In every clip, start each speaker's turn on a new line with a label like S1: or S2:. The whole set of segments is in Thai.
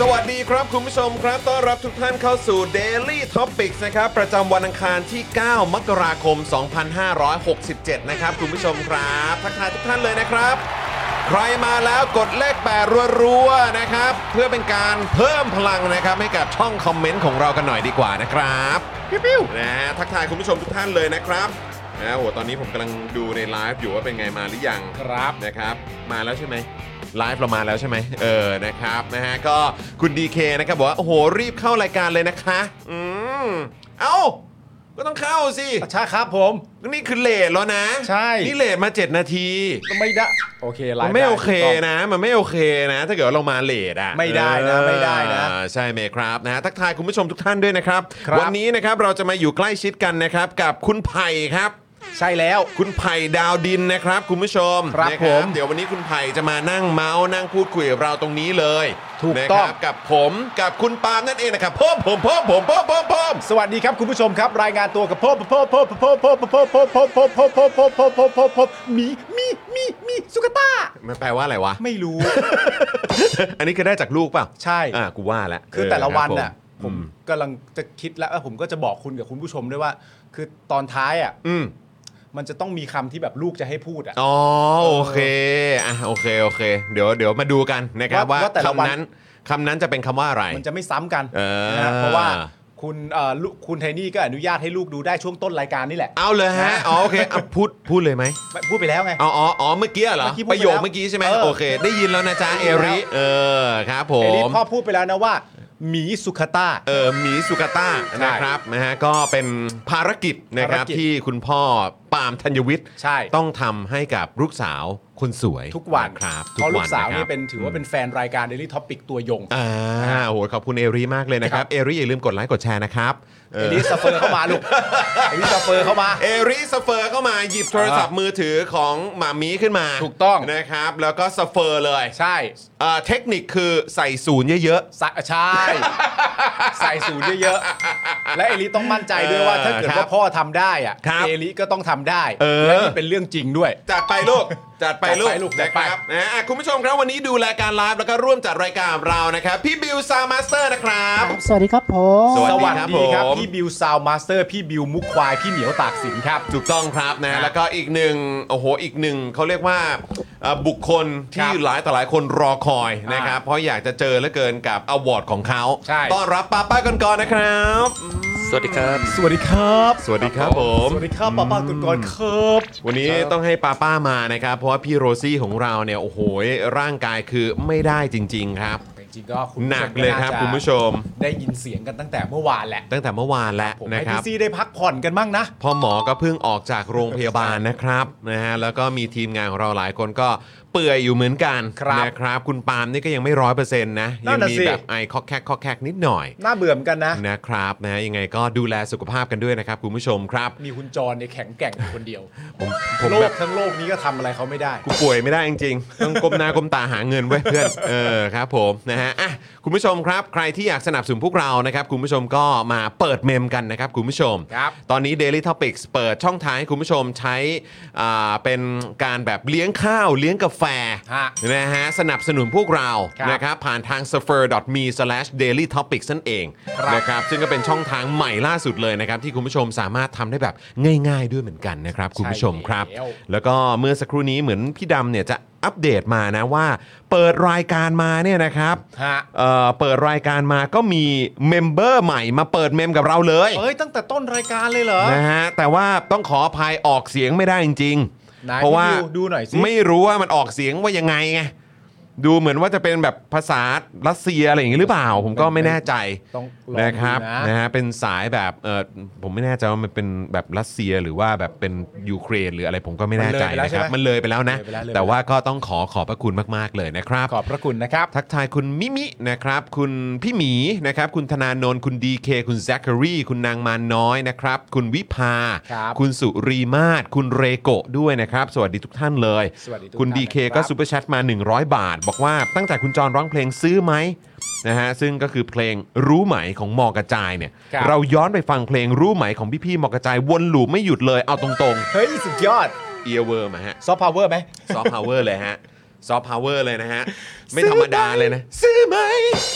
S1: สวัสดีครับคุณผู้ชมครับ ต้อนรับทุกท่านเข้าสู่ Daily Topics นะครับ ประจำวันอังคารที่ 9 มกราคม 2567 นะครับ คุณผู้ชมครับ ทักทายทุกท่านเลยนะครับ ใครมาแล้วกดเลขแปดรัวๆนะครับ เพื่อเป็นการเพิ่มพลังนะครับ ให้กับช่องคอมเมนต์ของเรากันหน่อยดีกว่านะครับปิ้วๆนะฮะทักทายคุณผู้ชมทุกท่านเลยนะครับนะโหตอนนี้ผมกำลังดูในไลฟ์อยู่ว่าเป็นไงมาหรือยังครับนะครับ มาแล้วใช่ไหมไลฟ์เรามาแล้วใช่ไหมเออนะครับนะฮะก็คุณดีเคนะครับบอกว่าโอ้โหรีบเข้ารายการเลยนะคะ อืมเอ้าก็ต้องเข้าสิ
S2: ใช่ครับผม
S1: นี่คือเลทแล้วนะ
S2: ใช่
S1: นี่เลทมา 7 นาที
S2: ไม่ได้โอเคล
S1: มั
S2: ฟ์
S1: นไม่
S2: ด้
S1: โอเค
S2: ถูกต้อง
S1: นะ มันไม่โอเคนะ ถ้าเกิดว่าเรามาเลทอ่ะ
S2: ไม่ได้นะ
S1: เออ
S2: ไม่ได้นะ
S1: ใช่ไหมครับนะทักทายคุณผู้ชมทุกท่านด้วยนะครับ
S2: ครับ
S1: วันี้นะครับเราจะมาอยู่ใกล้ชิดกันนะครับ กับคุณไผ่ครับ
S2: ใช่แล้ว
S1: คุณไผ่ดาวดินนะครับ คุณผู้ชม
S2: ครับ
S1: นะ
S2: ผม
S1: เดี๋ยววันนี้คุณไผ่จะมานั่งเมาส์นั่งพูดคุยกับเราตรงนี้เลย
S2: ถูก
S1: นะ
S2: ต้
S1: ค
S2: อง
S1: รักับผมกับคุณปาล์มนั่นเองนะครับเพิ่มผมเพิ่มผมเพิ่มเพิ่มเพิ่ม
S2: สวัสดีครับคุณผู้ชมครับ รายงานตัวกับพ่อพ่อพ่อพ่อพ่อพ่อพ่อพ่อพ่อพ่อพ่อพ่อพ่อพ่อพ่อพ่อมีมีมีมีสุกตา
S1: มันแปลว่าอะไรวะ
S2: ไม่ รู้
S1: อันนี้คือได้จากลูกเปล่า
S2: ใช่
S1: อ่ากูว่าแล้ว
S2: คือแต่ละวัน
S1: เออครั
S2: น่ะ
S1: บ
S2: ผมกำลังจะคิดแล้วแล้วผมก็จะบอกคุณกับคุณผู้ชมด้วยว่า คือตอนท้ายอ่ะ
S1: อืม
S2: มันจะต้องมีคำที่แบบลูกจะให้พูดอ่ะ
S1: อ๋อโอเคอ่ะโอเคโอเค เดี๋ยวเดี๋ยวมาดูกันนะครับว่า
S2: ว่าว่าแต่ละวัน
S1: คำนั้นคำนั้นจะเป็นคำว่าอะไร
S2: มันจะไม่ซ้ำกัน
S1: เออ
S2: นะฮะเพราะว่าคุณเอ่อลูกคุณไทนี่ก็อนุญาตให้ลูกดูได้ช่วงต้นรายการนี่แหละ
S1: เอาเลยฮะอ๋อโอเคอ่ะพูดพูดเลยไหม
S2: ไม่พูดไปแล้วไง
S1: อ๋ออ๋ออ๋อเมื่อกี้เหรอ
S2: เมื่อกี้พูด
S1: ป
S2: ไประ
S1: โยค
S2: แล้ว
S1: เมื่อกี้ใช่ไหม
S2: เออ
S1: โอเค ได้ยินแล้วนะจ๊ะเอริเออครับผ
S2: เอลิ
S1: ม
S2: พ่อพูดไปแล้วนะว่าหมีสุขตา
S1: เออหมีสุกาต้า
S2: ใช่
S1: นะครับนะฮะก็เป็นภารกิจนะครับ
S2: ภารกิจ
S1: ที่คุณพ่อปาล์มธัญวิทย์
S2: ใช่
S1: ต้องทำให้กับลูกสาวคนสวย
S2: ทุกวันะครับ
S1: ทุก
S2: เพราะลู
S1: วั
S2: กสา
S1: นะ
S2: ว
S1: ค
S2: เนี่
S1: รับ
S2: ยเป็นถือว่าเป็นแฟนรายการ Daily Topic ตัวยง
S1: อ่าโอ้โหขอบคุณเอริมากเลยนะครับ เอริอย่าลืมกดไลค์กดแชร์นะครับเอ
S2: เอ
S1: อ
S2: ลิสเฟอร์เข้ามาลูก เอลิสเฟอร์เข้ามา
S1: เอริสเฟอร์เข้ามาหยิบโทรศัพท์มือถือของหมามีขึ้นมา
S2: ถูกต้อง
S1: นะครับ แล้วก็สเฟอร์เลย
S2: ใช่
S1: เอ่อเทคนิคคือใส่ศูนย์เยอะ
S2: ใส่ใช่ ใส่สูตรเยอะๆ และเอลิต้องมั่นใจด้วยว่า ถ้าเกิด
S1: ครั
S2: ว่า
S1: บ
S2: พ่อทำได้อะ
S1: ครับ
S2: เอลิก็ต้องทำได้
S1: เออ
S2: และนี่เป็นเรื่องจริงด้วย
S1: ๆ จัดไปลูก จัดไป
S2: จัดไปลู
S1: ลูก
S2: กจัดไป
S1: นะครับนะอ่ะคุณผู้ชมครับวันนี้ดูรายการไลฟ์แล้วก็ร่วมจัดรายการเรานะครับ พี่บิวซามาสเตอร์นะครับ
S3: สวัสดีครับผม
S1: สวัสดีครับผม
S2: พี่บิวซาวมาสเตอร์ พี่บิวมุกควาย พี่เหมียวตากสินครับ
S1: ถูกต้องครับนะแล้วก็อีกหนึ่งโอ้โหอีกหนึ่งเขาเรียกว่าเอ่อบุคคลที่
S2: ครับ
S1: หลายต่อหลายคนรอคอยนะครับ เพราะอยากจะเจอเหลือเกินกับอวอร์ดของเขา
S2: ใช่
S1: ต้อนรับป้าป้าก่อนก่อนนะครับ
S4: สวัสดีครับ
S2: สวัสดีครับ
S1: สวัสดีครับผม
S2: สวัสดีครับป้าป้ากุนกรครับ
S1: วันนี้ต้องให้ป้าป้ามานะครับ เพราะว่าพี่โรซี่ของเราเนี่ยโอ้โหร่างกายคือไม่ได้จริง ๆ ครับ
S2: จริงๆก็คุณ
S1: หนักเลยครับคุณผู้ชม
S2: ได้ยินเสียงกันตั้งแต่เมื่อวานแหละ
S1: ตั้งแต่เมื่อวานแล้ว
S2: ผม
S1: นะ
S2: ให้
S1: ครับ
S2: พี่ซีได้พักผ่อนกันบ้างนะ
S1: พ่อหมอก็เพิ่งออกจากโรงพยาบาลนะครับนะฮะแล้วก็มีทีมงานของเราหลายคนก็ เปื่อยอยู่เหมือนกัน
S2: ครับ
S1: นะครับ คุณปาล์มนี่ก็ยังไม่ร้อยเปอร์เซ็นต์นะ
S2: นั่
S1: ยั
S2: นน่ะ
S1: มี
S2: สิ
S1: แบบไอคอกแคกคอกแคกนิดหน่อย
S2: น่าเบื่อเหมือนกันนะ
S1: นะครับนะยังไงก็ดูแลสุขภาพกันด้วยนะครับคุณผู้ชมครับ
S2: มีคุณจรเนี่ยแข็งแกร่งอยู่คนเดียว
S1: ผมผม
S2: โล
S1: แบ
S2: ก
S1: บ
S2: ทั้งโลกนี้ก็ทำอะไรเขาไม่ได้
S1: กูป่วยไม่ได้จริงๆ ต้องก้มหน้าก้มตาหาเงินไว้เพื่อน เออครับผมนะฮะอ่ะคุณผู้ชมครับ ใครที่อยากสนับสนุนพวกเรานะครับคุณผู้ชมก็มาเปิดเมมกันนะครับคุณผู้ชม
S2: ครับ
S1: ตอนนี้ Daily Topics เปิดช่องทางให้คุณผู้ชมใช้อ่าเป็นการแบบเลี้ยงข้าวเลี้ยงกาแฟ
S2: ฮะ
S1: นะฮะสนับสนุนพวกเรา
S2: ครับ
S1: นะครับผ่านทาง s u f e r m e d a i l y t o p i c นั่นเอง
S2: ครับ
S1: นะครับซึ่งก็เป็นช่องทางใหม่ล่าสุดเลยนะครับที่คุณผู้ชมสามารถทำได้แบบง่าย ๆด้วยเหมือนกันนะครับคุณผู้ชมครับ
S2: แล้ว
S1: แล้วก็เมื่อสักครู่นี้เหมือนพี่ดำเนี่ยจะอัปเดตมานะว่า เปิดรายการมาเนี่ยนะครับ
S2: ฮะ
S1: เอ่อเปิดรายการมาก็มีเมมเบอร์ใหม่มาเปิดเมมกับเราเลย
S2: เอ้ยตั้งแต่ต้นรายการเลยเหรอ
S1: นะฮะแต่ว่าต้องขออภัยออกเสียงไม่ได้จริง
S2: ไหน
S1: ๆ เพราะว่า
S2: พี่ดิวดูหน่อยสิ
S1: ไม่รู้ว่ามันออกเสียงว่ายังไงไงดูเหมือนว่าจะเป็นแบบภาษารัสเซียอะไรอย่างนี้หรือเปล่า ผมก็ไม่แน่ใจ
S2: ต้องลองดูนะ
S1: นะครับนะฮะเป็นสายแบบเออผมไม่แน่ใจว่ามันเป็นแบบรัสเซียหรือว่าแบบเป็นยูเครนหรืออะไรผมก็ไม่แน่ใจนะครับมันเลยไปแล้วนะ แต่ว่าก็ต้องขอขอบพระคุณมาก ๆเลยนะครับ
S2: ขอบพระคุณนะครับ
S1: ทักทายคุณมิมินะครับ คุณพี่หมีนะครับ คุณธนาโนนคุณดีเคคุณแซคเคอรี่คุณนางมานน้อยนะครับ คุณวิภา
S2: ครับ
S1: ณสุรีมาศคุณเรโกะด้วยนะครับ สวัสดีทุกท่านเลย
S2: สวัสดีทุก
S1: คุณ
S2: ท่าน
S1: ดีเค
S2: นะครับ
S1: ก็ซูเปอร์แชทมา 100 บาท บอกว่าตั้งแต่คุณจรร้องเพลงซื้อไหมนะฮะซึ่งก็คือเพลงรู้ไหมของมอกระจายเนี่ย
S2: ครับ
S1: เราย้อนไปฟังเพลงรู้ไหมของพี่ๆมอกระจายวนลูปไม่หยุดเลยเอาตรง
S2: เฮ้ยสุดยอด
S1: ๆเอียเวอร์มาฮะ
S2: ซอฟต์พาวเวอร์ไหม
S1: ซอฟต์พาวเวอร์เลยฮะซอฟต์พาวเวอร์เลยนะฮะ ไม่ธรรมดา เลยนะ ซื้อไหม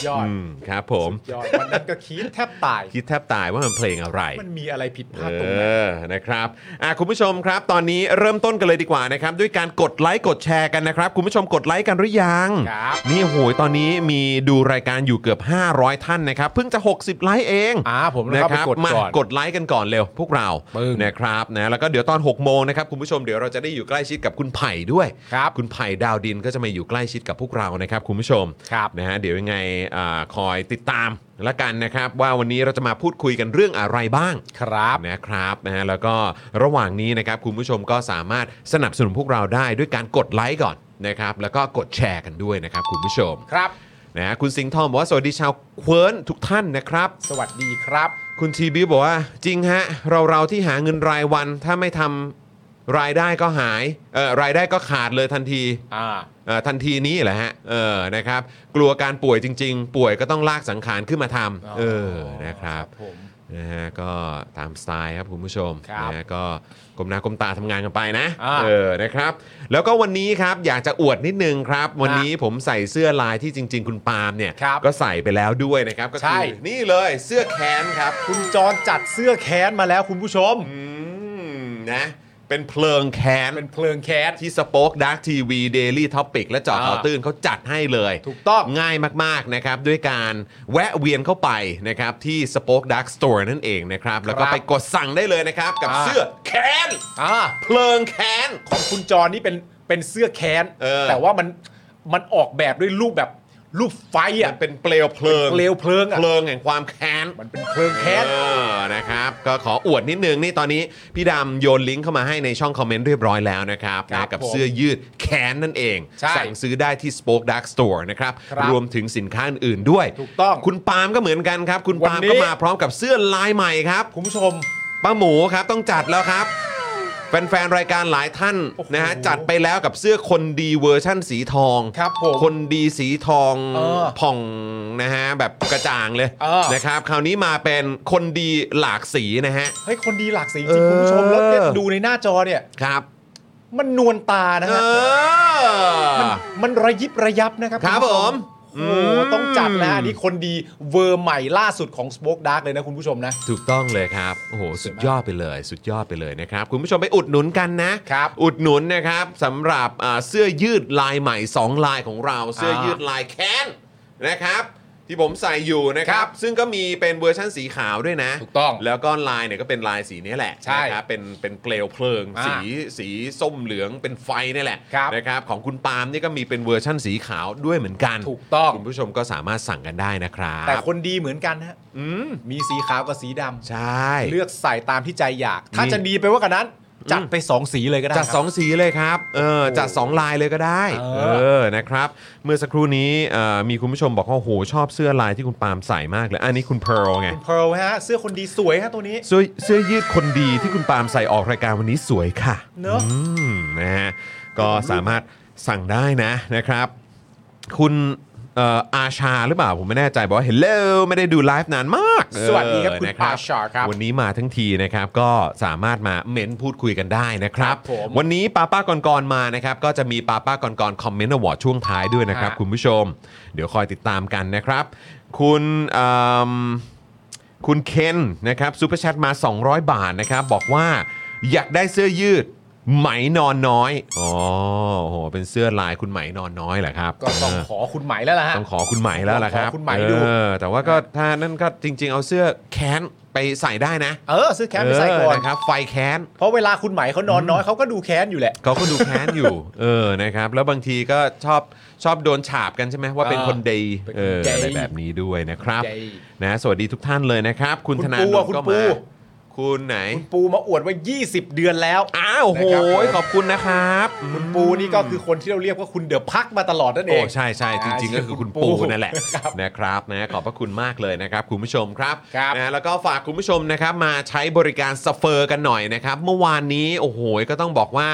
S2: ยอด
S1: อืมครับผม
S2: ยอดวันนั้นก็คิดแทบตาย
S1: คิดแทบตายว่ามันเพลงอะไร
S2: มันมีอะไรผิดพลาดต
S1: เอ
S2: รงไหน
S1: อ นะครับอ่ะคุณผู้ชมครับ ตอนนี้เริ่มต้นกันเลยดีกว่านะครับ ด้วยการกดไลค์กดแชร์กันนะครับ คุณผู้ชมกดไลค์กันหรือยัง
S2: ครับ
S1: นี่โหยตอนนี้มีดูรายการอยู่เกือบ 500 ท่านนะครับ เพิ่งจะ 60 ไลค์เอง
S2: อ่าผม
S1: นะ
S2: เข้า
S1: ค
S2: ไป
S1: รับ
S2: กดก่อน
S1: มากดไลค์กันก่อนเร็ว พวกเรา
S2: ปึ้ง
S1: นะครับนะแล้วก็เดี๋ยวตอน6โมงนะครับคุณผู้ชมเดี๋ยวเราจะได้อยู่ใกล้ชิดกับคุณไผ่ด้วย
S2: ครับ
S1: คุณไผ่ดาวดินก็จะมาอยู่ใกล้ชิดกับพวกเรานะครับคุณผู้ชม
S2: ครับ
S1: นะฮะเดี๋ยวยังไงอ่าคอยติดตามละกันนะครับ ว่าวันนี้เราจะมาพูดคุยกันเรื่องอะไรบ้าง
S2: ครับ
S1: นะครับนะฮะแล้วก็ระหว่างนี้นะครับคุณผู้ชมก็สามารถสนับสนุนพวกเราได้ด้วยการกดไลค์ก่อนนะครับแล้วก็กดแชร์กันด้วยนะครับคุณผู้ชม
S2: ครับ
S1: นะฮะคุณสิงห์ทองบอกว่าสวัสดีชาวเควิร์นทุกท่านนะครับ
S2: สวัสดีครับ
S1: คุณทีบิวบอกว่าจริงฮะเราเราที่หาเงินรายวันถ้าไม่ทำรายได้ก็หายเออรายได้ก็ขาดเลยทันที
S2: อ่า
S1: เอ่อทันทีนี้แหละฮะเออนะครับ กลัวการป่วยจริง ๆ ป่วยก็ต้องลากสังขารขึ้นมาท
S2: อ๋อ
S1: ำเออนะครับ
S2: ครับผม
S1: นะฮะก็ตามสไตล์ครับคุณผู้ชม
S2: ครับ
S1: นะฮะก็กลมหน้ากลมตาทำงานกันไปนะ
S2: อ่า
S1: เออนะครับ แล้วก็วันนี้ครับอยากจะอวดนิดนึงครับ วันนี้ผมใส่เสื้อลายที่จริง ๆ คุณปาล์มเนี่ย
S2: ครับ
S1: ก็ใส่ไปแล้วด้วยนะครับก็
S2: ใช่
S1: คือนี่เลยเสื้อแขนครับ
S2: คุณจรจัดเสื้อแค้นมาแล้วคุณผู้ชม
S1: อืมนะเป็นเพลิงแขน
S2: เป็นเพลิงแค้น
S1: ที่สป็อคดักทีวีเดลี่ท็อปิกและเจอข่าว
S2: อ่า
S1: ตื้นเขาจัดให้เลย
S2: ถูกต้อง
S1: ง่ายมาก ๆ นะครับ ด้วยการแวะเวียนเข้าไปนะครับ ที่ Spoke Dark Store นั่นเองนะครับ แล้วก็
S2: ครับ
S1: ไปกดสั่งได้เลยนะครับ กับ
S2: อ่า
S1: เสื้อแคน
S2: อ่า
S1: เพลิงแคนข
S2: ของคุณจรนี่เป็นเป็นเสื้อแค้น
S1: เออ
S2: แต่ว่ามันมันออกแบบด้วยรูปแบบรูปไฟ
S1: มั
S2: อ่ะ
S1: นเป็นเปลวเพลิง
S2: เปลวเพลิงอะ
S1: เพลิงแห่งความแค้น
S2: มันเป็นเพลิงแค้น
S1: เออนะครับ ก็ขออวดนิดนึง นี่ตอนนี้พี่ดำโยนลิงก์เข้ามาให้ในช่องคอมเมนต์เรียบร้อยแล้วนะครับ
S2: ครับ
S1: นะกับ
S2: ผม
S1: เสื้อยืดแค้นนั่นเอง
S2: ใช่
S1: สั่งซื้อได้ที่ Spoke Dark Store นะครับ
S2: ครับ
S1: รวมถึงสินค้าอื่นๆด้วย
S2: ถูกต้อง
S1: คุณปาล์มก็เหมือนกันครับ คุณปาล์ม
S2: วันนี้
S1: ก็มาพร้อมกับเสื้อลายใหม่ครับ
S2: คุณผู้ชม
S1: ป้าหมูครับต้องจัดแล้วครับ แฟนๆ รายการหลายท่าน
S2: โอ้โห
S1: นะฮะจัดไปแล้วกับเสื้อคนดีเวอร์ชั่นสีทอง
S2: ครับผม
S1: คนดีสีทอง
S2: เออ
S1: ผ่องนะฮะแบบกระจ่างเลย
S2: เออ
S1: นะครับ คราวนี้มาเป็นคนดีหลากสีนะฮะ
S2: เฮ้ยคนดีหลากสีจ
S1: เอ
S2: ริง
S1: อ
S2: ๆคุณผู้ชมแล้วเนี่ยดูในหน้าจอเนี่ย
S1: ครับ
S2: มันนวลตานะ
S1: เอ
S2: ฮะ
S1: อ
S2: มันมันระยิบระยับนะครับ
S1: ครับ
S2: ณผู้ช
S1: ผม
S2: โอ้โห
S1: อืม
S2: ต้องจัดนะฮะอันนี้คนดีเวอร์ใหม่ล่าสุดของ Spoke Dark เลยนะคุณผู้ชมนะ
S1: ถูกต้องเลยครับ โอ้โห สุดยอดไปเลย สุดยอดไปเลยนะครับ คุณผู้ชมไปอุดหนุนกันนะครับ อุดหนุนนะครับสำหรับอ่าเสื้อยืดลายใหม่ 2 ลายของเรา เสื้อยืดลายแคนนะครับ ที่ผมใส่อยู่นะครั
S2: ครับ บ
S1: ซึ่งก็มีเป็นเวอร์ชั่นสีขาวด้วยนะ
S2: ถูกต้อง
S1: แล้วก็ลายเนี่ยก็เป็นลายสีนี้แหละ
S2: ใช่
S1: นะครับเป็นเป็นเปลวเพลิง
S2: อ่า
S1: สีสีส้มเหลืองเป็นไฟนี่แหละ
S2: ครับ
S1: นะครับของคุณปาล์มนี่ก็มีเป็นเวอร์ชั่นสีขาวด้วยเหมือนกัน
S2: ถูกต้อง
S1: คุณผู้ชมก็สามารถสั่งกันได้นะครับ
S2: แต่คนดีเหมือนกันฮะมีสีขาวกับสีดำ
S1: ใช่
S2: เลือกใส่ตามที่ใจอยาก ถ้า
S1: นี่
S2: จะดีไปกว่ากันนั้น จัดไปสองสีเลยก็ได้
S1: จัด
S2: ครับ
S1: 2สีเลยครับ เออจัด 2 ลายเลยก็ได้
S2: เอ
S1: เอ
S2: อ
S1: อนะครับ เมื่อสักครู่นี้เอ่อมีคุณผู้ชมบอกว่าโหชอบเสื้อลายที่คุณปาล์มใส่มากเลย อันนี้คุณเพร์ลไง
S2: เพร์ลฮะเสื้อคนดีสวยฮะตัวนี้
S1: เสื้อเสื้อยืดคนดีที่คุณปาล์มใส่ออกรายการวันนี้สวยค่ะ
S2: เนอะ
S1: อืมนะฮะก็สามารถสั่งได้นะนะครับ คุณเอ่ออาชาหรือเปล่า ผมไม่แน่ใจบอกว่าเห็นเลไม่ได้ดูไลฟ์นานมาก
S2: สวัสดีครับ
S1: เอ
S2: คุณ
S1: นะ
S2: อาชาครับ
S1: วันนี้มาทั้งทีนะครับ ก็สามารถมาเม้นพูดคุยกันได้นะครับ
S2: ครับผม
S1: วันนี้ป้าป้าก่อนก่อนๆมานะครับ ก็จะมีป้าป้าก่อนก่อนคอมเมนต์อวอร์ดช่วงท้ายด้วยนะครับ
S2: ฮะ
S1: คุณผู้ชม เดี๋ยวคอยติดตามกันนะครับ คุณเอิ่ม คุณเคนนะครับซูเปอร์แชทมา 200 บาทนะครับ บอกว่าอยากได้เสื้อยืดไหมนอนน้อย อ๋อโอ้โหเป็นเสื้อลายคุณไหมนอนน้อยเหรอครับ
S2: ก็ต้อง
S1: เออ
S2: ขอคุณไหมายแล้วล่ะฮะ
S1: ต้องขอคุณไหมแล้วล่ะครับ
S2: ขอคุณไหมดู
S1: เออแต่ว่าก็ถ้านั่นก็จริง ๆ เอาเสื้อแค้นไปใส่ได้นะ
S2: เออซื้อแค้นไปใส่ก่อน
S1: เนะครับ ไฟแค้น
S2: เพราะเวลาคุณไหมายเขานอนน้อยเขาก็ดูแค้นอยู่แหละ
S1: เขาก็ดูแค้นอยู่ เออ นะครับ แล้วบางทีก็ชอบชอบโดนฉาบกันใช่ไหมว่าเป็น
S2: อ่า
S1: คนดี
S2: เป็น
S1: เออ
S2: คนดี
S1: อะไรแบบนี้ด้วยนะครับ
S2: ดี
S1: นะสวัสดีทุกท่านเลยนะครับ คุณ
S2: คุ
S1: ธ
S2: ณ
S1: นา
S2: ปู
S1: โน
S2: อ่ะ
S1: นก็
S2: คุณปู
S1: มา คุณไหน
S2: คุณปูมาอวดว่า 20 เดือนแล้ว
S1: อ้าวโห
S2: นะครับผม
S1: ยขอบคุณนะครับ
S2: คุณปูนี่ก็คือคนที่เราเรียกว่าคุณเดอะพักมาตลอดนั่นเอ
S1: โอ้
S2: ง
S1: ใช่ใช่จริง ๆ ก็คือคุณปูนั่นแหละ
S2: ครับ
S1: นะครับนะขอบพระคุณมากเลยนะครับ คุณผู้ชมครับ
S2: ครับ
S1: นะแล้วก็ฝากคุณผู้ชมนะครับมาใช้บริการสเฟอร์กันหน่อยนะครับ เมื่อวานนี้โอ้โหก็ต้องบอกว่า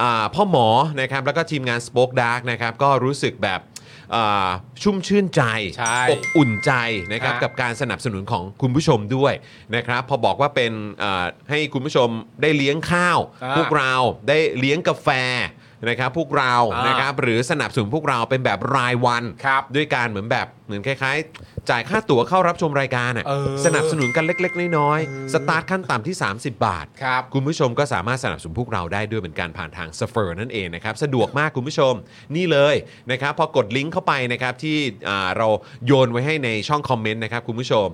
S1: อ่าพ่อหมอนะครับแล้วก็ทีมงาน Spoke Dark นะครับก็รู้สึกแบบอ่าชุ่มชื่นใจ
S2: ใช่
S1: อบอุ่นใจนะครับ
S2: ฮะ
S1: กับการสนับสนุนของคุณผู้ชมด้วยนะครับพอบอกว่าเป็นอ่าให้คุณผู้ชมได้เลี้ยงข้าว
S2: อ่า
S1: พวกเราได้เลี้ยงกาแฟนะครับพวกเรา
S2: อ่าน
S1: นะครับหรือสนับสนุนพวกเราเป็นแบบรายวัน
S2: ครับ
S1: ด้วยการเหมือนแบบเหมือนคล้ายๆ จ่ายค่าตั๋วเข้ารับชมรายการอะ
S2: เออ
S1: สนับสนุนกันเล็ก ๆ น้อยๆสตาร์ทขั้นต่ำที่ 30 บาท
S2: ครับ
S1: ณผู้ชมก็สามารถสนับสนุนพวกเราได้ด้วยเหมือนกันผ่านทางสเฟอร์นั่นเองนะครับสะดวกมากคุณผู้ชมนี่เลยนะครับพอกดลิงก์เข้าไปนะครับที่อ่าเราโยนไว้ให้ในช่องคอมเมนต์นะครับคุณผู้ชม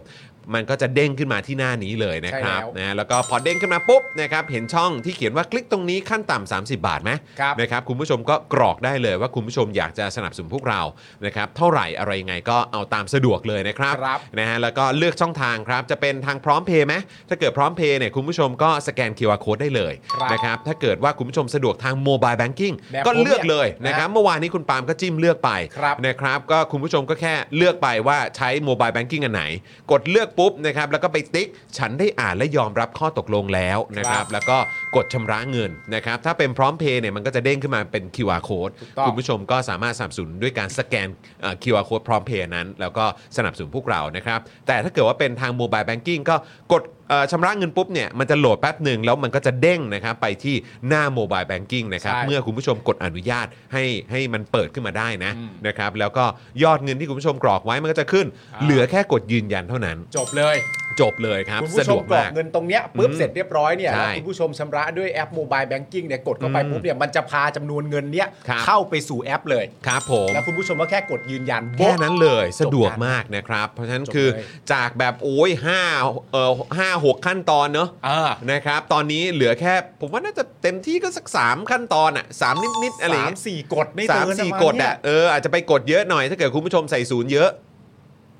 S1: มันก็จะเด้งขึ้นมาที่หน้านี้เลยนะครับ
S2: ใช่แล้ว
S1: นะแล้วก็พอเด้งขึ้นมาปุ๊บนะครับเห็นช่องที่เขียนว่าคลิกตรงนี้ขั้นต่ำ30 บาทไหม
S2: ครับ
S1: นะครับคุณผู้ชมก็กรอกได้เลยว่าคุณผู้ชมอยากจะสนับสนุนพวกเรานะครับเท่าไหร่อะไรยังไงก็เอาตามสะดวกเลยนะครับ
S2: ครับ
S1: นะฮะแล้วก็เลือกช่องทางครับจะเป็นทางพร้อมเพย์ไหมถ้าเกิดพร้อมเพย์เนี่ยคุณผู้ชมก็สแกน QR Code ได้เลย
S2: ครับ
S1: นะครับถ้าเกิดว่าคุณผู้ชมสะดวกทางโมบายแบงกิ้ง
S2: แบบ
S1: ก็
S2: ผม
S1: เลือกเลย
S2: เนี่ย
S1: นะครับ
S2: นะ
S1: เมื่อวานนี้คุณปาล์มก็จิ้มเลือกไป
S2: ครับ
S1: นะครับก็คุณผู้ชมก็แค่เลือกไปว่าใช้โมบายแบงกิ้งอันไหน กดเลือกปุ๊บนะครับแล้วก็ไปติ๊ก ฉันได้อ่านและยอมรับข้อตกลงแล้วนะค
S2: ครั
S1: รับบ แล้วก็กดชำระเงินนะครับถ้าเป็นพร้อมเพย์เนี่ยมันก็จะเด้งขึ้นมาเป็น QR code
S2: ถูกต้อง
S1: คุณผู้ชมก็สามารถสนับสนุนด้วยการสแกนเอ่อ QR code พร้อมเพย์นั้น แล้วก็สนับสนุนพวกเรานะครับแต่ถ้าเกิดว่าเป็นทางโมบายแบงกิ้งก็กดเอ่อชำระเงินปุ๊บเนี่ยมันจะโหลดแป๊บหนึ่งแล้วมันก็จะเด้งนะครับไปที่หน้าโมบายแบงกิ้งนะครับ
S2: ใช่
S1: เมื่อ คุณผู้ชมกดอนุญาตให้ให้มันเปิดขึ้นมาได้นะนะครับแล้วก็ยอดเงินที่คุณผู้ชมกรอกไว้มันก็จะขึ้น เหลือแค่กดยืนยันเท่านั้น
S2: จบเลย
S1: จบเลยครับ
S2: คุณ
S1: สะ
S2: ผู้ช
S1: ด
S2: ม
S1: วก
S2: กรอ
S1: มาก ก
S2: เงินตรงเนี้ยปุ๊บ
S1: อืม
S2: เสร็จเรียบร้อยเนี่ย
S1: ใช่
S2: แล้วคุณผู้ชมชำระด้วยแอปโมบายแบงกิ้งเนี่ยกดเข้าไป
S1: อืม
S2: ปุ๊บเนี่ยมันจะพาจำนวนเงินเนี้ย
S1: ครับ
S2: เข้าไปสู่แอปเลย
S1: ครับผม
S2: แล้วคุณผู้ชมก็แค่กดยืนยัน
S1: แค่
S2: โบ๊ะ
S1: นั้นเลยสะดวก
S2: จบนะ
S1: มากนะครับ เพราะฉะนั้น
S2: จบ
S1: คือ
S2: เลย
S1: จากแบบโอ้ยห้าเอ่อห้าหกขั้นตอนเนอะ
S2: อ่า
S1: นะครับ ตอนนี้เหลือแค่ ผมว่าน่าจะเต็มที่ก็สัก 3 ขั้นตอนอ่ะสามนิด ๆ อะไรอย่ง
S2: สาม
S1: เงี้ย
S2: สี่กดไม่เกิน
S1: สามสี่
S2: ประมาณ
S1: กด
S2: เนี้
S1: อ่ะ
S2: ย
S1: เอออาจจะไปกดเยอะหน่อยถ้าเกิดคุณผู้ชมใส่ศูนย์เยอะ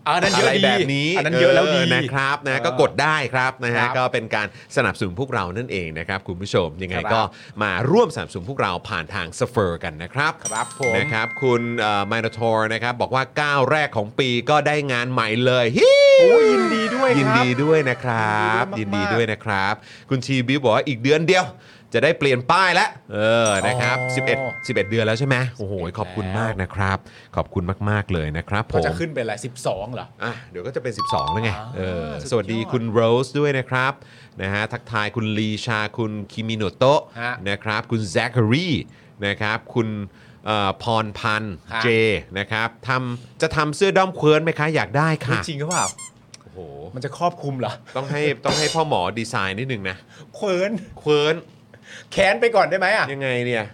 S2: อันนั้นเย
S1: อะ
S2: อะไร ดี
S1: แบบนี้
S2: อันนั้นเยอะแล้วดี
S1: นะครับนะ
S2: เออ
S1: ก็กดได้ครับนะฮะ
S2: ครับ
S1: ก็เป็นการสนับสนุนพวกเรานั่นเองนะครับคุณผู้ชมยังไง
S2: ครับ
S1: ก็มาร่วมสนับสนุนพวกเราผ่านทางสเฟอร์กันนะครับ
S2: ครับผม
S1: นะครับคุณมายนทอร์นะครับบอกว่าก้าวแรกของปีก็ได้งานใหม่เลยฮิ
S2: โอ้ยยินดีด้วยครับ
S1: ยินดีด้วยนะครับ
S2: ยิ
S1: ยิ
S2: น
S1: น
S2: ดี
S1: ดี
S2: ด้วย
S1: ด้วย
S2: มากๆ
S1: นะครับ คุณชีบิวบอกว่าอีกเดือนเดียว จะได้เปลี่ยนป้ายแล้วเออนะครับ
S2: อ๋อ
S1: 11 11 เดือนแล้วใช่ไหมโอ้โหขอบคุณมากนะครับ ขอบคุณมากๆเลยนะครับผ
S2: ก็
S1: ม
S2: จะขึ้นเป็นอะไร12เหรอ
S1: อ่ะเดี๋ยวก็จะเป็น 12 แล้วไง
S2: อ่า
S1: เออ
S2: สุดยอด
S1: สวัสดีคุณโรสด้วยนะครับนะฮะทักทายคุณลีชาคุณคิมิโนโตะ
S2: ฮะ
S1: นะครับคุณแซคคารีนะครับคุณเอ่อพรพันธ์
S2: ฮะ
S1: เจนะครับทำจะทำเสื้อด้อมเควิร์นไหมคะอยากได้
S2: มี
S1: ค่ะ
S2: จริงหรือเปล่า
S1: โอ้โห
S2: มันจะครอบคลุมเหรอ
S1: ต้องให้ต้องให้พ่อหมอดีไซน์นิดนึงนะ
S2: เควิน
S1: เควิร์น
S2: แค้นไปก่อนได้ไหมอ่ะ
S1: ยังไงเนี่ย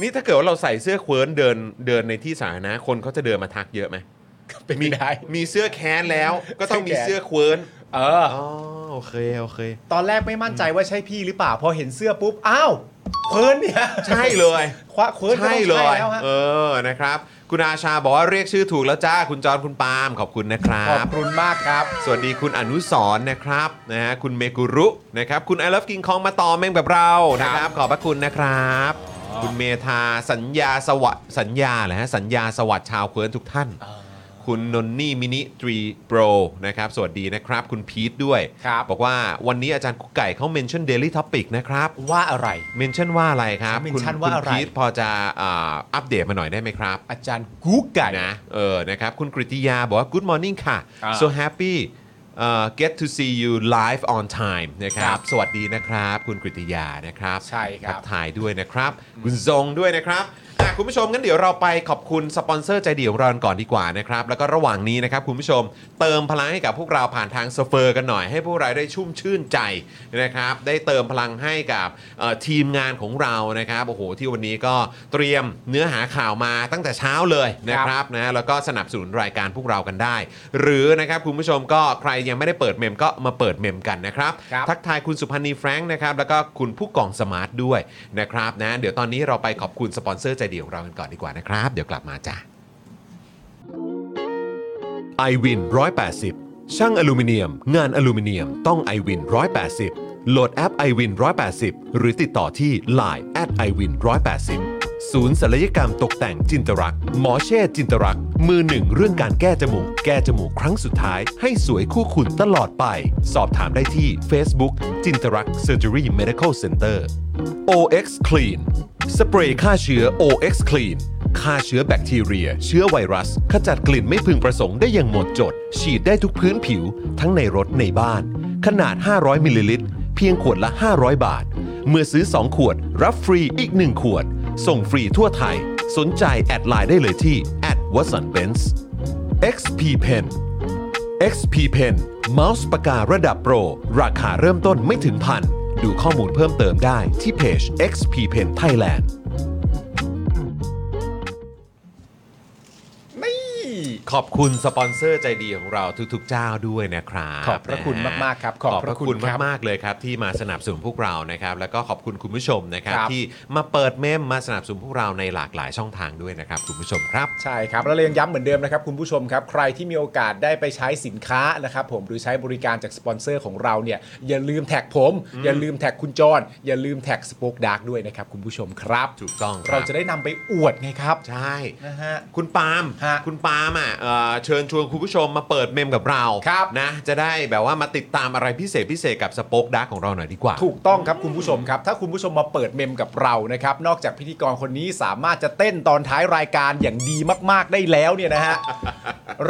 S1: นี่ถ้าเกิดว่าเราใส่เสื้อเควิร์นเดินเดินในที่สาธารณะคนเขาจะเดินมาทักเยอะไหม
S2: เป็นไป
S1: มี
S2: ได้
S1: มีเสื้อแค้นแล้วก็ต้องมี
S2: เสื้
S1: เสื้
S2: อ
S1: อ
S2: แค้น
S1: เควิร์น
S2: เออ
S1: อ๋อโอเคโอเค
S2: ตอนแรกไม่มั่นใจว่าใช่พี่หรือเปล่า พอเห็นเสื้อปุ๊บ อ้าวเควินเนี่ย
S1: ใช่เลย
S2: คว้าเควินก็
S1: ใช่
S2: ต้อง
S1: เล
S2: ใช่
S1: ย
S2: แล้วฮะ
S1: เออนะครับ คุณอาชาบอกว่าเรียกชื่อถูกแล้วจ้า คุณจอนคุณปาล์มขอบคุณนะครั
S2: ขอบบ คุณมากครับ
S1: สวัสดีคุณอนุสรณ์นะครับนะฮะคุณเมกุรุนะครับคุณไอ o v ฟกิงคองมาต่อแม่งแบบเรานะครับ ขอบพระคุณนะครับ คุณเมธาสัญญาสวัสดิ์สัญญาเหรอฮะสัญญาสวัสดิ์ชาวเคิร์นทุกท่าน คุณนนนี่มินิทรีโปรนะครับ สวัสดีนะครับ คุณพีทด้วย
S2: ครับ
S1: บอกว่าวันนี้อาจารย์กุ๊กไก่เขาเมนชั่นเดลี่ท็อปิกนะครับ
S2: ว่าอะไร
S1: เมนชั่นว่าอะไรครับ
S2: เขา
S1: คุณ
S2: mention
S1: คุ
S2: ว่า
S1: ณ
S2: อะไร
S1: พีทพอจะอ่าอัปเดตมาหน่อยได้ไหมครับ
S2: อาจารย์กู๊กไก่
S1: นะเออนะครับคุณกริติยาบอกว่า Good morning ค่ะ
S2: อ่า
S1: so happy เอ่อ get to see you live on time นะค
S2: ค
S1: รั
S2: รับ บ
S1: สวัสดีนะครับ คุณกริติยานะครับ
S2: ใช่ครับ
S1: ทักทายด้วยนะครับ คุณทรงด้วยนะครับอ่ะคุณผู้ชมงั้นเดี๋ยวเราไปขอบคุณสปอนเซอร์ใจเดียวรอนก่อนดีกว่านะครับ แล้วก็ระหว่างนี้นะครับคุณผู้ชมเติมพลังให้กับพวกเราผ่านทางสเฟอร์กันหน่อยให้พวกเราได้ชุ่มชื่นใจนะครับ ได้เติมพลังให้กับเอ่อทีมงานของเรานะครับโอ้โหที่วันนี้ก็เตรียมเนื้อหาข่าวมาตั้งแต่เช้าเลยนะ
S2: ครั
S1: ค
S2: บ
S1: รับ ครับนะแล้วก็สนับสนุนรายการพวกเรากันได้ หรือนะครับคุณผู้ชมก็ใครยังไม่ได้เปิดเมมก็มาเปิดเมมกันนะครับ
S2: ครับ
S1: ทักทายคุณสุพันธ์นีแฟรงค์นะครับแล้วก็คุณผู้กองสมาร์ทด้วยนะครับนะเดี๋ยวตอนนี้เราไปขอบคุณสปอนเซอร์ใจเดียวของเรากันก่อนดีกว่านะครับ เดี๋ยวกลับมาจ้า
S5: i w วิน180 ช่างอลูมิเนียม งานอลูมิเนียมต้อง i w วิน180 โหลดแอป i w วิน180 หรือติดต่อที่ Line at i w วิน180 ศูนย์ศัลยกรรมตกแต่งจินตรัก หมอเช่จินตรัก มือหนึ่งเรื่องการแก้จมูก แก้จมูกครั้งสุดท้าย ให้สวยคู่คุณตลอดไป สอบถามได้ที่ Facebook จินตรักเซอร์เจอรี่เมดิคอลเซ็นเตอร์ OX Clean สเปรย์ฆ่าเชื้อ OX Clean ฆ่าเชื้อแบคทีเรีย เชื้อไวรัส ขจัดกลิ่นไม่พึงประสงค์ได้อย่างหมดจด ฉีดได้ทุกพื้นผิว ทั้งในรถในบ้าน ขนาด 500 มิลลิลิตร เพียงขวดละ 500 บาท เมื่อซื้อ 2 ขวด รับฟรีอีก 1 ขวด ส่งฟรีทั่วไทย สนใจแอดไลน์ได้เลยที่ w a t s o n b e n z XP Pen XP Pen เมาส์ปากการะดับโปร ราคาเริ่มต้นไม่ถึงพัน ดูข้อมูลเพิ่มเติมได้ที่เพจ XP Pen Thailand
S2: นี่
S1: ขอบคุณสปอนเซอร์ใจดีของเราทุกๆเจ้าด้วยนะครับ
S2: ขอบพระคุณ
S1: นฮ
S2: มากๆครับขอบพระคุณครับ
S1: มากๆเลยครับที่มาสนับสนุนพวกเรานะครับ แล้วก็ขอบคุณคุณผู้ชมนะครับ
S2: ครับ
S1: ที่มาเปิดเมมมาสนับสนุนพวกเราในหลากหลายช่องทางด้วยนะครับคุณผู้ชมครับ
S2: ใช่ครับ แล้วเรายังย้ำเหมือนเดิมนะครับคุณผู้ชมครับ ใครที่มีโอกาสได้ไปใช้สินค้านะครับผมหรือใช้บริการจากสปอนเซอร์ของเราเนี่ย อย่าลืมแท็กผม อย่าลืมแท็กคุณจรอย่าลืมแท็กสป o อคดาร์กด้วยนะครับคุณผู้ชมครับ
S1: ถูกต้องครับ
S2: เราจะได้นำไปอวดไงครับ
S1: ใช่
S2: นะฮะ
S1: คุณปาล์ม
S2: ฮะ
S1: คุณปาล์มอ่ะเอ่อเชิญชวนคุณผู้ชมมาเปิดเมมกับเรา
S2: ครับ
S1: นะจะได้แบบว่ามาติดตามอะไรพิเศษพิเศษกับสป็อคดาร์กของเราหน่อยดีกว่า
S2: ถูกต้องครับคุณผู้ชมครับ ถ้าคุณผู้ชมมาเปิดเมมกับเรานะครับ นอกจากพิธีกรคนนี้สามารถจะเต้นตอนท้ายรายการอย่างดีมาก ๆ ได้แล้วเนี่ย นะฮะ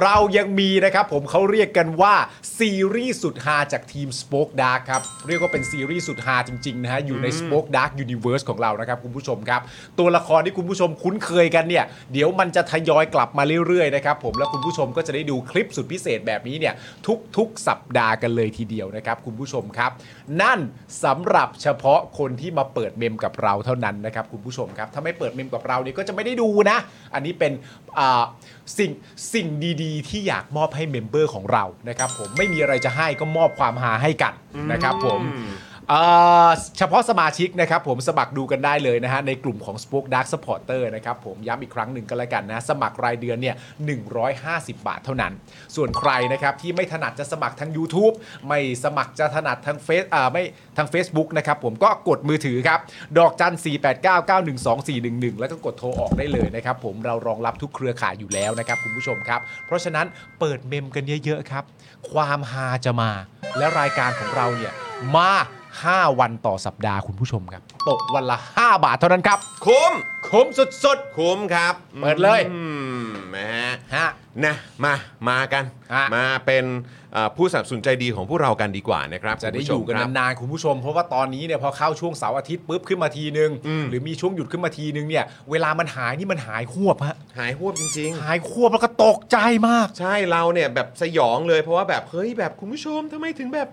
S2: เรายังมีนะครับผมเขาเรียกกันว่า ซีรีส์สุดฮาจากทีม Spoke Dark ครับ เรียกว่าเป็นซีรีส์สุดฮาจริง ๆ นะฮะ อยู่ใน Spoke Dark Universe ของเรานะครับคุณผู้ชมครับ ตัวละครที่คุณผู้ชมคุ้นเคยกันเนี่ย เดี๋ยวมันจะทยอยกลับมาเรื่อย ๆ นะครับผมแล้วคุณผู้ชมก็จะได้ดูคลิปสุดพิเศษแบบนี้เนี่ย ทุก ๆ สัปดาห์กันเลยทีเดียวนะครับคุณผู้ชมครับ นั่นสำหรับเฉพาะคนที่มาเปิดเมมกับเราเท่านั้นนะครับคุณผู้ชมครับถ้าไม่เปิดเมมกับเราเนี่ยก็จะไม่ได้ดูนะ อันนี้เป็นอ่าสิ่งสิ่งดีๆ ที่อยากมอบให้เมมเบอร์ของเรานะครับผมไม่มีอะไรจะให้ก็มอบความหาให้กันนะครับผมเอ่อเฉพาะสมาชิกนะครับผมสมัครดูกันได้เลยนะฮะในกลุ่มของ Spoke Dark Supporter นะครับผมย้ำอีกครั้งหนึ่งก็แล้วกันนะสมัครรายเดือนเนี่ย150 บาทเท่านั้น ส่วนใครนะครับที่ไม่ถนัดจะสมัครทาง YouTube ไม่สมัครจะถนัดทางเฟซอ่าไม่ทาง Facebook นะครับผมก็กดมือถือครับ ดอกจัน 4 8 9 9 1 2 4 1 1 แล้วก็กดโทรออกได้เลยนะครับผมเรารองรับทุกเครือข่ายอยู่แล้วนะครับคุณผู้ชมครับ เพราะฉะนั้นเปิดเมมกันเยอะๆครับ ความฮาจะมา และรายการของเราเนี่ยมา 5 วันต่อสัปดาห์คุณผู้ชมครับ ตกวันละ 5 บาทเท่านั้นครับ
S1: คุ้ม
S2: คุ้มสุด
S1: คุ้มครับ
S2: เปิดเลย
S1: อืมนะฮะ
S2: ๆฮะ
S1: นะมามากัน
S2: ฮะ
S1: มาเป็นเอ่อผู้สนับสนุนใจดีของพวกเรากันดีกว่านะครับ
S2: จะได้
S1: คุณผู้
S2: อ
S1: ชม
S2: ยู่กัน
S1: ครับ
S2: นานๆคุณผู้ชม เพราะว่าตอนนี้เนี่ยพอเข้าช่วงเสาร์อาทิตย์ปุ๊บขึ้นมาทีนึง
S1: อืม
S2: หรือมีช่วงหยุดขึ้นมาทีนึงเนี่ยเวลามันหายนี่มันหายควบฮะ
S1: หายหวบจริง
S2: หายควบแล้วก็ตกใจมาก
S1: ๆ ใช่เราเนี่ยแบบสยองเลยเพราะว่าแบบเฮ้ยแบบคุณผู้ชมทำไมถึงแบบ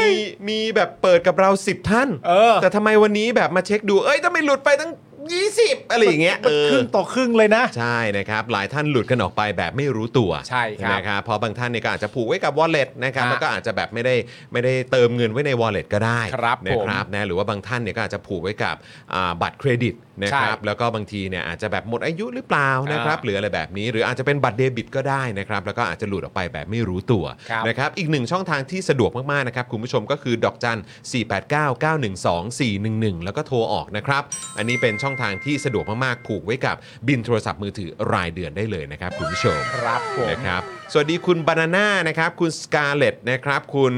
S1: มีมีแบบเปิดกับเรา 10 ท่าน
S2: เออ
S1: แต่ทำไมวันนี้แบบมาเช็คดู เอ้ยทำไมหลุดไปตั้ง 20 อะไรอย่างเงี้ยเออ
S2: ครึ่งต่อครึ่งเลยนะ
S1: ใช่นะครับ หลายท่านหลุดกันออกไปแบบไม่รู้ตัว
S2: ใช่ครับ
S1: นะครับเพราะบางท่านเนี่ยก็อาจจะผูกไว้กับ wallet นะครับ
S2: ฮะ
S1: แล้วก็อาจจะแบบไม่ได้ไม่ได้เติมเงินไว้ใน wallet ก็ได้
S2: ครับ
S1: นะ
S2: ผม
S1: ครับนะหรือว่าบางท่านเนี่ยก็อาจจะผูกไว้กับอ่าบัตรเครดิตนะครับ
S2: ใช่
S1: แล้วก็บางทีเนี่ยอาจจะแบบหมดอายุหรือเปล่านะครับ
S2: อ่า
S1: หรืออะไรแบบนี้ หรืออาจจะเป็นบัตรเดบิตก็ได้นะครับแล้วก็อาจจะหลุดออกไปแบบไม่รู้ตัว
S2: ครับ
S1: นะครับอีกหนึ่งช่องทางที่สะดวกมากๆนะครับคุณผู้ชมก็คือดอกจัน 489912411 แล้วก็โทรออกนะครับ อันนี้เป็นช่องทางที่สะดวกมากๆ ผูกไว้กับบินโทรศัพท์มือถือรายเดือนได้เลยนะครับ คุณผู้ชม
S2: ครับผม
S1: นะครับ สวัสดีคุณบานาน่านะครับ คุณสกาเลตนะครับ คุณ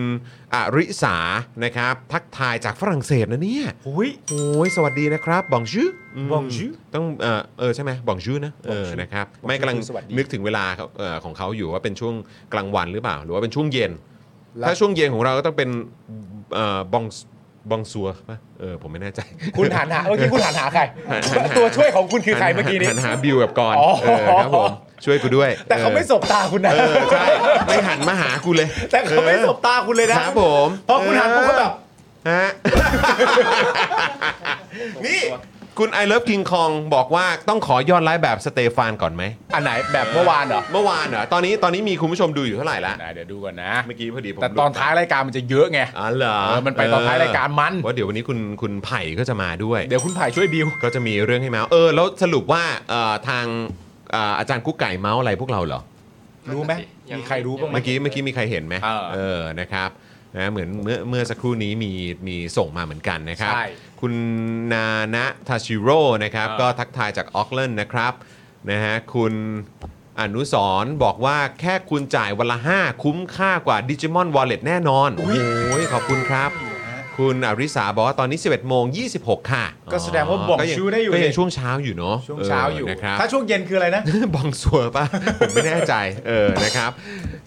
S1: อริสานะครับ ทักทายจากฝรั่งเศสนะเนี่ย
S2: หุย
S1: โอ้ยสวัสดีนะครับ บองชู
S2: Bonjour
S1: ต้องเออเออใช่ไหมบองชูนะ เออ
S2: Bonjour
S1: นะครับ
S2: Bonjour
S1: ไม่กำลัง
S2: คือสวัสดี
S1: นึกถึงเวลาครับเอ่อของเขาอยู่ว่าเป็นช่วงกลางวันหรือเปล่า หรือว่าเป็นช่วงเย็น
S2: แล้ว
S1: ถ้าช่วงเย็นของเราก็ต้องเป็นเอ่อบองบองซัวป่ะเออ ผมไม่แน่ใจ
S2: คุณหันหาเมื่อกี้คุณหันหา ใคร
S1: หันหา
S2: ตัวช่วยของคุณคือใครเมื่อกี้นี้
S1: หันหาบิวกับกรณ์
S2: อ๋อ
S1: เออครับผม ช่วยกูด้วย
S2: แต่เขาไม่สบตาคุณนะ
S1: เออใช่ไม่หันมาหากูเลย
S2: แต่เขาไม่สบตาคุณเลยนะครับ
S1: ผม
S2: พอคุณหันปุ๊บก็แบบ
S1: ฮะ นี่คุณไอเลิฟกิงคองบอกว่าต้องขอยอดไลฟ์แบบสเตฟานก่อนไหม
S2: อันไหนแบบเมื่อวานเหรอ
S1: เมื่อวานเหรอ ตอนนี้ตอนนี้มีคุณผู้ชมดูอยู่เท่าไหร่ละ
S2: ไหนเดี๋ยวดูก่อนนะ
S1: เมื่อกี้พอดีผม
S2: แต่ตอนท้ายรายการมันจะเยอะไง
S1: อ๋อเหรอ
S2: เออมันไปตอนท้ายรายการมัน
S1: ว่าเดี๋ยววันนี้คุณคุณไผ่ก็จะมาด้วย
S2: เดี๋ยวคุณไผ่ช่วยดิว
S1: ก็จะมีเรื่องให้เมาส์เออ แล้วสรุปว่าเอ่อทางเอ่ออาจารย์กุ๊กไก่เมาส์อะไรพวกเราเหรอ
S2: รู้ไหมมีใครรู้บ้างไหม
S1: เมื่อกี้เมื่อกี้มีใครเห็นไหม
S2: เออ
S1: เออนะครับนะเหมือนเมื่อเมื่อสักครู่นี้มีมีส่งมาเหมือนกันนะครับ
S2: ใช่
S1: คุณนานะทาชิโร่นะครับ
S2: เออ
S1: ก็ทักทายจากออคแลนด์นะครับนะฮะคุณอนุสรณ์บอกว่าแค่คุณจ่ายวันละ 5 คุ้มค่ากว่าดิจิมอนวอลเล็ตแน่นอน โอ้ยขอบคุณครับ คุณอริสาบอกว่าตอนนี้ 11โมง26 ค่ะ
S2: ก็แสดงว่าบ่องชูได้อยู่
S1: ก็
S2: นี่
S1: ยังช่วงเช้าอยู่เนาะ
S2: ช่วงเช้าอยู่
S1: นะครับ
S2: ถ้าช่วงเย็นคืออะไรนะ
S1: บองสัวป่ะ ผมไม่แน่ใจเออนะครับ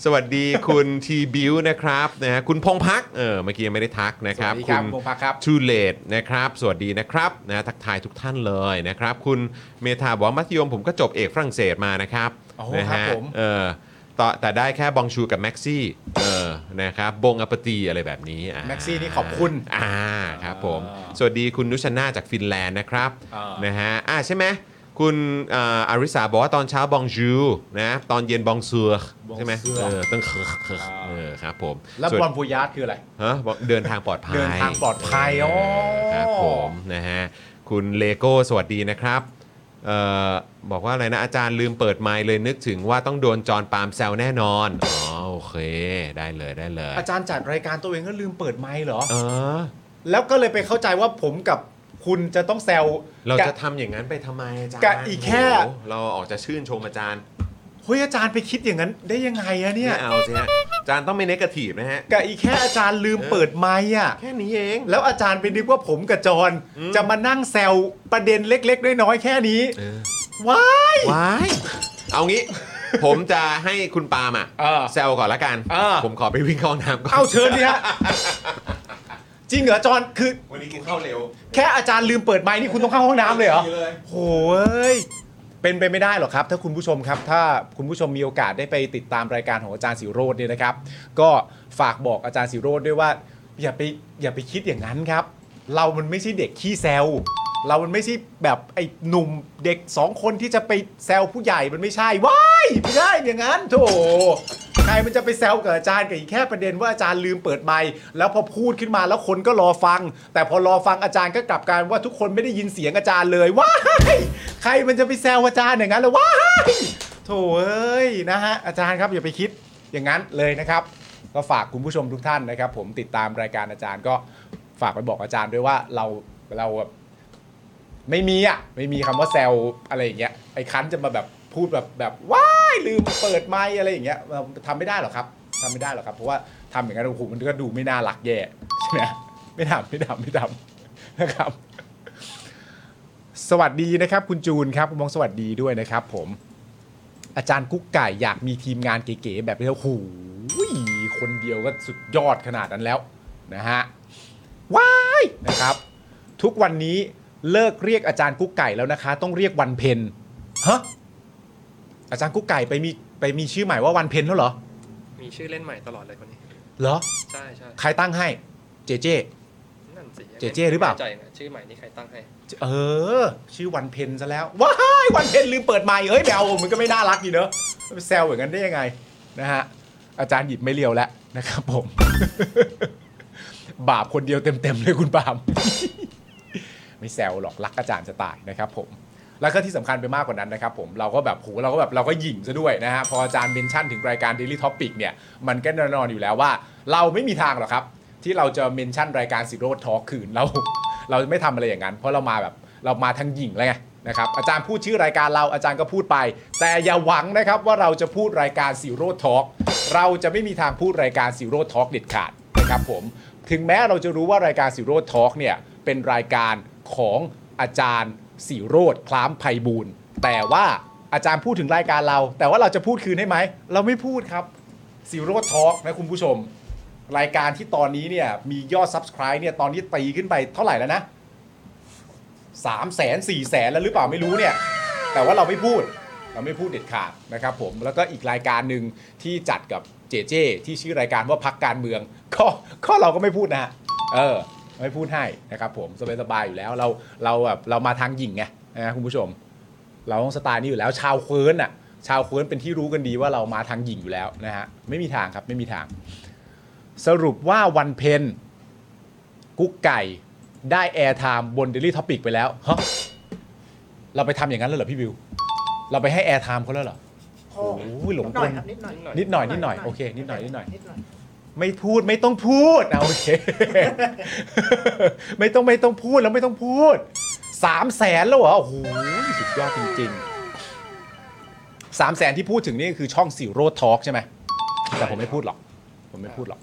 S1: สวัสดีคุณทีบิวนะครับนะฮะคุณพงพักเออเมื่อกี้ยังไม่ได้ทักนะครับ
S2: สวัสดีครับพงพักครับ
S1: ทูเลดนะครับ สวัสดีนะครับนะทักทายทุกท่านเลยนะครับ คุณเมธาบอกว่ามัธยมผมก็จบเอกฝรั่งเศสมานะครับ
S2: โอ้โห
S1: นะฮะ
S2: ครับผม
S1: เออต่อแต่ได้แค่บองชูกับแม็กซี่เออนะครับบงอปตีอะไรแบบนี้อ่า
S2: แม็กซี่นี่ขอบคุณ
S1: อ่าครับผม สวัสดีคุณนุชนาจากฟินแลนด์นะครับ
S2: อ่าน
S1: นะฮะอ่าใช่ไหมคุณอ่าอาริสาบอกว่าตอนเช้าบองจูนะตอนเย็นบองซัวใช่ไหม
S2: Bonjour
S1: เออต้องเคอะเคอะ
S2: อ่า
S1: เออครับผม
S2: แล้ว
S1: ส่น
S2: บอลบูยาร์ดคืออะไร
S1: ฮะบอกเดินทางปลอดภัย
S2: เดินทางปลอดภัย
S1: เ
S2: อ
S1: ครับผมนะฮะคุณเลโก้สวัสดีนะครับเอ่อบอกว่าอะไรนะ อาจารย์ลืมเปิดไมค์เลยนึกถึงว่าต้องโดนจอร์นปาล์มแซวแน่นอนอ๋อโอเคได้เลยได้เลย
S2: อาจารย์จัดรายการตัวเองก็ลืมเปิดไมค์เหรอ
S1: เออ
S2: แล้วก็เลยไปเข้าใจว่าผมกับคุณจะต้องแซว
S1: เราจะทำอย่างนั้นไปทำไมอาจารย์
S2: กะอีกแค่
S1: โโหเราออกจะชื่นชมอาจารย์
S2: เฮ้ยอาจารย์ไปคิดอย่างนั้นได้ยังไงอะเนี่ย
S1: ไม่เอาสิฮะอาจารย์ต้องไม่เนกาทีฟนะฮะ
S2: กับอีแค่อาจารย์ลืม
S1: เออ
S2: เปิดไมค์อ่ะ
S1: แค่นี้เอง
S2: แล้วอาจารย์ไปนึกว่าผมกับจร จะมานั่งแซวประเด็นเล็ก ๆ น้อยๆแค่นี้
S1: เออ
S2: ว้าย
S1: ว้าย เอางี้ ผมจะให้คุณปาล์มอ่ะ
S2: เออ
S1: แซวก่อนละกัน
S2: เออ
S1: ผมขอไปวิ่งเข้าห้องน้ำก่อน
S2: เอาเชิญดิฮะ จริงเหรอจรคือ
S1: วันนี้กินข้าวเร็ว
S2: แค่อาจารย์ลืมเปิดไมค์นี่คุณต้องเข้าห้องน้ำเลยเหรอ โหยเป็นไปไม่ได้หรอกครับ ถ้าคุณผู้ชมครับ ถ้าคุณผู้ชมมีโอกาสได้ไปติดตามรายการของอาจารย์สิโรดเนี่ยนะครับ ก็ฝากบอกอาจารย์สิโรดด้วยว่า อย่าไปอย่าไปคิดอย่างนั้นครับ เรามันไม่ใช่เด็กขี้แซวเรามันไม่ใช่แบบไอ้หนุ่มเด็กสองคนที่จะไปแซวผู้ใหญ่มันไม่ใช่ว้ายไม่ได้อย่างนั้นโถใครมันจะไปแซวกับอาจารย์กับอีกแค่ประเด็นว่าอาจารย์ลืมเปิดไมค์แล้วพอพูดขึ้นมาแล้วคนก็รอฟัง แต่พอรอฟังอาจารย์ก็กลับกลารว่าทุกคนไม่ได้ยินเสียงอาจารย์เลยว้าย ใครมันจะไปแซวอาจารย์อย่างนั้นเลยว้ายโถเอ้ยนะฮะอาจารย์ครับอย่าไปคิดอย่างนั้นเลยนะครับ ก็ฝากคุณผู้ชมทุกท่านนะครับ ผมติดตามรายการอาจารย์ก็ฝากไปบอกอาจารย์ด้วยว่าเราเราแบบไม่มีอ่ะไม่มีคำว่าแซวอะไรอย่างเงี้ยไอ้คันจะมาแบบพูดแบบแบบว้ายลืมเปิดไมค์อะไรอย่างเงี้ยเราทำไม่ได้หรอกครับทำไม่ได้หรอกครับ เพราะว่าทำอย่างนั้นโอ้โหมันก็ดูไม่น่ารักแย่ใช่ไหมไม่ทำไม่ทำไม่ทำนะครับ สวัสดีนะครับ คุณจูนครับคุณมองสวัสดีด้วยนะครับผม อาจารย์กุ๊กไก่อยากมีทีมงานเก๋ๆแบบนี้โอ้โหคนเดียวก็สุดยอดขนาดนั้นแล้วนะฮะว้ายนะครับ ทุกวันนี้เลิกเรียกอาจารย์กุ๊กไก่แล้วนะคะ ต้องเรียกวันเพนฮะอาจารย์กุ๊กไก่ไปมีไปมีชื่อใหม่ว่าวันเพนแล้วเหรอ
S3: มีชื่อเล่นใหม่ตลอดเลยคนนี้
S2: เหรอ
S3: ใช่ใช่
S2: ใครตั้งให้เจเจ
S3: นั่น ศรี
S2: เจเจหรือเปล่า
S3: ใจนะชื่อใหม่นี่ใครตั้งให้
S2: เออ ชื่อวันเพนซะแล้ว ว้ายวันเพนลืมเปิดไมค์เอ้ยแมวมันก็ไม่น่ารักดีเนอะไปแซวอย่างนั้นได้ยังไงนะฮะอาจารย์หยิบไม่เลียวแล้วนะครับผม บาปคนเดียวเต็มๆเลยคุณปาล์ม ไม่แซวหรอกรักอาจารย์จะตายนะครับผม แล้วก็ที่สำคัญไปมากกว่านั้นนะครับผมเราก็แบบโหเราก็แบบเราก็หยิ่งซะด้วยนะฮะพออาจารย์เมนชั่นถึงรายการ Daily Topic เนี่ยมันก็แน่นอนอยู่แล้วว่า เราไม่มีทางหรอกครับ ที่เราจะเมนชั่นรายการสิโรดทอคืนเรา เราไม่ทำอะไรอย่างนั้น เพราะเรามาแบบเรามาทางหยิ่งแล้วไงนะครับอาจารย์พูดชื่อรายการเราอาจารย์ก็พูดไป แต่อย่าหวังนะครับว่าเราจะพูดรายการสิโรดทอเราจะไม่มีทางพูดรายการสิโรดทอเด็ดขาดนะครับผม ถึงแม้เราจะรู้ว่ารายการสิโรดทอล์กเนี่ยเป็นรายการของอาจารย์สิโรดคล้ามไพบูลย์แต่ว่าอาจารย์พูดถึงรายการเรา แต่ว่าเราจะพูดคืนให้ไหม เราไม่พูดครับสิโรดทอล์กนะคุณผู้ชม รายการที่ตอนนี้เนี่ยมียอด subscribe เนี่ยตอนนี้ตีขึ้นไปเท่าไหร่แล้วนะสามแสนสี่แสนแล้วหรือเปล่าไม่รู้เนี่ย แต่ว่าเราไม่พูดเราไม่พูดเด็ดขาดนะครับผมแล้วก็อีกรายการหนึ่งที่จัดกับเจเจที่ชื่อรายการว่าพักการเมือง ก็ก็เราก็ไม่พูดนะฮะเออ ไม่พูดให้นะครับผมสบายๆอยู่แล้วเราเราแบบเรามาทางหญิงไงนะคุณผู้ชม เราต้องสไตล์นี้อยู่แล้วชาวเควิร์นอ่ะ ชาวเควิร์นเป็นที่รู้กันดีว่าเรามาทางหญิงอยู่แล้วนะฮะไม่มีทางครับไม่มีทาง สรุปว่าวันเพนกุ๊กไก่ได้แอร์ไทม์บน Daily Topic ไปแล้วฮะเราไปทำอย่างนั้นแล้วเหรอพี่วิว เราไปให้แอร์ไทม์เขาแล้วเหรอโอ้โหหลง
S4: ห
S2: ก
S4: น่อย
S2: ล
S4: ครับนิดหน่อย
S2: นิดหน่อยนิดหน่อยโอเคนิดหน่อยนิดหน่อย
S4: นิดหน่อย
S2: ไม่พูดไม่ต้องพูดนะโอเค ไม่ต้องไม่ต้องพูดแล้วไม่ต้องพูดสามแสนแล้วเหรอโอ้โหสุดยอดจริงๆสามแสนที่พูดถึงนี่คือช่องสิโรดทอล์กใช่ไหมแต่ผมไม่พูดหรอก ผมไม่พูดหรอก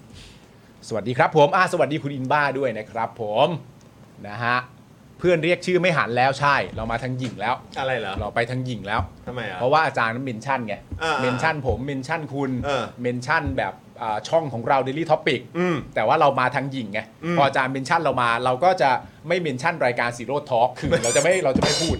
S2: สวัสดีครับผมอาสวัสดีคุณอินบ้าด้วยนะครับผมนะฮะเพื่อนเรียกชื่อไม่หันแล้วใช่ เรามาทางหญิงแล้ว
S1: อะไรเหรอ
S2: เราไปทางหญิงแล้ว
S1: ทำไมอ่ะ
S2: เพราะว่าอาจารย์นั้นเมนชั่นไง
S1: อ่า
S2: เมนชั่นผมเมนชั่นคุณ
S1: เออ
S2: เมนชั่นแบบอ่าช่องของเรา Daily Topic
S1: อืม
S2: แต่ว่าเรามาทางหญิงไง
S1: อืม
S2: พออาจารย์เมนชั่นเรามาเราก็จะไม่เมนชั่นรายการสีโรดทอล์กคือเราจะไม่ เราจะไม่พูด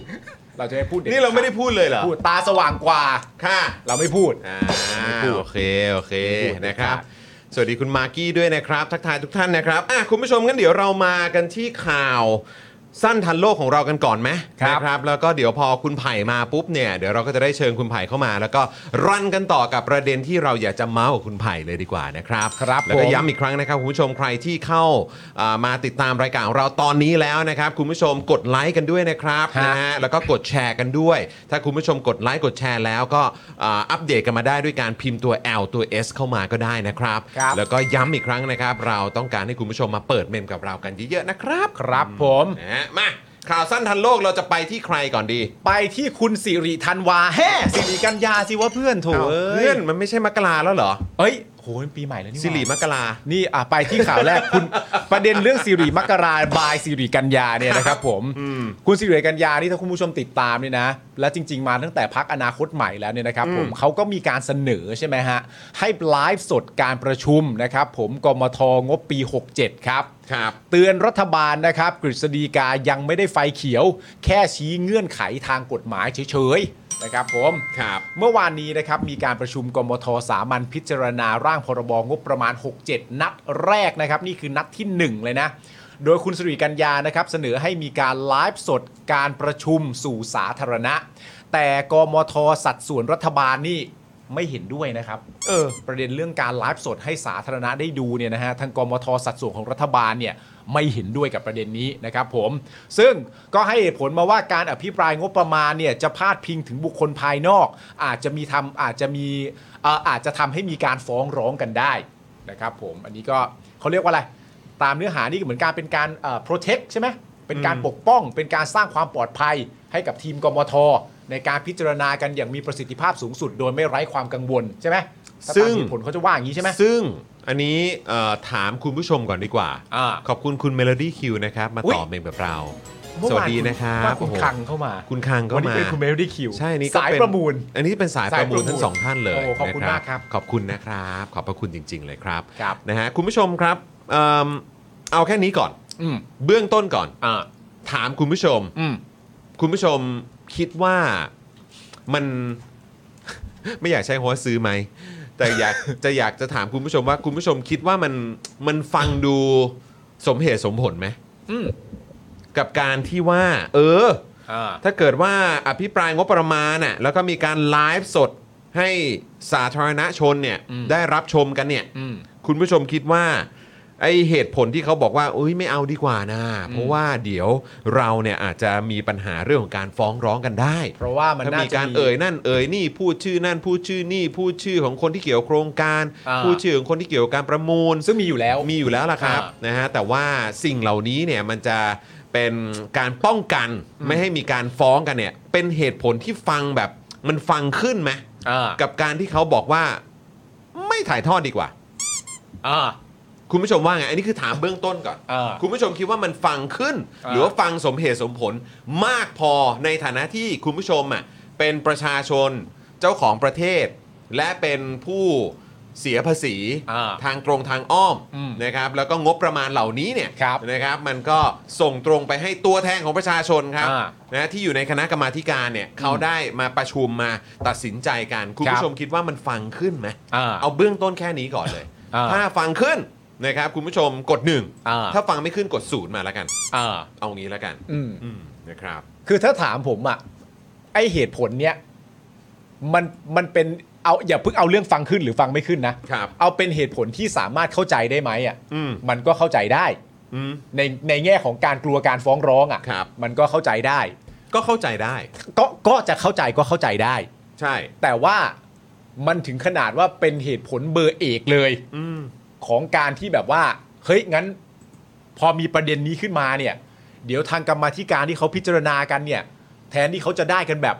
S2: เราจะไม่พูดด็ด
S1: นี่เราไม่ได้พูดเลยเหรอ
S2: พูดตาสว่างกว่า
S1: ค่ะ
S2: เราไม่พูด
S1: อ่า
S2: ไม่พูด
S1: โอเคโอเค
S2: ไม่พูด
S1: นะครับ
S2: ครับ
S1: สวัสดีคุณมากกี้ด้วยนะครับ ทักทายทุกท่านนะครับอ่ะคุณผู้ชมงั้นเดี๋ยวเรามากันที่ข่าวสั้นทันโลกของเรากันก่อนไหม
S2: ครับ
S1: นะครับ แล้วก็เดี๋ยวพอคุณไผ่มาปุ๊บเนี่ยเดี๋ยวเราก็จะได้เชิญคุณไผ่เข้ามา แล้วก็รันกันต่อกับประเด็นที่เราอยากจะเมาส์กับคุณไผ่เลยดีกว่านะครับ
S2: ครับ
S1: แล้วก็
S2: ผม
S1: ย้ำ ย้ำอีกครั้งนะครับคุณผู้ชมใครที่เข้าอ่ามาติดตามรายการของเราตอนนี้แล้วนะครับ คุณผู้ชมกดไลค์กันด้วยนะครับ
S2: ฮะ
S1: นะฮะแล้วก็กดแชร์กันด้วย ถ้าคุณผู้ชมกดไลค์กดแชร์แล้วก็อ่าอัปเดตกันมาได้ด้วยการพิมพ์ตัว L ตัว S เข้ามาก็ได้นะครับ
S2: ครับ
S1: แล้วก็ย้ำอีกครั้งนะครับ เราต้องการให้คุณผู้ชมมาเปิดเมมกับเรากันเยอะๆนะครับ
S2: ครับผม
S1: นะฮะมาข่าวสั้นทันโลกเราจะไปที่ใครก่อนดี
S2: ไปที่คุณสิริธันวาแฮ่สิริกัญญาสิว่าเพื่อนโถู
S1: เอ้าเพื่อนมันไม่ใช่มกราแล้วเหรอ
S2: เอ้ยโหมันปีใหม่แล้วนี่หว่า
S1: สิริมกรา
S2: นี่อ่ะไปที่ข่าวแรก คุณประเด็นเรื่องสิริมกราบายสิริกัญญาเนี่ยนะครับผมคุณสิริกัญญานี่ถ้าคุณผู้ชมติดตามเนี่ยนะ และจริง ๆ มาตั้งแต่พักอนาคตใหม่แล้วเนี่ยนะครับผมเขาก็มีการเสนอใช่ไหมฮะ ให้ไลฟ์สดการประชุมนะครับผมกมทงบปี 67 ครับ
S1: ครับ
S2: เตือนรัฐบาลนะครับกฤษฎีกายังไม่ได้ไฟเขียว แค่ชี้เงื่อนไขทางกฎหมายเฉยๆนะครับผม
S1: ครับ
S2: เมื่อวานนี้นะครับมีการประชุมกมทสามัญพิจารณาร่างพรบงบประมาณ 67 นัดแรกนะครับ นี่คือนัดที่ 1 เลยนะ โดยคุณสุริกัญญานะครับ เสนอให้มีการไลฟ์สดการประชุมสู่สาธารณะ แต่กมทสัดส่วนรัฐบาลนี่ไม่เห็นด้วยนะครับเออประเด็นเรื่องการไลฟ์สดให้สาธารณะได้ดูเนี่ยนะฮะทางกมทสัดส่วนของรัฐบาลเนี่ย ไม่เห็นด้วยกับประเด็นนี้นะครับผม ซึ่งก็ให้เหตุผลมาว่าการอภิปรายงบประมาณเนี่ยจะพาดพิงถึงบุคคลภายนอก อาจจะมีทำอาจจะมีเอ่ออาจจะทำให้มีการฟ้องร้องกันได้นะครับผมอันนี้ก็เขาเรียกว่าอะไร ตามเนื้อหานี่เหมือนการเป็นการเอ่อ protect ใช่ไหมเป็นการปกป้อง เป็นการสร้างความปลอดภัยให้กับทีมกมท ในการพิจารณากันอย่างมีประสิทธิภาพสูงสุด โดยไม่ไร้ความกังวลใช่ไหมถ้าตาม
S1: ซึ่ง
S2: เหตุผลเขาจะว่าอย่างนี้ใช่ไหม
S1: ซึ่งอันนี้เอ่อถามคุณผู้ชมก่อนดีกว่า
S2: อ่า
S1: ขอบคุณคุณเมโลดี้คิวนะครับ มา
S2: อุ๊ย
S1: ต่อเมงกับเรา
S2: เมื่
S1: ส
S2: อ
S1: วัส
S2: วาน
S1: ดีนะครับ
S2: ว่าคุณคังเข้ามา
S1: คุณคังก็
S2: วันนี้
S1: มา
S2: เป็นคุณเมลดี้คิว
S1: ใช่อันนี้ก็
S2: สาย
S1: เน
S2: ประมูล
S1: อันนี้เป็นสายประมูล
S2: สายประมูล
S1: ทั้งสองท่านเลย
S2: โอ้ขอบคุณ
S1: นะ
S2: มากครับ
S1: ขอบคุณนะครับ ขอบพระคุณจริง ๆ เลยครับ
S2: ครับ
S1: นะฮะคุณผู้ชมครับเอิ่มเอาแค่นี้ก่อน
S2: อืม
S1: เบื้องต้นก่อน
S2: อ่า
S1: ถามคุณผู้ชม
S2: อืม
S1: คุณผู้ชมคิดว่ามัน ไม่อยากใช้คำว่าซื้อไหม แต่อยาก จะอยากจะถามคุณผู้ชมว่าคุณผู้ชมคิดว่ามันมันฟังดูสมเหตุสมผลไหม
S2: อืม
S1: กับการที่ว่า เออ
S2: อ่า
S1: ถ้าเกิดว่าอภิปรายงบประมาณน่ะแล้วก็มีการไลฟ์สดให้สาธารณชนเนี่ย
S2: อืม
S1: ได้รับชมกันเนี่ย
S2: อืม
S1: คุณผู้ชมคิดว่าไอเหตุผลที่เขาบอกว่าอุ้ยไม่เอาดีกว่านะเพราะว่าเดี๋ยวเราเนี่ยอาจจะมีปัญหาเรื่องของการฟ้องร้องกันได้
S2: เพราะว่ามัน
S1: ถ้า
S2: น่า
S1: มี
S2: จะ
S1: การเอ่ยนั่นเอ่ยนี่พูดชื่อนั่นพูดชื่อนี่พูดชื่อของคนที่เกี่ยวโครงการ
S2: อ่า
S1: พูดชื่อของคนที่เกี่ยวกับการประมูล
S2: ซึ่งมีอยู่แล้ว
S1: มีอยู่แล้วล่ะครับ
S2: อ่าน
S1: นะฮะแต่ว่าสิ่งเหล่านี้เนี่ยมันจะเป็นการป้องกันไม่ให้มีการฟ้องกันเนี่ยเป็นเหตุผลที่ฟังแบบมันฟังขึ้นไหม
S2: อ่ากั
S1: กับการที่เขาบอกว่าไม่ถ่ายทอดดีกว่า
S2: อ่า
S1: คุณผู้ชมว่าไง อันนี้คือถามเบื้องต้นก่อน
S2: อ่า
S1: คุณผู้ชมคิดว่ามันฟังขึ้นห
S2: อ่า
S1: รือว่าฟังสมเหตุสมผลมากพอในฐานะที่คุณผู้ชมอ่ะเป็นประชาชนเจ้าของประเทศ และเป็นผู้เสียภาษี
S2: อ่า
S1: ทางตรงทางอ้อม
S2: อืม
S1: นะครับแล้วก็งบประมาณเหล่านี้เนี่ย
S2: ครับ
S1: นะครับ มันก็ส่งตรงไปให้ตัวแทนของประชาชนครับ
S2: อ่า
S1: นะที่อยู่ในคณะกรรมาธิการเนี่ยเขาได้มาประชุมมาตัดสินใจกันคุณ
S2: ครั
S1: ผู้
S2: บ
S1: ชมคิดว่ามันฟังขึ้นไหม
S2: อ่า
S1: เอาเบื้องต้นแค่นี้ก่อนเลย
S2: อ่า
S1: ถ้าฟังขึ้นนะครับคุณผู้ชมกดหนึ่ง
S2: อ่า
S1: ถ้าฟังไม่ขึ้นกดศูนย์มาแล้วกัน
S2: อ่า
S1: เอางี้แล้วกัน
S2: อืม
S1: อืมนะครับ
S2: คือถ้าถามผมอะไอเหตุผลเนี้ยมันมันเป็นเอาอย่าเพิ่งเอาเรื่องฟังขึ้นหรือฟังไม่ขึ้นนะครับ เอาเป็นเหตุผลที่สามารถเข้าใจได้ไหมอะ
S1: อืม
S2: มันก็เข้าใจได้
S1: อืม
S2: ในในแง่ของการกลัวการฟ้องร้อง
S1: ครั
S2: อะ่ะ
S1: บ
S2: มันก็เข้าใจได้
S1: ก็เข้าใจได้
S2: ก็ก็จะเข้าใจก็เข้าใจได้
S1: ใช่
S2: แต่ว่ามันถึงขนาดว่าเป็นเหตุผลเบอร์เอกเลย
S1: อืม
S2: ของการที่แบบว่าเฮ้ยงั้น พอมีประเด็นนี้ขึ้นมาเนี่ย เดี๋ยวทางกรรมาธิการที่เขาพิจารณากันเนี่ย แทนที่เขาจะได้กันแบบ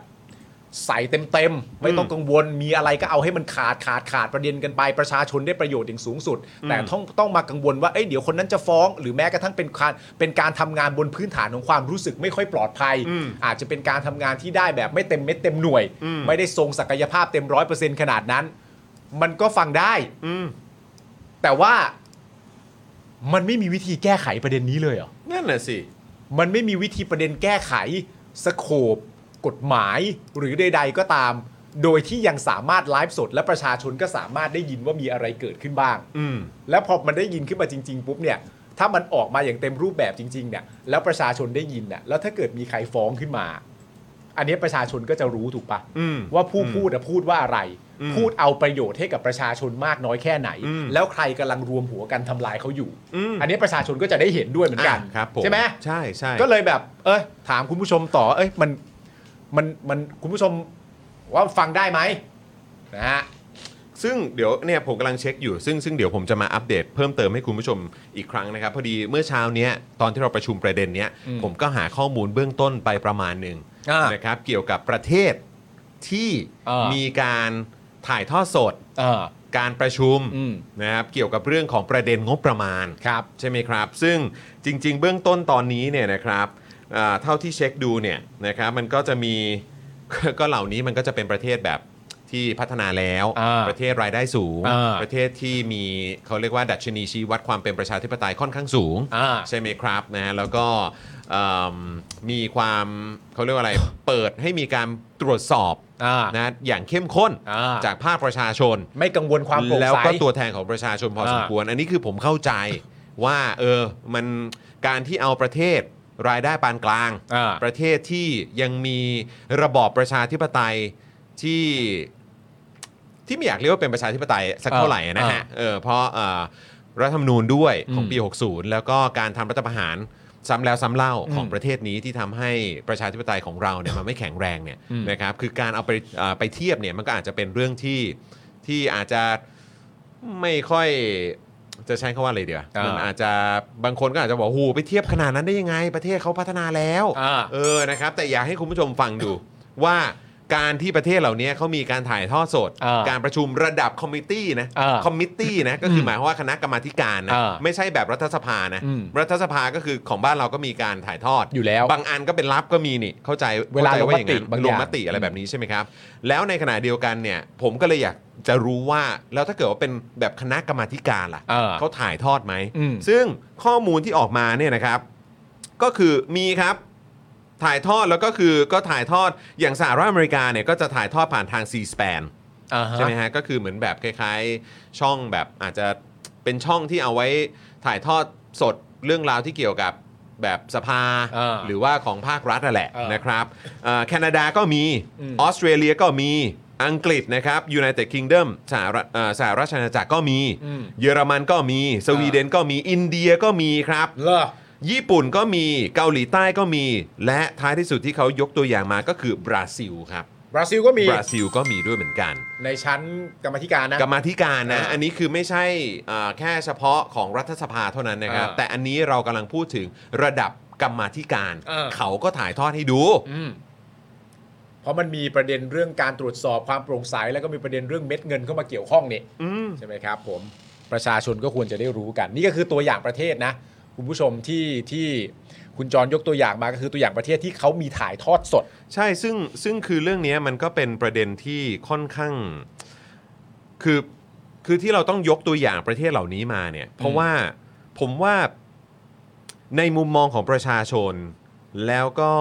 S2: ใส่เต็มๆไม่ต้องกังวลมีอะไรก็เอาให้มันขาดขาดขาดประเด็นกันไปประชาชนได้ประโยชน์อย่างสูงสุด แต่ต้องต้องมากังวลว่าเอ้ยเดี๋ยวคนนั้นจะฟ้อง หรือแม้กระทั่งเป็นการเป็นการทำงานบนพื้นฐานของความรู้สึกไม่ค่อยปลอดภัย
S1: อืม
S2: อาจจะเป็นการทำงานที่ได้แบบไม่เต็มเม็ดเต็มหน่วย
S1: อืม
S2: ไม่ได้ทรงศักยภาพเต็มร้อยเปอร์เซ็นต์ขนาดนั้น มันก็ฟังได้
S1: อืม
S2: แต่ว่ามันไม่มีวิธีแก้ไขประเด็นนี้เลยเหรอ
S1: นั่นแหละสิ
S2: มันไม่มีวิธีประเด็นแก้ไข สโคบกฎหมายหรือใด ๆ ก็ตาม โดยที่ยังสามารถไลฟ์สด และประชาชนก็สามารถได้ยินว่ามีอะไรเกิดขึ้นบ้าง
S1: อืม
S2: แล้วพอมันได้ยินขึ้นมาจริง ๆ ปุ๊บเนี่ย ถ้ามันออกมาอย่างเต็มรูปแบบจริงๆเนี่ยแล้วประชาชนได้ยินน่ะแล้วถ้าเกิดมีใครฟ้องขึ้นมา อันนี้ประชาชนก็จะรู้ถูกปะ
S1: อืม
S2: ว่าผู้พูดอะพูดว่าอะไร
S1: อืม
S2: พูดเอาประโยชน์ให้กับประชาชนมากน้อยแค่ไหน
S1: อืม
S2: แล้วใครกำลังรวมหัวกันทำลายเขาอยู่
S1: อืม
S2: นนี้ประชาชนก็จะได้เห็นด้วยเหมือนกัน
S1: อ่ะครับผม
S2: ใช่ไหม
S1: ใช่ใช่
S2: ก็เลยแบบ เอ้ยถามคุณผู้ชมต่อ เอ้ยมันมันมันคุณผู้ชมว่าฟังได้ไหมนะฮะ
S1: ซึ่งเดี๋ยวเนี่ยผมกำลังเช็คอยู่ซึ่งซึ่งเดี๋ยวผมจะมาอัปเดตเพิ่มเติมให้คุณผู้ชมอีกครั้งนะครับ พอดีเมื่อเช้าเนี้ยตอนที่เราประชุมประเด็นเนี้ย
S2: อืม
S1: ผมก็หาข้อมูลเบื้องต้นไปประมาณหนึ่ง
S2: อ่าน
S1: นะครับเกี่ยวกับประเทศที่
S2: อ่ามี
S1: มีการถ่ายทอดสด
S2: เออ
S1: การประชุม
S2: อืม
S1: นะครับเกี่ยวกับเรื่องของประเด็นงบประมาณ
S2: ครับ
S1: ใช่ไหมครับ ซึ่งจริง ๆ เบื้องต้นตอนนี้เนี่ยนะครับอ่าเท่าที่เช็คดูเนี่ยนะครับมันก็จะมี ก็เหล่านี้มันก็จะเป็นประเทศแบบที่พัฒนาแล้ว
S2: อ่า
S1: ประเทศรายได้สูง
S2: อ่า
S1: ประเทศที่มีเขาเรียกว่าดัชนีชี้วัดความเป็นประชาธิปไตยค่อนข้างสูง
S2: อ่า
S1: ใช่ไหมครับนะแล้วก็อืมมีความเขาเรียกว่า อะไร เปิดให้มีการตรวจสอบ
S2: อ่า
S1: นะอย่างเข้มข้น
S2: อ่า
S1: จากภาคประชาชน
S2: ไม่กังวลความโปร่งใส
S1: แล้วก็ตัวแทนของประชาชนพอสม
S2: อ่า
S1: ควร อันนี้คือผมเข้าใจว่าเออมันการที่เอาประเทศรายได้ปานกลาง
S2: อ่า
S1: ประเทศที่ยังมีระบอบประชาธิปไตยที่ที่ไม่อยากเรียกว่าเป็นประชาธิปไตยสักเท่าไหร่นะฮะเออเพราะเอ่อรัฐธรรมนูญด้วยของปี 60 แล้วก็การทำรัฐประหารซ้ำแล้วซ้ำเล่าของประเทศนี้ที่ทำให้ประชาธิปไตยของเราเนี่ยมันไม่แข็งแรงเนี่ย
S2: อืม
S1: นะครับคือการเอาไปเอ่อไปเทียบเนี่ยมันก็อาจจะเป็นเรื่องที่ที่อาจจะ ไม่ค่อยจะใช้คาว่าอะไรเดียว
S2: อ่ามั
S1: มันอาจจะบางคนก็อาจจะบอกโอ้โหไปเทียบขนาดนั้นได้ยังไง ประเทศเขาพัฒนาแล้ว
S2: อ่า
S1: เออนะครับ แต่อยากให้คุณผู้ชมฟังดู ว่าการที่ประเทศเหล่านี้เขามีการถ่ายทอดสด
S2: อ่า
S1: การประชุมระดับคอมมิตี้นะ
S2: อ่า
S1: คอมมิตี้นะก็คือหมายความว่าคณะกรรมาธิการนะ
S2: อ่า
S1: ไม่ใช่แบบรัฐสภานะ
S2: อืม
S1: รัฐสภาก็คือของบ้านเราก็มีการถ่ายทอด
S2: อยู่แล้ว
S1: บางอันก็เป็นลับก็มีนี่เข้าใจ
S2: เวลา
S1: ข้ใจ
S2: ลงม
S1: อ
S2: ติ
S1: ย่นั้น
S2: บางอ
S1: ลง
S2: ย่าง
S1: มติอะไรแบบ แบบนี้ใช่ไหมครับ แล้วในขณะเดียวกันเนี่ย ผมก็เลยอยากจะรู้ว่า แล้วถ้าเกิดว่าเป็นแบบคณะกรรมาธิการล่ะ
S2: เออ
S1: ถ่ายทอดไหม
S2: อืม
S1: ซึ่งข้อมูลที่ออกมาเนี่ยนะครับ ก็คือมีครับ ถ่ายทอดแล้วก็คือก็ถ่ายทอดอย่างสหรัฐอเมริกาเนี่ย ก็จะถ่ายทอดผ่านทาง C-SPAN
S2: อ่าฮะ
S1: ใช่ไหมฮะ ก็คือเหมือนแบบคล้ายๆ ช่องแบบอาจจะเป็นช่องที่เอาไว้ถ่ายทอดสดเรื่องราวที่เกี่ยวกับ แบบสภา
S2: เออ
S1: หรือว่าของภาครัฐนั่นแหละ
S2: เออ
S1: นะครับเอ่อแคนาดาก็มี
S2: อืม
S1: ออสเตรเลียก็มีอังกฤษนะครับยูไนเต็ดคิงเดมสหรัฐเอ่อสหราชอาณาจักรก็มี
S2: อืม
S1: เยอรมันก็มี สวีเดนก็มีอินเดียก็มีครับ
S2: เหรอ
S1: ญี่ปุ่นก็มีเกาหลีใต้ก็มี และท้ายที่สุดที่เขายกตัวอย่างมาก็คือบราซิลครับ
S2: บราซิลก็มี
S1: บราซิลก็มีด้วยเหมือนกัน
S2: ในชั้นกรรมาธิการนะ
S1: กรรมาธิการนะ
S2: อ่า
S1: อันนี้คือไม่ใช่เอ่อแค่เฉพาะของรัฐสภาเท่านั้นนะครับ
S2: อ่า
S1: แต่อันนี้เรากำลังพูดถึงระดับกรรมาธิการ
S2: เออ
S1: เขาก็ถ่ายทอดให้ดู
S2: อืมเพราะมันมีประเด็นเรื่องการตรวจสอบความโปร่งใสแล้วก็มีประเด็นเรื่องเม็ดเงินเข้ามาเกี่ยวข้องนี่
S1: อืม
S2: ใช่ไหมครับ ผมประชาชนก็ควรจะได้รู้กัน นี่ก็คือตัวอย่างประเทศนะ คุณผู้ชมที่ที่คุณจรยกตัวอย่างมาก็คือตัวอย่างประเทศที่เขามีถ่ายทอดสด
S1: ใช่ซึ่งซึ่งคือเรื่องเนี้ยมันก็เป็นประเด็นที่ค่อนข้างคือคือที่เราต้องยกตัวอย่างประเทศเหล่านี้มาเนี่ย เพราะว่าผมว่าในมุมมองของประชาชน แล้วก็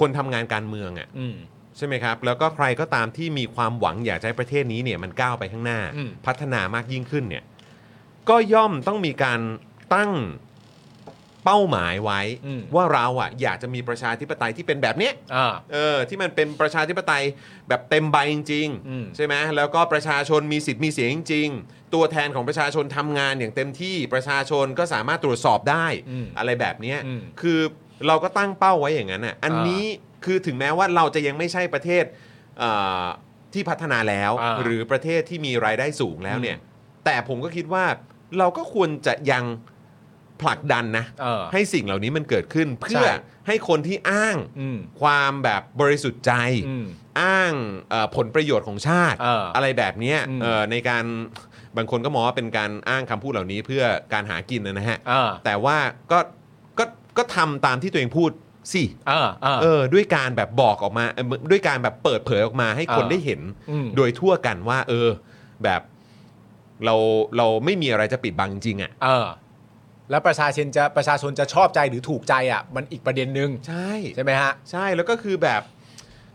S1: คนทำงานการเมืองอะ่ะ
S2: อืม
S1: ใช่ไหมครับ แล้วก็ใครก็ตามที่มีความหวังอยากจะให้ประเทศนี้เนี่ยมันก้าวไปข้างหน้า
S2: อืม
S1: พัฒนามากยิ่งขึ้นเนี่ย ก็ย่อมต้องมีการตั้งเป้าหมายไว้
S2: อืม
S1: ว่าเราอ่ะอยากจะมีประชาธิปไตยที่เป็นแบบเนี้ย
S2: อ่า
S1: เออที่มันเป็นประชาธิปไตยแบบเต็มใบจริง
S2: อืม
S1: ๆ ใช่ไหมแล้วก็ประชาชนมีสิทธิ์มีเสียงจริง ๆ ตัวแทนของประชาชนทำงานอย่างเต็มที่ประชาชนก็สามารถตรวจสอบได้
S2: อืม
S1: อะไรแบบเนี้ย
S2: อืม
S1: คือเราก็ตั้งเป้าไว้อย่างนั้นอ่ะอันนี้คือถึงแม้ว่าเราจะยังไม่ใช่ประเทศเอ่อที่พัฒนาแล้ว
S2: อ่า
S1: หรือประเทศที่มีรายได้สูงแล้วเนี่ย แต่ผมก็คิดว่าเราก็ควรจะยังผลักดันนะ
S2: เออ
S1: ให้สิ่งเหล่านี้มันเกิดขึ้น เพื่อ
S2: ใช่
S1: ให้คนที่อ้าง
S2: อืม
S1: ความแบบบริสุทธิ์ใจ
S2: อืม
S1: อ้างเอ่อผลประโยชน์ของชาติ
S2: เอออ
S1: อะไรแบบเนี้ย
S2: อืม
S1: เอ่อในการบางคนก็มองว่าเป็นการอ้างคำพูดเหล่านี้เพื่อการหากินนะฮะ
S2: อ่า
S1: แต่ว่าก็ก็ก็ทำตามที่ตัวเองพูดสิ
S2: อ่าอ่า
S1: เออด้วยการแบบบอกออกมาเอ่อด้วยการแบบเปิดเผยออกมาให้คน
S2: เออ
S1: ได้เห็น
S2: อืม
S1: โดยทั่วกันว่า เออ แบบเราเราไม่มีอะไรจะปิดบังจริงๆอ่ะ
S2: เออแล้วประชาชนจะประชาชนจะชอบใจหรือถูกใจอ่ะ มันอีกประเด็นหนึ่ง
S1: ใช่
S2: ใช่ไหมฮะ
S1: ใช่แล้วก็คือแบบ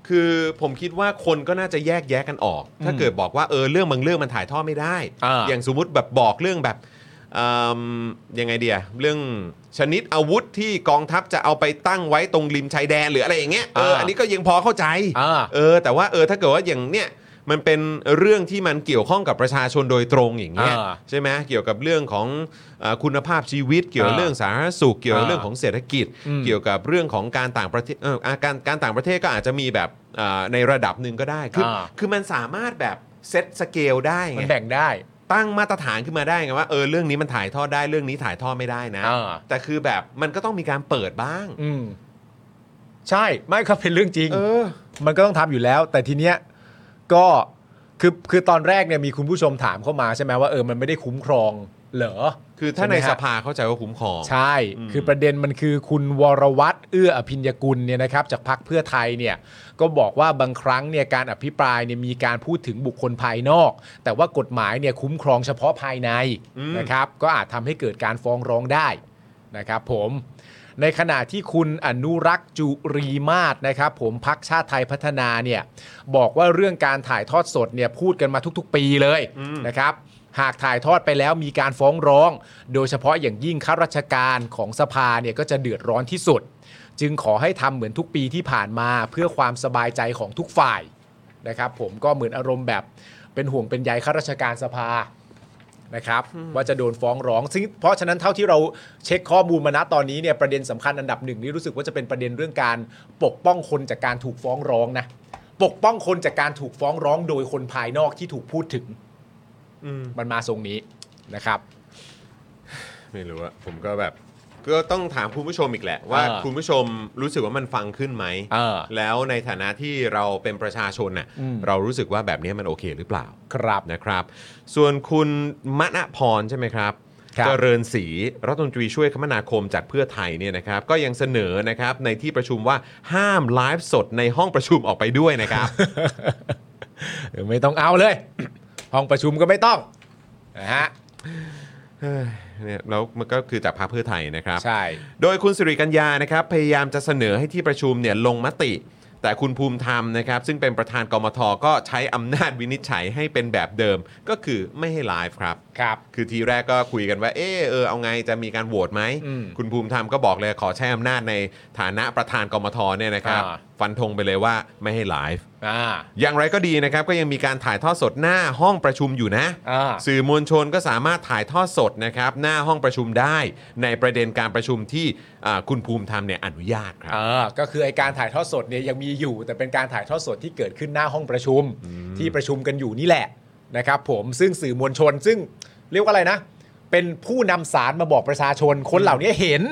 S1: คือผมคิดว่าคนก็น่าจะแยกแยะกันออก ถ้า
S2: อืม
S1: เกิดบอกว่าเออเรื่องบางเรื่องมันถ่ายทอดไม่ได้
S2: อ่า
S1: อย่างสมมุติแบบบอกเรื่องแบบเอิ่มยังไงเดียเรื่องชนิดอาวุธที่กองทัพจะเอาไปตั้งไว้ตรงริมชายแดนหรืออะไรอย่างเงี้ยเออ
S2: อ่า
S1: อันนี้ก็ยังพอเข้าใจ
S2: อ่า
S1: เออ แต่ว่าเออถ้าเกิดว่าอย่างเนี้ยมันเป็นเรื่องที่มันเกี่ยวข้องกับประชาชนโดยตรงอย่างเงี้ย
S2: อ่า
S1: ใช่ไหมเกี่ยวกับเรื่องของเออคุณภาพชีวิต เกี่ยวกับ
S2: อ่า
S1: เรื่องสาธารณสุขเกี่ยวกับ
S2: อ่า
S1: เรื่องของเศรษฐกิจ
S2: อืม
S1: เกี่ยวกับเรื่องของการต่างประเทศเอ่ออ่าการการต่างประเทศก็อาจจะมีแบบเอ่อในระดับหนึ่งก็ได้คืออา คือมันสามารถแบบเซตสเกลได้
S2: มั
S1: ไง
S2: นแบ่งได้
S1: ตั้งมาตรฐานขึ้นมาได้ไงว่าเออเรื่องนี้มันถ่ายทอดได้เรื่องนี้ถ่ายทอดไม่ได้นะ
S2: อ่า
S1: แต่คือแบบมันก็ต้องมีการเปิดบ้าง
S2: อืม ใช่ไม่ครับเป็นเรื่องจริง
S1: เออ
S2: มันก็ต้องทำอยู่แล้ว แต่ทีเนี้ยก็คือคือตอนแรกเนี่ยมีคุณผู้ชมถามเข้ามาใช่ไหมว่าเออมันไม่ได้คุ้มครองเหรอ
S1: คือถ้า
S2: ช่ไห
S1: ใน
S2: มฮะ
S1: สภาเข้าใจว่าคุ้มครอง
S2: ใช่ คือประเด็นมันคือคุณวรวัตรเอื้ออภิญญกุลเนี่ยนะครับจากพักเพื่อไทยเนี่ยก็บอกว่าบางครั้งเนี่ยการอภิปรายเนี่ยมีการพูดถึงบุคคลภายนอก แต่ว่ากฎหมายเนี่ยคุ้มครองเฉพาะภายใน
S1: อืม
S2: นะครับก็อาจทำให้เกิดการฟ้องร้องได้นะครับผมในขณะที่คุณอนุรักษ์จุรีมาศนะครับผมพักชาติไทยพัฒนาเนี่ยบอกว่าเรื่องการถ่ายทอดสดเนี่ยพูดกันมาทุกๆ ปีเลยนะครับ หากถ่ายทอดไปแล้วมีการฟ้องร้อง โดยเฉพาะอย่างยิ่งข้าราชการของสภาเนี่ยก็จะเดือดร้อนที่สุด จึงขอให้ทำเหมือนทุกปีที่ผ่านมาเพื่อความสบายใจของทุกฝ่ายนะครับ ผมก็เหมือนอารมณ์แบบเป็นห่วงเป็นใยข้าราชการสภานะครับ ว่าจะโดนฟ้องร้องซึ่งเพราะฉะนั้นเท่าที่เราเช็คข้อมูลมาณตอนนี้เนี่ยประเด็นสำคัญอันดับหนึ่งนี่รู้สึกว่าจะเป็นประเด็นเรื่องการปกป้องคนจากการถูกฟ้องร้องนะปกป้องคนจากการถูกฟ้องร้องโดยคนภายนอกที่ถูกพูดถึง มันมาทรงนี้นะครับ
S1: ไม่รู้อะผมก็แบบก็ต้องถามคุณผู้ชมอีกแหละ ว่า
S2: เออ
S1: คุณผู้ชมรู้สึกว่ามันฟังขึ้นไหม
S2: เออ
S1: แล้วในฐานะที่เราเป็นประชาชนน่ะ
S2: อืม
S1: เรารู้สึกว่าแบบนี้มันโอเคหรือเปล่า
S2: ครับ
S1: นะครับ ส่วนคุณมณพรใช่ไหมครับ
S2: ครับ
S1: เจริญศรีรัฐมนตรีช่วยคมนาคมจากเพื่อไทยเนี่ยนะครับ ก็ยังเสนอนะครับในที่ประชุมว่าห้ามไลฟ์สดในห้องประชุมออกไปด้วยนะครับ
S2: เอ อไม่ต้องเอาเลย ห้องประชุมก็ไม่ต้องนะฮะ
S1: เฮ้ยเนี่ยแล้วมันก็คือจากพรรคเพื่อไทยนะครับ
S2: ใช่
S1: โดยคุณสิริกัญญานะครับพยายามจะเสนอให้ที่ประชุมเนี่ยลงมติ แต่คุณภูมิธรรมนะครับซึ่งเป็นประธานกมทก็ใช้อำนาจวินิจฉัยให้เป็นแบบเดิม ก็คือไม่ให้ไลฟ์ครับ
S2: ครับ
S1: คือทีแรกก็คุยกันว่า เออเออเอาไงจะมีการโหวตไหม
S2: อืม
S1: คุณภูมิธรรมก็บอกเลยขอใช้อำนาจในฐานะประธานกมทเนี่ยนะครับ
S2: อ่า
S1: ฟันธงไปเลยว่าไม่ให้ไลฟ์
S2: อ่า
S1: อย่างไรก็ดีนะครับ ก็ยังมีการถ่ายทอดสดหน้าห้องประชุมอยู่นะ
S2: อ่า
S1: สื่อมวลชนก็สามารถถ่ายทอดสดนะครับ หน้าห้องประชุมได้ ในประเด็นการประชุมที่อ่าคุณภูมิธรรมเนี่ยอนุญาตครับ
S2: อ่าก็คือไอการถ่ายทอดสดเนี่ยยังมีอยู่ แต่เป็นการถ่ายทอดสดที่เกิดขึ้นหน้าห้องประชุมที่ประชุมกันอยู่นี่แหละนะครับผมซึ่งสื่อมวลชนซึ่งเรียกว่าอะไรนะ เป็นผู้นำสารมาบอกประชาชนคนเหล่านี้เห็น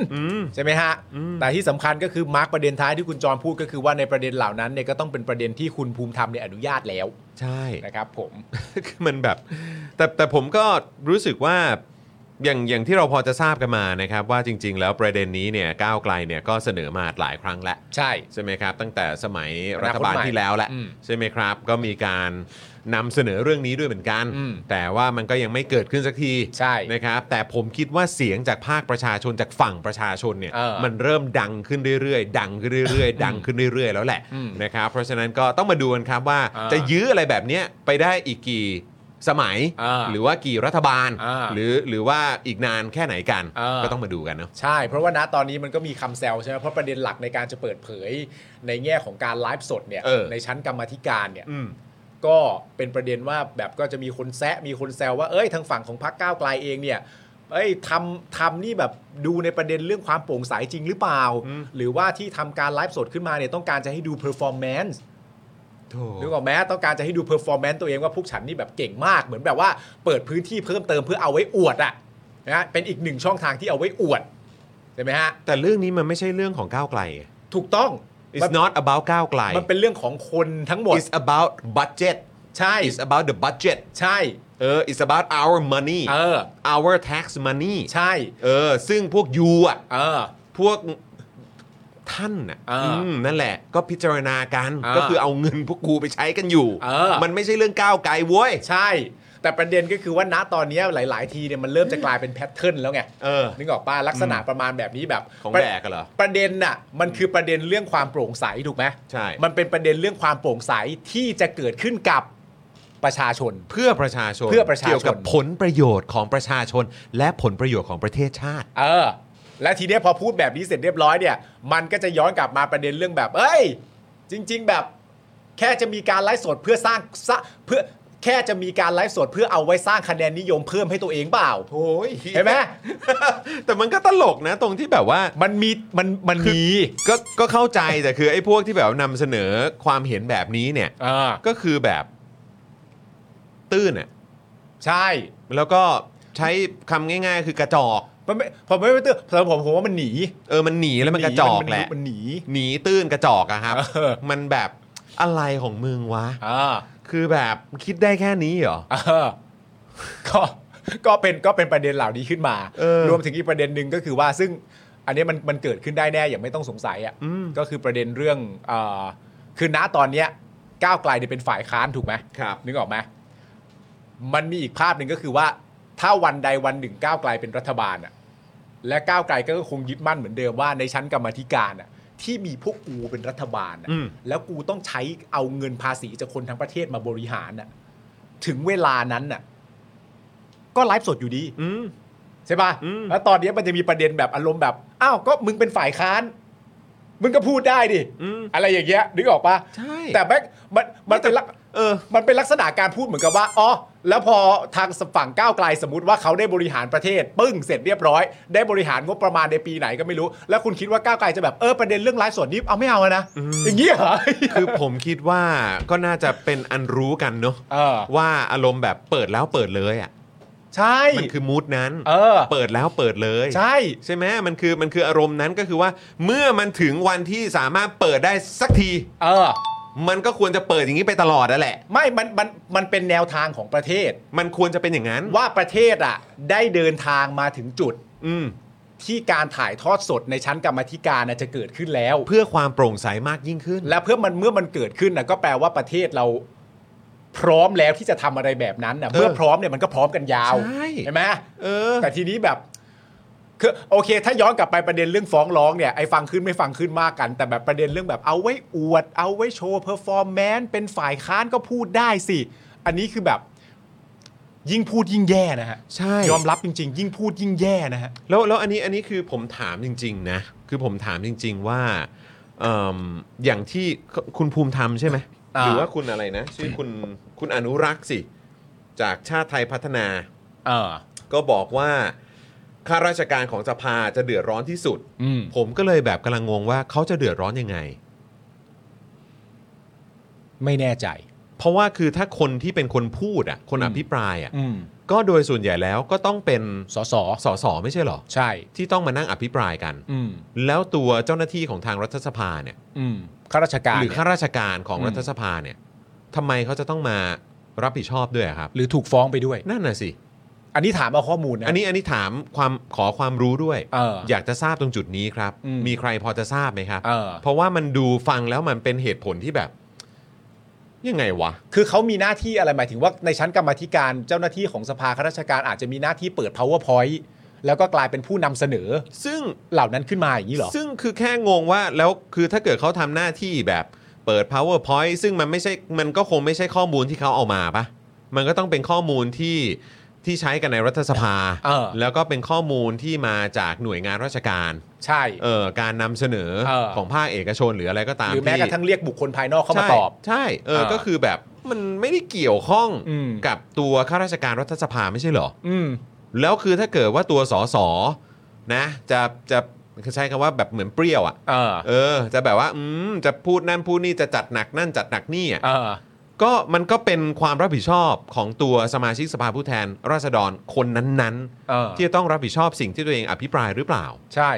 S2: ใช่ไหมฮะแต่ที่สำคัญก็คือมาร์กประเด็นท้ายที่คุณจรพูดก็คือว่าในประเด็นเหล่านั้นเนี่ยก็ต้องเป็นประเด็นที่คุณภูมิธรรมเนี่ยอนุญาตแล้ว
S1: ใช่
S2: นะครับผม
S1: คือมันแบบแต่แต่ผมก็รู้สึกว่าอย่างอย่างที่เราพอจะทราบกันมานะครับ ว่าจริง ๆ แล้วประเด็นนี้เนี่ยก้าวไกลเนี่ยก็เสนอมาหลายครั้งแล้ว
S2: ใช่
S1: ใช่ไหมครับ ตั้งแต่สมัย
S2: อ
S1: รั
S2: นาคต
S1: ฐบาล
S2: ใหม่
S1: ที่แล้วแหละ
S2: อืม
S1: ใช่ไหมครับ ก็มีการนำเสนอเรื่องนี้ด้วยเหมือนกัน
S2: อืม
S1: แต่ว่ามันก็ยังไม่เกิดขึ้นสักที
S2: ใช่
S1: นะครับแต่ผมคิดว่าเสียงจากภาคประชาชนจากฝั่งประชาชนเนี่ย
S2: เออ
S1: มันเริ่มดังขึ้นเรื่อยๆ ดังขึ้นเรื่อยๆ ดังขึ้นเรื่อยๆ แล้วแหละ
S2: อืม
S1: นะครับเพราะฉะนั้นก็ต้องมาดูกันครับว่า
S2: อ่า
S1: จะยื้ออะไรแบบเนี้ยไปได้อีกกี่สมัย
S2: อ่า
S1: หรือว่ากี่รัฐบาล
S2: อ่า
S1: หรือหรือว่าอีกนานแค่ไหนกัน
S2: อ่า
S1: ก็ต้องมาดูกันเนอะ
S2: ใช่ เพราะว่าณตอนนี้มันก็มีคำแซวใช่ไหมเพราะประเด็นหลักในการจะเปิดเผยในแง่ของการไลฟ์สดเนี่ยในชั้นกรรมาธิการเนี่ย
S1: อืม
S2: ก็เป็นประเด็นว่าแบบก็จะมีคนแซะมีคนแซวว่าเอ้ยทางฝั่งของพรรคก้าวไกลเองเนี่ยเอ้ยทำทำนี่แบบดูในประเด็นเรื่องความโปร่งใสจริงหรือเปล่า
S1: อืม
S2: หรือว่าที่ทำการไลฟ์สดขึ้นมาเนี่ยต้องการจะให้ดูเพอร์ฟอร์แมนซ์
S1: โถ่
S2: นึกออกไหมต้องการจะให้ดูเพอร์ฟอร์แมนซ์ตัวเองว่าพวกฉันนี่แบบเก่งมาก เหมือนแบบว่าเปิดพื้นที่เพิ่มเติมเพื่อเอาไว้อวดอะนะเป็นอีกหนึ่งช่องทางที่เอาไว้อวดใช่ไหมฮะ
S1: แต่เรื่องนี้มันไม่ใช่เรื่องของก้าวไกลไง
S2: ถูกต้อง
S1: it's not about ก้าวไกล
S2: มันเป็นเรื่องของคนทั้งหมด
S1: it's about budget
S2: ใช่
S1: it's about the budget
S2: ใช่
S1: เออ it's about our money
S2: เออ
S1: our tax money
S2: ใช่
S1: เออ ซึ่งพวกยูอ่ะ
S2: เออ
S1: พวกท่านน่ะ
S2: อ่า
S1: อืมนั่นแหละ ก็พิจารณากัน
S2: อ่า
S1: ก็คือเอาเงินพวกกูไปใช้กันอยู่
S2: เออ
S1: มันไม่ใช่เรื่องก้าวไกลเว้ย
S2: ใช่ แต่ประเด็นก็คือว่าณตอนเนี้ยหลาย ๆ ทีเนี่ยมันเริ่มจะกลายเป็นแพทเทิร์นแล้วไง
S1: เออ
S2: นึกออกป่ะลักษณะประมาณแบบนี้แบบ
S1: ของ
S2: ประ
S1: แดกอะเหรอ
S2: ประเด็นน่ะมันคือประเด็นเรื่องความโปร่งใสถูกไหม
S1: ใช่
S2: มันเป็นประเด็นเรื่องความโปร่งใสที่จะเกิดขึ้นกับประชาชน
S1: เพื่อประชาชน
S2: เพื่อประชาชน
S1: เกี่ยวกับผลประโยชน์ของประชาชน และผลประโยชน์ของประเทศชาติ
S2: เออ และทีเนี้ยพอพูดแบบนี้เสร็จเรียบร้อยเนี่ย มันก็จะย้อนกลับมาประเด็นเรื่องแบบ เอ้ย จริง ๆ แบบ แค่จะมีการไลฟ์สดเพื่อสร้างสะเพื่อแค่จะมีการไลฟ์สดเพื่อเอาไว้สร้างคะแนนนิยมเพิ่มให้ตัวเองเปล่า
S1: โอ้ย
S2: เห็นไหม
S1: แต่มันก็ตลกนะ ตรงที่แบบว่า
S2: มันมีมันมัน
S1: คือ
S2: มี
S1: ก็ก็เข้าใจแต่คือไอ้พวกที่แบบนำเสนอความเห็นแบบนี้เนี่ย
S2: อ่า
S1: ก็คือแบบ ตื้นอ่ะ
S2: ใช่
S1: แล้วก็ใช้คำง่าย ๆ คือกระจอก
S2: มันไม่ผมไม่ไปเตือนสำหรับผมผมว่ามันหนี
S1: เออมันหนีแล้วมันกระจอกแหละ
S2: มันหนี
S1: หนีตื้นกระจอกอะครับ
S2: เออ
S1: มันแบบอะไรของมึงวะ
S2: อ่า
S1: คือแบบคิดได้แค่นี้เหรอ
S2: อ่าก็ ก็เป็นก็เป็นประเด็นเหล่านี้ขึ้นมา
S1: เออ
S2: รวมถึงอีกประเด็นหนึ่งก็คือว่าซึ่งอันนี้มันมันเกิดขึ้นได้แน่อย่างไม่ต้องสงสัยอ่ะก็คือประเด็นเรื่องเอ่อคือณตอนเนี้ยก้าวไกลเนี่ยเป็นฝ่ายค้านถูกไหม
S1: ครับ
S2: นึกออกไหมมันมีอีกภาพหนึ่งก็คือว่า ถ้าวันใดวันหนึ่งก้าวไกลเป็นรัฐบาลอ่ะ และก้าวไกลก็คงยึดมั่นเหมือนเดิมว่าในชั้นกรรมาธิการน่ะที่มีพวกกูเป็นรัฐบาลน่ะ
S1: อืม
S2: แล้วกูต้องใช้เอาเงินภาษีจากคนทั้งประเทศมาบริหารน่ะถึงเวลานั้นน่ะ ก็ไลฟ์สดอยู่ดี
S1: อืม
S2: ใช่ป่ะ
S1: อืม
S2: แล้วตอนเนี้ยมันจะมีประเด็นแบบอารมณ์แบบอ้าวก็มึงเป็นฝ่ายค้าน มึงก็พูดได้ดิ
S1: อืม
S2: อะไรอย่างเงี้ยนึกออกป่ะ
S1: ใช่
S2: แต่แม่งมันมันเป็นลัก
S1: เออ
S2: มันเป็นลักษณะการพูดเหมือนกับว่า อ๋อ แล้วพอทางฝั่งก้าวไกลสมมติว่าเขาได้บริหารประเทศ ปึ้งเสร็จเรียบร้อย ได้บริหารงบประมาณในปีไหนก็ไม่รู้ แล้วคุณคิดว่าก้าวไกลจะแบบ เออ ประเด็นเรื่องไลฟ์สดนี้เอาไม่เอาอะนะ อย่างนี้ยเหรอ
S1: คือผมคิดว่าก็น่าจะเป็นอันรู้กันเนอะ
S2: เออ
S1: ว่าอารมณ์แบบเปิดแล้วเปิดเลยอ่ะ
S2: ใช่
S1: มันคือมูดนั้น
S2: เออ
S1: เปิดแล้วเปิดเลย
S2: ใช่
S1: ใช่ไหมมันคือมันคืออารมณ์นั้นก็คือว่า เมื่อมันถึงวันที่สามารถเปิดได้สักที
S2: เออ
S1: มันก็ควรจะเปิดอย่างนี้ไปตลอดนั่นแหละ
S2: ไม่ มัน มัน มันเป็นแนวทางของประเทศ
S1: มันควรจะเป็นอย่างนั้น
S2: ว่าประเทศอ่ะ ได้เดินทางมาถึงจุด
S1: อืม
S2: ที่การถ่ายทอดสดในชั้นกรรมาธิการน่ะจะเกิดขึ้นแล้ว
S1: เพื่อความโปร่งใสมากยิ่งขึ้น
S2: และเพื่อมันเมื่อมันเกิดขึ้นนะก็แปลว่าประเทศเราพร้อมแล้วที่จะทำอะไรแบบนั้นนะ
S1: เออ
S2: เมื่อพร้อมเนี่ยมันก็พร้อมกันยาว
S1: ใช่
S2: ไหม
S1: เออ
S2: แต่ทีนี้แบบ คือโอเค ถ้าย้อนกลับไปประเด็นเรื่องฟ้องร้องเนี่ยไอ้ฟังขึ้นไม่ฟังขึ้นมากกัน แต่แบบประเด็นเรื่องแบบเอาไว้อวด เอาไว้โชว์เพอร์ฟอร์แมนซ์เป็นฝ่ายค้านก็พูดได้สิ อันนี้คือแบบยิ่งพูดยิ่งแย่นะฮะ
S1: ใช่
S2: ยอมรับจริง ๆ ยิ่งพูดยิ่งแย่นะฮะ
S1: แล้วแล้วอันนี้อันนี้คือผมถามจริง ๆ นะ คือผมถามจริง ๆ ว่าเอิ่มอย่างที่คุณภูมิธรรมใช่ไหม
S2: อ่า
S1: หรือว่าคุณอะไรนะ ชื่อคุณคุณอนุรักษ์สิ จากชาติไทยพัฒนา
S2: เออ
S1: ก็บอกว่าข้าราชการของสภาจะเดือดร้อนที่สุด
S2: อืม
S1: ผมก็เลยแบบกำลังงงว่าเขาจะเดือดร้อนยังไง
S2: ไม่แน่ใจ
S1: เพราะว่าคือถ้าคนที่เป็นคนพูดอ่ะ คน
S2: อื
S1: อ
S2: ม
S1: ภิปรายอ่ะ
S2: อืม
S1: ก็โดยส่วนใหญ่แล้วก็ต้องเป็น
S2: สอสอ
S1: สสไม่ใช่เหรอ
S2: ใช่
S1: ที่ต้องมานั่งอภิปรายกัน
S2: อืม
S1: แล้วตัวเจ้าหน้าที่ของทางรัฐสภาเนี่ย
S2: อืมข้าราชการ
S1: หรือข้าราชการของ
S2: อืม
S1: รัฐสภาเนี่ยทำไมเขาจะต้องมารับผิดชอบด้วยอะครับ
S2: หรือถูกฟ้องไปด้วย
S1: นั่นน่ะสิ
S2: อันนี้ถามเอาข้อมูลนะ
S1: อันนี้อันนี้ถามความขอความรู้ด้วย
S2: เออ
S1: อ
S2: อ
S1: ยากจะทราบตรงจุดนี้ครับ
S2: อืม
S1: มีใครพอจะทราบไหมครับ
S2: เออ
S1: เพราะว่ามันดูฟังแล้วมันเป็นเหตุผลที่แบบ ยังไงวะ
S2: คือเขามีหน้าที่อะไรหมายถึงว่าในชั้นกรรมาธิการเจ้าหน้าที่ของสภาข้าราชการอาจจะมีหน้าที่เปิด powerpoint แล้วก็กลายเป็นผู้นำเสนอ
S1: ซึ่ง
S2: เหล่านั้นขึ้นมาอย่างนี้เหรอ
S1: ซึ่งคือแค่งงว่าแล้วคือถ้าเกิดเขาทำหน้าที่แบบเปิด powerpoint ซึ่งมันไม่ใช่มันก็คงไม่ใช่ข้อมูลที่เขาเอามาปะมันก็ต้องเป็นข้อมูลที่ที่ใช้กันในรัฐสภา
S2: เออ
S1: แล้วก็เป็นข้อมูลที่มาจากหน่วยงานราชการ
S2: ใช่
S1: เออการนำเสนอ
S2: เออ
S1: ของภาคเอกชนหรืออะไรก็ตาม
S2: หรือแม้กระทั่งเรียกบุคคลภายนอกเข้ามา
S1: ใช่
S2: ตอบ
S1: ใช่เออ
S2: เออ
S1: ก็คือแบบมันไม่ได้เกี่ยวข้อง
S2: อืม
S1: กับตัวข้าราชการรัฐสภาไม่ใช่เหรอ
S2: อืม
S1: แล้วคือถ้าเกิดว่าตัวสอสอนะจะจะใช้คำว่าแบบเหมือนเปรี้ยวอ่ะ
S2: เออ
S1: เออ จะแบบว่า อืม จะพูดนั่นพูดนี่จะจัดหนักนั่นจัดหนักนี่
S2: เอ
S1: อ่ะ
S2: อ
S1: ก็มันก็เป็นความรับผิดชอบของตัวสมาชิกสภาผู้แทน ราษฎรคนนั้น
S2: เออ
S1: ๆ ที่จะต้องรับผิดชอบสิ่งที่ตัวเองอภิปรายหรือเปล่า
S2: ใช่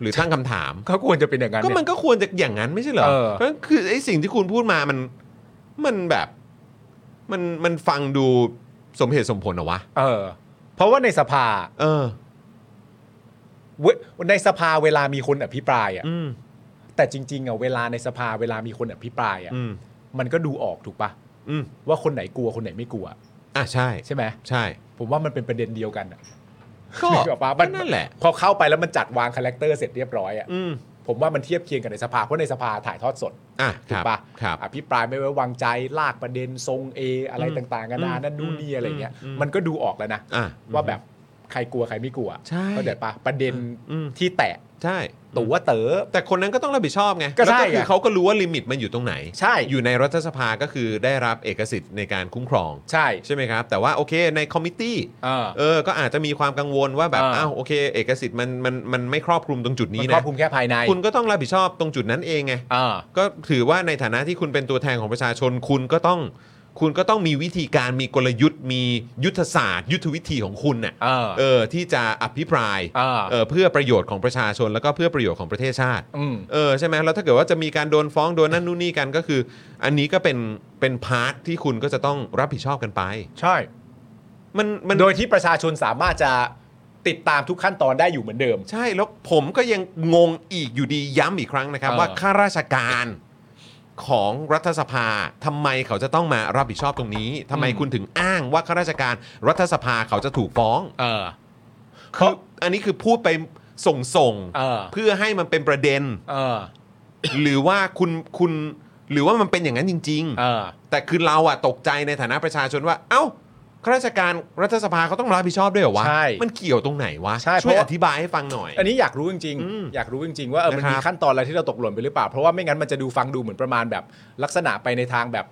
S1: หรือตั้งคำถาม
S2: ก็ควรจะเป็นอย่างนั้น
S1: ก็
S2: เนี่ย
S1: มันก็ควรจะอย่างนั้นไม่ใช่เหรอ
S2: เออ
S1: เพราะฉะนั้นคือไอ้สิ่งที่คุณพูดมามันมันแบบมันมันฟังดูสมเหตุสมผลเหรอวะ
S2: เออ เพราะว่าในสภา
S1: เออ
S2: เว้ยในสภาเวลามีคนอภิปรายอ่ะ
S1: อืม
S2: แต่จริงๆอ่ะเวลาในสภาเวลามีคนอภิปรายอ่ะ
S1: อืม
S2: มันก็ดูออกถูกปะ
S1: อืม
S2: ว่าคนไหนกลัวคนไหนไม่กลัว
S1: อ่ะใช่
S2: ใช่ไหม
S1: ใช่
S2: ผมว่ามันเป็นประเด็นเดียวกันอ่ะ
S1: ก็
S2: นึกออกปะมัน
S1: นั่นแหละ
S2: พอเข้าไปแล้วมันจัดวางคาแรคเตอร์เสร็จเรียบร้อยอ่ะ
S1: อืม
S2: ผมว่ามันเทียบเคียงกันในสภาเพราะในสภาถ่ายทอดสด
S1: อ่ะค
S2: ถู
S1: รั
S2: ก
S1: บ
S2: ปะ
S1: ครับ
S2: อภิปรายไม่ไว้วางใจลากประเด็นทรงเออะไร
S1: อืม
S2: ต่างๆกันานานั่นนู่นนี่อะไรเงี้ย
S1: อืม
S2: มันก็ดูออกแล้วนะ
S1: อ่ะ
S2: ว่าแบบใครกลัวใครไม่กลัว
S1: ใช่
S2: เข้าใจปะประเด็น
S1: อืม
S2: ที่แตะ
S1: ใช่
S2: ตัวเต๋อ
S1: แต่คนนั้นก็ต้องรับผิดชอบไง
S2: ก็ใช่
S1: แล้วคือ
S2: ไง
S1: เขาก็รู้ว่าลิมิตมันอยู่ตรงไหน
S2: ใช่
S1: อยู่ในรัฐสภาก็คือได้รับเอกสิทธิ์ในการคุ้มครอง
S2: ใช่
S1: ใช่ไหมครับ แต่ว่าโอเคในคอมมิตตี้
S2: เออ
S1: เออ ก็อาจจะมีความกังวลว่าแบบ
S2: อ่า
S1: อ้าวโอเค เอกสิทธิ์มันมันมันไม่ครอบคลุมตรงจุด
S2: มั
S1: นี้
S2: นครอ
S1: นะ
S2: บคลุมแค่ภายใน
S1: คุณก็ต้องรับผิดชอบตรงจุดนั้นเองไง
S2: เออ
S1: ก็ถือว่าในฐานะที่คุณเป็นตัวแทนของประชาชน คุณก็ต้อง คุณก็ต้องมีวิธีการมีกลยุทธ์ มียุทธศาสตร์ ยุทธวิธีของคุณน่ะ
S2: เออ
S1: เออที่จะอภิปราย
S2: อ่า
S1: เออเพื่อประโยชน์ของประชาชนแล้วก็เพื่อประโยชน์ของประเทศชาติ
S2: อืม
S1: เออใช่ไหมแล้วถ้าเกิดว่าจะมีการโดนฟ้องโดนนั่นนู่นนี่กันก็คือ อันนี้ก็เป็นเป็นพาร์ทที่คุณก็จะต้องรับผิดชอบกันไป
S2: ใช่
S1: มันมัน
S2: โดยที่ประชาชนสามารถจะติดตามทุกขั้นตอนได้อยู่เหมือนเดิม
S1: ใช่แล้วผมก็ยังงงอีกอยู่ดีย้ำอีกครั้งนะครับ
S2: เออ
S1: ว่าข้าราชการของรัฐสภาทำไมเขาจะต้องมารับผิดชอบตรงนี้ทำไมคุณถึงอ้างว่าข้าราชการรัฐสภาเขาจะถูกฟ้อง
S2: เออ
S1: คืออันนี้คือพูดไปส่งส่งๆ
S2: เออ
S1: เพื่อให้มันเป็นประเด็น
S2: เออ
S1: หรือว่าคุณคุณหรือว่ามันเป็นอย่างนั้นจริง ๆ
S2: เออ
S1: แต่คือเราอะตกใจในฐานะประชาชนว่า เอ้าข้าราชการรัฐสภาเขาต้องรับผิดชอบด้วยเหรอวะ
S2: ใช่
S1: มันเกี่ยวตรงไหนวะ
S2: ใช่
S1: ช่วย
S2: เพราะ
S1: อธิบายให้ฟังหน่อย
S2: อันนี้อยากรู้จริง
S1: อืม
S2: ๆ อยากรู้จริง ๆ ว่าเออมันมี
S1: นะครับ
S2: ขั้นตอนอะไรที่เราตกหล่นไปหรือเปล่า เพราะว่าไม่งั้นมันจะดูฟังดูเหมือนประมาณแบบ ลักษณะไปในทางแบบ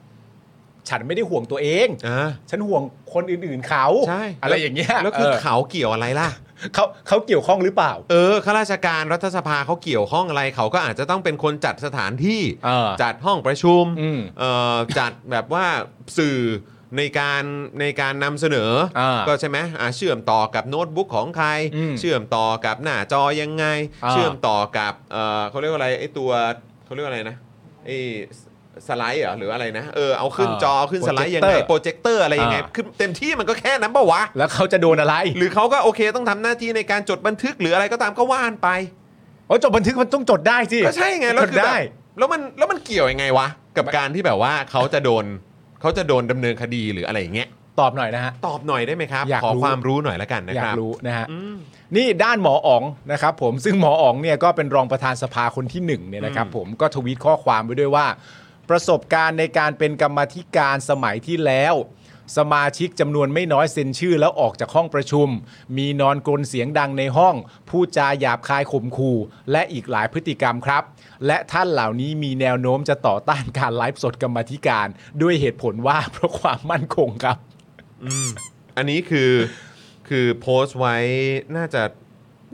S2: ฉันไม่ได้ห่วงตัวเอง
S1: อ่า
S2: ฉันห่วงคนอื่นๆเขา
S1: ใช่
S2: อะไรอย่างเงี้ย
S1: แล้วคือ
S2: เ
S1: เขาเกี่ยวอะไรล่ะ
S2: เขาเขาเกี่ยวข้องหรือเปล่า
S1: เออข้าราชการรัฐสภาเขาเกี่ยวข้องอะไรเขาก็อาจจะต้องเป็นคนจัดสถานที่
S2: เออ
S1: จัดห้องประชุม
S2: อืม
S1: เอ่อจัดแบบว่าสื่อในการในการนำเสนอ
S2: เออ
S1: ก็ใช่ไหมอ่ะเชื่อมต่อกับโน้ตบุ๊กของใคร
S2: อืม
S1: เชื่อมต่อกับหน้าจอยังไง
S2: เออ
S1: เชื่อมต่อกับเอ่อเขาเรียกว่าอะไรไอ้ตัวเขาเรียกว่าอะไรนะไอ้สไลด์เหรอหรืออะไรนะเออเอาขึ้น
S2: เออ
S1: จอขึ้นสไลด์ยังไง
S2: projector
S1: โปรเจคเตอร์อะไรยังไง
S2: เออ
S1: คือเต็มที่มันก็แค่นั้นปะวะ
S2: แล้วเขาจะโดนอะไร
S1: หรือเขาก็โอเคต้องทำหน้าที่ในการจดบันทึกหรืออะไรก็ตามก็ว่านไป
S2: โอ้จดบันทึกมันต้องจดได้สิ
S1: ก็ใช่ไงแล้ว
S2: จด
S1: คือแบ
S2: ได้
S1: บแล้วมันแล้วมันเกี่ยวยังไงวะ กับการที่แบบว่าเขาจะโดนเขาจะโดนดำเนินคดีหรืออะไรอย่างเงี้ย
S2: ตอบหน่อยนะฮะ
S1: ตอบหน่อยได้ไหมครับ
S2: อยาก
S1: ขอ
S2: รู้
S1: ความรู้หน่อยละกันนะ
S2: อยา
S1: ค
S2: ก
S1: รับ
S2: รู้นะฮะนี่ด้านหมออ๋องนะครับผมซึ่งหมออ๋องเนี่ยก็เป็นรองประธานสภาคนที่หนึ่งเนี่ยนะครับผมก็ทวีตข้อความไว้ด้วยว่า ประสบการณ์ในการเป็นกรรมาธิการสมัยที่แล้ว สมาชิกจำนวนไม่น้อยเซ็นชื่อแล้วออกจากห้องประชุม มีนอนกลนเสียงดังในห้อง พูดจาหยาบคายข่มขู่และอีกหลายพฤติกรรมครับ และท่านเหล่านี้มีแนวโน้มจะต่อต้านการไลฟ์สดกรรมาธิการ ด้วยเหตุผลว่า เพราะความมั่นคงครับ
S1: อันนี้คือคือโพสต์ไว้น่าจะ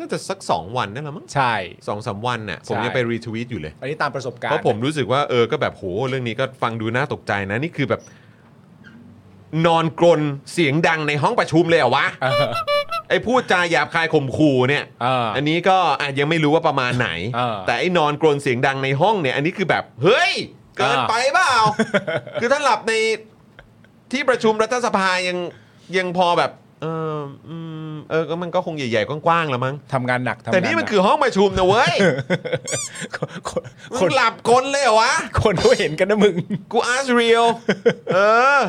S1: น่าจะสัก 2 วันนั่นแหละมั้ง
S2: ใช่
S1: สองสามวันน่ะ
S2: ใช่
S1: ผมยังไปรีทวีตอยู่เลย
S2: อันนี้ตามประสบการณ์
S1: เพราะผมรู้สึกว่าเออก็แบบโหเรื่องนี้ก็ฟังดูน่าตกใจนะ นี่คือแบบ นอนกรนเสียงดังในห้องประชุมเลยเหรอวะ ไอ้พูดจาหยาบคายข่มขู่เนี่ย
S2: เอออั
S1: นนี้ก็อาจยังไม่รู้ว่าประมาณไหน
S2: เออ
S1: แต่ไอ้นอนกรนเสียงดังในห้องเนี่ย อันนี้คือแบบ เฮ้ย เกิน
S2: เออ
S1: ไปเปล่า คือถ้าหลับในที่ประชุมรัฐสภายังยังพอแบบ เอออืมเออก็มันก็คงใหญ่ๆกว้างๆแล้วมั้ง
S2: ทำงานหนักทำงาหก
S1: แต่นี่มันคือห้องประชุมนะเว้ย
S2: คนคนค
S1: มึ
S2: น
S1: งหลับกลนเลยเหรอวะ
S2: คนเขาเห็นกันนะมึง
S1: กูอาร์เรียล เออ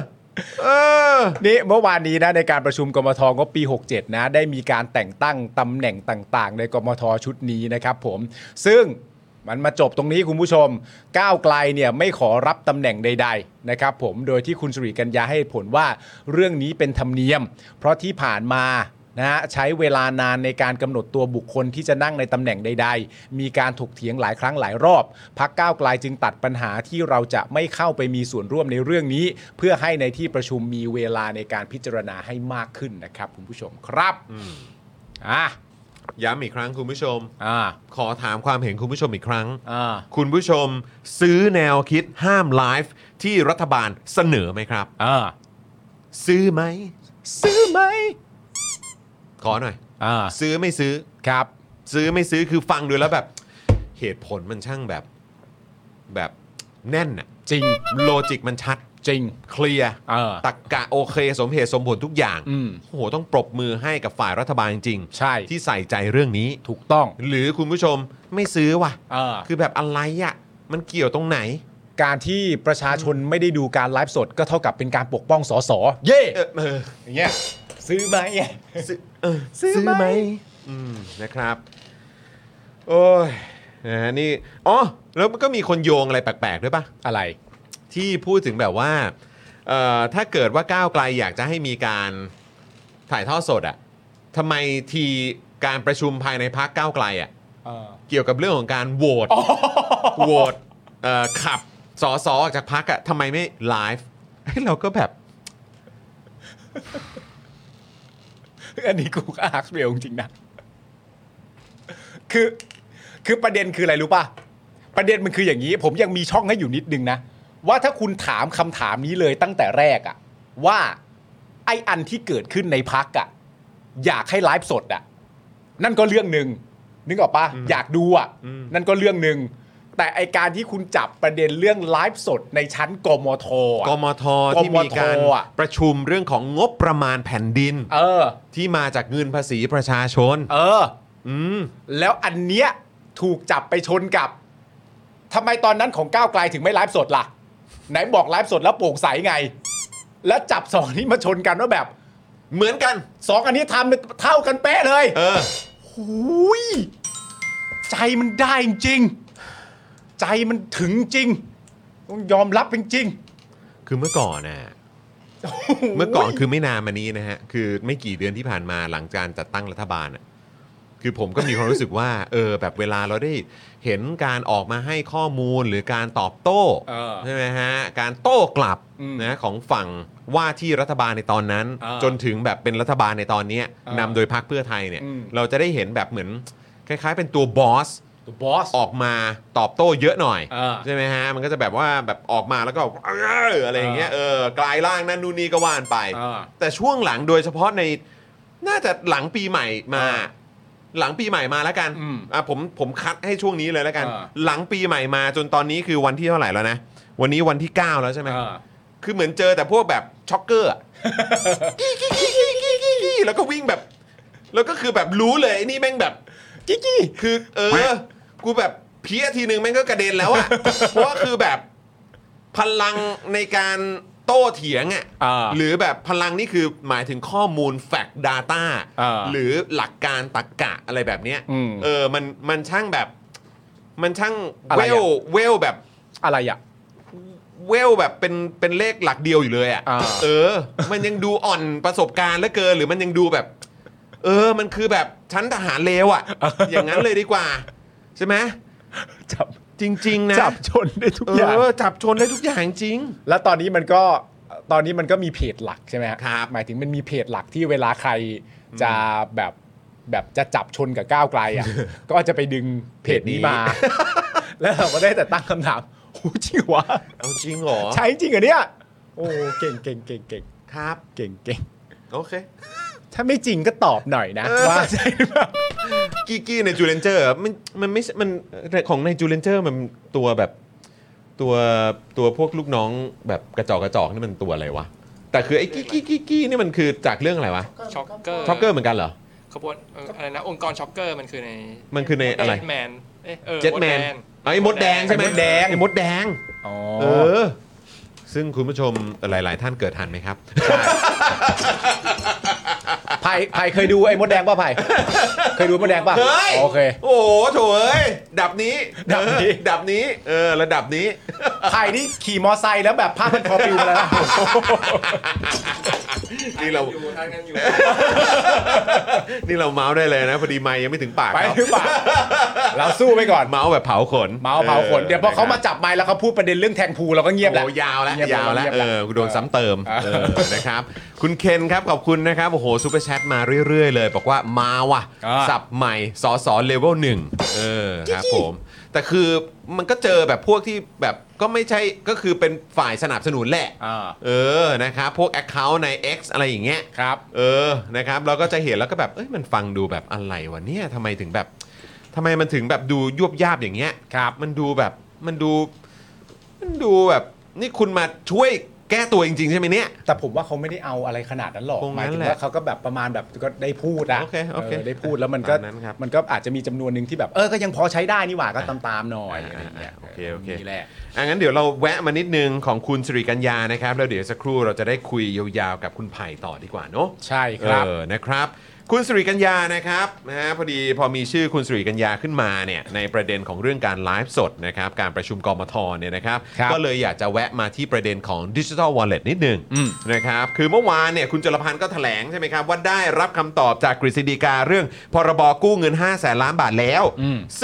S1: เออ
S2: นี่เมื่อวานนี้นะในการประชุมกมทงบปี 67 นะได้มีการแต่งตั้งตำแหน่งต่างๆ ในกมทชุดนี้นะครับผมซึ่งมันมาจบตรงนี้คุณผู้ชม ก้าวไกลเนี่ยไม่ขอรับตำแหน่งใด ๆ นะครับผมโดยที่คุณสุริกัญญาให้เหตุผลว่าเรื่องนี้เป็นธรรมเนียม เพราะที่ผ่านมา นะฮะใช้เวลานานในการกำหนดตัวบุคคลที่จะนั่งในตำแหน่งใด ๆ มีการถกเถียงหลายครั้งหลายรอบพักก้าวไกลจึงตัดปัญหาที่เราจะไม่เข้าไปมีส่วนร่วมในเรื่องนี้ เพื่อให้ในที่ประชุมมีเวลาในการพิจารณาให้มากขึ้นนะครับคุณผู้ชมครับอ่า
S1: ย้ำอีกครั้งคุณผู้ชม
S2: อ่า
S1: ขอถามความเห็นคุณผู้ชมอีกครั้ง
S2: อ่า
S1: คุณผู้ชมซื้อแนวคิดห้ามไลฟ์ที่รัฐบาลเสนอไหมครับ
S2: อ่า
S1: ซื้อไหม
S2: ซื้อไหม
S1: ขอหน่อย
S2: อ่า
S1: ซื้อไม่ซื้อ
S2: ครับ
S1: ซื้อไม่ซื้อคือฟังดูแล้วแบบ เหตุผลมันช่างแบบ แบบแน่นอะ
S2: จริง
S1: โลจิกมันชัด
S2: จริง
S1: เคลียร์
S2: เออ
S1: ตักกะโอเค สมเหตุสมผลทุกอย่าง
S2: อืม
S1: โหต้องปรบมือให้กับฝ่ายรัฐบาลจริง
S2: ใช่
S1: ๆที่ใส่ใจเรื่องนี้
S2: ถูกต้อง
S1: หรือคุณผู้ชมไม่ซื้อว่ะ
S2: อ่า
S1: คือแบบอะไรอ่ะ มันเกี่ยวตรงไหน
S2: การที่ประชาชนไม่ได้ดูการไลฟ์สดก็เท่ากับเป็นการปกป้องสอสอเย่
S1: เออเออ
S2: อย่างเงี้ยซื้อไหม
S1: ซื้อเออ
S2: ซื้อไหม
S1: อืมนะครับ โอ้ยนะฮะนี่อ๋อแล้วมันก็มีคนโยงอะไรแปลกๆด้วยปะ
S2: อะไร
S1: ที่พูดถึงแบบว่าเอ่อถ้าเกิดว่าก้าวไกลอยากจะให้มีการถ่ายทอดสดอะทำไมทีการประชุมภายในพักก้าวไกลอะเกี่ยวกับเรื่องของการโหวตโหวตเอ่อขับสอสอออกจากพักอะทำไมไม่ไลฟ์เฮ้ยเราก็แบบ
S2: อันนี้กูก็อาร์คเบลจริงๆนะ คือ คือประเด็นคืออะไรรู้ป่ะ ประเด็นมันคืออย่างนี้ ผมยังมีช่องให้อยู่นิดนึงนะ ว่าถ้าคุณถามคำถามนี้เลยตั้งแต่แรกอะว่า ไออันที่เกิดขึ้นในพักอะอยากให้ไลฟ์สดอะนั่นก็เรื่องหนึ่งนึกออกปะอยากดูอะนั่นก็เรื่องหนึ่งแต่ไอการที่คุณจับประเด็นเรื่องไลฟ์สดในชั้นกมทอะ
S1: กมทที่มีการ
S2: กมทอ่ะ
S1: ประชุมเรื่องของงบประมาณแผ่นดิน
S2: เออ
S1: ที่มาจากเงินภาษีประชาชน
S2: เออ
S1: อืม
S2: แล้วอันเนี้ยถูกจับไปชนกับทำไมตอนนั้นของก้าวไกลถึงไม่ไลฟ์สดล่ะ ไหนบอกไลฟ์สดแล้วโปร่งใสไง แล้วจับสองนี้มาชนกันว่าแบบ
S1: เหมือนกัน
S2: สองอันนี้ทำเท่ากันเป๊ะเลย
S1: เออ
S2: หูยใจมันได้จริง ใจมันถึงจริง ต้องยอมรับจริง
S1: คือเมื่อก่อน น่ะ
S2: ๆ
S1: เมื่อก่อนคือไม่นานมานี้นะฮะ คือไม่กี่เดือนที่ผ่านมาหลังการจัดตั้งรัฐบาลน่ะคือผมก็มีความรู้สึกว่า เออ แบบเวลาเราได้เห็นการออกมาให้ข้อมูลหรือการตอบโต้
S2: เออ
S1: ใช่ไหมฮะ การโต้กลับ
S2: อืม
S1: นะของฝั่งว่าที่รัฐบาลในตอนนั้น
S2: อ่า
S1: จนถึงแบบเป็นรัฐบาลในตอนเนี้ย
S2: อ่าน
S1: นำโดยพรรคเพื่อไทยเนี่ย
S2: อืม
S1: เราจะได้เห็นแบบเหมือนคล้าย ๆ เป็นตัวบอส
S2: ตัวบอส
S1: ออกมาตอบโต้เยอะหน่อย
S2: เออ
S1: ใช่ไหมฮะ มันก็จะแบบว่าแบบออกมาแล้วก็ เอออะไรอย่างเงี้ยเออกลายร่างนั่นนู่นนี่ก็ว่านไป
S2: เออ
S1: แต่ช่วงหลังโดยเฉพาะในน่าจะหลังปีใหม่มา
S2: เออ
S1: หลังปีใหม่มาแล้วกัน
S2: อืม
S1: อ่ะผมผมคัดให้ช่วงนี้เลยแล้วกัน
S2: เออ
S1: หลังปีใหม่มาจนตอนนี้คือวันที่เท่าไหร่แล้วนะ วันนี้วันที่ 9 แล้วใช่ไหม
S2: เออ
S1: คือเหมือนเจอแต่พวกแบบช็อกเก อร์อะกี้กี้กี้กี้กี้กี้กี้แล้วก็วิ่งแบบ แล้วก็คือแบบรู้เลยไอ้นี่แม่งแบบ
S2: กิ๊กกี้
S1: คือเออ กูแบบเพี้ยทีนึงแม่งก็กระเด็นแล้วอะ เพราะว่าคือแบบพลังในการ โต้เถียงอ่ะ
S2: อ่า
S1: หรือแบบพลังนี่คือหมายถึงข้อมูลแฟกต์ Data
S2: อ่า
S1: หรือหลักการตรรกกะอะไรแบบเนี้ย
S2: อืม
S1: เออมันมันช่างแบบ มันช่าง
S2: อะไร
S1: เว
S2: อะ
S1: ลเวลแบบ
S2: อะไรอ่ะ
S1: เวลแบบเป็นเป็นเลขหลักเดียวอยู่เลย
S2: อ่า
S1: อะ่ะ เออ มันยังดูอ่อนประสบการณ์เหลือเกิน หรือมันยังดูแบบ เออ มันคือแบบชั้นทหารเลว อะ่ะ อย่างนั้นเลยดีกว่า ใช่ไหม
S2: จับ
S1: จริง ๆ นะ
S2: จับชนได้ทุก
S1: เอ
S2: อย่าง
S1: อจับชนได้ทุกอย่างจริง
S2: แล้วตอนนี้มันก็ตอนนี้มันก็มีเพจหลักใช่ไหมฮะ
S1: ครับ
S2: หมายถึงมันมีเพจหลักที่เวลาใครจะแบบแบบจะจับชนกับก้าวไกลอ่ะ ก็จะไปดึงเพจ
S1: เพจนี้
S2: นี้มา แล้วเราก็ได้แต่ตั้งคำถามโอ้จริงเหรอวะ
S1: เอาจริงเหรอ
S2: ใช่จริงเหรอเนี่ยโอ้เก่งเก่งเก่งเก่ง
S1: ครับ
S2: เก่งเก่ง
S1: โอเค
S2: ถ้าไม่จริงก็ตอบหน่อยนะ
S1: เออ
S2: ว่าใช่หรือเปล่า
S1: กีกี้ในจูเลนเจอร์มันมันไม่ใช่มันของในจูเลนเจอร์มันตัวแบบตัวตัวพวกลูกน้องแบบกระจอกกระจอกนี่มันตัวอะไรวะ แต่คือไอ้กี้กี้กี้กี้นี่มันคือจากเรื่องอะไรวะ
S3: ช็อกเกอร์
S1: ช็อกเกอร์เหมือนกันเหรอ
S3: ขบวนเอ่ออะไรนะองค์กรช็อกเกอร์มันคือใน
S1: มันคือในอะไร
S3: แมนเอ๊ะเออ
S1: เจ็ดแมน
S3: ดง
S1: ไอ้มดแดงใช่ไหม
S3: ไอ้มดแดง
S1: ไอ้มดแดง
S2: อ๋อ
S1: เออ ซึ่งคุณผู้ชมหลาย ๆ ท่านเกิดทันไหมครับ
S2: ไผ่ไผ่เคยดูไอ้มดแดงป่ะไผ่เคยดูมดแดงป่ะ
S1: เฮ้ย
S2: โอเค
S1: โอ้โหโถเอ้ย ดับนี้
S2: ดับนี้
S1: เออดับนี้ เออ ระดับนี้
S2: ไผ่นี่ขี่มอไซค์แล้วแบบผ้าพันคอปลิวมาแล้วนะ
S1: นี่เรา
S3: อยู่ทางกันอยู่
S1: นี่เราเมาส์ได้เลยนะ พอดีไมค์ยังไม่ถึงปาก
S2: ไป
S1: เขา
S2: หรือเปล่าเราสู้ไปก่อน
S1: เมาส์แบบเผาขน
S2: เมาส์เผาขน เดี๋ยวพอเขามาจับไม้แล้วเขาพูดประเด็นเรื่องแทงพูเราก็เงียบแล้ว
S1: โอ้ยาวแล้ว
S2: เงียบแล้ว
S1: ยาวแล้ว
S2: เงียบ
S1: เอ
S2: แล้ว
S1: อกูโดนซ้ำเติม เออ นะครับ คุณเคนครับ ขอบคุณนะครับ โอ้โหซูเปอร์แชทมาเรื่อย ๆ เลย บอกว่ามาว่ะ
S2: อ่า
S1: สับใหม่ สอสอเลเวลหนึ่งเออ ครับผม แต่คือมันก็เจอแบบพวกที่แบบก็ไม่ใช่ ก็คือเป็นฝ่ายสนับสนุนแหละ
S2: อ่า
S1: เออ นะครับ พวก Account ใน X อะไรอย่างเงี้ย
S2: ครับ
S1: เออ นะครับ เราก็จะเห็นแล้วก็แบบ เอ้ย มันฟังดูแบบอะไรวะเนี่ยทำไมถึงแบบทำไมมันถึงแบบดูยวบยาบอย่างเงี้ย
S2: ครับ
S1: มันดูแบบ มันดู มันดูแบบ นี่คุณมาช่วยแก้ตัวจริง ๆ ใช่ไหมเนี่ย
S2: แต่ผมว่าเขาไม่ได้เอาอะไรขนาดนั้นหรอก
S1: คงงั้
S2: หมาย
S1: น
S2: ถึง
S1: แหละ
S2: ว่าเขาก็แบบประมาณแบบก็ได้พูดอะ
S1: โอเคโอเค
S2: ได้พูดแล้วมันก็
S1: ตามนั้นครับ
S2: มันก็อาจจะมีจำนวนหนึ่งที่แบบเออก็ยังพอใช้ได้นี่หว่าก็ตามตามๆหน่อย
S1: อ่า
S2: อะไรย่างเงี้ย
S1: โอเคโอเค
S2: นี่แหละ
S1: อังั้นเดี๋ยวเราแวะมานิดนึงของคุณสิริกัญญานะครับ แล้วเดี๋ยวสักครู่เราจะได้คุยยาวๆกับคุณไผ่ต่อดีกว่าเนาะ
S2: ใช่ครับ
S1: เออ นะครับ คุณสิริกัญญา นะครับ นะฮะ พอดีพอมีชื่อคุณสิริกัญญาขึ้นมาเนี่ย ในประเด็นของเรื่องการไลฟ์สดนะครับ การประชุมกมทเนี่ยนะครับ
S2: ครับ
S1: ก็เลยอยากจะแวะมาที่ประเด็นของดิจิทัลวอลเล็ตนิดหนึง
S2: อืม
S1: นะครับ คือเมื่อวานเนี่ยคุณจรพันธ์ก็แถลงใช่ไหมครับ ว่าได้รับคำตอบจากกฤษฎีกาเรื่องพรบกู้เงิน 5 0 0แสนล้านบาทแล้ว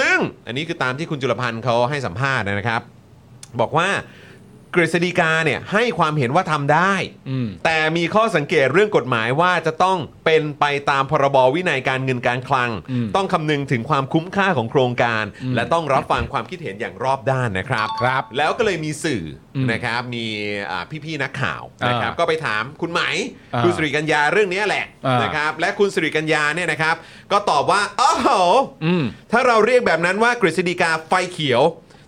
S1: ซึ่งอันนี้คือตามที่คุณจุลพันธ์เขาให้สัมภาษณ์นะครับ บอกว่ากฤษฎีกาเนี่ยให้ความเห็นว่าทำได้
S2: อืม
S1: แต่มีข้อสังเกตเรื่องกฎหมายว่าจะต้องเป็นไปตามพรบวินัยการเงินการคลัง
S2: อืม
S1: ต้องคำนึงถึงความคุ้มค่าของโครงการ
S2: อืม
S1: และต้องรับฟังความคิดเห็นอย่างรอบด้านนะครับ
S2: ครับ
S1: แล้วก็เลยมีสื่ออ
S2: ม
S1: นะครับมีอ่าพี่ๆนักข่าว
S2: อ่าน
S1: นะครับก็ไปถามคุณไหม
S2: อ่า
S1: คุณสิริกัญญาเรื่องเนี้ยแหละ
S2: อ่าน
S1: นะครับและคุณสิริกัญญาเนี่ยนะครับ ก็ตอบว่าอ้าว
S2: อืม
S1: ถ้าเราเรียกแบบนั้นว่ากฤษฎีกาไฟเขียว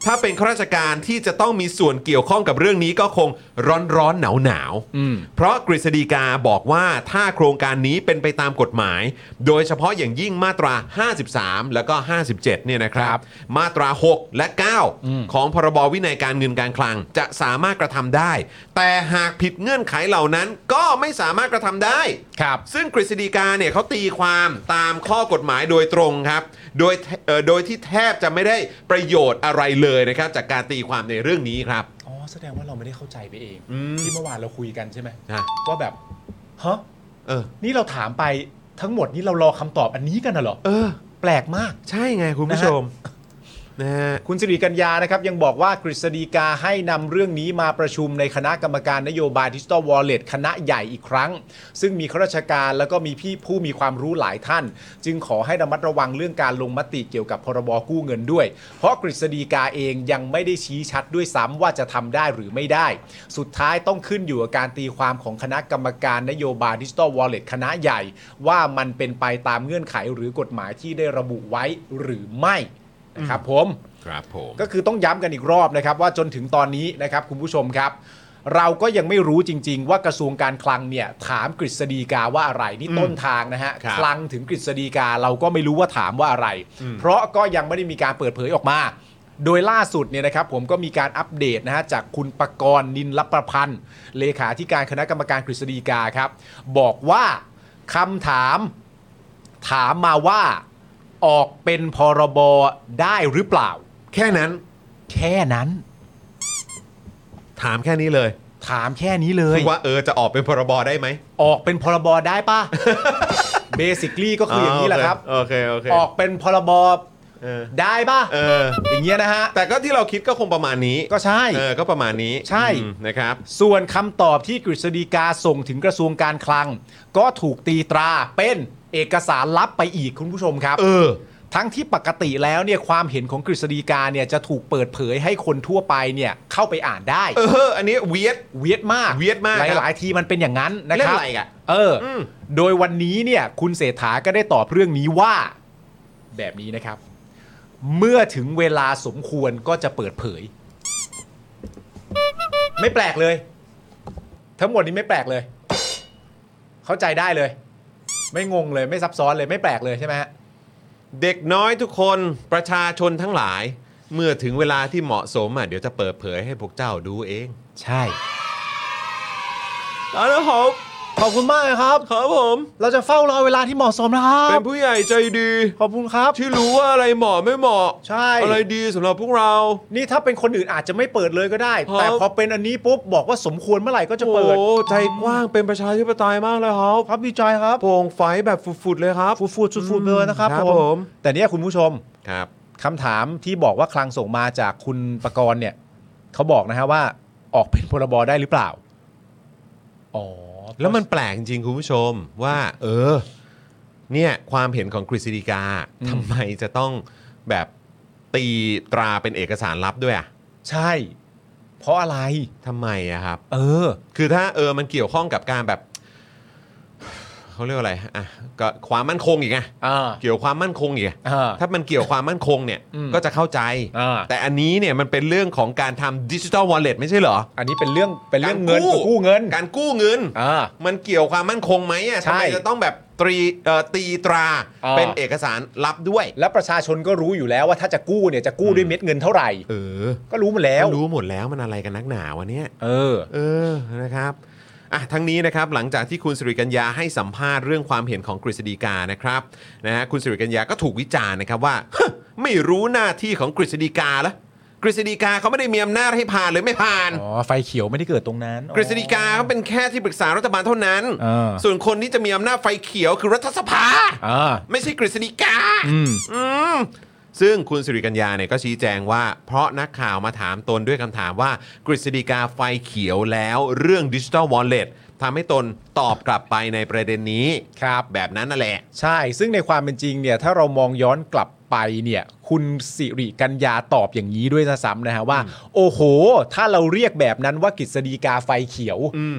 S1: ถ้าเป็นข้าราชการที่จะต้องมีส่วนเกี่ยวข้องกับเรื่องนี้ก็คงร้อนร้อนหนาวหนาวๆ
S2: อืม
S1: เพราะกฤษฎีกาบอกว่าถ้าโครงการนี้เป็นไปตามกฎหมาย โดยเฉพาะอย่างยิ่งมาตรา 53 แล้วก็ 57 เนี่ยนะครับ มาตรา 6 และ 9 ของพรบวินัยการเงินการคลังจะสามารถกระทำได้ แต่หากผิดเงื่อนไขเหล่านั้นก็ไม่สามารถกระทำได้
S2: ครับ
S1: ซึ่งกฤษฎีกาเนี่ยเขาตีความตามข้อกฎหมายโดยตรงครับ โดยเอ่อโดยที่แทบจะไม่ได้ประโยชน์อะไรเลยนะครับ จากการตีความในเรื่องนี้ครับ
S2: อ๋อแสดงว่าเราไม่ได้เข้าใจไปเอง
S1: อืม
S2: ที่เมื่อวานเราคุยกันใช่ไหม
S1: นะ
S2: ว่าแบบฮะ
S1: เออ
S2: นี่เราถามไปทั้งหมดนี่เรารอคำตอบอันนี้กันน่ะเหรอ
S1: เออ
S2: แปลกมาก
S1: ใช่ไงคุณผู้ชมนะฮะ
S2: คุณสิริกัญญานะครับยังบอกว่ากฤษฎีกาให้นำเรื่องนี้มาประชุมในคณะกรรมการนโยบายดิจิ t a ลวอลเล็ตคณะใหญ่อีกครั้ง ซึ่งมีข้าราชการแล้วก็มีพี่ผู้มีความรู้หลายท่าน จึงขอให้ระมัดระวังเรื่องการลงมติเกี่ยวกับพรบกู้เงินด้วย เพราะกฤษฎีกาเองยังไม่ได้ชี้ชัดด้วยซ้ำว่าจะทำได้หรือไม่ได้ สุดท้ายต้องขึ้นอยู่กับการตีความของคณะกรรมการนโยบายดิจิ t a ลวอลเล็ตคณะใหญ่ ว่ามันเป็นไปตามเงื่อนไขหรือกฎหมายที่ได้ระบุไว้หรือไม่นะครับผม
S1: ครับผม
S2: ก็คือต้องย้ำกันอีกรอบนะครับ ว่าจนถึงตอนนี้นะครับคุณผู้ชมครับ เราก็ยังไม่รู้จริง ๆ ว่ากระทรวงการคลังเนี่ยถามกฤษฎีกาว่าอะไรนี่ต้นทางนะฮะ
S1: ครับ
S2: ลังถึงกฤษฎีกาเราก็ไม่รู้ว่าถามว่าอะไร เพราะก็ยังไม่ได้มีการเปิดเผยออกมา โดยล่าสุดเนี่ยนะครับผมก็มีการอัปเดตนะฮะจากคุณประกรณ์นินลประพันธ์ เลขาธิการคณะกรรมการกฤษฎีกาครับ บอกว่าคำถามถามมาว่าออกเป็นพรบได้หรือเปล่า
S1: แค่นั้น
S2: แค่นั้น
S1: ถามแค่นี้เลย
S2: ถามแค่นี้เลย
S1: ว่าเออจะออกเป็นพรบได้ไหม
S2: ออกเป็นพรบได้ ป่ะ เบสิคลี่ก็คืออย่างนี้แหละครับ
S1: โอเคโอเค
S2: อ
S1: โอ
S2: อก
S1: เค
S2: เป็นพรบ
S1: เออ
S2: ได้ป่ะ
S1: เออ
S2: อย่างเงี้ยนะฮะ
S1: แต่ก็ที่เราคิดก็คงประมาณนี้
S2: ก็ใช่
S1: เออก็ประมาณนี้
S2: ใช่
S1: อืมนะครับ
S2: ส่วนคำตอบที่กฤษฎีกาส่งถึงกระทรวงการคลัง ก็ถูกตีตราเป็นเอกสารลับไปอีกคุณผู้ชมครับ
S1: เออ
S2: ทั้งที่ปกติแล้วเนี่ยความเห็นของกฤษฎีกาเนี่ยจะถูกเปิดเผยให้คนทั่วไปเนี่ยเข้าไปอ่านได้
S1: เออ อันนี้เวียด
S2: เวียดมาก
S1: เวียดมาก
S2: หลาย ๆ ทีมันเป็นอย่างนั้นนะ
S1: เล่
S2: คนรับ
S1: อะไรอีกอะ
S2: เอออ
S1: ม
S2: โดยวันนี้เนี่ยคุณเศรษฐาก็ได้ตอบเรื่องนี้ว่า แบบนี้นะครับ เมื่อถึงเวลาสมควรก็จะเปิดเผย ไม่แปลกเลย ทั้งหมดนี้ไม่แปลกเลย เข้าใจได้เลย ไม่งงเลยไม่ซับซ้อนเลยไม่แปลกเลยใช่ไหมฮะ
S1: เด็กน้อยทุกคนประชาชนทั้งหลาย เมื่อถึงเวลาที่เหมาะสมอ่ะเดี๋ยวจะเปิดเผยให้พวกเจ้าดูเอง
S2: ใช่
S1: เอาละครับ
S2: ขอบคุณมากเลยครับ
S1: ครับผม
S2: เราจะเฝ้ารอเวลาที่เหมาะสมนะครั
S1: เป็น
S2: บ
S1: ผู้ใหญ่ใจดี
S2: ขอบคุณครับ
S1: ที่รู้ว่าอะไรเหมาะไม่เหมาะ
S2: ใช่
S1: อะไรดีสำหรับพวกเรา
S2: นี่ถ้าเป็นคนอื่นอาจจะไม่เปิดเลยก็ได้
S1: ครับ
S2: แต่พอเป็นอันนี้ปุ๊บบอกว่าสมควรเมื่อไหร่ก็จะเปิด
S1: โอ้ใจกว้างเป็นประชาธิปไตยมากเลยครับ
S2: ครับดีใจครับ
S1: โปร่งไฟแบบฝุดๆเลยครับ
S2: ฟูดฟูดสุดฟูดเลยนะครับ
S1: ครับผม
S2: แต่เนี่ยคุณผู้ชม
S1: ครับ
S2: คำถามที่บอกว่าคลังส่งมาจากคุณประกรณ์เนี่ยเขาบอกนะฮะว่าออกเป็นพรบได้หรือเปล่าอ๋อ
S1: แล้วมันแปลกจริงๆคุณผู้ชมว่า เออ เนี่ยความเห็นของกฤษฎีกาทำไมจะต้องแบบตีตราเป็นเอกสารลับด้วยอ่ะ
S2: ใช่ เพราะอะไร
S1: ทำไมอะครับ
S2: เออ
S1: คือถ้าเออมันเกี่ยวข้องกับการแบบ เขาเรียกว่าอะไรอ่ะก็ความมั่นคงอีกไง
S2: อ่า
S1: เกี่ยวความมั่นคงอีกไง
S2: อ่า
S1: ถ้ามันเกี่ยวความมั่นคงเนี่ย
S2: อืม
S1: ก็จะเข้าใจ
S2: อ่า
S1: แต่อันนี้เนี่ยมันเป็นเรื่องของการทำดิจิ t a ลวอลเล็ตไม่ใช่เหรอ
S2: อันนี้เป็นเรื่องเป็นเรื่องเงิน
S1: การกู้
S2: กู้เงิน
S1: การกู้เงิน
S2: อ่า
S1: มันเกี่ยวความมั่นคงไหมอะ
S2: ใช่
S1: ทำไมจะต้องแบบตรีเอ่อตีตรา
S2: อ่า
S1: เป็นเอกสารลับด้วย
S2: แล้วประชาชนก็รู้อยู่แล้วว่าถ้าจะกู้เนี่ยจะกู้ด้วยเม็ดเงินเท่าไหร่
S1: เออ
S2: ก็รู้มาแล้ว
S1: ก็รู้หมดแล้วมันอะไรกันนักหนาวะเนี่ย
S2: เออ
S1: เออ นะครับ อ่ะ ทั้งนี้นะครับ หลังจากที่คุณสิริกัญญาให้สัมภาษณ์เรื่องความเห็นของกฤษฎีกานะครับ นะฮะ คุณสิริกัญญาก็ถูกวิจารณ์นะครับว่า ไม่รู้หน้าที่ของกฤษฎีกาละกฤษฎีกาเขาไม่ได้มีอำนาจให้ผ่านหรือไม่ผ่าน
S2: อ๋อ ไฟเขียวไม่ได้เกิดตรงนั้น
S1: กฤษฎีกาเขาเป็นแค่ที่ปรึกษารัฐบาลเท่านั้น
S2: เออ
S1: ส่วนคนที่จะมีอำนาจไฟเขียวคือรัฐสภา
S2: อ่า
S1: ไม่ใช่กฤษฎีกา
S2: อืม
S1: อืมซึ่งคุณสิริกัญญาเนี่ยก็ชี้แจงว่า เพราะนักข่าวมาถามตนด้วยคำถามว่ากฤษฎีกาไฟเขียวแล้วเรื่องดิจิทัลวอลเล็ตทำให้ตนตอบกลับไปในประเด็นนี้
S2: ครับ
S1: แบบนั้นนั่นแหละ
S2: ใช่ ซึ่งในความเป็นจริงเนี่ย ถ้าเรามองย้อนกลับไปเนี่ย คุณสิริกัญญาตอบอย่างนี้ด้วยนะซ้ำนะฮะว่า โอ้โห ถ้าเราเรียกแบบนั้นว่ากฤษฎีกาไฟเขียว
S1: อืม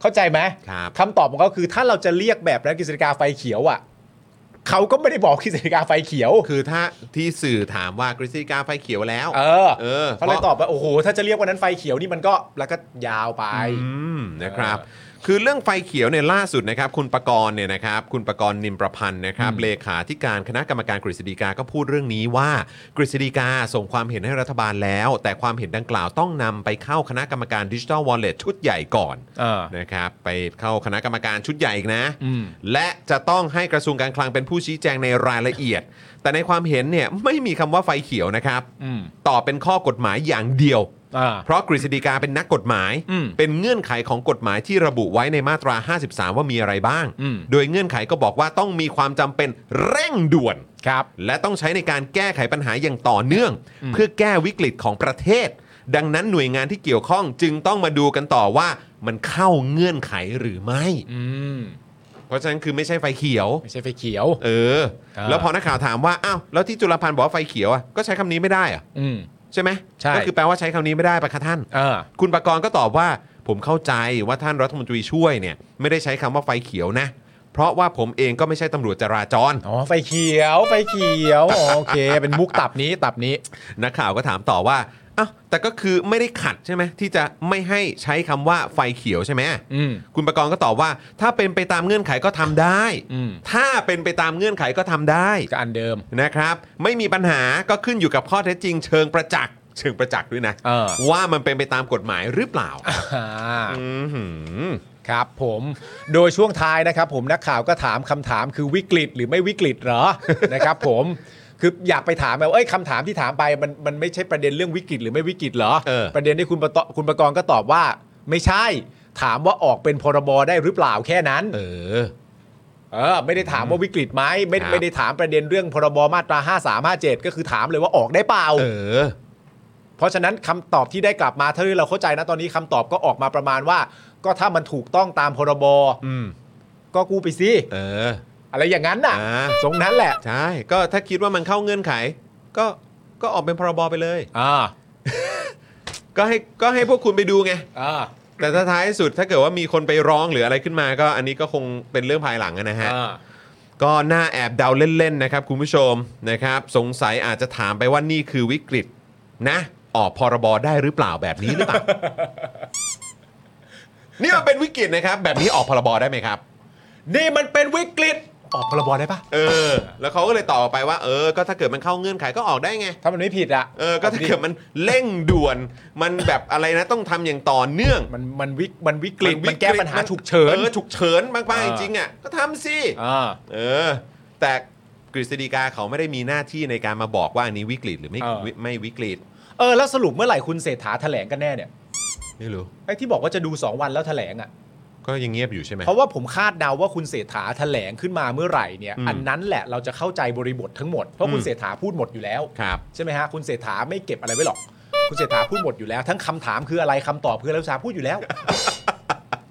S2: เข้าใจไหม
S1: ครับ
S2: คำตอบของเขาคือถ้าเราจะเรียกแบบนั้นกฤษฎีกาไฟเขียวอ่ะ เขาก็ไม่ได้บอกกฤษฎีกาไฟเขียว
S1: คือถ้าที่สื่อถามว่ากฤษฎีกาไฟเขียวแล้ว
S2: เออ
S1: เออ
S2: เขาเลยตอบว่าโอ้โห ถ้าจะเรียกว่านั้นไฟเขียวนี่มันก็แล้วก็ยาวไป
S1: อืมนะครับ คือเรื่องไฟเขียวเนี่ยล่าสุดนะครับ คุณประกรณ์เนี่ยนะครับ คุณประกรณ์นิมประพันธ์นะครับ เลขาธิการคณะกรรมการกฤษฎีกาก็พูดเรื่องนี้ว่ากฤษฎีกาส่งความเห็นให้รัฐบาลแล้ว แต่ความเห็นดังกล่าวต้องนำไปเข้าคณะกรรมการดิจิทัลวอลเล็ตชุดใหญ่ก่อน
S2: เออ
S1: นะครับ ไปเข้าคณะกรรมการชุดใหญ่อีกนะ
S2: อืม
S1: และจะต้องให้กระทรวงการคลังเป็นผู้ชี้แจงในรายละเอียด แต่ในความเห็นเนี่ยไม่มีคำว่าไฟเขียวนะครับ
S2: อืม
S1: ต่อเป็นข้อกฎหมายอย่างเดียว
S2: อ่า
S1: เพราะกฤษฎีกาเป็นนักกฎหมาย
S2: อืม
S1: เป็นเงื่อนไขของกฎหมายที่ระบุไว้ในมาตรา 53 ว่ามีอะไรบ้าง
S2: อืม
S1: โดยเงื่อนไขก็บอกว่าต้องมีความจำเป็นเร่งด่วน
S2: ครับ
S1: และต้องใช้ในการแก้ไขปัญหาอย่างต่อเนื่อง เพื่อแก้วิกฤตของประเทศ ดังนั้นหน่วยงานที่เกี่ยวข้องจึงต้องมาดูกันต่อว่ามันเข้าเงื่อนไขหรือไม่
S2: อืม
S1: เพราะฉะนั้นคือไม่ใช่ไฟเขียว
S2: ไม่ใช่ไฟเขียว
S1: เออ
S2: อ่า
S1: แล้วพอนักข่าวถามว่าอ้าวแล้วที่จุลพันธ์บอกว่าไฟเขียวอ่ะก็ใช้คำนี้ไม่ได้เหรอ่ะ
S2: อืม
S1: ใช่ไหม
S2: ใช่
S1: ก็คือแปลว่าใช้คำนี้ไม่ได้ปะคะท่าน
S2: อ่า
S1: คุณประกรณ์ก็ตอบว่าผมเข้าใจว่าท่านรัฐมนตรีช่วยเนี่ย ไม่ได้ใช้คำว่าไฟเขียวนะ เพราะว่าผมเองก็ไม่ใช่ตำรวจจราจร
S2: อ๋อ ไฟเขียว ไฟเขียว โอเค เป็นมุกตับนี้ ตับนี้
S1: นักข่าวก็ถามต่อว่า อ้าวแต่ก็คือไม่ได้ขัดใช่ไหมที่จะไม่ให้ใช้คำว่าไฟเขียวใช่ไหม
S2: อืม
S1: คุณประกรณ์ก็ตอบว่า ถ้าเป็นไปตามเงื่อนไขก็ทำได้
S2: อืม
S1: ถ้าเป็นไปตามเงื่อนไขก็ทำได้
S2: ก็อันเดิม
S1: นะครับไม่มีปัญหาก็ขึ้นอยู่กับข้อเท็จจริงเชิงประจักษ์เชิงประจักษ์ด้วยนะ
S2: เออ
S1: ว่ามันเป็นไปตามกฎหมายหรือเปล่า
S2: อ่า
S1: อืม
S2: ครับผมโดยช่วงท้ายนะครับ ผมนักข่าวก็ถามคำถามคือวิกฤตหรือไม่วิกฤตเหรอ นะครับผมคืออยากไปถามแบบเอ้ยคำถามที่ถามไปมันมันไม่ใช่ประเด็นเรื่องวิกฤตหรือไม่วิกฤตเหรอประเด็นที่คุณประตคุณประกรณ์ก็ตอบว่า ไม่ใช่ ถามว่าออกเป็นพรบได้หรือเปล่าแค่นั้น
S1: เออ
S2: เออไม่ได้ถามว่าวิกฤตไหมไม่
S1: ครับ
S2: ไม่ได้ถามประเด็นเรื่องพรบมาตรา 5 3 5 7 ก็คือถามเลยว่าออกได้เปล่า
S1: เออ
S2: เพราะฉะนั้นคำตอบที่ได้กลับมาเท่าที่เราเข้าใจนะตอนนี้คำตอบก็ออกมาประมาณว่า ก็ถ้ามันถูกต้องตามพรบ
S1: อืม
S2: ก็กูไปสิ
S1: เออ
S2: อะไรอย่างนั้นน่ะ
S1: อ่า
S2: ทรงนั้นแหละ
S1: ใช่ก็ถ้าคิดว่ามันเข้าเงื่อนไข ก็ก็ออกเป็นพรบไปเลย
S2: อ่า
S1: ก็ให้ก็ให้พวกคุณไปดูไง
S2: อ่า
S1: แต่ถ้าท้ายสุดถ้าเกิดว่ามีคนไปร้องหรืออะไรขึ้นมา ก็อันนี้ก็คงเป็นเรื่องภายหลังอะนะฮะ
S2: อ่า
S1: ก็น่าแอบเดาเล่น ๆ นะครับ คุณผู้ชมนะครับ สงสัยอาจจะถามไปว่านี่คือวิกฤตนะ ออกพรบได้หรือเปล่าแบบนี้หรือเปล่า นี่มันเป็นวิกฤตนะครับ แบบนี้ออกพรบได้ไหมครับ
S2: นี่มันเป็นวิกฤตออกพรบได้ปะ
S1: เออ แล้วเขาก็เลยตอบไปว่า เออ ก็ถ้าเกิดมันเข้าเงื่อนไขก็ออกได้ไง
S2: ถ้ามันไม่ผิดอะ
S1: เออ ก็ถ้าเกิดมันเร่งด่วน มันแบบอะไรนะต้องทำอย่างต่อเนื่อง
S2: มันมันวิกมันวิกฤต
S1: วิ
S2: มันแก้ปัญหาฉุกเฉิน
S1: เออฉุกเฉินมากๆ
S2: เอ
S1: จ
S2: อ
S1: ริงๆอ่ะก็ทำสิ
S2: อ่า
S1: เออ แต่กฤษฎีกาเขาไม่ได้มีหน้าที่ในการมาบอกว่าอันนี้วิกฤตหรือไม่
S2: เออ
S1: วิไม่วิกฤต
S2: เออแล้วสรุปเมื่อไหร่คุณเศรษฐาแถลงกันแน่เนี่ย
S1: ไม่รู้
S2: ไอ้ที่บอกว่าจะดู 2 วันแล้วแถลงอะ
S1: ก็ยังเงียบอยู่ใช่ไหม
S2: เพราะว่าผมคาดเดาว่าคุณเศรษฐาแถลงขึ้นมาเมื่อไหร่เนี่ย
S1: อืม
S2: อันนั้นแหละเราจะเข้าใจบริบททั้งหมดเพราะคุ
S1: อื
S2: ณ
S1: ม
S2: เศรษฐาพูดหมดอยู่แล้ว
S1: ครับ
S2: ใช่ไหมฮะคุณเศรษฐาไม่เก็บอะไรไว้หรอก คุณเศรษฐาพูดหมดอยู่แล้ว ทั้งคำถามคืออะไรคำตอบคืออะไรคุณเศรษฐาพูดอยู่แล้ว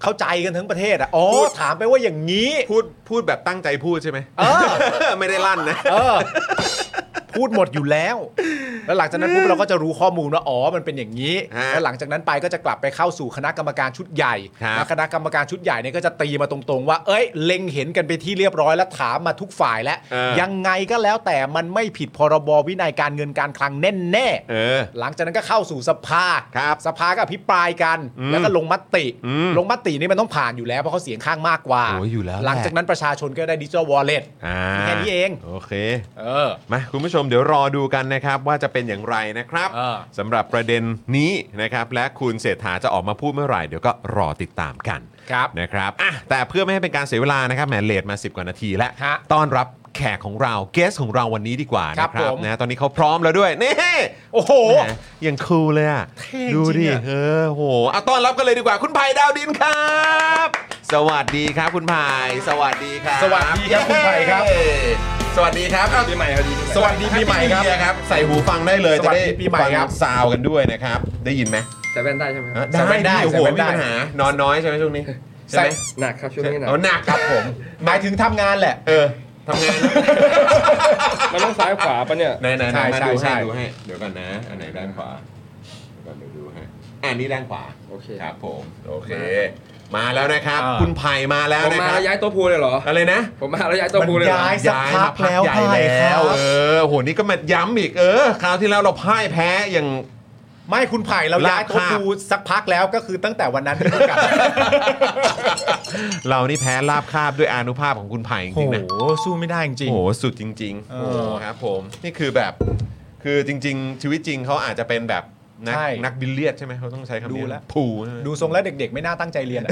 S2: เข้าใจกันทั้งประเทศอ่ะอ๋อ
S1: พูด
S2: ถามไปว่าอย่างนี้
S1: พูดพูดแบบตั้งใจพูดใช่ไหม
S2: เออ
S1: ไม่ได้ลั่นนะ
S2: เออ พูดหมดอยู่แล้ว แล้วหลังจากนั้นปุ๊บเราก็จะรู้ข้อมูลว่าอ๋อมันเป็นอย่างนี้
S1: ฮะ
S2: แล้วหลังจากนั้นไปก็จะกลับไปเข้าสู่คณะกรรมการชุดใหญ่
S1: ครับ
S2: และคณะกรรมการชุดใหญ่เนี่ยก็จะตีมาตรงๆ ว่า เอ้ย เล็งเห็นกันไปที่เรียบร้อยแล้วถามมาทุกฝ่ายแล้วยังไงก็แล้วแต่มันไม่ผิดพรบวินัยการเงินการคลังแน่ๆ
S1: เออ
S2: หลังจากนั้นก็เข้าสู่สภา
S1: ครับ
S2: สภาก็อภิปรายกัน
S1: อืม
S2: แล้วก็ลงมติ
S1: อืม
S2: ลงมตินี่มันต้องผ่านอยู่แล้วเพราะเขาเสียงข้างมากกว่า
S1: โอ้ยอยู่แล้วแหละ
S2: หลังจากนั้นประชาชนก็ได้ดิจิทัลวอลเล็ต
S1: อ่า
S2: แค่นี้เอง
S1: โอเค
S2: เออ
S1: มาคุณผู้ชมเดี๋ยวรอดูกันนะครับ ว่าจะเป็นอย่างไรนะครับ
S2: เออ
S1: สำหรับประเด็นนี้นะครับ และคุณเศรษฐาจะออกมาพูดเมื่อไหร่เดี๋ยวก็รอติดตามกัน
S2: ครับ
S1: นะครับอ่ะแต่เพื่อไม่ให้เป็นการเสียเวลานะครับแหมเลทมา 10 กว่านาทีแล้ว
S2: ฮะ
S1: ต้อนรับแขกของเราเกสของเราวันนี้ดีกว่า
S2: ครั
S1: นะ
S2: บ
S1: ครับ
S2: ผม
S1: นะตอนนี้เขาพร้อมแล้วด้วย นี่
S2: โอ้โห
S1: แหมอย่างคูลเลยอ่ะ
S2: เท่จริง
S1: ดูดิ
S2: อะ
S1: เออโหเอาต้อนรับกันเลยดีกว่าคุณไผ่ดาวดินครับ สวัสดีครับคุณไผ่สวัสดีครับ
S2: สวัสดีครับคุณไผ่ครับ
S1: เย้สวัสดีครับเอา
S3: ปีใหม่ครับดีปีใหม่
S2: สวัสดีปีใหม่ครั
S1: ส
S2: บ
S1: วัสดีครับ ใส่หูฟังได้เลย
S2: ส
S1: จะ
S2: วัสดี
S1: ได้
S2: ปีใหม่ครับ
S1: ซาวกันด้วยนะครับ ได้ยินไหม
S3: แต่แว่นได้ใช่ไหมครั
S1: ฮะ
S3: บ
S2: ใส่แว่นได้
S1: โอ้โห
S2: ใส่แว่
S1: ไม่
S2: น
S1: มี
S2: ได้
S1: ปัญหานอนน้อยใช่ไหมช่วงนี้ใช่
S2: ใส่
S1: ไหม
S3: หนักครับช่วงนี้หนัก
S1: เอาหนักครับผม
S2: หมายถึงทำงานแหละ
S1: เออทำงาน นะ
S3: มันต้องซ้ายขวาปะเนี่ย
S1: ไหนไหนไหน
S2: ใช่
S1: มา
S2: ใช่
S1: ดู
S2: ใช่
S1: ให้ดูให้ เดี๋ยวก่อนนะ อันไหนด้านขวาเดี๋ยวก่อนเดี๋ยวดูให้อันนี้ด้านขวา
S3: โอเค
S1: ครับผม โอเค มาแล้วนะครับ
S2: อ่า
S1: คุณไผ่มาแล้ว
S3: ผม
S1: นะ
S3: มา
S1: ครับ
S3: แล้วย้ายโต๊ะพูลเลยเหรอ
S1: อะไรนะ
S3: ผมมาแล้วย้ายโต๊ะพูลเลยเหรอ
S2: มันย้าย สักพัก
S1: ย้ายมา
S2: แล้ว
S1: ใหญ่
S2: ไผ่
S1: แล้
S2: ครั
S1: ว
S2: บ
S1: เออโหนี่ก็มาย้ำอีกเออคราวที่แล้วเราพ่ายแพ้อย่าง
S2: ไม่คุณไผ่เราย้าย
S1: ลาก
S2: โต๊ะ
S1: คาบ
S2: ดูสักพักแล้วก็คือตั้งแต่วันนั้นที่เพิ่งกลับ
S1: เรานี่แพ้ลาบคาบด้วยอานุภาพของคุณไผ่จ
S2: โอ้
S1: ริง
S2: โห
S1: ๆนะ
S2: สู้ไม่ได้จริง
S1: โอ้โหสุดจริงๆ
S2: เอ
S1: โอ้
S2: อ
S1: โหครับผมนี่คือแบบคือจริง ๆ ชีวิตจริงเขาอาจจะเป็นแบบนัก
S2: ใช่
S1: นักบิลเลียดใช่ไหมเขาต้องใช้คำนี้
S2: ดูแล้ว
S1: ผู
S2: ๆดูทรงแล้วเด็ก ๆ ไม่น่าตั้งใจเรียนอะ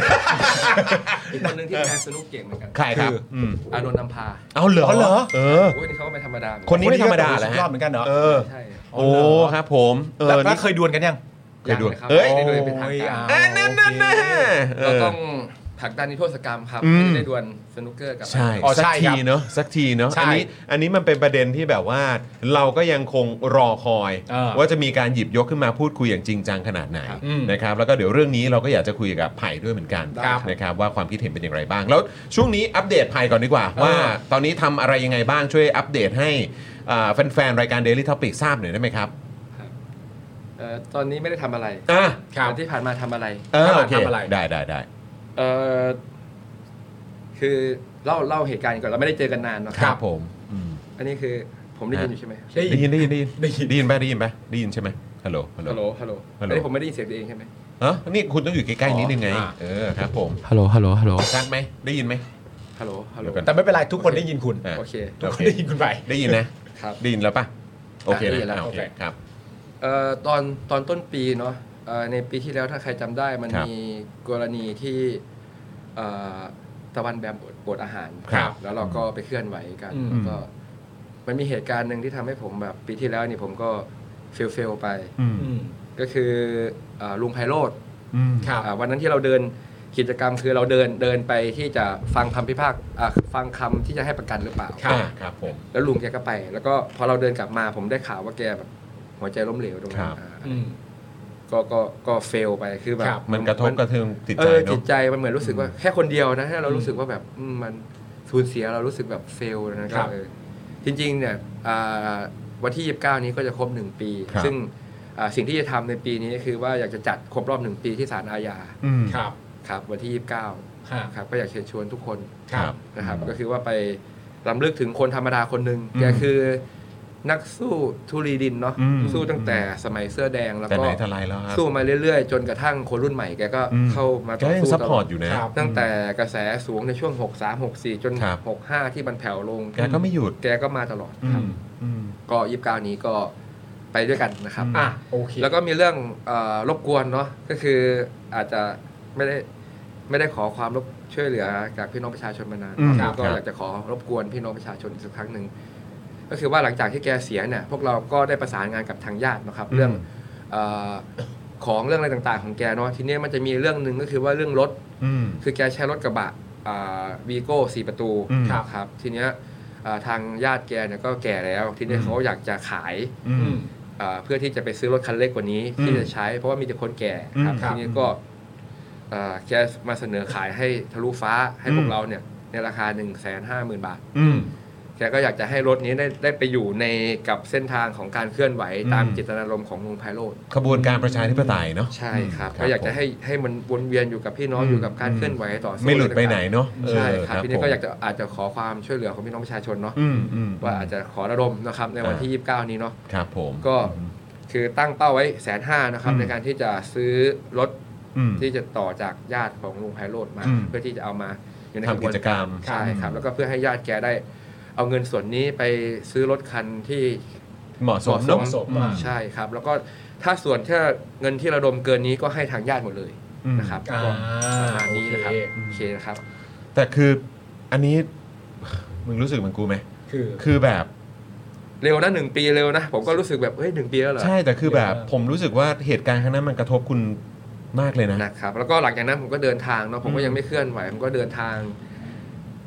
S3: อีกคนหนึงที่แทงสนุกเก่งเหมือนกัน
S1: ใครครับ
S2: คืออื
S1: ม
S3: อานนท์นำพา
S1: เอาเหรอ
S2: อ๋อเหรอ
S1: เออ
S3: โอ้ยนี่เขาก็ไม่ธรรมดาเหมือกั
S1: คนนี้ไม่ธรรมดา
S2: คนนี้
S1: แล้ว
S2: ก็สุดยอดเหมือนกันเหรอ
S1: เออ
S3: ใช่
S1: โอ้ครับผม เอ
S2: แล้
S1: อ
S2: วแล้ว
S1: นี่
S2: เคยดวลกันยัง
S1: เคยดู
S3: งนะครับ
S1: เอ้ย
S3: ไม่ได้ดูเป็นทางการ
S2: โอ้ย
S1: อ่ะนั่นนั่นนะเอ
S3: เรา
S1: อ
S3: ต้องผลักดันนิโทษกรรมครับ
S1: อืม
S3: ไม่ได้ดวลสนุกเกอร์กับ
S1: ใช่
S2: อ๋อ
S1: สั
S2: ใช่
S1: ก
S2: ครั
S1: ที
S2: บ
S1: เนอะสักทีเนอะอั
S2: ใช่
S1: นนี้อันนี้มันเป็นประเด็นที่แบบว่า เราก็ยังคงรอคอย
S2: เออ
S1: ว่าจะมีการหยิบยกขึ้นมาพูดคุยอย่างจริงจังขนาดไหน
S2: อืม
S1: นะครับแล้วก็เดี๋ยวเรื่องนี้เราก็อยากจะคุยกับไผ่ด้วยเหมือนกัน
S2: ครับ
S1: นะครับว่าความคิดเห็นเป็นอย่างไรบ้าง แล้วช่วงนี้อัปเดตไผ่ก่อนดีกว่า ว่าตอนนี้ทำอะไรยังไงบ้างช่วยอัปเดตให้อ่าแฟนๆรายการ Daily Topic ทราบหน่อยได้ไหมครับ
S3: เอ่อตอนนี้ไม่ได้ทำอะไร
S1: อ่ะ
S2: ครับ
S3: วันที่ผ่านมาทำอะไร
S1: เออโอเค
S2: ทำอะไร
S1: ได้ได้ได้
S3: เออคือเล่าเล่าเหตุการณ์ก่อนเราไม่ได้เจอกันนานเนาะ
S1: ครับผมอืม
S3: อันนี้คือผมได้ยิน
S1: ฮะ
S3: อยู่ใช่ไหม
S1: ได้ยินได้ยินได้ยินได้ยินไปะได้ยินไปะได้ยินใช่ไหม ฮัลโหลฮัลโหล
S3: ฮัลโหล
S1: ฮั
S3: ฮัลโหล
S1: ลโหล
S3: เอ้ยผมไม่ได้ยินเสียงตัวเองใช่ไหม
S1: ฮะนี่คุณต้องอยู่ใกล้ๆนิดนึงไง
S2: อ๋ออ่ะ
S1: เออครับผม
S3: ฮัลโหลฮัลโหลฮัลโหล
S1: ชัดไหมได้ยินไหม
S3: ฮัลโหลฮัลโหล
S1: เดี๋ยวก่อน
S2: แต่ไม่เป็นไรทุกคนได้ยินคุณ
S1: อ่ะ
S3: โอเค
S2: ทุก
S1: โอ
S2: ค
S1: เคน
S2: ได้ยินคุณไป
S1: ได้ยินนะ
S3: ครับ
S1: ได้ยินแล้วป่ะ โอเค
S3: ได้ยินแล้
S1: นะ
S3: ว
S1: อ่ะโอเค
S2: โอเค
S1: ครับ
S3: เอ่อตอนตอนต้นปีเนาะเอ่อในปีที่แล้วถ้าใครจำได้มัน
S1: ครับ
S3: มีกรณีที่เอ่อตะวันแบมอดอดอาหาร
S1: ครับ
S3: แล้วเราก็ไปเคลื่อนไหวกัน
S2: อืม
S3: แล้วก็มันมีเหตุการณ์หนึ่งที่ทำให้ผมแบบปีที่แล้วนี่ผมก็เฟลเฟลไป
S2: อืม
S3: ก็คือเอ่อลุงไพโรธ
S2: ครับ
S3: อ่าวันนั้นที่เราเดินกิจกรรมคือเราเดินเดินไปที่จะฟังคำพิพากอ่าฟังคำที่จะให้ประกันหรือเปล่า
S2: ครับ
S1: อ่ะครับผม
S3: แล้วลุงแกก็ไป แล้วก็พอเราเดินกลับมาผมได้ข่าวว่าแกแบบหัวใจล้มเหลวตรงนั้
S1: ครับ
S3: นอ่า
S2: อืม
S3: ก็ก็ก็เฟลไปคือแบบ
S2: ครับ
S1: มันกระทบกระเทือนจิตใจ
S3: เออ
S1: เน
S3: จิ
S1: อะ
S3: ตใจมันเหมือนรู้สึกว่าแค่คนเดียวนะถ้าเรารู้สึกว่าแบบอืมมันสูญเสียเรารู้สึกแบบเฟลนะค
S2: ครั
S3: รับบ เออจริงๆเนี่ยอ่าวันที่ 29 นี้ก็จะครบหนึ่งปี
S1: ครับ
S3: ซึ่งอ่าสิ่งที่จะทำในปีนี้คือว่าอยากจะจัดครบรอบหนึ่งปีที่ศาลอาญา
S1: อืม
S2: ครับ
S3: ครับวันที่
S2: ฮะ
S3: 29ครับก็อยากเชิญชวนทุกคน
S2: ครับ
S3: นะครับก็คือว่าไปลำลึกถึงคนธรรมดาคนหนึ่ง
S1: อืม
S3: แกคือนักสู้ทุรีดินเนาะ
S1: อืม
S3: สู้ตั้งแต่สมัยเสื้อแดงแล้ว
S1: แต่
S3: ก็
S1: ไหนแต่ไรแล้วครับ
S3: สู้มาเรื่อยๆ จนกระทั่งคนรุ่นใหม่แกก็
S1: อืม
S3: เข้ามา
S1: ก็
S3: ต่อ
S1: ยัง
S3: สู้
S1: ซัพ
S3: ต
S1: พอ
S3: ล
S1: ร์ต
S3: อด
S1: อยู่นะ
S2: ครับ
S3: ตั้งแต่กระแสสูงในช่วง 63 64 จน
S1: ครับ
S3: 65 ที่มันแผ่วลง
S1: แกก็ไม่หยุด
S3: แกก็มาตลอดครับ
S1: อืม
S3: ก็29 นี้ก็ไปด้วยกันนะครับ
S1: อืม
S2: อ่ะโอเค
S3: แล้วก็มีเรื่องเอ่อรบกวนเนาะก็คืออาจจะไม่ได้ไม่ได้ขอความรบช่วยเหลือจากพี่น้องประชาชนมานาน
S1: อืม
S3: ค
S1: ค
S3: รับ
S1: รับ
S3: ก็อยากจะขอรบกวนพี่น้องประชาชนอีกสักครั้งหนึ่งก็คือว่าหลังจากที่แกเสียเนี่ยพวกเราก็ได้ประสานงานกับทางญาตินะครับเรื่อง เออของเรื่องอะไรต่างๆของแกเนาะทีเนี้ยมันจะมีเรื่องหนึ่งก็คือว่าเรื่องรถ
S1: อืม
S3: คือแกใช้รถกระบะวีโก้สี่ประตู
S1: อืม
S2: ครับ
S3: ครับทีเนี้ยอ่าทางญาติแกเนี่ยก็แก่แล้ว ทีเนี้ยเขาอยากจะขาย
S1: อื
S2: อื
S1: ม
S2: ม
S3: อ่าเพื่อที่จะไปซื้อรถคันเล็กกว่านี้
S1: อืม
S3: ที่จะใช้ เพราะว่ามีแต่คนแก่ครับ
S1: อืมครับ
S3: ทีนี้ก็อ่าแกมาเสนอขายให้ทะลุฟ้าให้พว
S1: อื
S3: ก
S1: ม
S3: เราเนี่ยในราคา 1 5 0 0 0 0 บาท
S1: อืม
S3: แกก็อยากจะให้รถนี้ได้ได้ไปอยู่ในกับเส้นทางของการเคลื่อนไหวตาม
S1: อืม
S3: เจตนารมณ์ของลุงไพโรธ
S1: ขบวนการประชาธิปไตยเนาะ
S3: ใช่ครับ
S1: ม
S3: ก็อยากจะให้ให้มันวนเวียนอยู่กับพี่น้อง
S1: ม
S3: อยู่กับการเคลื่อนไหวต่อสู้
S1: ไม่หลุดไปไหนเนาะเออ
S3: ใช่ครับทีนี้ก็อยาก
S1: ผม
S3: จะอาจจะขอความช่วยเหลือของพี่น้องประชาชนเนาะ
S1: อืมอืม
S3: ว่าอาจจะขอระดมนะครับในวัน
S1: อ่า
S3: ที่ 29 นี้เนาะ
S1: ครับผม
S3: ก็ คือตั้งเป้าไว้แสนห้านะครับในการที่จะซื้อรถ
S1: อืม
S3: ที่จะต่อจากญาติของลุงไพโรธมา
S1: อืม
S3: เพื่อที่จะเอามาอยู่ใน
S1: ทำกิจกรรม
S3: ใช่ครับแล้วก็เพื่อให้ญาติแกได้เอาเงินส่วนนี้ไปซื้อรถคันที่
S1: เหมาะสม
S3: เหมาะสม
S1: เนอะ
S2: อ่า
S3: ใช่ครับ แล้วก็ถ้าส่วนถ้าเงินที่ระดมเกินนี้ก็ให้ทางญาติหมดเลย
S1: อืม
S3: นะครับ
S2: อ่า
S3: ก็ ประมาณนี้นะครับ
S2: โอเ
S3: โอเคนะครับ
S1: แต่คืออันนี้ มึงรู้สึกเหมือนกูไหม
S2: คือ
S1: คือแบบ
S3: เร็วนะหนึ่งปีเร็วนะ ผมก็รู้สึกแบบเฮ้ยหนึ่งปีแล้วเหรอ
S1: ใช่แต่คือแบบผมรู้สึกว่าเหตุการณ์ครั้งนั้นมันกระทบคุณมากเลยนะ
S3: นะครับแล้วก็หลังจากนั้นผมก็เดินทางเนาะผมก็ยังไม่เคลื่อนไหว ผมก็เดินทาง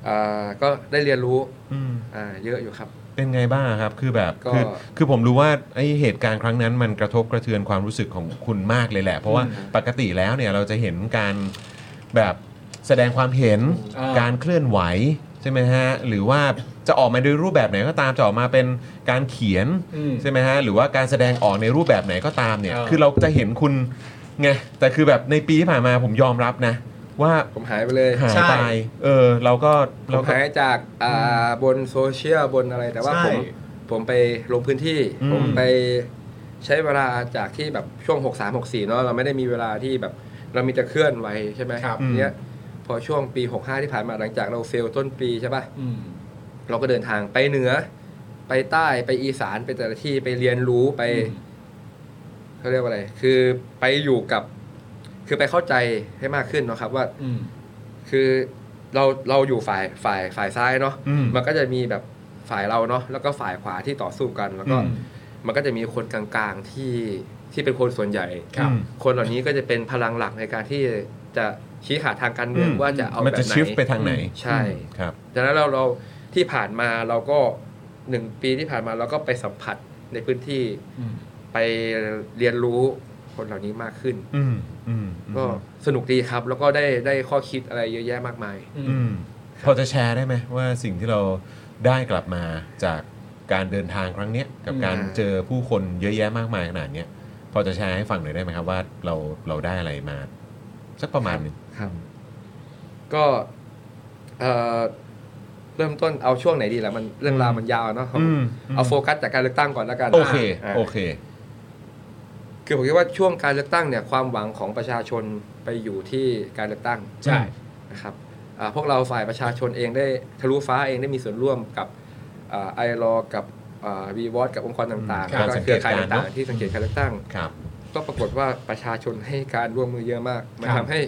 S3: อ่าก็ได้เรียนรู้
S1: อืม
S3: อ่าเยอะอยู่ครับ
S1: เป็นไงบ้างครับ คือแบบ
S3: ก็
S1: คือคือผมรู้ว่าไอเหตุการณ์ครั้งนั้นมันกระทบกระเทือนความรู้สึกของคุณมากเลยแหละ เพราะว่าปกติแล้วเนี่ยเราจะเห็นการแบบแสดงความเห็น
S2: อ่า
S1: การเคลื่อนไหวใช่ไหมฮะหรือว่าจะออกมาโดยรูปแบบไหนก็ตามจะออกมาเป็นการเขียน
S2: อืม
S1: ใช่ไหมฮะหรือว่าการแสดงออกในรูปแบบไหนก็ตามเนี่ย
S2: อ่า
S1: คือเราจะเห็นคุณไงแต่คือแบบในปีที่ผ่านมาผมยอมรับนะ ว่า
S3: ผมหายไปเลย
S1: หาย
S2: ใช่
S1: ไป เออ เราก็
S3: ผ
S1: เรา
S3: ม
S1: ก็
S3: หายจากอ่าบนโซเชียลบนอะไรแต่ว่า
S2: ใช่
S3: ผมผมไปลงพื้นที่
S1: อืม
S3: ผมไปใช้เวลาจากที่แบบช่วง 6 3 6 4เนาะเราไม่ได้มีเวลาที่แบบเรามีแต่เคลื่อนไหวใช่ไหม
S2: ครับ
S3: ทีเนี้ยพอช่วงปี 65 ที่ผ่านมาหลังจากเราเฟลต้นปีใช่ป่ะ
S2: อืม
S3: เราก็เดินทางไปเหนือ ไปใต้ไปอีสานไปแต่ละที่ไปเรียนรู้ไปเขาเรียกว่าอะไร คือไปอยู่กับ คือไปเข้าใจให้มากขึ้นเนาะครับว่า
S2: อืม
S3: คือเราเราอยู่ฝ่ายฝ่ายฝ่ายซ้ายเนาะ
S1: อืม
S3: มันก็จะมีแบบฝ่ายเราเนาะแล้วก็ฝ่ายขวาที่ต่อสู้กัน แล้วก็
S1: อืม
S3: มันก็จะมีคนกลางๆที่ที่เป็นคนส่วนใหญ่
S2: ครับ
S3: คนเหล่านี้ก็จะเป็นพลังหลักในการที่จะชี้ขาดทางการเมือง
S1: อืม
S3: ว่าจะเอา
S1: มัน
S3: แบบ
S1: จะ
S3: ไหน
S1: ชิฟไปทางไหน
S3: ใช่
S1: ครับ
S3: ดังนั้นเราเราที่ผ่านมาเราก็หนึ่งปีที่ผ่านมาเราก็ไปสัมผัสในพื้นที่
S2: อืม
S3: ไปเรียนรู้คนเหล่านี้มากขึ้น
S1: อืมอืม
S3: ก็สนุกดีครับ แล้วก็ได้ได้ข้อคิดอะไรเยอะแยะมากมาย
S2: อื
S1: อืม
S2: ม
S1: พอจะแชร์ได้ไหมว่าสิ่งที่เราได้กลับมาจากการเดินทางครั้งเนี้ยกับการ
S3: อืม
S1: เจอผู้คนเยอะแยะมากมายขนาดเนี้ยพอจะแชร์ให้ฟังหน่อยได้ไหมครับว่าเราเราได้อะไรมา สักประมาณหนึง
S3: ครับ ก็เอ่อเริ่มต้นเอาช่วงไหนดีล่ะมันเรื่องราวมันยาวเนาะ
S1: อืม
S3: เอาโฟกัสจากการเลือกตั้งก่อนแล้วกันะ
S1: โอเค
S3: ะ
S1: โอเค
S3: คือผมคิดว่าช่วงการเลือกตั้งเนี่ยความหวังของประชาชนไปอยู่ที่การเลือกตั้ง
S2: ใช่
S3: นะครับอ่าพวกเราฝ่ายประชาชนเองได้ทะลุฟ้าเองได้มีส่วนร่วมกับไอรอกับวีวอตกับองค์กรต่างๆ
S1: ครับ
S3: แล้วก็
S1: สัง
S3: เค
S1: เก
S3: รือ
S1: ต
S3: ข่าย
S1: การณ์เนอะ
S3: ต่างๆที่สังเกตการเลือกตั้ง
S1: ครับ
S3: ก็ปรากฏว่าประชาชนให้การร่วมมือเยอะมาก มัน
S2: ครั
S3: ทำ
S2: บ
S3: ให้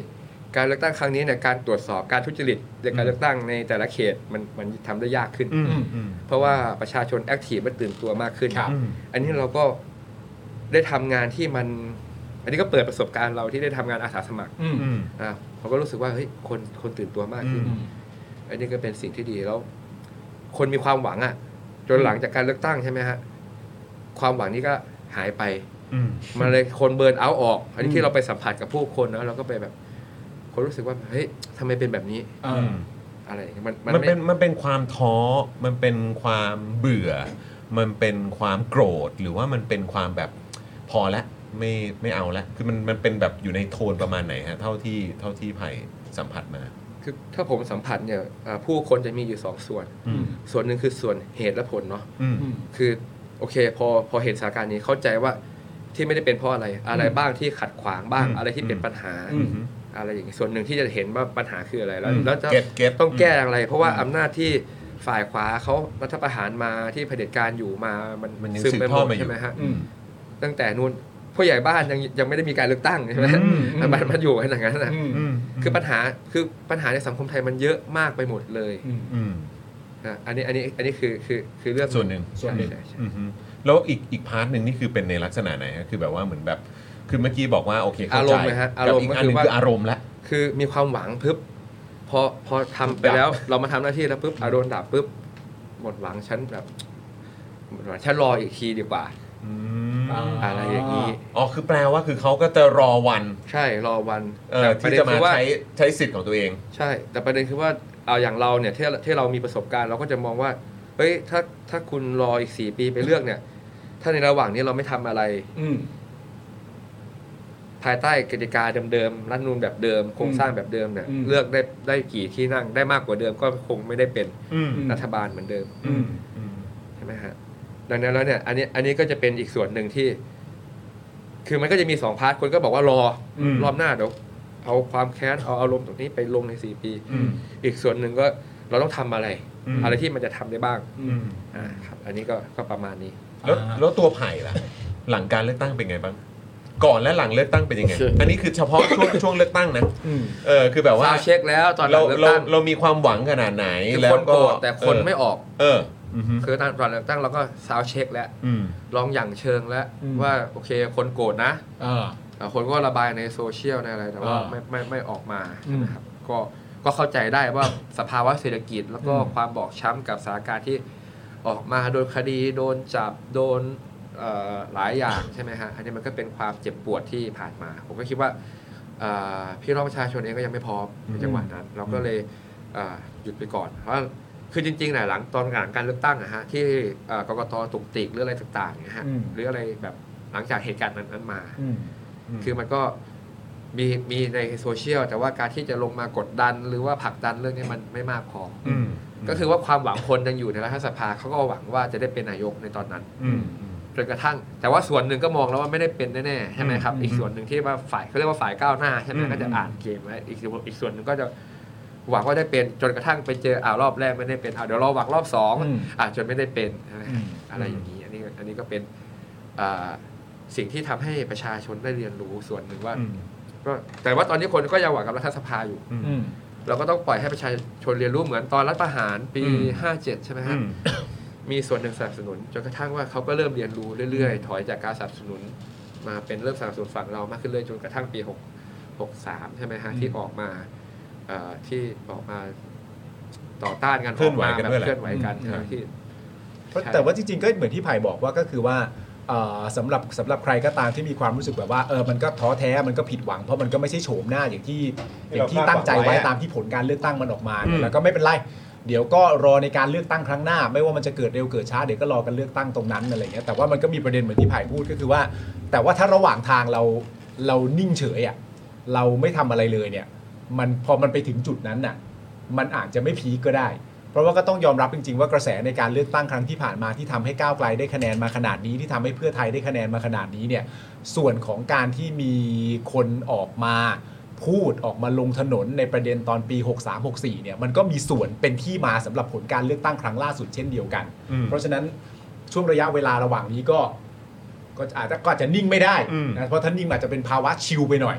S3: การเลือกตั้งครั้งนี้เนี่ยการตรวจสอบการทุจริตในการเลือกตั้งในแต่ละเขตมันมันทำได้ยากขึ้น
S2: อืมอืม
S3: เพราะว่าประชาชนแอคทีฟและตื่นตัวมากขึ้น
S2: ครับ
S3: อันนี้เราก็ได้ทำงานที่มัน อันนี้ก็เปิดประสบการณ์เราที่ได้ทำงานอาสาสมัคร
S2: อืมอืม
S3: อ่ะเราก็รู้สึกว่าเฮ้ยคนคนตื่นตัวมาก
S2: อื
S3: ขึ้น
S2: ม
S3: อันนี้ก็เป็นสิ่งที่ดีแล้ว คนมีความหวังอะ่ะ จนหลังจากการเลือกตั้งใช่ไหมฮะความหวังนี้ก็หายไป มันเลยคนเบิร์นเอาท์ออก อันนี้ที่เราไปสัมผัสกับผู้คนนะเราก็ไปแบบ คนรู้สึกว่าเฮ้ยทำไมเป็นแบบนี้
S2: อืม
S3: อะไรอย่างเงี้ยมัน
S1: มั
S3: มัน น
S1: เป็น
S3: ไม่
S1: มันเป็นความท้อ มันเป็นความเบื่อ มันเป็นความโกรธ หรือว่ามันเป็นความแบบพอแล้วไม่ไม่เอาแล้วคือมันมันเป็นแบบอยู่ในโทนประมาณไหนฮะเท่าที่เท่าที่ไผ่สัมผัสมา
S3: คือถ้าผมสัมผัสเนี่ยเอ่อผู้คนจะมีอยู่สองส่วน
S1: อืม
S3: ส่วนหนึ่งคือส่วนเหตุและผลเนาะ
S1: อืม
S3: คือโอเค พอพอเห็นสถานการณ์นี้เข้าใจว่าที่ไม่ได้เป็นเพราะอะไร อะไรบ้างที่ขัดขวางบ้าง
S1: อืม
S3: อะไรที่เป็นปัญหา
S2: อืม
S3: อะไรอย่างนี้ส่วนหนึ่งที่จะเห็นว่าปัญหาคืออะไรแล้ว
S2: อืม
S3: แล้วจะ
S1: เก็ตเก็ต
S3: ต้องแก้อะไร เพราะว่าอำนาจที่ฝ่ายขวาเขารัฐประหารมาที่เผด็จการอยู่มามัน
S1: มันยัง
S3: ซึม
S1: สืบ
S3: ไปห
S1: ท
S3: ม
S1: อด
S3: ด
S1: มาอยู่
S3: ใช่ไหมฮะ
S2: อืม
S3: ตั้งแต่นู้นผู้ใหญ่บ้านยังยังไม่ได้มีการเลือกตั้งใช่ไหม
S2: อืมอืม
S3: มันมันอยู่กันอย่างนั้นนะ
S2: อืม
S1: อืม
S3: คือปัญหาคือปัญหาในสังคมไทยมันเยอะมากไปหมดเลย
S2: อืม
S1: อืม
S3: นะอันนี้อันนี้อันนี้คือคือคือเรื่อง
S1: ส่วนหนึ่ง
S2: ส่วนหนึ่ง
S3: ใช่ใช่
S1: อืมฮึแล้วอีกอีกพาร์ทหนึ่งนี่คือเป็นในลักษณะไหนฮะคือแบบว่าเหมือนแบบ คือเมื่อกี้บอกว่าโอเคเข้า
S3: อาร
S1: ใจ
S3: มณ์นะฮะอา
S1: กั
S3: ร
S1: บ
S3: ม
S1: อี
S3: ณ์
S1: ก
S3: ก็
S1: อันห
S3: คื
S1: นึ่
S3: องว่า
S1: คืออารมณ์ละ
S3: คือมีความหวังปุ๊บพอพอทำไป
S1: ดับ
S3: แล้วเรามาทำหน้าที่แล้วปุ๊บอาโดนดับปุ๊บหมดหวังฉันแบบหมดหวังฉันรออีกทีดีกว่า
S1: อืม
S2: อ่า
S3: อะไรอย่างนี้
S1: อ๋อคือแปลว่าคือเขาก็จะรอวัน
S3: ใช่รอวัน
S1: เอ่อ
S3: แต่ปร
S1: ที่
S3: เด็น
S1: จะมา
S3: คือว่
S1: ใช้ใช้สิทธิ์ของตัวเอง
S3: ใช่ แต่ประเด็นคือว่าเอาอย่างเราเนี่ยที่ที่เรามีประสบการณ์เราก็จะมองว่า เฮ้ย ถ้าถ้าคุณรออีกสี่ปีไปเลือกเนี่ย ถ้าในระหว่างนี้เราไม่ทำอะไร
S2: อืม
S3: ภายใต้กติกาเดิมๆรัฐธรรมนูนแบบเดิม โครงสร้างแบบเดิมเนี่ย
S2: อืม
S3: เลือกได้ได้กี่ที่นั่งได้มากกว่าเดิมก็คงไม่ได้เป็น
S1: อืม
S3: รัฐบาลเหมือนเดิม
S2: อืม
S3: ใช่ไหมฮะดังนั้นแล้วเนี่ยอันนี้อันนี้ก็จะเป็นอีกส่วนหนึ่งที่ คือมันก็จะมีสองพาร์ทคนก็บอกว่ารออ
S2: ม
S3: รอบหน้าเดี๋ยวเอาความแค้นเอาอารมณ์ตรงนี้ไปลงในสี่ปี
S2: อืม
S3: อีกส่วนหนึ่งก็เราต้องทำอะไร
S1: อืม
S3: อะไรที่มันจะทำได้บ้าง
S2: อืม
S3: อ่าครับ อันนี้ก็ก็ประมาณนี้
S1: แล้ว
S2: อ่า
S1: แล้วตัวไผ่ล่ะ หลังการเลือกตั้งเป็นไงบ้าง ก่อนและหลังเลือกตั้งเป็นยังไง
S3: โอเค
S1: อันนี้คือเฉพาะ ช่วง ช่วงเลือกตั้งนะ
S2: อืม
S1: เออคือแบบว่า
S3: ซาวเช็คแล้วตอนหลั
S1: เรา
S3: งเลือก
S1: เรา
S3: ตั้ง
S1: เรามีความหวังขนาดไหน
S3: คือ
S1: แล้ว
S3: คน
S1: ก็
S3: โกรธแต่คน
S1: เออ
S3: ไม่ออก
S1: เอออือฮึ
S3: คือตอนตอนเลือกตั้งเราก็ซาวเช็คแล้ว
S1: อืม
S3: ลองอย่างเชิงแล้ว
S2: อืม
S3: ว่าโอเคคนโกรธนะ
S2: อ่า
S3: อ่าคนก็ระบายในโซเชียลในอะไรแต่ว่า
S2: อ่า
S3: ไม่ไม่ไม่ออกมา
S2: อื
S3: ใช่
S2: ม
S3: ไหมครับก็ก็เข้าใจได้ว่าสภาวะเศรษฐกิจ แล้วก็
S2: อืม
S3: ความบอบช้ำกับสถานการณ์ที่ออกมาโดนคดีโดนจับโดนเอ่อหลายอย่างใช่ไหมฮะอันนี้มันก็เป็นความเจ็บปวดที่ผ่านมา ผมก็คิดว่า อ่าพี่น้องประชาชนเองก็ยังไม่พร้อมในจังหวะนั้น เราก็เลยอ่าหยุดไปก่อน เพราะคือจริงๆนะหลังตอนหลังการเลือกตั้งนะฮะที่อ่ากกตตุกติกหรืออะไรต่างๆนะฮะ
S2: อืม
S3: หรืออะไรแบบหลังจากเหตุการณ์นั้นๆมา
S2: อืม
S1: อืม
S3: คือมันก็มีมีในโซเชียลแต่ว่าการที่จะลงมากดดัน หรือว่าผลักดันเรื่องนี้มันไม่มากพออ
S1: อืม
S3: ก็คือว่าความหวังคนยังอยู่ในรัฐสภาเขาก็หวังว่าจะได้เป็นนายกในตอนนั้น
S1: อืม
S3: จนกระทั่ง แต่ว่าส่วนหนึ่งก็มองแล้วว่าไม่ได้เป็นแน่ๆใช่ไหมครับ
S2: อืม
S3: อีกส่วนหนึ่งที่ว่าฝ่ายเขาเรียกว่าฝ่ายก้าวหน้าใช่ไหม
S2: อืม
S3: ก็จะอ่านเกมไว้อีกส่วนอีกส่วนหนึ่งก็จะหวังว่าได้เป็นจนกระทั่งไปเจออ่าวรอบแรกไม่ได้เป็นอ่าวเดี๋ยวรอหวังรอบสอง
S2: อืม
S3: อ่าจนไม่ได้เป็นใช่ไหม
S2: อืม
S3: อะไรอย่างนี้อันนี้อันนี้ก็เป็นอ่าสิ่งที่ทำให้ประชาชนได้เรียนรู้ส่วนหนึ่งว่า
S1: อืม
S3: ก็แต่ว่าตอนนี้คนก็ยังหวังกับรัฐสภาอยู่
S2: อืม
S3: เราก็ต้องปล่อยให้ประชาชนเรียนรู้เหมือนตอนรัฐประหารปี
S1: อืม
S3: 57ใช่ไหม
S1: อื
S3: ฮะ
S1: ม
S3: มีส่วนหนึ่งสนับสนุนจนกระทั่งว่าเขาก็เริ่มเรียนรู้เรื่อยๆ ถอยจากการสนับสนุน มาเป็นเริ่มสนับสนุนฝั่งเรามากขึ้นเรื่อยจนกระทั่งปี6 63 ใช่ไหมฮะ
S2: อืม
S3: ที่ออกมาเอ่อที่ออกมาต่อต้านกัน
S1: เคลื่อนไหว
S3: กมา
S1: กัน
S3: แบบ
S1: ด้วยแหละ
S3: เคลื่อนไหวกัน
S1: อืม
S3: ใช่ไหมที่
S2: เพราะ
S3: ใช่
S2: แต่ว่าจริงๆก็เหมือนที่ไผ่บอกว่าก็คือว่าเอ่อสำหรับสำหรับใครก็ตามที่มีความรู้สึกแบบว่าเออมันก็ท้อแท้มันก็ผิดหวังเพราะมันก็ไม่ใช่โฉมหน้าอย่างที่
S6: ที่
S2: อย่างที่
S6: เราคาดหวัง
S2: ตั้งใจไว้
S6: ไว้อะ
S2: ตามที่ผลการเลือกตั้งมันออกมา
S1: อืม
S2: แล้วก็ไม่เป็นไรเดี๋ยวก็รอในการเลือกตั้งครั้งหน้า ไม่ว่ามันจะเกิดเร็วเกิดช้าเดี๋ยวก็รอกันเลือกตั้งตรงนั้นอะไรเงี้ยแต่ว่ามันก็มีประเด็นเหมือนที่ไผ่พูดก็คือว่า แต่ว่าถ้าระหว่างทางเราเรานิ่งเฉยอ่ะเราไม่ทำอะไรเลยเนี่ย มันพอมันไปถึงจุดนั้นน่ะ มันอาจจะไม่พีคก็ได้ เพราะว่าก็ต้องยอมรับจริง ๆ ว่ากระแสในการเลือกตั้งครั้งที่ผ่านมาที่ทำให้ก้าวไกลได้คะแนนมาขนาดนี้ที่ทำให้เพื่อไทยได้คะแนนมาขนาดนี้เนี่ยส่วนของการที่มีคนออกมาพูดออกมาลงถนนในประเด็นตอนปี 63-64เนี่ยมันก็มีส่วนเป็นที่มาสำหรับผลการเลือกตั้งครั้งล่าสุดเช่นเดียวกัน
S1: อืม
S2: เพราะฉะนั้นช่วงระยะเวลาระหว่างนี้ก็ ก็อาจจะก็อาจจะนิ่งไม่ได้
S1: อืม
S2: นะเพราะถ้านิ่งอาจจะเป็นภาวะชิลไปหน่อย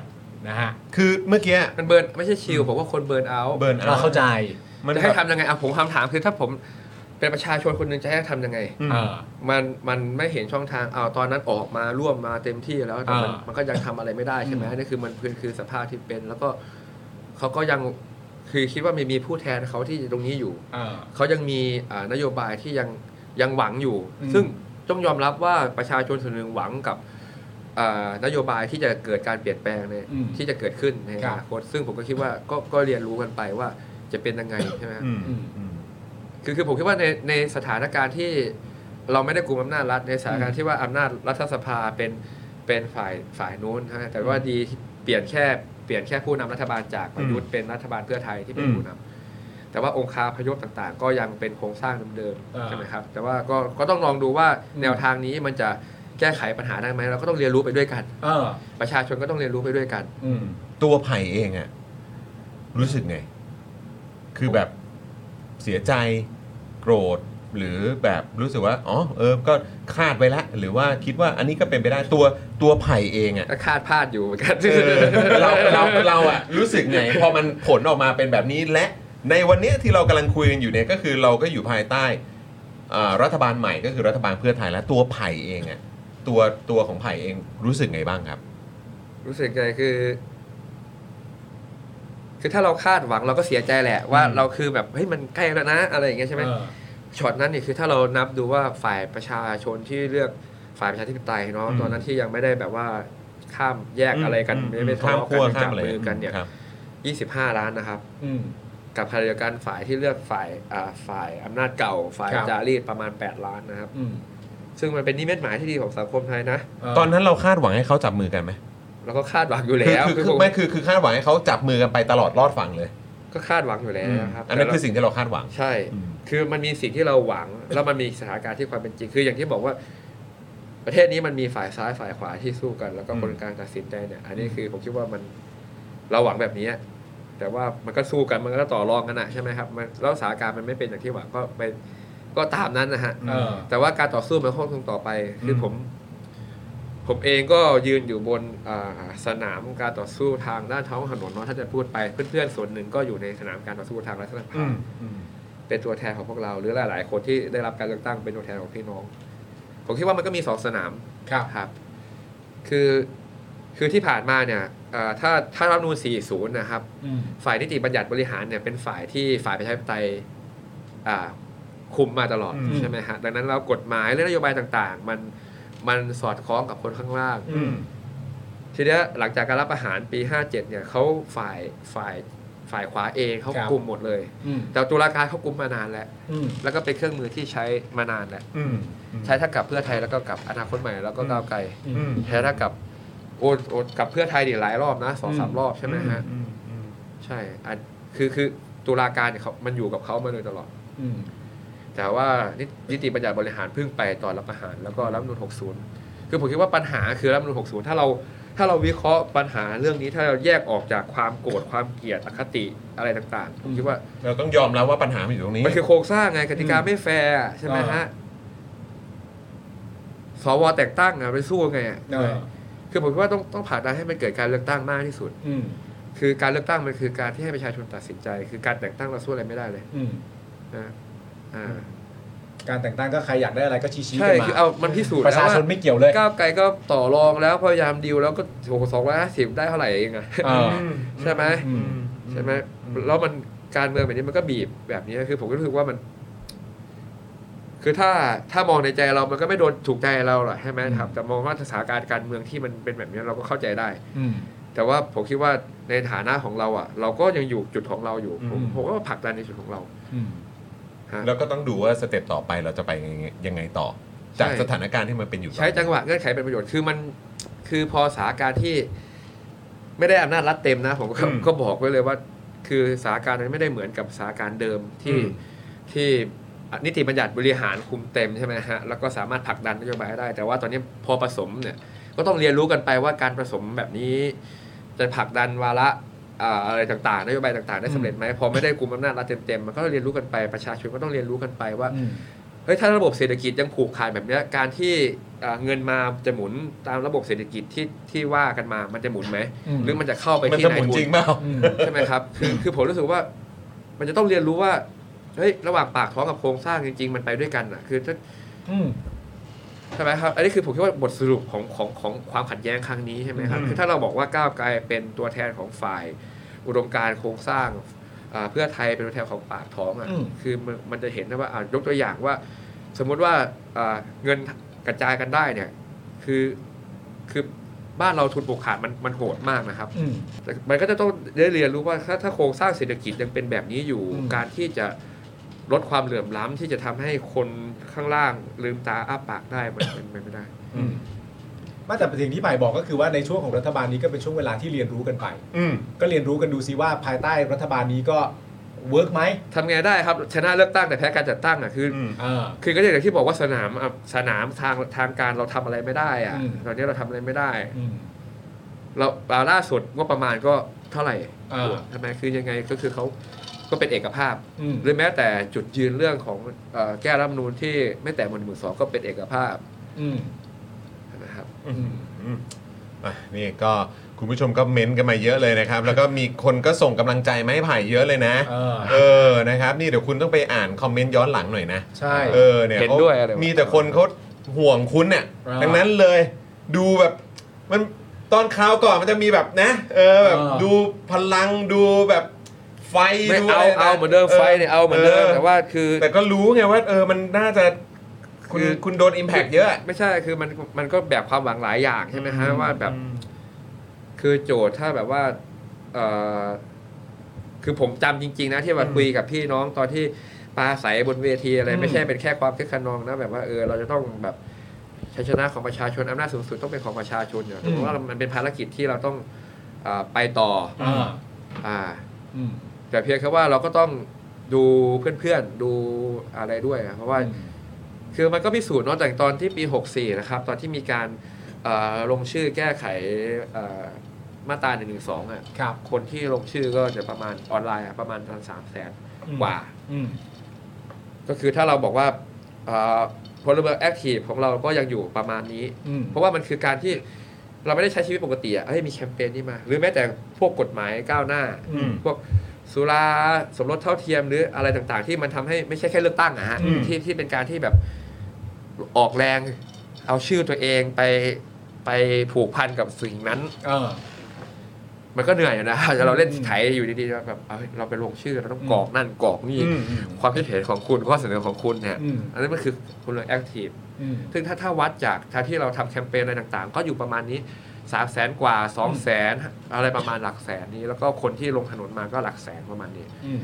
S2: นะฮะ
S1: คือเมื่อกี้
S3: มันเบิร์นไม่ใช่ชิลผมว่าคนเบิร์นเอาท์
S1: เบิร์น
S2: เราเข้าใจ
S1: มัน
S3: จะ
S1: แบ
S3: ให้
S1: บ
S3: ทำยังไงอ่ะผมคำถามคือถ้าผมเป็นประชาชนคนหนึ่งจะให้ทำยังไง
S1: อืม
S2: เออ
S3: มันมันไม่เห็นช่องทางเอาตอนนั้นออกมาร่วมมาเต็มที่แล้วแต่มัน
S2: อ่ามั
S3: มันก็ยังทำอะไรไม่ได้ใช่ไหม
S2: อืม
S3: นี่คือมันคือคือสภาพที่เป็น แล้วก็เขาก็ยังคือคิดว่ามีมีผู้แทนเขาที่ตรงนี้อยู่
S2: เออ
S3: เขายังมีอ่านโยบายที่ยังยังหวังอยู่
S2: อืม
S3: ซึ่งต้องยอมรับว่าประชาชนส่วนหนึ่งหวังกับอ่านโยบายที่จะเกิดการเปลี่ยนแปลงใน
S2: อืม
S3: ที่จะเกิดขึ้นในอ
S2: ครับ
S3: นาคตซึ่งผมก็คิดว่าก็ก็เรียนรู้กันไปว่าจะเป็นยังไงใช่ไหมฮะ
S1: อืม
S2: อืม
S1: อืม
S3: คือคือผมคิดว่าในในสถานการณ์ที่เราไม่ได้กลุ่มอำนาจรัฐในสถานการณ์ที่ว่าอำนาจรัฐสภาเป็นเป็นฝ่ายฝ่ายนู้นฮะแต่ว่าดีที่เปลี่ยนแค่เปลี่ยนแค่ผู้นำรัฐบาลจากประยุทธ์เป็นรัฐบาลเพื่อไทยที่เป็น
S1: อืม
S3: ผู้นำแต่ว่าองค์คาพยพต่างๆ ก็ยังเป็นโครงสร้างเดิม
S2: อ่า
S3: ๆใช่ไหมครับ แต่ว่าก็ก็ต้องลองดูว่า
S2: อืม
S3: แนวทางนี้มันจะแก้ไขปัญหาได้ไหมเราก็ต้องเรียนรู้ไปด้วยกัน
S2: เออ
S3: ประชาชนก็ต้องเรียนรู้ไปด้วยกัน
S2: อืม
S1: ตัวไผ่เองอะรู้สึกไง คือแบบเสียใจโกรธ หรือแบบรู้สึกว่า อ๋อ เออ ก็คาดไว้ละหรือว่าคิดว่าอันนี้ก็เป็นไปได้ตัวตัวไผ่เองอะ
S3: ก็คาดพลาดอยู่เหมือนกัน
S1: เออเราเราเราอะรู้สึกไง พอมันผลออกมาเป็นแบบนี้และในวันเนี้ยที่เรากำลังคุยกันอยู่เนี่ยก็คือเราก็อยู่ภายใต้อ่ารัฐบาลใหม่ก็คือรัฐบาลเพื่อไทยและตัวไผ่เองอะตัวตัวของไผ่เองรู้สึกไงบ้างครับ
S3: รู้สึกไงคือ คือถ้าเราคาดหวังเราก็เสียใจแหละ ว่า
S2: อืม
S3: เราคือแบบเฮ้ยมันใกล้แล้วนะ อะไรอย่างเงี้ยใช่ไหม
S2: เออ
S3: ช็อตนั้นนี่คือถ้าเรานับดูว่าฝ่ายประชาชนที่เลือกฝ่ายประชาธิปไตยเนาะ
S1: อืม
S3: ตอนนั้นที่ยังไม่ได้แบบว่าข้ามแยกอะไรกันไม่ไม่ทะ
S1: ข้าม
S3: เลาะ
S1: ขั้ว
S3: กันไม่
S1: ข้า
S3: จั
S1: ม
S3: บ
S1: อะไร
S3: มือกันเนี่ย
S1: ครับ
S3: ยี่สิบห้าล้านนะครับ
S2: อืม
S3: กับขณะเดียวกันฝ่ายที่เลือกฝ่ายอ่าฝ่ายอำนาจเก่า ฝ่าย
S2: ครับ
S3: จารีตประมาณ 8 ล้านนะครับ
S2: อืม
S3: ซึ่งมันเป็นนิมิตหมายที่ดีของสังคมไทยนะ
S2: เ
S1: ตอนนั้นเราคาดหวังให้เขาจับมือกันไหม
S3: เราก็คาดหวังอยู่
S1: คือ
S3: แล้ว
S1: คือคือ
S3: คือผม
S1: ไม่คือคือคาดหวังให้เขาจับมือกันไปตลอดรอดฝั่งเลย
S3: ก็คาดหวังอยู่แล้วครับ
S1: อันนั้นคือสิ่งที่เราคาดหวัง
S3: ใช่
S1: อืม
S3: คือมันมีสิ่งที่เราหวัง แล้วมันมีสถานการณ์ที่ความเป็นจริง คืออย่างที่บอกว่า ประเทศนี้มันมีฝ่ายซ้ายฝ่ายขวาที่สู้กัน แล้วก็คนกลางตัดสินได้เนี่ย อันนี้คือผมคิดว่ามันเราหวังแบบนี้ แต่ว่ามันก็สู้กัน มันก็ต่อรองกันนะใช่ไหมครับ มันแล้วสถานการณ์มันไม่เป็นอย่างที่หวังก็ไปก็ตามนั้นนะฮะ
S2: เออ
S3: แต่ว่าการต่อสู้มันคงคงต่อไป คือผม ผมเองก็ยืนอยู่บนอ่าสนามการต่อสู้ทางด้านท้องถนนเนาะ ถ้าจะพูดไป เพื่อนๆส่วนหนึ่งก็อยู่ในสนามการต่อสู้ทางรัฐสภา เป็นตัวแทนของพวกเราหรือหลาย ๆ คนที่ได้รับการเลือกตั้งเป็นตัวแทนของพี่น้อง ผมคิดว่ามันก็มีสองสนาม
S2: ครับ
S3: ครับ คือคือที่ผ่านมาเนี่ยเอ่อถ้าถ้ารัฐธรรมนูน40 นะครับ
S2: อืม
S3: ฝ่ายนิติบัญญัติบริหารเนี่ยเป็นฝ่ายที่ฝ่ายประชาธิปไตยอ่าคุมมาตลอด
S1: อืม
S3: ใช่ไหมฮะดังนั้นเรากฎหมายและนโยบายต่าง ๆ มันมันสอดคล้องกับคนข้างล่าง
S2: อืม
S3: ทีเนี้ยหลังจากการรับประหารปี 57 เนี่ยเขาฝ่ายฝ่ายฝ่ายขวาเองเขา
S2: ครับ
S3: กลุ่มหมดเลย
S2: อืม
S3: แต่ตุลาการเขากลุ่มมานานแล้ว
S2: อืม
S3: แล้วก็เป็นเครื่องมือที่ใช้มานานแหละ
S1: อืม
S3: ใช้ทั้งกับเพื่อไทยแล้วก็กับอนาคตใหม่แล้วก็ก้าวไกล
S2: อืม
S3: ใช้ทั้งกับโอโอกับเพื่อไทยดีหลายรอบนะสองสามรอบใช่ไหมฮะ
S1: อืมอืม
S3: ใช่อันคือคือตุลาการเนี่ยเขามันอยู่กับเขามาโดยตลอด
S2: อืม
S3: แต่ว่านินิติบัญญัติบริหารเพิ่งไปตอนรับประหารแล้วก็รัฐธรรมนูล60 คือผมคิดว่าปัญหาคือรัฐธรรมนูล60 ถ้าเราถ้าเราวิเคราะห์ปัญหาเรื่องนี้ถ้าเราแยกออกจากความโกรธความเกลียดอคติอะไรต่างๆผมคิดว่า
S1: เราต้องยอมแล้วว่าปัญหามันอยู่ตรงนี้
S3: มันคือโครงสร้างไงกติกา
S2: อืม
S3: ไม่แฟร์อะใช่ไหม
S2: อ่า
S3: ฮะ สวแต่งตั้งอะไปสู้ไงอะ
S2: เออ
S3: คือผมคิดว่าต้องต้องผลักดันให้มันเกิดการเลือกตั้งมากที่สุด
S2: อืม
S3: คือการเลือกตั้งมันคือการที่ให้ประชาชนตัดสินใจ คือการแต่งตั้งเราสู้อะไรไม่ได้เลย
S2: อืม
S3: นะอ่า
S2: การแต่งตั้งก็ใครอยากได้อะไรก็ชี้ๆกั
S3: ใช่
S2: นมา
S3: คือเอามันพิสูจน์
S2: ประชาชน
S3: แล้วว่
S2: ไม่เกี่ยวเลย
S3: ก้าวไกลก็ต่อรองแล้วพยายามดิวแล้วก็โสองร้อยห้าสิบได้เท่าไหร่เองอะ
S2: เออ
S3: ใช่ไหม
S2: อืม
S3: ใช่ไหมแล้วมันการเมืองแบบนี้มันก็บีบแบบนี้คือผมก็รู้สึกว่ามัน คือถ้าถ้ามองในใจเรามันก็ไม่โดนถูกใจเราหรอกใช่ไหมครับ แต่มองว่าสถานการณ์การเมืองที่มันเป็นแบบนี้เราก็เข้าใจได้
S2: อืม
S3: แต่ว่าผมคิดว่าในฐานะของเราอ่ะ เราก็ยังอยู่จุดของเราอยู่ ผม
S2: อืม
S3: ผมก็ผลักดันในจุดของเรา
S2: อืม
S3: ฮะ
S1: แล้วก็ต้องดูว่าสเต็ปต่อไปเราจะไปยังไงยังไงต่อ จาก
S3: ใช่
S1: สถานการณ์ที่มันเป็นอยู่ตอน
S3: ใช้
S1: นี้
S3: จังหวะเงื่อนไขเป็นประโยชน์คือมันคือพอสถานการณ์ที่ไม่ได้อำนาจรัฐเต็มนะ ผมก็ก็บอกไว้เลยว่า คือสถานการณ์นั้นไม่ได้เหมือนกับสถานการณ์เดิมที่ ที่นิติบัญญัติบริหารคุมเต็มใช่ไหมฮะแล้วก็สามารถผลักดันนโยบายได้ แต่ว่าตอนนี้พอผสมเนี่ยก็ต้องเรียนรู้กันไปว่าการผสมแบบนี้ จะผลักดันวาระอ่าอะไรต่างๆนโยบายต่างๆได้สำเร็จไหมพอไม่ได้กลุ่มอำนาจรัฐเต็มๆมันก็ต้องเรียนรู้กันไปประชาชนก็ต้องเรียนรู้กันไปว่า
S2: อืม
S3: เฮ้ยถ้าระบบเศรษฐกิจยังผูกขาดแบบเนี้ยการที่อ่าเงินมาจะหมุนตามระบบเศรษฐกิจที่ที่ว่ากันมามันจะหมุนไหม
S2: อืม
S3: หรือมันจะเข้าไป
S1: มัน
S3: ที่
S1: จะ
S3: ไห
S1: ห
S3: น
S1: มุน
S3: ทุ
S1: จริ
S3: น
S1: งเปล่า
S2: อืม
S3: ใช่ไหมครับคือคือผมรู้สึกว่ามันจะต้องเรียนรู้ว่าเฮ้ยระหว่างปากท้องกับโครงสร้างจริง ๆ มันไปด้วยกันอ่ะคือถ้า
S2: อืม
S3: ใช่ไหมครับ อันนี้คือผมคิดว่าบทสรุปของของของความขัดแย้งครั้งนี้ใช่ไหมครับ
S1: อืม
S3: คือถ้าเราบอกว่าก้าวไกลเป็นตัวแทนของฝ่าย อุดมการณ์โครงสร้างอ่าเพื่อไทยเป็นตัวแทนของปากท้องอ่ะ
S2: อืม
S3: คือมันมันจะเห็นนะว่าอ่ะยกตัวอย่างว่า สมมุติว่าอ่าเงินกระจายกันได้เนี่ยคือคือบ้านเราทุนผูกขาดมันมันโหดมากนะครับ
S2: อืม
S3: แต่มันก็จะต้องได้เรียนรู้ว่าถ้าถ้าโครงสร้างเศรษฐกิจยังเป็นแบบนี้อยู่
S2: อืม
S3: การที่จะลดความเหลื่อมล้ำที่จะทำให้คนข้างล่างลืมตาอ้าปากได้มันเป็นไปไม่ได้
S2: อืมไม่แต่สิ่งที่ไผ่บอกก็คือว่าในช่วงของรัฐบาลนี้ก็เป็นช่วงเวลาที่เรียนรู้กันไป
S1: อืม
S2: ก็เรียนรู้กันดูซิว่าภายใต้รัฐบาลนี้ก็เวิร์กไหม
S3: ทำไงได้ครับ ชนะเลือกตั้งแต่แพ้การจัดตั้งอ่ะคืออ
S1: ม
S2: อ่า
S3: คือก็อย่างที่บอกว่าสนามอ่ะสนามทางทางการเราทำอะไรไม่ได้อะ
S2: อืม
S3: ตอนนี้เราทำอะไรไม่ได้
S2: อืม
S3: เราอ่าล่าสุดงบประมาณก็เท่าไหร่
S2: อ่า
S3: ทำไมคือยังไงก็คือเขาก็เป็นเอกภาพ
S2: อืม
S3: หรือแม้แต่จุดยืนเรื่องของเอ่อแก้รัฐธรรมนูญที่ไม่แต่หมวดหนึ่งหมวดสองก็เป็นเอกภาพ
S2: อืม
S3: นะครับ
S1: อืมอืมอ่ะนี่ก็คุณผู้ชมก็เม้นต์กันมาเยอะเลยนะครับ แล้วก็มีคนก็ส่งกำลังใจมาให้ไผ่เยอะเลยนะ
S2: เออ
S1: เออนะครับนี่เดี๋ยวคุณต้องไปอ่านคอมเมนต์ย้อนหลังหน่อยนะ
S2: ใช่
S1: เออเนี่ย
S3: เห็นด้วยอะไรวะ
S1: มีแต่คนเขาห่วงคุณเนี่ย
S2: อ่า
S1: ดังนั้นเลยดูแบบมันตอนคราวก่อนมันจะมีแบบนะ เออแบบ
S2: อ่า
S1: ดูพลังดูแบบไฟ
S3: ไม่
S1: ดู
S3: เอา
S1: อะไร
S3: เอาเหมือนเดิมไฟเนี่ยเอาเหมือนเดิมแต่ว่าคือ
S1: แต่ก็รู้ไงว่า เออมันน่าจะคุณ
S3: คือ
S1: คุณโดนอิมแพกเยอะอะ
S3: ไม่ใช่คือมันมันก็แบบความหวังหลายอย่างใช่ไหมฮะว่าแบบ คือโจทย์ถ้าแบบว่าเอ่อคือผมจำจริง ๆ นะที่แบบคุยกับพี่น้องตอนที่ปลาใสบนเวทีอะไร
S1: อืม
S3: ไม่ใช่เป็นแค่ความคึกขนองนะแบบว่าเออเราจะต้องแบบชัยชนะของประชาชนอำนาจสูงสุดต้องเป็นของประชาชนเนี่ย
S2: อืม
S3: เพราะว่ามันเป็นภารกิจที่เราต้องเออไปต่อ
S2: อ่า
S3: อ่า
S2: อืม
S3: แต่เพียงแค่ว่าเราก็ต้องดูเพื่อนๆดูอะไรด้วยนะเพราะว่า คือมันก็พิสูจน์เนาะแต่ตอนที่ปี 64 นะครับ ตอนที่มีการเอ่อลงชื่อแก้ไขเอ่อมาตรา1นึอ่ะ
S2: ครับ
S3: คนที่ลงชื่อก็จะประมาณออนไลน์อะประมาณสามแสนกว่า
S2: อืม
S3: ก็คือถ้าเราบอกว่าเอ่อพลเมืองแอคทีฟของเราก็ยังอยู่ประมาณนี้
S2: อืม
S3: เพราะว่ามันคือการที่เราไม่ได้ใช้ชีวิตปกติอ่ะเฮ้ยมีแคมเปญนี่มา หรือแม้แต่พวกกฎหมายก้าวหน้า
S2: อืม
S3: พวกสุราสมรสเท่าเทียมหรืออะไรต่างๆ ที่มันทำให้ไม่ใช่แค่เลือกตั้งอะฮะ
S2: อืม
S3: ที่ที่เป็นการที่แบบออกแรง เอาชื่อตัวเองไปไปผูกพันกับสิ่งนั้น
S2: เออ
S3: มันก็เหนื่อยอยู่นะ เราเล่น
S2: อืม
S3: ไถอยู่ดีๆแบบเอ้ยเราไปลงชื่อเราต้อง
S2: อืม
S3: กรอกนั่นกรอกนี่ ความคิดเห็นของคุณข้อเสนอของคุณเนี่ย
S2: อืม
S3: อันนั้นมันคือคุณเรื่องแอคทีฟ
S2: อืม
S3: ซึ่งถ้าถ้าวัดจากทางที่เราทำแคมเปญอะไรต่างๆ ก็อยู่ประมาณนี้3ามแสนกว่า2องแสนอะไรประมาณหลักแสนนี้ แล้วก็คนที่ลงถนนมาก็หลักแสนประมาณนี้
S2: อืม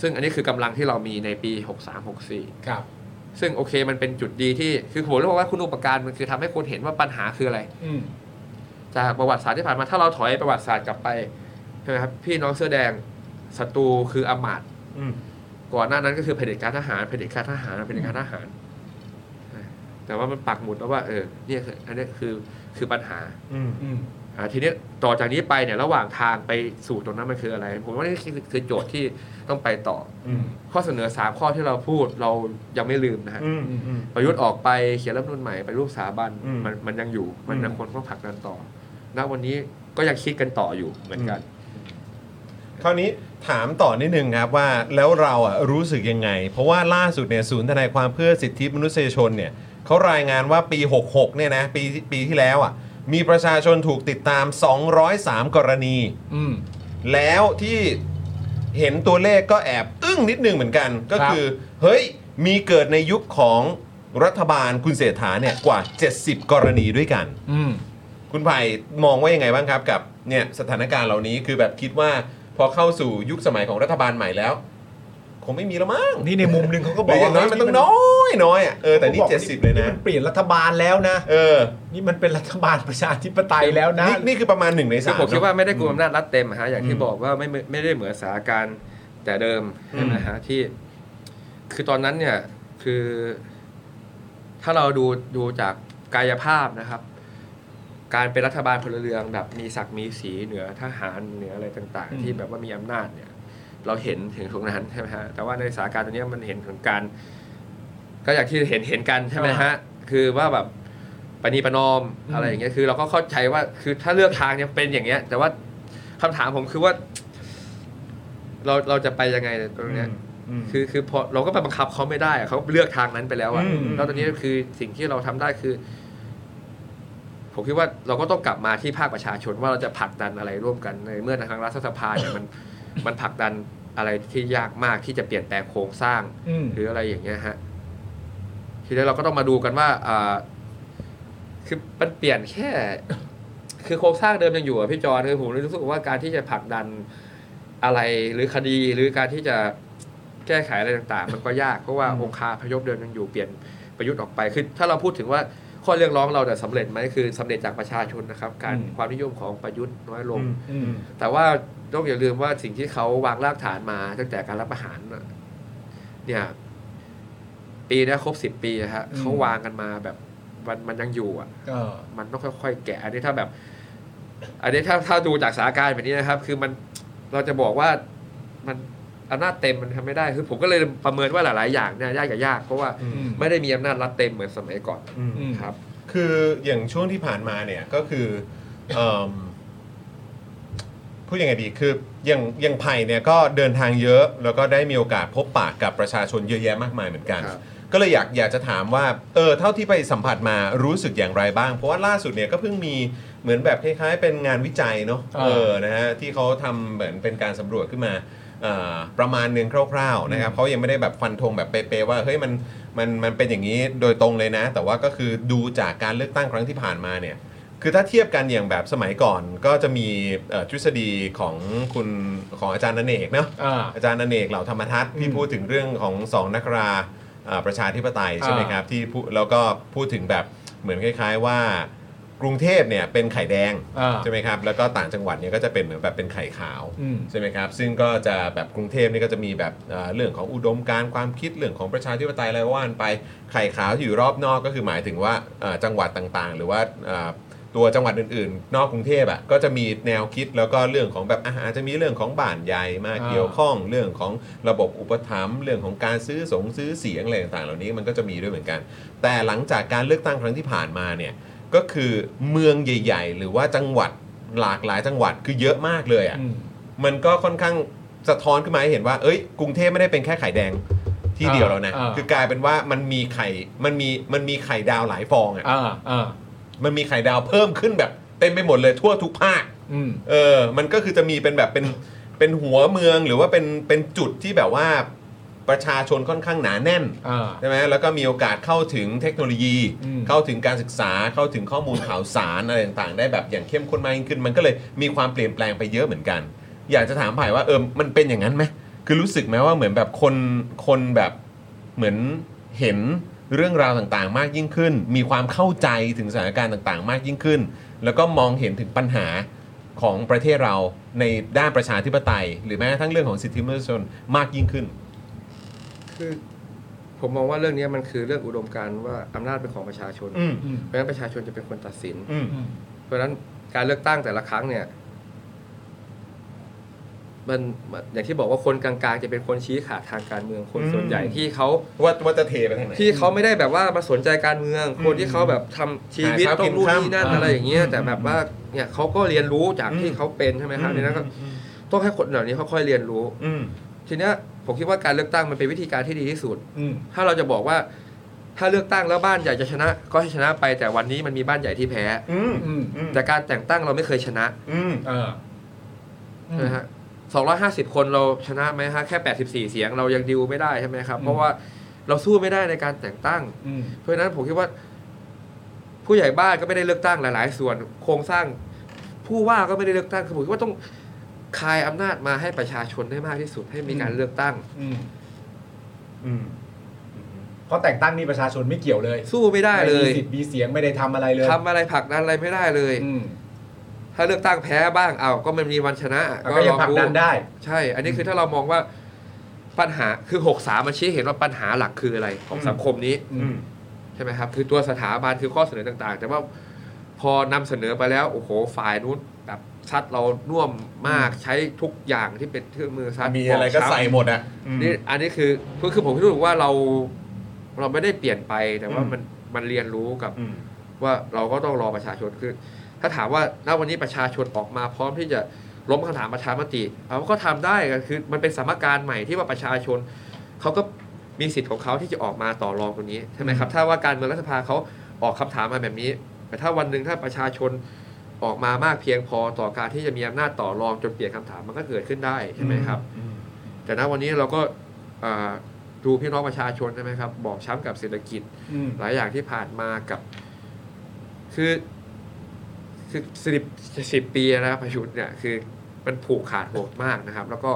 S3: ซึ่งอันนี้คือกำลังที่เรามีในปี 63
S2: ครับ
S3: 64 ซึ่งโอเคมันเป็นจุดดีที่คือผมเรียกว่าคุณอุปการมันคือทำให้คนเห็นว่าปัญหาคืออะไร
S2: อืม
S3: จากประวัติศาสตร์ที่ผ่านมาถ้าเราถอยประวัติศาสตร์กลับไปใช่ไหมครับพี่น้องเสื้อแดงศัตรูคืออำมาตย์
S1: อืม
S3: ก่อนหน้านั้นก็คือเผด็จการทหารเผด็จการทหารเผด็จการทหารแต่ว่ามันปักหมุดแล้วว่าเออเนี่ยคืออันนี้คือคือปัญหา
S1: อืม
S2: อืม
S3: อ่าทีนี้ต่อจากนี้ไปเนี่ยระหว่างทางไปสู่ตรงนั้นมันคืออะไร ผมว่านี่คือคือโจทย์ที่ต้องไปต่อ
S1: อืม
S3: ข้อเสนอสามข้อที่เราพูดเรายังไม่ลืมนะฮะ
S1: อืมอืม
S3: ประยุทธ์ออกไปเขียนรัฐธรรมนูลใหม่ไปรูปสถาบัน
S1: อืม
S3: มันมันยังอยู่มัน
S1: อืม
S3: ยังคนต้องผลักดันต่อ ณวันนี้ก็ยังคิดกันต่ออยู่เหมือนกัน
S1: คราวนี้ถามต่อนิดนึงครับว่าแล้วเราอ่ะรู้สึกยังไง เพราะว่าล่าสุดเนี่ยศูนย์ทนายความเพื่อสิทธิมนุษยชนเนี่ยเขารายงานว่าปี 66 เนี่ยนะปีปีที่แล้วอ่ะมีประชาชนถูกติดตาม 203 กรณี
S2: อืม
S1: แล้วที่เห็นตัวเลขก็แอบอึ้งนิดนึงเหมือนกัน ก็คือ เฮ้ย มีเกิดในยุคของรัฐบาลคุณเศรษฐาเนี่ยกว่า 70 กรณีด้วยกัน
S2: อืม
S1: คุณไผ่มองว่ายังไงบ้างครับกับเนี่ยสถานการณ์เหล่านี้คือแบบคิดว่าพอเข้าสู่ยุคสมัยของรัฐบาลใหม่แล้ว คงไม่มีแล้วมั้ง
S2: นี่ในมุมหนึ่งเขาก็
S1: ห
S2: บ
S1: รืออก อย่างน้อยมันต้องน้อยน้อยอ่ะเออแต่นี่
S2: ขาบก
S1: 70 เลยนะ
S2: มันเปลี่ยนรัฐบาลแล้วนะ
S1: เออ
S2: นี่มันเป็นรัฐบาลประชาธิปไตยแล้วนะ
S1: นี่นี่คือประมาณหนึ่งใน
S3: คือ
S1: สาม
S3: ผมคิ
S1: เน
S3: ด
S1: อะ
S3: ว่าไม่ได้กลุ่มอำนาจรัฐเต็มอะฮะอย่าง
S1: อื
S3: ที่
S1: ม
S3: บอกว่าไม่ไม่ไม่ได้เหมือนสถานการณ์แต่เดิม
S1: อืม
S3: ใช่ไหมฮะที่ คือตอนนั้นเนี่ยคือถ้าเราดูดูจากกายภาพนะครับ การเป็นรัฐบาลพลเรือนแบบมีศักดิ์มีสีเหนือทหารเหนืออะไรต่าง
S2: อืม
S3: ๆ ที่แบบว่ามีอำนาจเนี่ยเราเห็นถึงตรงนั้นใช่ไหมฮะแต่ว่าในสถานการณ์ตรงเนี้ยมันเห็นถึงการ ก็อย่างที่เห็นเห็นกันใช่ไหมฮะคือว่าแบบปณีประนอม
S2: อืม
S3: อะไรอย่างเงี้ยคือเราก็เข้าใจว่าคือถ้าเลือกทางเนี่ยเป็นอย่างเงี้ย แต่ว่าคำถามผมคือว่า เราเราจะไปยังไงในตรงเนี้ย
S2: ม
S3: คือคือพอเราก็ไปบังคับเขาไม่ได้อะเขาเลือกทางนั้นไปแล้วอะ
S2: อืม
S3: แล้วตอนนี้คือสิ่งที่เราทำได้คือ ผมคิดว่าเราก็ต้องกลับมาที่ภาคประชาชนว่าเราจะผลักดันอะไรร่วมกันในเมื่อทางรัฐสภาเนี่ยมันมันผลักดันอะไรที่ยากมากที่จะเปลี่ยนแปลงโครงสร้าง
S2: ม
S3: หรืออะไรอย่างเงี้ยฮะ ทีนี้เราก็ต้องมาดูกันว่าอ่าคือมันเปลี่ยนแค่ คือโครงสร้างเดิมยังอยู่อะพี่จอนคือผมรู้สึกว่าการที่จะผลักดันอะไรหรือคดีหรือการที่จะแก้ไขอะไรต่าง ๆ มันก็ยากเพราะว่า
S2: อืม
S3: องคาพยพเดิมยังอยู่เปลี่ยนประยุทธ์ออกไปคือถ้าเราพูดถึงว่าข้อเรียกร้องเราจะสำเร็จไหมคือสำเร็จจากประชาชนนะครับ การความนิยมของประยุทธ์น้อยลง
S2: อืม
S3: แต่ว่าต้องอย่าลืมว่าสิ่งที่เขาวางรากฐานมาตั้งแต่การรับประหารน่ะเนี่ย ปีเนี้ครบสิบปีนะฮะ
S2: อืม
S3: เขาวางกันมาแบบมันมันยังอยู่อ่ะ
S2: เออ
S3: มันต้องค่อยๆแกะ อันนี้ถ้าแบบ อันนี้ถ้าถ้าดูจากสถานการณ์แบบนี้นะครับ คือมันเราจะบอกว่ามันอำนาจเต็มมันทำไม่ได้คือผมก็เลยประเมินว่าหลายๆอย่างเนี่ยยากกับยากเพราะว่า
S2: อืม
S3: ไม่ได้มีอำนาจรัฐเต็มเหมือนสมัยก่อน
S2: อืม
S3: ครับ
S1: คืออย่างช่วงที่ผ่านมาเนี่ยก็คือเอิ่มพูดยังไงดีคืออย่างอย่างไผ่เนี่ยก็เดินทางเยอะ แล้วก็ได้มีโอกาสพบปะกับประชาชนเยอะแยะมากมายเหมือนกัน
S3: ครับ
S1: ก็เลยอยากอยากจะถามว่าเออเท่าที่ไปสัมผัสมารู้สึกอย่างไรบ้าง เพราะว่าล่าสุดเนี่ยก็เพิ่งมีเหมือนแบบคล้ายๆ เป็นงานวิจัยเนาะ
S2: อ่า
S1: เออนะฮะที่เขาทำเหมือนเป็นการสำรวจขึ้นมา อ่าประมาณหนึ่งคร่าวๆนะครับเขายังไม่ได้แบบฟันธงแบบเป๊ะๆว่าเฮ้ยมันมันมันเป็นอย่างนี้โดยตรงเลยนะ แต่ว่าก็คือดูจากการเลือกตั้งครั้งที่ผ่านมาเนี่ยคือถ้าเทียบกันอย่างแบบสมัยก่อนก็จะมีเอ่อทฤษฎีของคุณของอาจารย์นเนกเนาะ
S2: อ่า
S1: อาจารย์นเนกเหล่าธรรมทัศน์ที่
S2: อืม
S1: พูดถึงเรื่องของสองนักราอ่าประชาธิปไตยใช่ไหม
S2: อ่า
S1: ครับที่พูดแล้วก็พูดถึงแบบเหมือนคล้าย ๆว่ากรุงเทพเนี่ยเป็นไข่แดง
S2: อ่า
S1: ใช่ไหมครับแล้วก็ต่างจังหวัดเนี่ยก็จะเป็นเหมือนแบบเป็นไข่ขาว
S2: อืม
S1: ใช่ไหมครับ ซึ่งก็จะแบบกรุงเทพนี่ก็จะมีแบบเอ่อเรื่องของอุดมการณ์ความคิดเรื่องของประชาธิปไตยอะไรว่ากันไปไข่ขาวอยู่รอบนอกก็คือหมายถึงว่าเอ่อจังหวัดต่างๆ หรือว่าเอ่อตัวจังหวัดอื่นๆ นอกกรุงเทพอ่ะก็จะมีแนวคิดแล้วก็เรื่องของแบบอาอาจจะมีเรื่องของบ้านใหญ่มา
S2: อ่า
S1: เกี่ยวข้องเรื่องของระบบอุปถัมภ์เรื่องของการซื้อสงซื้อเสียงอะไรต่างๆ เหล่านี้มันก็จะมีด้วยเหมือนกัน แต่หลังจากการเลือกตั้งครั้งที่ผ่านมาเนี่ยก็คือเมืองใหญ่ ๆ หรือว่าจังหวัดหลากหลายจังหวัดคือเยอะมากเลยอ่ะ
S2: อืม
S1: มันก็ค่อนข้างสะท้อนขึ้นมาให้เห็นว่า เอ้ย กรุงเทพไม่ได้เป็นแค่ไข่แดงที่เดียวแล้วนะ
S2: อ่าอ่า
S1: คือกลายเป็นว่ามันมีไข่ มันมี มันมีไข่ดาวหลายฟอง
S2: อ่า
S1: อะ่ะ
S2: อ่า
S1: มันมีไข่ดาวเพิ่มขึ้นแบบเต็มไปหมดเลยทั่วทุกภาค
S2: อืม
S1: เออ มันก็คือจะมีเป็นแบบเป็น เป็นหัวเมืองหรือว่าเป็น เป็นจุดที่แบบว่าประชาชนค่อนข้างหนาแน่น
S2: อ่า
S1: ใช่ไหมแล้วก็มีโอกาสเข้าถึงเทคโนโลยี
S2: อืม
S1: เข้าถึงการศึกษา เข้าถึงข้อมูลข่าวสารอะไรต่างๆ ได้แบบอย่างเข้มข้นมากยิ่งขึ้น มันก็เลยมีความเปลี่ยนแปลงไปเยอะเหมือนกัน อยากจะถามไผ่ว่าเออ มันเป็นอย่างนั้นไหม คือรู้สึกไหมว่าเหมือนแบบคน คนแบบเหมือนเห็นเรื่องราวต่างๆ มากยิ่งขึ้น มีความเข้าใจถึงสถานการณ์ต่างๆ มากยิ่งขึ้น แล้วก็มองเห็นถึงปัญหาของประเทศเราในด้านประชาธิปไตย หรือแม้กระทั่งเรื่องของสิทธิมนุษยชนมากยิ่งขึ้น
S3: คือผมมองว่าเรื่องเนี้ยมันคือเรื่องอุดมการณ์ว่าอำนาจเป็นของประชาชน
S1: อืม
S2: อืม
S3: เพราะฉะนั้นประชาชนจะเป็นคนตัดสิน
S1: อืม
S2: อืม
S3: เพราะฉะนั้นการเลือกตั้งแต่ละครั้งเนี่ยมันมันอย่างที่บอกว่าคนกลางๆ จะเป็นคนชี้ขาดทางการเมืองคนส่วนใหญ่ที่เขา
S1: ว่าว่าจะเทไปทางไหน
S3: ที่เขาไม่ได้แบบว่ามาสนใจการเมือง คนที่เขาแบบทำชีวิต
S1: หาเช้า
S3: ต้อ
S1: กิ
S3: ง
S1: น
S3: รู้
S1: ค่ำ
S3: นี่นั่น
S2: อ่า
S3: อะไรอย่างเงี้ย
S2: อืม
S3: แต่แบบว่าเนี่ยเขาก็เรียนรู้จาก
S1: อืม
S3: ที่เขาเป็นใช่ไหมครับดังนั้นก็
S1: อืม
S3: ต้องให้คนเหล่านี้ค่อยๆเรียนรู้
S1: อืม
S3: ทีเนี้ยผมคิดว่าการเลือกตั้งมันเป็นวิธีการที่ดีที่สุด
S2: อืม
S3: ถ้าเราจะบอกว่า ถ้าเลือกตั้งแล้วบ้านใหญ่จะชนะ ก็ให้ชนะไปแต่วันนี้มันมีบ้านใหญ่ที่แพ้
S1: อืม
S2: อืม
S3: แต่การแต่งตั้งเราไม่เคยชนะ
S1: อืม
S2: อ่าอืม
S3: นะฮะสองคนเราชนะไหมฮะแค่ 84 เสียงเรายังดิวไม่ได้ใช่ไหมครับ
S2: อืม
S3: เพราะว่าเราสู้ไม่ได้ในการแต่งตั้ง
S2: อืม
S3: เพราะฉะนั้นผมคิดว่า ผู้ใหญ่บ้านก็ไม่ได้เลือกตั้งหลาย ๆ ส่วนโครงสร้าง ผู้ว่าก็ไม่ได้เลือกตั้งคือผมคิดว่าต้องคลายอำนาจมาให้ประชาชนได้มากที่สุด ให้มีการเลือกตั้ง
S2: อืม
S1: อืม
S2: เพราะแต่งตั้งนี่ประชาชนไม่เกี่ยวเลย
S3: สู้ไม่ได้เล
S2: ไม่
S3: ย
S2: มีสิทธิ์มีเสียงไม่ได้ทำอะไรเลย
S3: ทำอะไรผลักดันอะไรไม่ได้เลย
S2: อืม
S3: ถ้าเลือกตั้งแพ้บ้างเอาก็มันมีวันชนะ
S2: แล้วก็ยังผลักดันได้
S3: ใช่ อันนี้คือถ้าเรามองว่า ปัญหาคือ6กสามันชี้เห็นว่าปัญหาหลักคืออะไรของสังคมนี้
S2: อืม
S3: ใช่ไหมครับ คือตัวสถาบันคือข้อเสนอต่างๆ แต่ว่าพอนำเสนอไปแล้ว โอ้โห ฝ่ายนู้นแบบซัดเราน่วมมากใช้ทุกอย่างที่เป็นเครื่องมือซัด
S1: มีอะไรก็
S3: บช้ำ
S1: ใส่หมดอ่ะ
S3: นี่อันนี้คือคือคือผมรู้สึกว่าเราเราไม่ได้เปลี่ยนไปแต่ว่า
S2: อืม
S3: มันมันเรียนรู้กับ
S2: อืม
S3: ว่าเราก็ต้องรอประชาชนคือ ถ้าถามว่าณวันนี้ประชาชนออกมาพร้อมที่จะล้มคำถามประชามติเอาก็ทำได้ก็คือมันเป็นสมการใหม่ที่ว่าประชาชนเขาก็มีสิทธิ์ของเขาที่จะออกมาต่อรองตรงนี้ใช่ไหมครับถ้าว่าการเมืองรัฐสภาเขาออกคำถามมาแบบนี้ แต่ถ้าวันหนึ่งถ้าประชาชนออกมามากเพียงพอต่อการที่จะมีอำนาจต่อรองจนเปลี่ยนคำถามมันก็เกิดขึ้นได้ใช่ไหมครับ แต่ณวันนี้เราก็เอ่อดูพี่น้องประชาชนใช่ไหมครับบอบช้ำกับเศรษฐกิจ หลายอย่างที่ผ่านมากับ คือคือสิบสิบปีนะครับประยุทธ์เนี่ยคือมันผูกขาดโหดมากนะครับ แล้วก็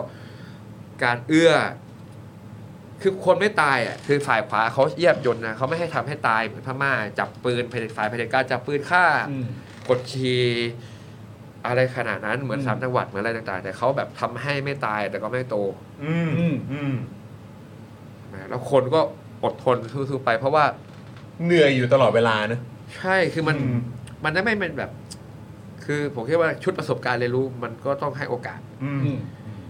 S3: การเอื้อ คือคนไม่ตายอ่ะคือฝ่ายขวาเขาเยียบยนต์นะเขาไม่ให้ทำให้ตายเหมือนพม่าจับปืนเผด็จฝ่ายเผด็จการจับปืนฆ่า กดขี่อะไรขนาดนั้นเหมือน
S2: อืม
S3: สามจังหวัดเหมือนอะไรต่าง ๆ แต่เขาแบบทำให้ไม่ตายแต่ก็ไม่โต
S2: อืมอืมอืม
S3: นะแล้วคนก็อดทนสู้ๆไป เพราะว่า
S1: เหนื่อยอยู่ตลอดเวลานะ
S3: ใช่คือมัน
S2: อืม
S3: มันไม่เป็นแบบ คือผมคิดว่าชุดประสบการณ์เรียนรู้มันก็ต้องให้โอกาส
S2: อืม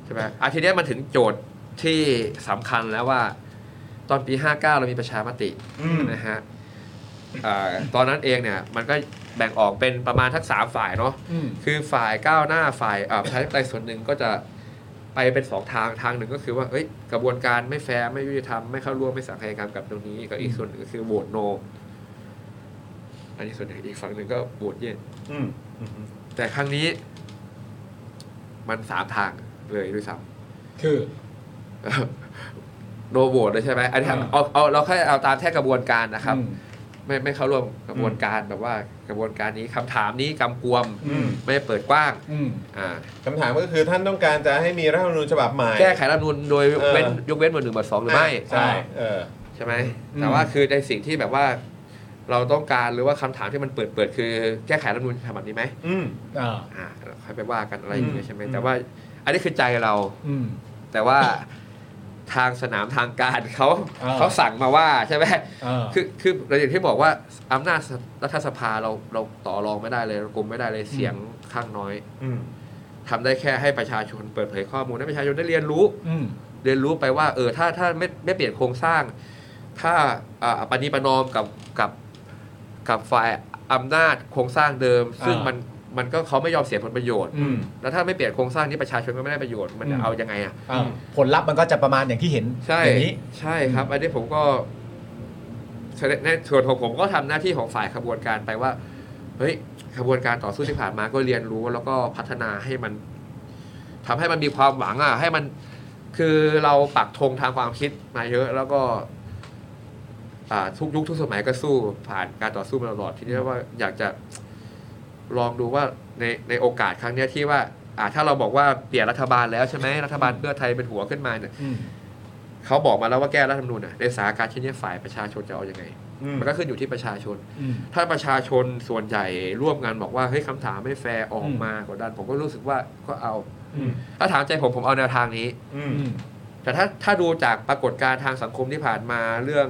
S3: ใช่ไหมอาทีเนี้ยมันถึงโจทย์ที่สำคัญแล้วว่า ตอนปี 59 เรามีประชามติ
S2: อืม
S3: นะฮะอ่าตอนนั้นเองเนี่ย มันก็แบ่งออกเป็นประมาณทั้งสามฝ่ายเนาะ
S2: อืม
S3: คือฝ่ายก้าวหน้าฝ่ายอ่าประชาธิปไตยส่วนหนึ่งก็จะไปเป็นสองทางทางหนึ่งก็คือว่าเอ้ยกระบวนการไม่แฟร์ไม่ยุติธรรมไม่เข้าร่วมไม่สังคายกรรมกับตรงนี้กับอีกส่วนหนึ่งก็คือโหวตโน อันนี้ส่วนหนึ่งอีกฝั่งหนึ่งก็โหวตเย็น
S2: อืมอืม
S3: แต่ครั้งนี้ มันสามทางเลยด้วยซ้ำ
S2: คือ
S3: โนโหวตเลยใช่ไหมอันนี้
S2: อ่า
S3: เอาเอาเราแค่เอาตามแค่กระบวนการนะครับ
S2: อืม
S3: ไม่ไม่เข้าร่วมกระบวนการแบบว่ากระบวนการนี้คำถามนี้กำกวม
S2: อืม
S3: ไม่เปิดกว้าง
S2: อืม
S3: อ่า
S1: คำถามก็คือท่านต้องการจะให้มีรัฐธรรมนูญฉบับใหม่
S3: แก้ไขรัฐธรรมนูญโดย
S1: เออ
S3: เว้นยกเว้นหมวดหนึ่งหมวดสองหรือไม่
S1: ใช่เออ
S3: ใช่ไหม
S2: อืม
S3: แต่ว่าคือในสิ่งที่แบบว่า เราต้องการหรือว่าคำถามที่มันเปิดเปิดคือแก้ไขรัฐธรรมนูญฉบับนี้ไหม
S1: อืม
S2: อ่า
S3: อ่าเราค่อยไปว่ากันอะไรอย่างเงี้ยใช่ไหม
S2: อืม
S3: แต่ว่า อันนี้คือใจเรา
S2: อืม
S3: แต่ว่าทางสนามทางการเขา
S2: เออ
S3: เขาสั่งมาว่าใช่ไหม
S2: อ่า
S3: คือคือเราอย่างที่บอกว่าอำนาจรัฐสภาเราเราต่อรองไม่ได้เลยเรากลุมไม่ได้เลยเสียงข้างน้อย
S2: อืม
S3: ทำได้แค่ให้ประชาชนเปิดเผยข้อมูลให้ประชาชนได้เรียนรู้
S2: อืม
S3: เรียนรู้ไปว่าเออถ้าถ้าไม่ไม่เปลี่ยนโครงสร้าง ถ้าอ่าปณิประนอมกับกับกับฝ่ายอำนาจโครงสร้างเดิม ซึ่ง
S2: อ่ามั
S3: มันมันก็เขาไม่ยอมเสียผลประโยชน์
S2: อืม
S3: แล้วถ้าไม่เปลี่ยนโครงสร้างนี้ประชาชนก็ไม่ได้ประโยชน์มัน
S2: อื
S3: จะ
S2: ม
S3: เอายังไงอ่ะ
S2: อ่าผลลัพธ์มันก็จะประมาณอย่างที่เห็น
S3: ใช่
S2: อย่างนี้
S3: ใช่ครับ อันนี้ผมก็ในส่วนของผมก็ทำหน้าที่ของฝ่ายขบวนการไปว่าเฮ้ยขบวนการต่อสู้ที่ผ่านมาก็เรียนรู้แล้วก็พัฒนาให้มันทำให้มันมีความหวังอ่ะให้มัน คือเราปักธงทางความคิดมาเยอะแล้วก็อ่าทุกยุคทุกสมัยก็สู้ผ่านการต่อสู้มาตลอดทีนี้ว่าอยากจะลองดูว่าในในโอกาสครั้งเนี้ยที่ว่าอ่า ถ้าเราบอกว่าเปลี่ยนรัฐบาลแล้วใช่ไหมรัฐบาลเพื่อไทยเป็นหัวขึ้นมาเนี่ย
S2: อืม
S3: เขาบอกมาแล้วว่าแก้รัฐธรรมนูญน่ะในสถานการณ์เช่นนี้ฝ่ายประชาชนจะเอาอยัางไง มันก็ขึ้นอยู่ที่ประชาชน
S2: อืม
S3: ถ้าประชาชนส่วนใหญ่ร่วมงานบอกว่าเฮ้ยคำถามไม่แฟร์ออกมากดดันผมก็รู้สึกว่าก็เอา
S2: อืม
S3: ถ้าถามใจผมผมเอาแนวทางนี้
S2: อืม
S3: แต่ถ้าถ้าดูจากปรากฏการณ์ทางสังคมที่ผ่านมาเรื่อง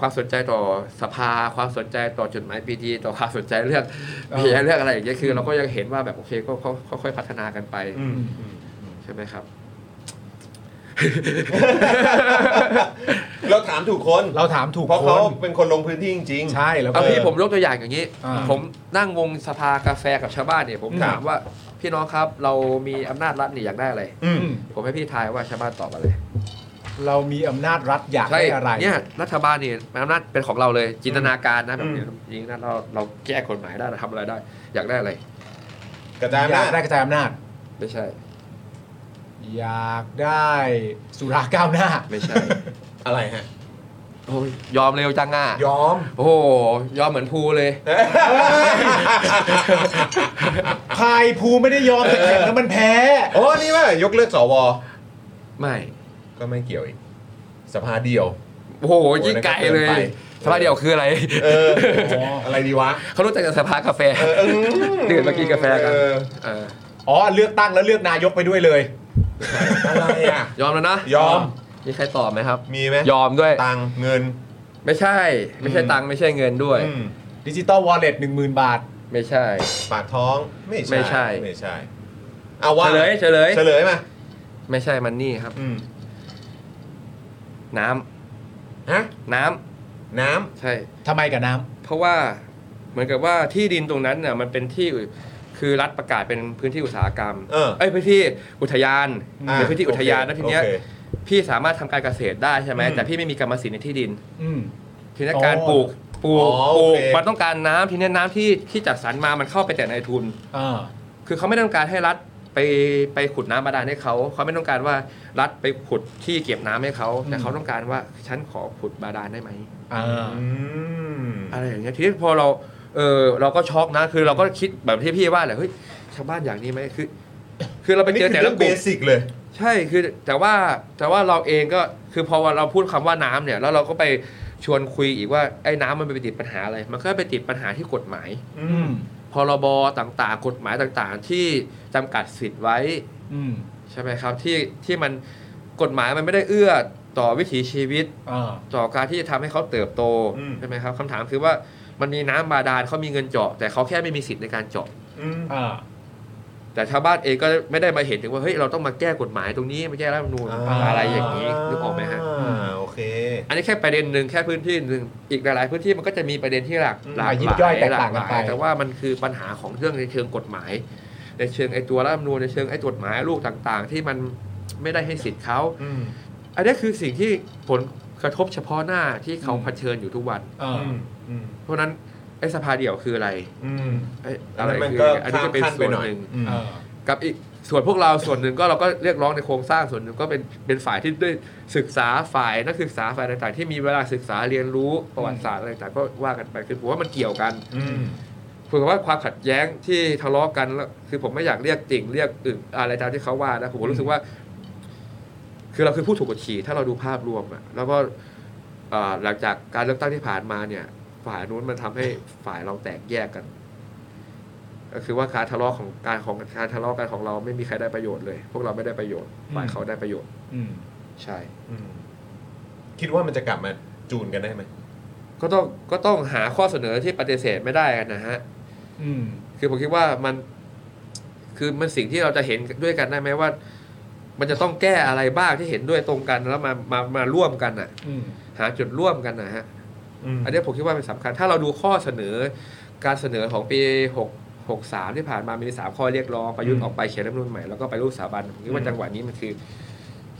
S3: ความสนใจต่อสภา ความสนใจต่อจดหมายปีดีต่อความสนใจเรื่อง
S2: เออ
S3: เพียเรื่องอะไรอย่างเงี้ยคือ เราก็ยังเห็นว่าแบบโอเคก็ก็ก็ค่อยๆพัฒนากันไป
S2: อืม
S3: ใช่ไหมครับ
S1: เราถามถูกคน
S2: เราถามถูก
S1: เพราะ
S2: ค
S1: เขา
S2: น
S1: เป็นคนลงพื้นที่จริง
S2: ใช่แล้วก็
S3: เอาพี่ผมยกตัวอย่างอย่างนี้
S2: อ่า
S3: ผมนั่งวงสภากาแฟกับชาวบ้านเนี่ย ผม
S2: อืม
S3: ถามว่าพี่น้องครับ เรามีอำนาจรัฐนี่อยากได้อะไร
S1: อืม
S2: อืม
S3: ผมให้พี่ทายว่าชาวบ้านตอบอะไร
S2: เรามีอำนาจรัฐอยาก
S3: ใช่
S2: ได้อะไร
S3: เนี่ยรัฐบาลเนี่ยอำนาจเป็นของเราเลยจินตนาการนะแบบเนี้ยจริงๆนะเราเราแก้กฎหมายได้เราทำอะไรได้ อยากได้อะไร
S1: กระจาย
S2: อยาก
S1: อำ
S2: ได้
S1: นาจ
S2: กระจายอำนาจ
S3: ไม่ใช่
S2: อยากได้สุราก้าวหน้า
S3: ไม่ ใช่
S1: อะไรฮะ
S3: โอ้ยยอมเร็วจังอ่ะ
S2: ยอม
S3: โอ้โหยอมเหมือนภูเลย
S2: พายภูไม่ได้ยอมแต่แข่งแล้วมันแพ้
S1: โอ้นี่ว่ายกเลิกสว
S3: ไม่
S1: ก็ไม่เกี่ยวอีก สภาเดียว
S3: โอ้โหยิ่งไกลเล
S1: โอ้ยนั่นก็เกินไป
S3: ยสภาเดียวคืออะไร
S1: เอออะไรดีวะ
S3: เขารู้จักแต่สภากาแฟ ดื่มมากินกาแฟกัน
S1: เออ
S3: เออ
S2: อ๋อ เลือกตั้งแล้วเลือกนายกไปด้วยเลย
S1: อะไรอ่ะ
S3: ยอมแล้วนะ
S1: ยอม
S3: มีใครตอบไหมครับ
S1: มีไหม
S3: ยอมด้วย
S1: ตังค์เงิน
S3: ไม่ใช่ ไม่ใช่
S1: อืม
S3: ตังค์ไม่ใช่เงินด้วย
S1: อืม
S2: ดิจิตอลวอลเล็ตหนึ่งหมื่นบาท
S3: ไม่ใช่
S1: ปากท้องไม่ใช่
S3: ไม่ใช่
S1: ไม่ใช่เอาว่า
S3: เฉลยเฉลย
S1: เฉลยมา
S3: ไม่ใช่มันนี่ครับ
S1: อืม
S3: น้ำ
S1: ฮะ
S3: น้ำ
S1: น้ำ
S3: ใช่
S2: ทำไมกับน้
S3: เพราะว่าเหมือนกับว่าที่ดินตรงนั้นน่ะมันเป็นที่คือรัฐประกาศเป็นพื้นที่อุตสาหกรรม
S1: เออ
S3: เอ้ยพื้นที่อุทยาน
S1: อ่ะ
S3: เป็นพื้นที่อุทยาน
S1: โเค
S3: แล้วทีเนี้ย
S1: โอค
S3: พี่สามารถทำการเกษตรได้ใช่ไหม
S1: อืม
S3: แต่พี่ไม่มีกรรมสิทธิ์ในที่ดิน
S2: ำอืม
S3: ทีนี้
S2: อ๋อ
S3: การปลูกปลูก
S1: อ๋อ
S3: ปลูก
S1: โอเค
S3: มันต้องการน้ำทีนี้น้ำที่ที่จัดสรรมามันเข้าไปแต่ในทุน
S2: อ่า
S3: คือเขาไม่ต้องการให้รัฐไปไปขุดน้ำบาดาลให้เขาเขาไม่ต้องการว่ารัฐไปขุดที่เก็บน้ำให้เขาแต่
S2: อืม
S3: เขาต้องการว่าฉันขอขุดบาดาลได้ไหม
S2: อ่า
S1: อืม
S3: อะไรอย่างเงี้ยทีนี้พอเราเออเราก็ช็อกนะ คือเราก็คิดแบบที่พี่ว่าแหละเฮ้ยชาวบ้านอย่างนี้ไหมคือ คือเราไป
S1: อันนี้
S3: เจอ
S1: คือ
S3: แต่
S1: เรื่อง
S3: ละก
S1: เบ
S3: ลุ่ม
S1: สิกเลย
S3: ใช่คือแต่ว่าแต่ว่าเราเองก็คือพอเราพูดคำว่าน้ำเนี่ย แล้วเราก็ไปชวนคุยอีกว่าไอ้น้ำมันไปติดปัญหาอะไร มันก็ไปติดปัญหาที่กฎหมาย
S1: อื
S2: อื
S1: ม
S2: ม
S3: พรบต่างๆ กฎหมายต่างๆ ที่จำกัดสิทธิ์ไว้
S2: อืม
S3: ใช่ไหมครับที่ที่มันกฎหมายมันไม่ได้เอื้อต่อวิถีชีวิต
S2: อ่า
S3: ต่อการที่จะทำให้เขาเติบโต
S1: อืม
S3: ใช่ไหมครับคำถามคือว่ามันมีน้ำบาดาลเขามีเงินเจาะ แต่เขาแค่ไม่มีสิทธิ์ในการเจาะ
S1: อืม
S2: อ่า
S3: แต่ชาวบ้านเองก็ไม่ได้มาเห็นถึงว่าเฮ้ยเราต้องมาแก้กฎหมายตรงนี้มาแก้รัฐธรรมนูญอะไรอย่างนี้นึกออกไหมฮะ
S1: อ่าโอเค
S3: อันนี้แค่ประเด็นหนึ่งแค่พื้นที่หนึ่งอีกหลายๆพื้นที่มันก็จะมีประเด็นที่หลาก
S1: อืม
S3: หลาก
S2: ยิ
S3: ห
S2: บย่อ
S3: ลาย ย
S2: แตก
S3: หลา
S2: ต่าง
S3: ก
S2: กัน
S3: หลา
S2: ไป
S3: ยแต่ว่ามันคือปัญหาของเรื่องในเชิงกฎหมาย ในเชิงไอ้ตัวรัฐธรรมนูญในเชิงไอ้กฎหมายลูกต่างๆ ที่มันไม่ได้ให้สิทธิ์เขา
S1: อืม
S3: อันนี้คือสิ่งที่ผลกระทบเฉพาะหน้าที่เขา
S2: อืม
S3: เผชิญอยู่ทุกวัน
S2: อ่า
S1: อืมอืม
S3: เพราะฉะนั้นไอ้สภาเดี่ยวคืออะไร
S1: อืม
S3: ไอ้
S1: อั
S3: อะ
S1: น
S3: ไร
S1: นั้นมัน
S3: คือ
S1: ก็
S3: อันนี้
S1: ข้าม
S3: ก็เป็น
S1: ขั้นไป
S3: ส่วน
S1: หน่อย
S3: หนึ่ง
S1: อืม
S2: อ่า
S3: กับอีกส่วนพวกเราส่วนหนึ่งก็เราก็เรียกร้องในโครงสร้างส่วนหนึ่งก็เป็นเป็นฝ่ายที่ได้ศึกษาฝ่ายนักศึกษาฝ่ายต่างๆ ที่มีเวลาศึกษาเรียนรู้ประวัติศาสตร์อะไรต่างๆก็ว่ากันไปคือผมว่ามันเกี่ยวกัน
S1: อืม
S3: คือว่าความขัดแย้งที่ทะเลาะกันแล้วคือผมไม่อยากเรียกติ่งเรียกอึ่งอะไรตามที่เขาว่านะผมรู้สึกว่า คือเราคือผู้ถูกกดขี่ถ้าเราดูภาพรวมอะแล้วก็เอ่อหลังจากการเลือกตั้งที่ผ่านมาเนี่ย ฝ่ายนู้นมันทำให้ฝ่ายเราแตกแยกกัน ก็คือว่าการทะเลาะของการของการทะเลาะกันของเราไม่มีใครได้ประโยชน์เลย พวกเราไม่ได้ประโยชน์ฝ่ายเขาได้ประโยชน์
S2: อืม
S3: ใช่
S1: อืมคิดว่ามันจะกลับมาจูนกันได้ไหม
S3: ก็ต้องก็ต้องหาข้อเสนอที่ปฏิเสธไม่ได้กันนะฮะ
S2: อืม
S3: คือผมคิดว่ามันคือมันสิ่งที่เราจะเห็นด้วยกันได้ไหมว่า มันจะต้องแก้อะไรบ้างที่เห็นด้วยตรงกันแล้วมามามาร่วมกันอ่ะ
S2: อืม
S3: หาจุดร่วมกันนะฮะ
S1: อืม
S3: อันเนี้ยผมคิดว่าเป็นสำคัญ ถ้าเราดูข้อเสนอการเสนอของปี6 63 ที่ผ่านมามีสามข้อเรียกร้องประยุทธ์ออกไปเขียนรัฐธรรมนูญใหม่แล้วก็ไปรูปสถาบันผมคิดว่าจังหวะนี้มันคือ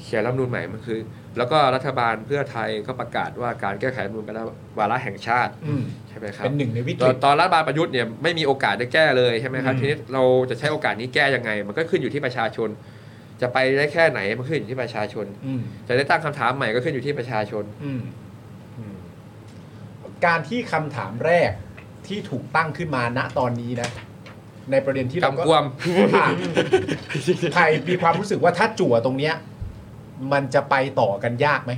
S3: เขียนรัฐธรรมนูญใหม่มันคือ แล้วก็รัฐบาลเพื่อไทยก็ประกาศว่าการแก้ไขรัฐธรรมนูญเป็นวาระแห่งชาติ
S2: อืม
S3: ใช่ไหมครับ
S2: เป็นหนึ่งในวิก
S3: ตอ
S2: ฤต
S3: นตอนรัฐบาลประยุทธ์เนี่ยไม่มีโอกาสได้แก้เลยใช่ไหมครับ
S2: อืม
S3: ทีนี้เราจะใช้โอกาสนี้แก้ยังไง มันก็ขึ้นอยู่ที่ประชาชน จะไปได้แค่ไหนมันขึ้นอยู่ที่ประชาชน
S2: อืม
S3: จะได้ตั้งคำถามใหม่ก็ขึ้นอยู่ที่ประชาชน
S2: อืม
S1: อืม
S2: การที่คำถามแรกที่ถูกตั้งขึ้นมาณตอนนี้นะ ในประเด็นที่เรา
S3: กำ
S2: ก็
S3: กวม
S2: อ่ะใครมีความรู้สึกว่าถ้าจั่วตรงเนี้ย มันจะไปต่อกันยากไหม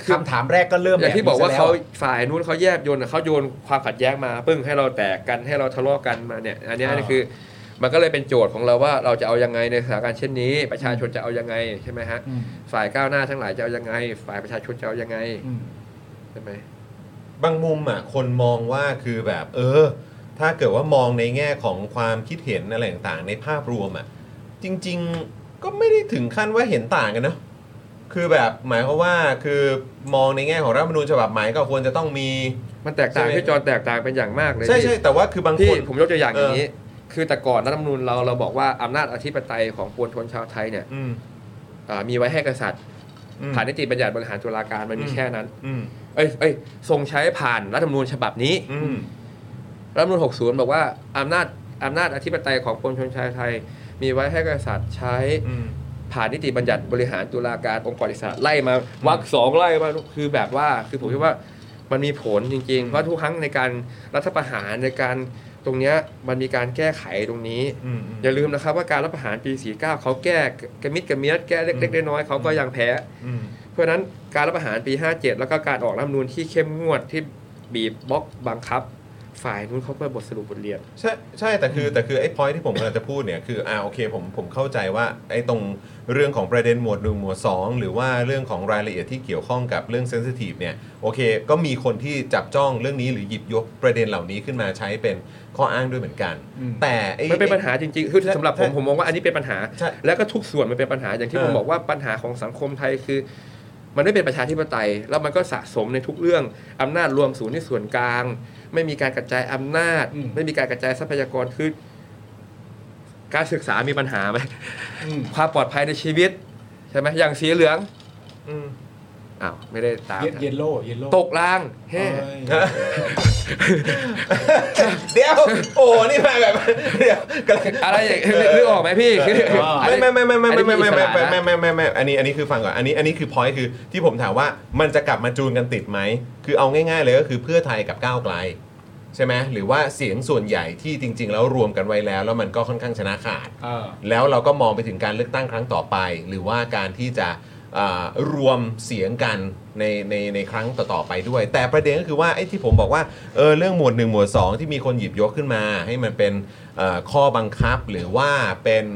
S3: คือ
S2: คำถามแรกก็เริ่ม
S3: อย่างที่บอกว่า
S2: ซะแล้
S3: เขาฝ่ายนู้นเขาแยบยนต์อะเขาโยนความขัดแย้งมา ปึ้งให้เราแตกกันให้เราทะเลาะกันมาเนี่ย อันเนี้ยคือ มันก็เลยเป็นโจทย์ของเราว่าเราจะเอายังไงในสถานการณ์เช่นนี้ ประชาชนจะเอายังไงใช่ไหมฮะ
S2: อืม
S3: ฝ่ายก้าวหน้าทั้งหลายจะเอายังไง ฝ่ายประชาชนจะเอายังไง
S2: อืม
S3: ใช่ไหม
S1: บางมุมอ่ะคนมองว่าคือแบบ เออ ถ้าเกิดว่ามองในแง่ของความคิดเห็นอะไรต่างๆในภาพรวมอ่ะจริง ๆก็ไม่ได้ถึงขั้นว่าเห็นต่างกันเนอะคือแบบหมายความว่าคือมองในแง่ของรัฐธรรมนูญฉบับใหม่ก็ควรจะต้องมี
S3: มันแตกต่าง
S1: ใช่ไหม
S3: พี่จอนแตกต่างเป็นอย่างมากเลย
S1: ใช่ใช่แต่ว่าคือบาง
S3: พี่
S1: คน
S3: ผมยกตัวอย่างอย่างนี้ คือแต่ก่อนรัฐธรรมนูญเราเราบอกว่าอำนาจอธิปไตยของปวงชนชาวไทยเนี่ย
S1: อืม
S3: อ่ามีไว้ให้กษัตริย์
S1: อืม
S3: ผ่านนิติบัญญัติบริหารตุลาการมันมี
S1: อืม
S3: แค่นั้น
S1: อืม
S3: เอ้ยเอ้ยทรงใช้ผ่านรัฐธรรมนูญฉบับนี้
S1: อืม
S3: รัฐธรรมนูญ60 บอกว่าอำนาจอำนาจอธิปไตยของปวงชนชาวไทย มีไว้ให้กษัตริย์ใช้
S1: อืม
S3: ผ่านนิติบัญญัติบริหารตุลาการองค์กรอิสระไล่มาวรรคสองไล่มาคือแบบว่าคือผมคิดว่ามันมีผลจริงๆ เพราะทุกครั้งในการรัฐประหารในการตรงเนี้ยมันมีการแก้ไขตรงนี้
S1: อืม
S3: อย่าลืมนะครับว่าการรัฐประหารปี 49 เขาแก้กระมิดกระเมียดแก้เล็กๆน้อยๆเขาก็ยังแพ้
S1: อืม
S3: เพราะฉะนั้นการรัฐประหารปี 57 แล้วก็การออกรัฐธรรมนูญที่เข้มงวดที่บีบบล็อกบังคับ ฝ่ายนู้นเขาก็บทสรุปบทเรียน
S1: ใช่ใช่แต่คือแต่คือไอ้พอยที่ผมกำลังจะพูดเนี่ยคืออ่าโอเคผมผมเข้าใจว่าไอ้ตรงเรื่องของประเด็นหมวดหนึ่งหมวดสองหรือว่าเรื่องของรายละเอียดที่เกี่ยวข้องกับเรื่องเซนซิทีฟเนี่ยโอเค ก็มีคนที่จับจ้องเรื่องนี้หรือหยิบยกประเด็นเหล่านี้ขึ้นมาใช้เป็นข้ออ้างด้วยเหมือนกัน
S2: อืม
S1: แต่ไอ้
S3: มันเป็นปัญหาจริงๆ คือสำหรับผม
S1: ใช่
S3: ผมมองว่าอันนี้เป็นปัญหา
S1: ใช่
S3: แล้วก็ทุกส่วนมันเป็นปัญหาอย่างที่
S1: เออ
S3: ผมบอกว่าปัญหาของสังคมไทยคือ มันไม่เป็นประชาธิปไตย แล้วมันก็สะสมในทุกเรื่องอำนาจรวมศูนย์ที่ส่วนกลาง ไม่มีการกระจายอำนาจ
S2: อืม
S3: ไม่มีการกระจายทรัพยากรคือการศึกษามีปัญหาไหมความปลอดภัยในชีวิตใช่ไหมอย่างสีเหลืองอืมอ้าวไม่ได้ตาม
S2: เยนโลเยนโล
S3: ตกรางเฮ้
S1: เดี๋ยวโอ้นี่มาแบบเดี๋ยวกำลัง
S3: อะไรอย่างนึกออกไหมพี่คืออัน
S1: ไม่
S3: นี้
S1: ไม่ไม่ไม่ไม่
S3: อัน
S1: ไม่
S3: นี้
S1: ไม่ไม่
S3: อิส
S1: ไม่
S3: ระนะ
S1: ไม่ไม่ไม่ไม่อันนี้อันนี้คือฟังก่อนอันนี้อันนี้คือพอยคือที่ผมถามว่ามันจะกลับมาจูนกันติดไหมคือเอาง่ายๆเลยก็คือเพื่อไทยกับก้าวไกล ใช่ไหมหรือว่าเสียงส่วนใหญ่ที่จริง ๆ แล้วรวมกันไว้แล้ว แล้วมันก็ค่อนข้างชนะขาด
S2: เออ
S1: แล้วเราก็มองไปถึงการเลือกตั้งครั้งต่อไป หรือว่าการที่จะเอ่อรวมเสียงกันในในในครั้งต่อๆไปด้วย แต่ประเด็นก็คือว่าไอ้ที่ผมบอกว่าเออเรื่องหมวด 1 หมวด 2 ที่มีคนหยิบยกขึ้นมา ให้มันเป็นเอ่อข้อบังคับหรือว่าเป็น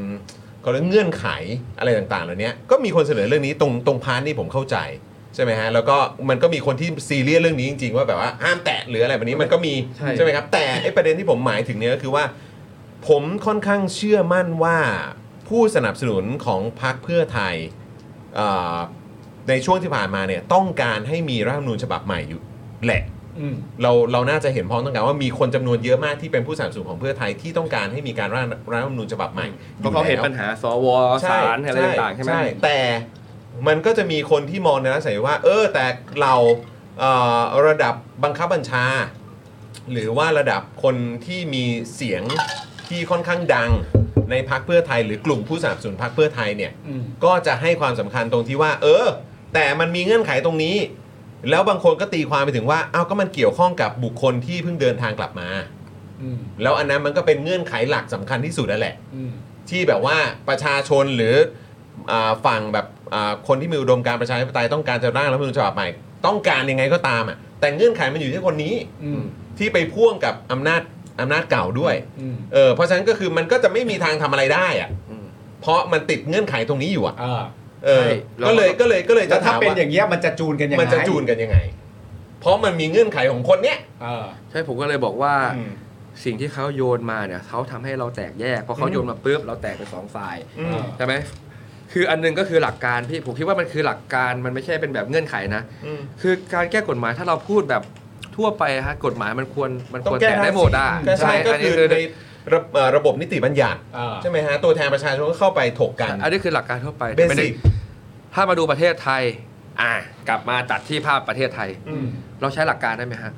S1: เขาเรียกเงื่อนไขอะไรต่างๆเหล่านี้ก็มีคนเสนอเรื่องนี้ตรงตรงพาร์ทนี่ผมเข้าใจใช่ไหมฮะแล้วก็มันก็มีคนที่ซีเรียสเรื่องนี้จริงๆว่าแบบว่าห้ามแตะหรืออะไรแบบนี้มันก็มี
S3: ใช่
S1: ใช่ไหมครับแต่ไอ้ประเด็นที่ผมหมายถึงเนี่ยก็คือว่า ผมค่อนข้างเชื่อมั่นว่าผู้สนับสนุนของพรรคเพื่อไทยเอ่อในช่วงที่ผ่านมาเนี่ยต้องการให้มีรัฐธรรมนูญฉบับใหม่อยู่แหละ
S2: อืม
S1: เราเราน่าจะเห็นพ้องต้องการว่ามีคนจำนวนเยอะมากที่เป็นผู้สนับสนุนของเพื่อไทยที่ต้องการให้มีการร่างรัฐธรรมนูญฉบับใหม่
S3: เพราะเขาเห็นปัญหาสวสารอะไรต่างๆใช่ไหม
S1: แต่มันก็จะมีคนที่มองในลักษณะว่า เออแต่เราเอ่อระดับบังคับบัญชา หรือว่าระดับคนที่มีเสียงที่ค่อนข้างดังในพักเพื่อไทย หรือกลุ่มผู้สนับสนุนพักเพื่อไทยเนี่ย
S2: อืม
S1: ก็จะให้ความสำคัญตรงที่ว่า เออ แต่มันมีเงื่อนไขตรงนี้ แล้วบางคนก็ตีความไปถึงว่าเอ้าก็มันเกี่ยวข้องกับบุคคลที่เพิ่งเดินทางกลับมา
S2: อืม
S1: แล้วอันนั้นมันก็เป็นเงื่อนไขหลักสำคัญที่สุดนั่นแหละ
S2: อืม
S1: ที่แบบว่าประชาชนหรืออาฝั่งแบบอ่าคนที่มีอุดมการณ์ประชาธิปไตยต้องการจะร่างรัฐธรรมนูญฉบับใหม่ ต้องการยังไงก็ตามอ่ะแต่เงื่อนไขมันอยู่ที่คนนี้
S2: อืม
S1: ที่ไปพ่วงกับอำนาจอำนาจเก่าด้วย
S2: อืม
S1: เออเพราะฉะนั้นก็คือมันก็จะไม่มีทางทำอะไรได้อ่ะ
S3: อืม
S1: เพราะมันติดเงื่อนไขตรงนี้อยู่อ่ะ
S2: อ่า
S1: เออ
S3: ใช่แล้ว
S1: ก็เลยก็เลยก็เลย
S2: แล้
S1: จะ
S2: วถ้า
S1: ถาม
S2: เป็น
S1: ว่า
S2: อย่างเงี้ยมันจะจูนกันยังไง
S1: มันจะจูนกันยังไง เพราะมันมีเงื่อนไขของคนเนี้ย
S2: เออ
S3: ใช่ผมก็เลยบอกว่า
S2: อืม
S3: สิ่งที่เขาโยนมาเนี่ยเขาทำให้เราแตกแยกพอเขา
S1: อืม
S3: โยนมาปุ๊บเราแตกเป็นสองฝ่าย
S1: อืม
S3: ใช่ไหมคืออันหนึงก็คือหลักการพี่ผมคิดว่ามันคือหลักการมันไม่ใช่เป็นแบบเงื่อนไขนะ
S1: อืม
S3: คือการแก้กฎหมายถ้าเราพูดแบบทั่วไปฮะกฎหมายมันควรมัน
S1: ต้อ
S3: ควรง
S1: แก้
S3: แตะได้หมดอ่ะ
S1: ก็ใช่ก็
S3: อัน
S1: คื
S3: นี้
S1: อ
S3: คือ
S1: ในระเอ่อระบบนิติบัญญัติ
S2: อ่า
S1: ใช่ไหมฮะ ตัวแทนประชาชนก็เข้าไปถกกัน
S3: อันนี้คือหลักการทั่วไป
S1: เบ
S3: ไม่ได้
S1: สิก
S3: ถ้ามาดูประเทศไทย อ่ะกลับมาตัดที่ภาพประเทศไทย
S2: อืม
S3: เราใช้หลักการได้ไหมฮะ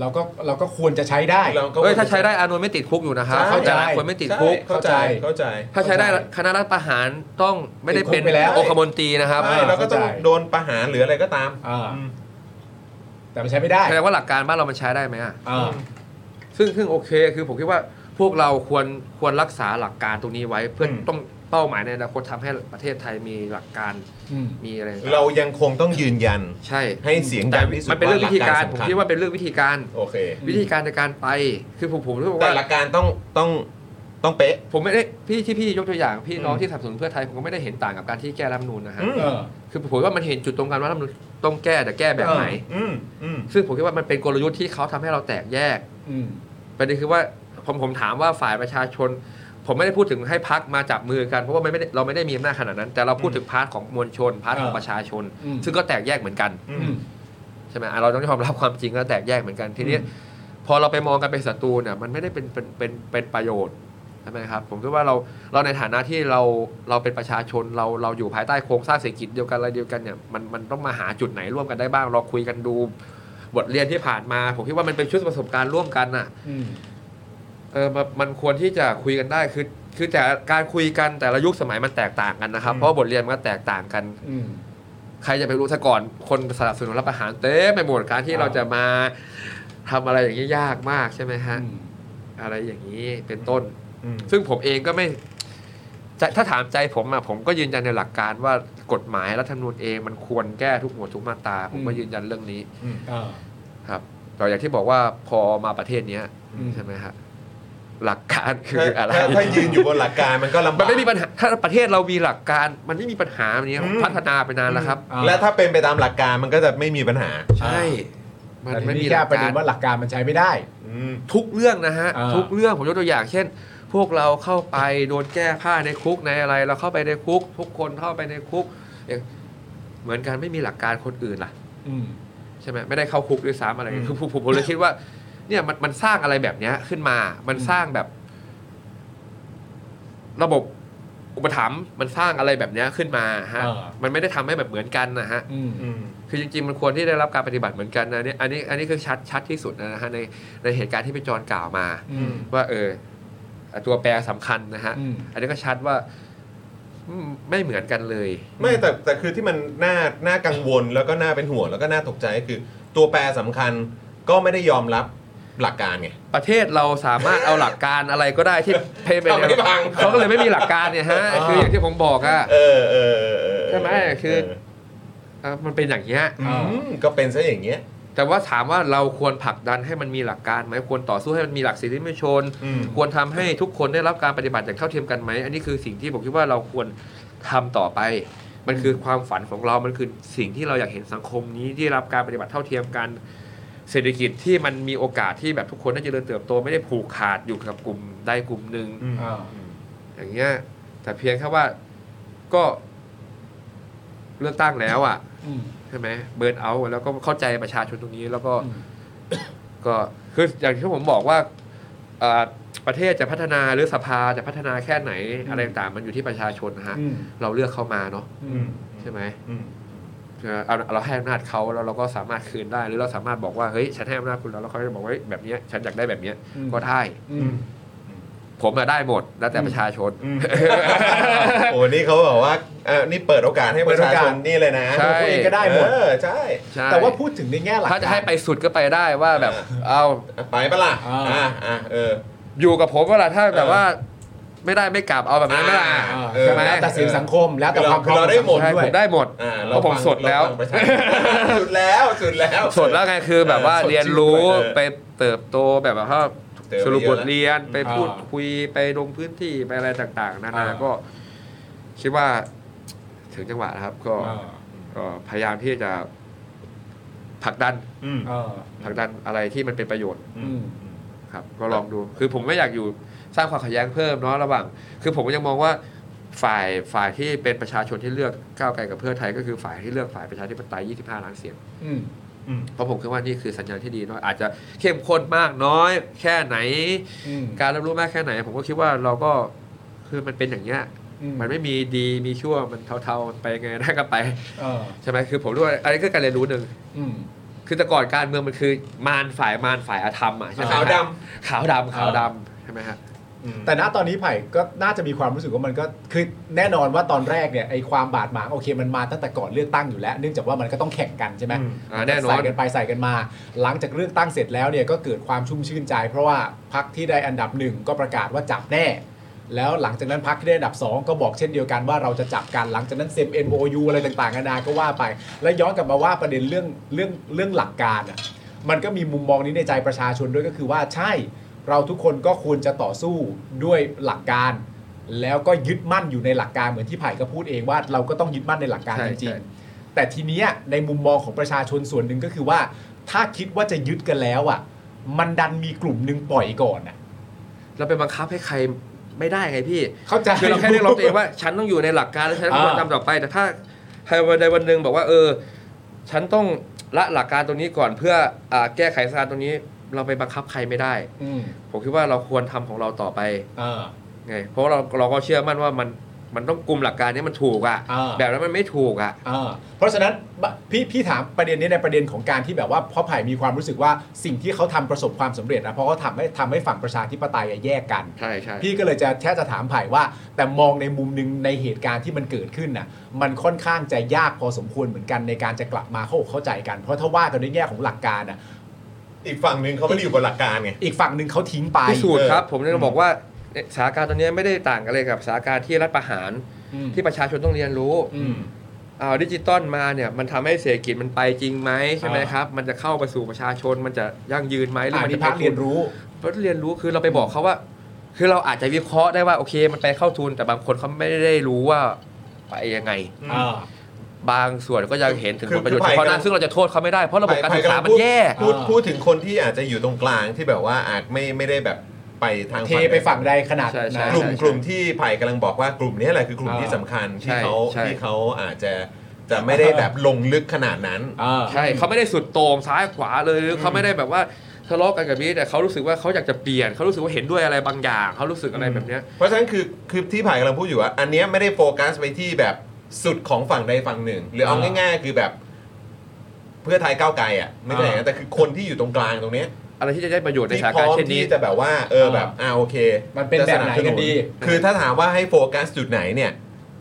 S2: เราก็เราก็ควรจะใช้ได้
S1: รก็
S3: เอ้ยถ้าใช้ได้อานนท์ไม่ติดคุกอยู่นะฮะ
S1: ใช่
S3: เข้าใจนะคนไม่ติดคุก
S1: ใช่เข้าใจเข้าใจ
S3: ถ้าใช้ได้
S2: เข้าใจ
S3: คณะรัฐประหารต้องไม่ได้เป็น
S2: ติดคุกไปแล้ว
S3: องคมนตรีนะครับ
S1: ใช่แล้วก็ต้อง
S2: เข้าใจ
S1: โดนประหารหรืออะไรก็ตาม
S2: อ่า
S1: อืม
S2: แต่มันใช้ไม่ได้
S3: แสดงว่าหลักการบ้านเรามันใช้ได้ไหมอะ
S2: อ่า
S3: ซึ่งซึ่งโอเคคือผมคิดว่าพวกเราควรควรรักษาหลักการตรงนี้ไว้เพื่อต้องเป้าหมายในอนาคตทำให้ประเทศไทยมีหลักการ
S2: อืม
S3: มีอะไร
S1: เรายังคงต้องยืนยัน
S3: ใช่
S1: ให้เสียง
S3: แต่
S1: ดังที่สุด
S3: มันเป็นเรื่องวิธีการ
S1: หลั
S3: ผม
S1: สำญ
S3: คิดว่าเป็นเรื่องวิธีการ
S1: โอเค
S3: วิธีการในการไป คือผมผมรู้สึก
S1: แต่
S3: ว่า
S1: หลักการต้องต้องต้องเป๊ะ
S3: ผมไม่ได้พี่ที่พี่ยกตัวอย่างพี่น้อง
S1: อืม
S3: ที่สนับสนุนเพื่อไทยผมก็ไม่ได้เห็นต่างกับการที่แก้รัฐธรรมนูญนะฮะ
S2: เออ
S3: คือผมว่ามันเห็นจุดตรงกันว่ารัฐธรรมนูญต้องแก้แต่แก้แบบไหน
S1: อืมอืม
S3: ซึ่งผมคิดว่ามันเป็นกลยุทธ์ที่เขาทำให้เราแตกแยก
S2: อืม
S3: ประเด็นคือว่าผมผมถามว่าฝ่ายประชาชน ผมไม่ได้พูดถึงให้พักมาจับมือกันเพราะว่ามันไม่ได้เราไม่ได้มีอำนาจขนาดนั้น แต่เราพูดถึงพาร์ทของมวลชนพาร์ทของ
S2: อ่า
S3: ประชาชน
S2: อืม
S3: ซึ่งก็แตกแยกเหมือนกัน
S1: อื
S2: อื
S1: ม
S2: ม
S3: ใช่ไหมอ่ะเราต้องยอมรับความจริงก็แตกแยกเหมือนกันทีนี้
S2: อืม
S3: พอเราไปมองกันเป็นศัตรูเนี่ยมันไม่ได้เป็นเป็นเป็นเป็นประโยชน์ใช่ไหมครับผมคิดว่าเราเราในฐานะที่เราเราเป็นประชาชนเราเราอยู่ภายใต้โครงสร้างเศรษฐกิจเดียวกันอะไรเดียวกันเนี่ยมันมันต้องมาหาจุดไหนร่วมกันได้บ้างเราคุยกันดู บทเรียนที่ผ่านมา ผมคิดว่ามันเป็นชุดประสบการณ์ร่วมกันน่ะ
S2: อืม
S3: เออมันมันควรที่จะคุยกันได้คือคือแต่การคุยกันแต่ละยุคสมัยมันแตกต่างกันนะครับ เพราะบทเรียนมันก็แตกต่างกัน
S2: อืม
S3: ใครจะไปรู้ซะก่อนคนสนับสนุนรับอาหารเต็มไปหมดการที่
S2: อ่า
S3: เราจะมาทำอะไรอย่างนี้ยากมากใช่ไหมฮะ
S2: อืม
S3: อะไรอย่างนี้เป็นต้น
S1: อืม
S3: ซึ่งผมเองก็ไม่จะถ้าถามใจผมอะผมก็ยืนยันในหลักการว่ากฎหมายรัฐธรรมนูญเองมันควรแก้ทุกหมวดทุกมาตราผมก็
S2: อืม
S3: ยืนยันเรื่องนี้
S2: อ่า
S3: ครับ แต่อย่างที่บอกว่าพอมาประเทศเนี้ย
S2: อืม
S3: ใช่ไหมฮะหลัก การคือ
S1: ถ้า
S3: อะไร
S1: ถ้าถ้ายืนอยู่บนหลักการมันก็ลำ
S3: มั
S1: บาน ก
S3: ไม่มีปัญหาถ้าประเทศเรามีหลักการมันไม่มีปัญหาแบบนี้
S1: อืม
S3: พัฒนาไปนานแล้วครับ
S2: อ่า
S1: และถ้าเป็นไปตามหลักการมันก็จะไม่มีปัญหา
S3: ใช่ มัน
S2: แต่ที
S3: ไม่มี
S2: นี้
S3: ห
S2: แค่
S3: ลัก
S2: ประ
S3: กา
S2: เด็
S3: ร
S2: นว่าหลักการมันใช้ไม่ได้
S1: อืม
S3: ทุกเรื่องนะฮะ
S2: อ่า
S3: ทุกเรื่องผมยกตัวอย่าง เช่น พวกเราเข้าไปโดนแก้ผ้าในคุกในอะไร เราเข้าไปในคุก ทุกคนเข้าไปในคุกอย่างเหมือนกันไม่มีหลักการคนอื่นล่ะ
S2: อืม
S3: ใช่ไหมไม่ได้เข้าคุกด้วยซ้ำอะไรอย่างเงี้ย
S1: อืม
S3: คือผมผมผมเลยคิดว่า เนี่ยมันมันสร้างอะไรแบบเนี้ยขึ้นมา มัน
S2: อืม
S3: สร้างแบบ ระบบอุปถัมภ์มันสร้างอะไรแบบเนี้ยขึ้นมาฮะ
S2: เออ
S3: มันไม่ได้ทำให้แบบเหมือนกันนะฮะ
S2: อืม
S1: อืม
S3: คือจริงๆมันควรที่ได้รับการปฏิบัติเหมือนกันนะเนี่ยอันนี้อันนี้คือชัดชัดที่สุดนะฮะในในเหตุการณ์ที่พี่จอนกล่าวมา
S2: อืม
S3: ว่าเออตัวแปรสำคัญนะฮะ
S2: อืม
S3: อันนี้ก็ชัดว่าอืมไม่เหมือนกันเลย
S1: ไม่แต่แต่คือที่มันน่าน่ากังวลแล้วก็น่าเป็นห่วงแล้วก็น่าตกใจก็คือ ตัวแปรสำคัญก็ไม่ได้ยอมรับหลักการไง
S3: ประเทศเราสามารถเอาหลักการอะไรก็ได้ที่ เพย์เม น
S1: เอาไม่บัง
S3: เขาก็เลยไม่มีหลักการเนี่ยฮะ คืออย่างที่ผมบอกอะ
S1: เออเออเออเออ
S3: ใช่ไหมคือ
S1: เ
S3: เอ่อมันเป็นอย่างเงี้ย
S1: อืมก็เป็นซะอย่างเงี้ย
S3: แต่ว่าถามว่าเราควรผลักดันให้มันมีหลักการไหมควรต่อสู้ให้มันมีหลักสิทธิมนุษยชน
S1: อืม
S3: ควรทำให้ทุกคนได้รับการปฏิบัติอย่างเท่าเทียมกันไหม อันนี้คือสิ่งที่ผมคิดว่าเราควรทำต่อไป มันคือความฝันของเรา มันคือสิ่งที่เราอยากเห็นสังคมนี้ที่รับการปฏิบัติเท่าเทียมกัน เศรษฐกิจที่มันมีโอกาสที่แบบทุกคนได้เจริญเติบโตไม่ได้ผูกขาดอยู่กับกลุ่มใดกลุ่มหนึ่ง
S1: อืม
S2: อ่า
S3: อย่างเงี้ยแต่เพียงแค่ว่าก็เลือกตั้งแล้วอ่ะ
S2: อืม
S3: ใช่ไหมเบิร์นเอาท์แล้วก็เข้าใจประชาชนตรงนี้ แล้วก็
S2: อืม
S3: ก็คืออย่างที่ผมบอกว่าเอ่อประเทศจะพัฒนาหรือสภาจะพัฒนาแค่ไหนอะไรต่างๆมันอยู่ที่ประชาชนนะฮะ
S2: อืม
S3: เราเลือกเข้ามาเนาะ
S2: อื
S1: อื
S2: ม
S1: ม
S3: ใช่ไหม
S1: อืม
S3: เอาเราให้อำนาจเขาแล้วเราก็สามารถคืนได้ หรือเราสามารถบอกว่าเฮ้ยฉันให้อำนาจคุณแล้วแล้วเขาจะบอกว่าเฮ้ยแบบเนี้ยฉันอยากได้แบบเนี้ยก็ได้
S2: อืม
S3: ผมอะได้หมดแล้วแต่ประชาชน
S1: อืมโอ้นี่เขาบอกว่าเออนี่เปิดโอกาสให้ประชาชนนี่เลยนะ
S3: ใช่
S2: ตัวเองก็ได้หมด
S1: เออใช่
S3: ใช่
S2: แต่ว่าพูดถึงในแง่หลัก
S3: ถ้าจะให้
S2: ก
S3: ไป
S2: ร
S3: สุดก็ไปได้ว่าแบบ เอา
S1: ไปปะล่ะ
S2: อ่า
S1: อ่าอ่าเออ
S3: อยู่กับผมเวลาถ้าแบบ
S1: เออ
S3: ว่า ไม่ได้ไม่กลับเอาแบบนั้นไม่ได้
S1: อ่า
S2: ใช่ไหมแล้วแต่เสียงสังคมแล้วแต่ความพร้อม
S1: เราได้หมด
S2: ข
S3: ใช่
S2: องสังค
S3: ผมได้หมด
S1: อ่า
S3: เพราะผม
S1: ฟัง
S3: สดแล้ว
S1: เราฟังประชาชน สุดแล้วสุดแล้ว
S3: สดแล้วไงคือแบบว่า
S1: เออ
S3: เรียนรู้
S1: สดชื่นด้วย
S3: ไปเติบโตแบบว่า
S1: เติบโต
S3: สรุปบท
S1: เยอะแล้ว
S3: เรียนไป
S2: อ่า
S3: พูดคุยไปลงพื้นที่ไปอะไรต่าง ๆ นานา
S2: อ่า
S3: ก็ คิดว่าถึงจังหวะนะครับ ก็
S2: อ่า
S3: ก็พยายามที่จะผลักดัน
S1: อืม
S2: อ่า
S3: ผลักดันอะไรที่มันเป็นประโยชน์
S2: อืม
S3: ครับก็ลองดูคือผมไม่อยากอยู่สร้างความขัดแย้งเพิ่มเนาะระหว่าง คือผมก็ยังมองว่าฝ่ายฝ่ายที่เป็นประชาชนที่เลือกก้าวไกลกับเพื่อไทยก็คือฝ่ายที่เลือกฝ่ายประชาธิปไตย 25 ล้านเสียง
S2: อืม
S1: อืม
S3: เพราะผมคิดว่านี่คือสัญญาณที่ดีเนาะอาจจะเข้มข้นมากน้อยแค่ไหน
S2: อืม
S3: การรับรู้มากแค่ไหน ผมก็คิดว่าเราก็คือมันเป็นอย่างเงี้ย
S2: อื
S3: มันไม่มีดีมีชั่วมันเทาๆไปไงได้ก็ไป
S2: เออ
S3: ใช่ไหมคือผมรู้ว่าอะไรก็การเรียนรู้หนึ่ง
S2: อืม
S3: คือแต่ก่อนการเมืองมันคือมารฝ่ายมารฝ่ายอาธรรมอ่ะใช่ไหมฮะ
S1: ขาวด
S3: ขาวดำขาวดำใช่ไหมฮะ
S2: แต่ณตอนนี้ไผ่ก็น่าจะมีความรู้สึกว่ามันก็คือแน่นอนว่าตอนแรกเนี่ยไอ้ความบาดหมางโอเคมันมาตั้งแต่ก่อนเลือกตั้งอยู่แล้ว เนื่องจากว่ามันก็ต้องแข่งกันใช่ไหม
S1: อืม
S3: อ่าแน่นอน
S2: ใส่กันไปใส่กันมา หลังจากเลือกตั้งเสร็จแล้วเนี่ยก็เกิดความชุ่มชื่นใจ เพราะว่าพักที่ได้อันดับหนึ่งก็ประกาศว่าจับแน่ แล้วหลังจากนั้นพักที่ได้อันดับสองก็บอกเช่นเดียวกันว่าเราจะจับกันหลังจากนั้นเซ็น MOU อะไรต่างๆนานาก็ว่าไป แล้วย้อนกลับมาว่าประเด็นเรื่องเรื่องเรื่องหลักการอ่ะ มันก็มีมุมมองนี้ในใจประชาชนด้วยก็คือว่าใช่เราทุกคนก็ควรจะต่อสู้ด้วยหลักการ แล้วก็ยึดมั่นอยู่ในหลักการเหมือนที่ไผ่ก็พูดเองว่าเราก็ต้องยึดมั่นในหลักการ
S3: ใช่
S2: จริง
S3: ใช่
S2: ๆแต่ทีเนี้ยในมุมมองของประชาชนส่วนหนึ่งก็คือว่า ถ้าคิดว่าจะยึดกันแล้วอ่ะ มันดันมีกลุ่มหนึ่งปล่อยก่อนอ่ะ
S3: เราไปบังคับให้ใครไม่ได้ไงพี่
S2: เข้าใจ
S3: คือเราแค่เรียกร้องตัวเองว่า ฉันต้องอยู่ในหลักการและฉันควร
S2: อ่า
S3: ทำต่อไป แต่ถ้าใครวันใดวันหนึ่งบอกว่า เออ ฉันต้องละหลักการตรงนี้ก่อนเพื่ออาแก้ไขสถานการณ์ตรงนี้ เราไปบังคับใครไม่ได้
S2: อืม
S3: ผมคิดว่าเราควรทำของเราต่อไป
S2: อ่า
S3: ไงเพราะเราเราก็เชื่อมั่นว่ามันมันต้องกลุ่มหลักการนี้มันถูกอะ
S2: อ่า
S3: แบบนั้นมันไม่ถูกอะ
S2: อ่าเพราะฉะนั้นบะพี่พี่ถามประเด็นนี้ในประเด็นของการที่แบบว่าพ่อไผ่มีความรู้สึกว่าสิ่งที่เขาทำประสบความสำเร็จนะเพราะเขาทำให้ทำให้ฝั่งประชาธิปไตยอะแยกกัน
S3: ใช่ใช่
S2: พี่ก็เลยจะแค่จะถามไผ่ว่า แต่มองในมุมหนึ่งในเหตุการณ์ที่มันเกิดขึ้นน่ะมันค่อนข้างจะยากพอสมควรเหมือนกันในการจะกลับมาเข้าอกเข้าใจกัน เพราะถ้าว่ากันในแง่ของหลักการน่ะ
S1: อีกฝั่งหนึ่งเขาไม่ได้อยู่บนหลักการไง
S2: อีกฝั่งหนึ่งเขาทิ้งไป
S3: พิสูจน์ครับ
S1: เออ
S3: ผมจะบอกว่าเนี่ยสถานการณ์ตอนนี้ไม่ได้ต่างอะไรกับสถานการณ์ที่รัฐประหาร
S2: อืม
S3: ที่ประชาชนต้องเรียนรู้
S2: อืม
S3: เอาดิจิตอลมาเนี่ยมันทำให้เศรษฐกิจมันไปจริงไหมใช่ไหมครับ มันจะเข้าไปสู่ประชาชนมันจะยั่งยืนไหมหรือ
S2: อั
S3: มัน น
S2: นี้
S3: จะ
S2: ภาคเรียนรู้
S3: เพราะเรียนรู้คือเราไปบอกเขาว่า คือเราอาจจะวิเคราะห์ได้ว่าโอเค มันไปเข้าทุนแต่บางคนเขาไม่ได้รู้ว่าไปยังไง
S2: อ่า
S3: บางส่วนก็ยังเห็นถึง
S1: คือ
S3: ผลประโยชน์
S1: คือ
S3: เฉ
S1: ภัย
S3: พาะห
S1: กำลั
S3: น้าง ซึ่งเราจะโทษเขาไม่ได้เพราะระบบการศึกษามันแย่
S1: พูด
S2: อ่า
S1: พูดถึงคนที่อาจจะอยู่ตรงกลางที่แบบว่าอาจไม่ไม่ได้แบบไปทาง
S2: เทไปฝั่งใดขนาด
S3: ใช่ใช่
S2: นั้น
S1: กลุ่มกลุ่มที่ไผ่กำลังบอกว่ากลุ่มนี้แหละคือกลุ่ม
S2: อ่า
S1: ที่สำคัญที่
S3: ใช่
S1: เขา
S3: ใช่
S1: ที่เขาอาจจะจะไม่ได้แบบลงลึกขนาดนั้น
S2: อ่า
S3: ใช่เขาไม่ได้สุดโต่งซ้ายขวาเลยหรือเขาไม่ได้แบบว่าทะเลาะกันกับนี้แต่เขารู้สึกว่าเขาอยากจะเปลี่ยนเขารู้สึกว่าเห็นด้วยอะไรบางอย่างเขารู้สึกอะไรแบบเนี้ย
S1: เพราะฉะนั้นคือคือที่ไผ่กำลังพูดอยู่ว่าอันเนี้ยไม่ได้โฟกัสไปที่แบบสุดของฝั่งใดฝั่งหนึ่ง หรือเอา
S2: อ่า
S1: ง่าย ๆ คือแบบ เพื่อไทยก้าวไกลอ่ะไม่ใช่อย่างนั้นแต่คือคนที่อยู่ตรงกลางตรงเนี้ย
S3: อะไรที่จะได้ประโยชน์ใน
S1: ที่
S3: สถาน
S1: พ
S3: การ
S1: ร้อม
S3: ณ์เช่นนี้
S1: ที่จะแบบว่าเออแบบอ่าโอเค
S2: มันเป็น
S1: จะส
S2: แบบไหนกันดี
S1: คือถ้าถามว่าให้โฟกัสจุดไหนเนี่ย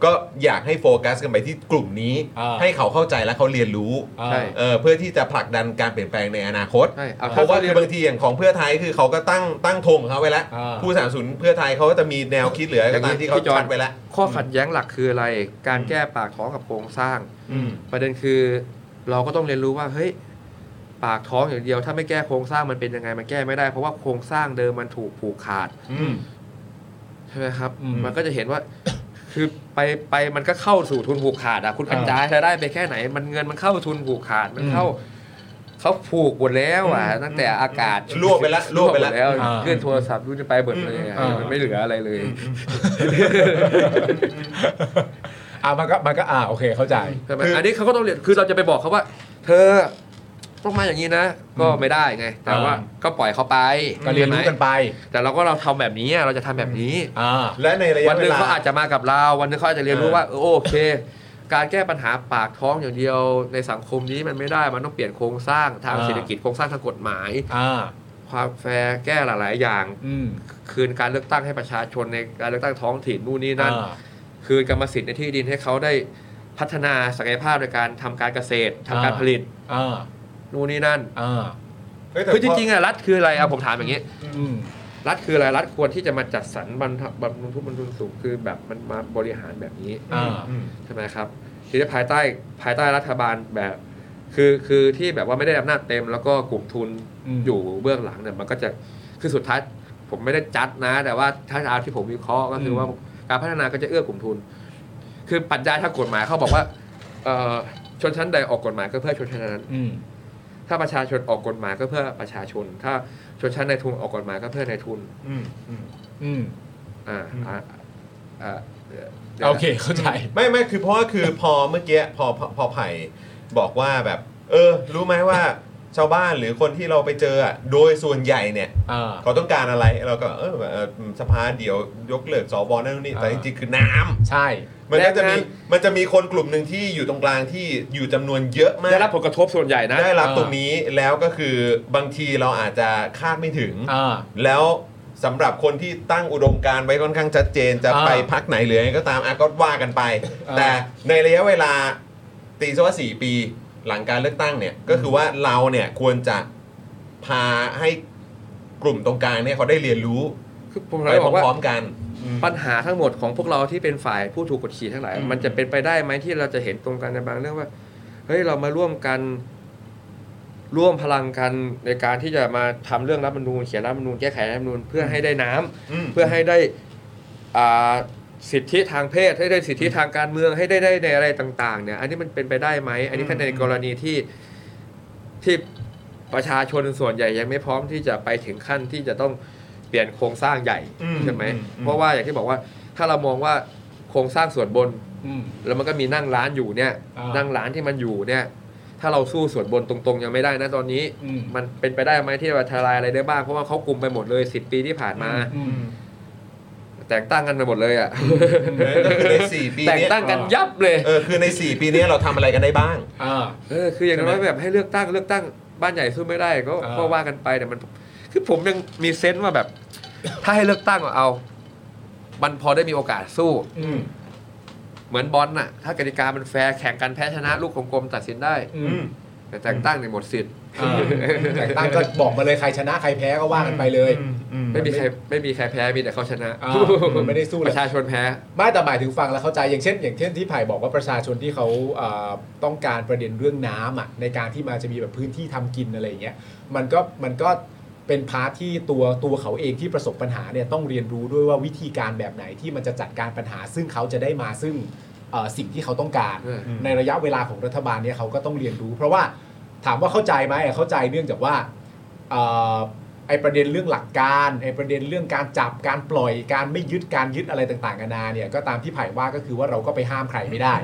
S1: ก็อยากให้โฟกัสกันไปที่กลุ่มนี้
S2: อ่า
S1: ให้เขาเข้าใจและเขาเรียนรู้
S2: อ่า
S3: ใช่
S1: เออเพื่อที่จะผลักดันการเปลี่ยนแปลงในอนาคต
S3: ใช่เอา
S1: เพ
S3: ถ้า
S1: ราะว่า
S3: เขาเรี
S1: คื
S3: ย
S1: อนบางทีอย่างของเพื่อไทยคือเขาก็ตั้งตั้งธงของเขาไว้แล้ว
S2: อ่า
S1: ผู้สนับสนุนเพื่อไทยเขาก็จะมีแนวคิดเหลืออะไรก็ตามที่เขา
S3: พี่จอ
S1: ชั
S3: น
S1: ดไว้แล้ว
S3: ข้อขัดแย้งหลักคืออะไร การแก้ปากท้องกับโครงสร้าง
S1: อืม
S3: ประเด็นคือ เราก็ต้องเรียนรู้ว่าเฮ้ยปากท้องอย่างเดียว ถ้าไม่แก้โครงสร้างมันเป็นยังไงมันแก้ไม่ได้เพราะว่าโครงสร้างเดิมมันถูกผูกขาด
S2: อืม
S3: ใช่ไหมครับ
S2: อืม
S3: มันก็จะเห็นว่า คือไปไปมันก็เข้าสู่ทุนผูกขาดอะคุณกระจายรายได้ไปแค่ไหน มันเงินมันเข้าทุนผูกขาด มันเข้า เขาผูกหมดแล้วอ่ะ ตั้งแต่อากาศ
S1: ลวกไปละลวกไปละ
S3: แล้ว
S2: อ่า
S3: ขึ้นโทรศัพท์รุ่นไปเบิดเลยอะ
S2: อ่ามั
S3: มันไม่เหลืออะไรเลย
S2: อ่ามันก็มันก็อ่าโอเคเข้าใจ
S3: ใช่ไหม
S1: คืออั
S3: อันนี้เขาก็ต้องเรียน คือเราจะไปบอกเขาว่า เธอต้องมาอย่างนี้นะ ก็ไม่ได้ไง แต่ว่า
S2: อ่า
S3: ก็ปล่อยเขาไป
S2: ก็เรียนรู้กันไป
S3: แต่เราก็เราทำแบบนี้อะเราจะทำแบบนี้
S2: อ่า
S1: และในระ
S3: วั
S1: ยะ
S3: นห
S1: เว
S3: นึ่ง
S1: ลา
S3: เขาอาจจะมากับเรา วันหนึ่งเขาอาจจะเรียนรู้
S1: เออ
S3: ว่าเออโอเค การแก้ปัญหาปากท้องอย่างเดียวในสังคมนี้มันไม่ได้ มันต้องเปลี่ยนโครงสร้างทาง
S2: อ่า
S3: เศรษฐกิจโครงสร้างทางกฎหมาย
S2: อ่า
S3: ความแฟร์แก้หลาย ๆ อย่าง
S2: อืม
S3: คืนการเลือกตั้งให้ประชาชนในการเลือกตั้งท้องถิ่นนู่นนี่นั่น
S2: อ่า
S3: คืนกรรมสิทธิ์ในที่ดินให้เขาได้พัฒนาศักยภาพในการทำการเกษตรทำการ
S2: อ่า
S3: ผลิต
S2: อ่า
S3: นู่นนี่นั่น
S2: อ่า
S1: เฮ้ยแต่
S3: คือจริง ๆอะรัฐคืออะไรเอาผมถามอย่างนี้
S2: อืม
S3: รัฐคืออะไรรัฐควรที่จะมาจัดสรรบรรทุบรรทุกบรรทุนสูงคือแบบมันมาบริหารแบบนี้
S2: อ่า
S1: อืม
S3: ใช่ไหมครับทีนี้ภายใต้ภายใต้รัฐบาลแบบคือคือที่แบบว่าไม่ได้อำนาจเต็ม แล้วก็กลุ่มทุน
S2: อืม
S3: อยู่เบื้องหลังเนี่ยมันก็จะคือสุดท้ายผมไม่ได้จัดนะ แต่ว่าถ้าเอาที่ผมวิเคราะห์ก็คือว่าการพัฒนาก็จะเอื้อกลุ่มทุน คือปรัชญาทางกฎหมายเขาบอกว่าเอ่อชนชั้นใดออกกฎหมายก็เพื่อชนชั้นนั้น
S2: อืม
S3: ถ้าประชาชนออกกฎหมายก็เพื่อประชาชน ถ้าชนชั้นในายทุนออกกฎหมายก็เพื่อนายทุน
S2: อืม
S3: อ่าอ่าอ่าดี๋ยว
S2: โอเคเข้าใจ
S1: ไม่ไม่คือเพราะว่าคือพอเมื่อกี้พอพอพอไผ่บอกว่าแบบ เออ รู้ไหมว่า ชาวบ้านหรือคนที่เราไปเจออะโดยส่วนใหญ่เนี่ย
S2: อ่า
S1: เขาต้องการอะไรเราก็เออเออสภาเดี๋ยวยกเลิกสวนั่นนู่นนี่แต่
S2: อ่า
S1: จริงๆคือน้ำ
S2: ใช่
S1: มันก็จะมีมันจะมีคนกลุ่มหนึ่งที่อยู่ตรงกลางที่อยู่จำนวนเยอะมาก
S3: ได้รับผลกระทบส่วนใหญ่นะ
S1: ได้รับ
S2: อ่า
S1: ตรงนี้แล้วก็คือบางทีเราอาจจะคาดไม่ถึง
S2: อ่า
S1: แล้วสำหรับคนที่ตั้งอุดมการณ์ไว้ค่อนข้างชัดเจนจะ
S2: อ่า
S1: ไปพักไหนหรืออะไรก็ตามอ่ะก็ว่ากันไป
S2: อ่า
S1: แต่ในระยะเวลาตีซะว่าสี่ปีหลังการเลือกตั้งเนี่ย ก็คือว่าเราเนี่ยควรจะพาให้กลุ่มตรงกลางเนี่ยเขาได้เรียนรู้
S3: คือผม
S1: ไป
S3: เลยบอกว่า
S1: พร้อมๆกันอืม
S3: ปัญหาทั้งหมดของพวกเราที่เป็นฝ่ายผู้ถูกกดขี่ทั้งหลาย
S1: อืม
S3: มันจะเป็นไปได้ไหมที่เราจะเห็นตรงกันในบางเรื่องว่าเฮ้ยเรามาร่วมกันร่วมพลังกันในการที่จะมาทำเรื่องรัฐธรรมนูญเขียนรัฐธรรมนูญแก้ไขรัฐธรรมนูญเพื่อให้ได้น้ำ
S1: ม
S3: เพื่อให้ได้อ่าสิทธิทางเพศ ให้ได้สิทธิทางการเมืองให้ได้ได้ในอะไรต่าง ๆ เนี่ย อันนี้มันเป็นไปได้ไหมอันนี้ถ้าในกรณีที่ที่ประชาชนส่วนใหญ่ยังไม่พร้อมที่จะไปถึงขั้นที่จะต้องเปลี่ยนโครงสร้างใหญ่
S1: อืม
S3: ใช่ไหม
S1: อืมอืม
S3: เพราะว่าอย่างที่บอกว่าถ้าเรามองว่าโครงสร้างส่วนบน
S2: อืม
S3: แล้วมันก็มีนั่งร้านอยู่เนี่ย
S2: อ่านั่
S3: นั่งร้านที่มันอยู่เนี่ย ถ้าเราสู้ส่วนบนตรงๆ ยังไม่ได้นะตอนนี้
S2: อืม
S3: มันเป็นไปได้ไหมที่จะทลายอะไรได้บ้าง เพราะว่าเขากลุ่มไปหมดเลยสิบปีที่ผ่านมา
S2: อืม
S3: แต่งตั้งกันไปหมดเลยอ่ะ
S1: ก็คือในสี่ปี
S3: แต่ง
S1: เนี้ย
S3: ตั้งกันยับเลย
S1: เออคือในสี่ปีเนี้ยเราทำอะไรกันได้บ้าง
S2: อ่า
S3: เออคืออย่างน้อยแบบให้เลือกตั้งเลือกตั้งบ้านใหญ่สู้ไม่ได้ก็
S2: อ่า
S3: ก็ว่ากันไปแต่มัน คือผมยังมีเซนส์ว่าแบบ ถ้าให้เลือกตั้งก็เอา มันพอได้มีโอกาสสู้
S2: อืม
S3: เหมือนบอลน่ะ ถ้ากติกามันแฟร์แข่งกันแพ้ชนะลูกกลมๆตัดสินได้
S2: อืม
S3: แต่แต่งตั้งในยหมดสิทธิ์
S2: เออแต่งตั้งก็บอกมาเลยใครชนะใครแพ้ก็ว่ากันไปเลย
S3: ไม่มีใครไม่มีใครแพ้มีแต่เขาชนะ
S2: อ่ามันไม่ได้สู้เลย
S3: ประชาชนแพ้
S2: ไม่แต่หมายถึงฟังแล้วเข้าใจอย่างเช่น อย่างเช่นที่ไผ่บอกว่าประชาชนที่เขาเอ่อต้องการประเด็นเรื่องน้ำอ่ะในการที่มาจะมีแบบพื้นที่ทำกินอะไรอย่างเงี้ยมันก็มันก็เป็นพาร์ทที่ตัวตัวเขาเองที่ประสบปัญหาเนี่ยต้องเรียนรู้ด้วยว่าวิธีการแบบไหนที่มันจะจัดการปัญหา ซึ่งเขาจะได้มาซึ่งเอ่อสิ่งที่เขาต้องการ
S3: อืม
S2: ในระยะเวลาของรัฐบาลเนี่ยเขาก็ต้องเรียนรู้ เพราะว่าถามว่าเข้าใจไหมอ่ะเข้าใจเนื่องจากว่า เอ่อไอประเด็นเรื่องหลักการไอประเด็นเรื่องการจับการปล่อยการไม่ยึดการยึดอะไรต่างๆนานาเนี่ยก็ตามที่ไผ่ว่าก็คือว่าเราก็ไปห้ามใครไม่ได้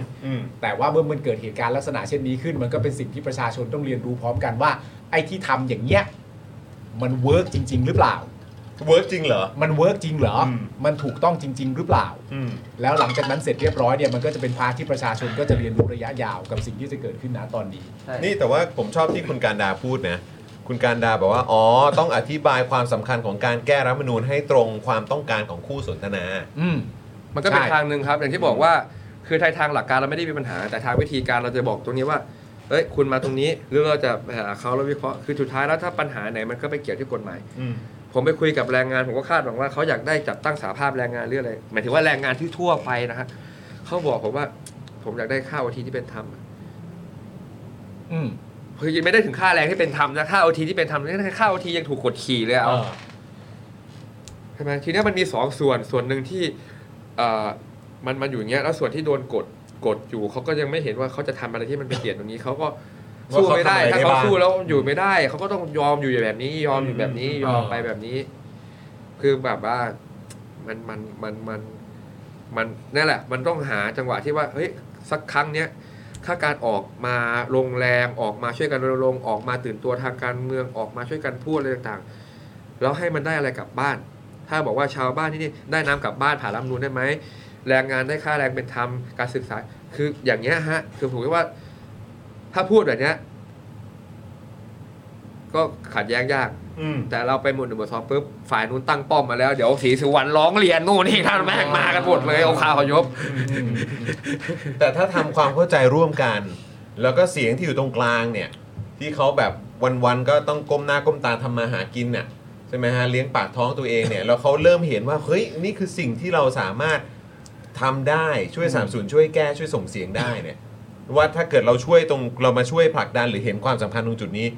S2: แต่ว่าเมื่อมันเกิดเหตุการณ์ลักษณะเช่นนี้ขึ้น มันก็เป็นสิ่งที่ประชาชนต้องเรียนรู้พร้อมกันว่า ไอที่ทำอย่างเงี้ยมันเวิร์กจริง ๆ หรือเปล่า
S1: เวิร์กจริงเหรอ
S2: มันเวิร์กจริงเหรออ
S4: ม
S2: มันถูกต้องจริง ๆ หรือเปล่า แล้วหลังจากนั้นเสร็จเรียบร้อยเนี่ยมันก็จะเป็นพาร์ทที่ประชาชนก็จะเรียนรู้ระยะยาวกับสิ่งที่จะเกิดขึ้นนะตอนนี้
S1: นี่แต่ว่าผมชอบที่คุณการดาพูดนะ คุณการดาบอกว่า อ๋อ ต้องอธิบายความสำคัญของการแก้รัฐธรรมนูญให้ตรงความต้องการของคู่สนทนา
S2: อืม
S3: มันก็เป็น
S2: ใช่
S3: ทางหนึ่งครับ อย่างที่บอกว่าคือทางทางหลักการเราไม่ได้มีปัญหา แต่ทางวิธีการเราจะบอกตรงนี้ว่าเอ้ยคุณมาตรงนี้ หรือเราจะไปหาเขาแล้ววิเคราะห์คือสุดท้ายแล้วถ้าปัญหาไหนมันก็ไปเกี่ยวที่กฎหมาย ผมไปคุยกับแรงงานผมก็คาดหวังว่าเขาอยากได้จัดตั้งสาภาพแรงงานหรืออะไรหมายถึงว่าแรงงานที่ทั่วไปนะฮะเขาบอกผมว่า ผมอยากได้ค่าโอทีที่เป็นธรรม
S2: อืม
S3: คือยังไม่ได้ถึงค่าแรงที่เป็นธรรมนะค่าโอทีที่เป็นธรรมนี่ค่าโอทียังถูกกดขี่เลยอะเอา
S2: เออ
S3: ใช่ไหมทีเนี้ยมันมีสองส่วนส่วนหนึ่งที่เอ่อมันมันอยู่อย่างเงี้ยแล้วส่วนที่โดนกดกดอยู่เขาก็ยังไม่เห็นว่าเขาจะทำอะไรที่มันเป็นเกียรติตรงนี้เขาก็สู้ไม่ได้
S2: ว่าเขาทำอะไร
S3: ถ้า
S2: ได้
S3: เขา
S2: บ้าง
S3: สู้แล้วอยู่ไม่ได้เขาก็ต้องยอมอยู่แบบนี้ยอมอยู่แบบนี้ยอมไปแบบนี้ คือแบบว่ามันมันมันมันมันนั่นแหละ มันต้องหาจังหวะที่ว่าเฮ้ยสักครั้งเนี้ยถ้าการออกมาลงแรงออกมาช่วยกันรณรงค์ออกมาตื่นตัวทางการเมืองออกมาช่วยกันพูดอะไรต่างๆ แล้วให้มันได้อะไรกลับบ้าน ถ้าบอกว่าชาวบ้านที่นี่ได้น้ำกลับบ้านผ่านรัฐธรรมนูนได้ไหมแรงงานได้ค่าแรงเป็นธรรมการศึกษา คืออย่างเงี้ยฮะ คือผมคิดว่า ถ้าพูดแบบเนี้ย ก็ขัดแย้งยาก แต่เราไปหมวดหนึ่งหมวดสองปุ๊บฝ่ายนู้นตั้งป้อมมาแล้ว เดี๋ยวสีสุวรรณร้องเรียนนู่นนี่ท่านแม่งมากันหมดเลยเอาข่าวอยบ
S1: แต่ถ้าทำความเข้าใจร่วมกัน แล้วก็เสียงที่อยู่ตรงกลางเนี่ย ที่เขาแบบวันๆก็ต้องก้มหน้าก้มตาทำมาหากินน่ะใช่ไหมฮะเลี้ยงปากท้องตัวเองเนี่ยแล้วเขาเริ่มเห็นว่าเฮ้ยนี่คือสิ่งที่เราสามารถทำได้ช่วยสามศูนย์ช่วยแก้ช่วยส่งเสียงได้เนี่ยว่าถ้าเกิดเราช่วยตรงเรามาช่วยผลักดันหรือเห็นความสำคัญตรงจุดนี้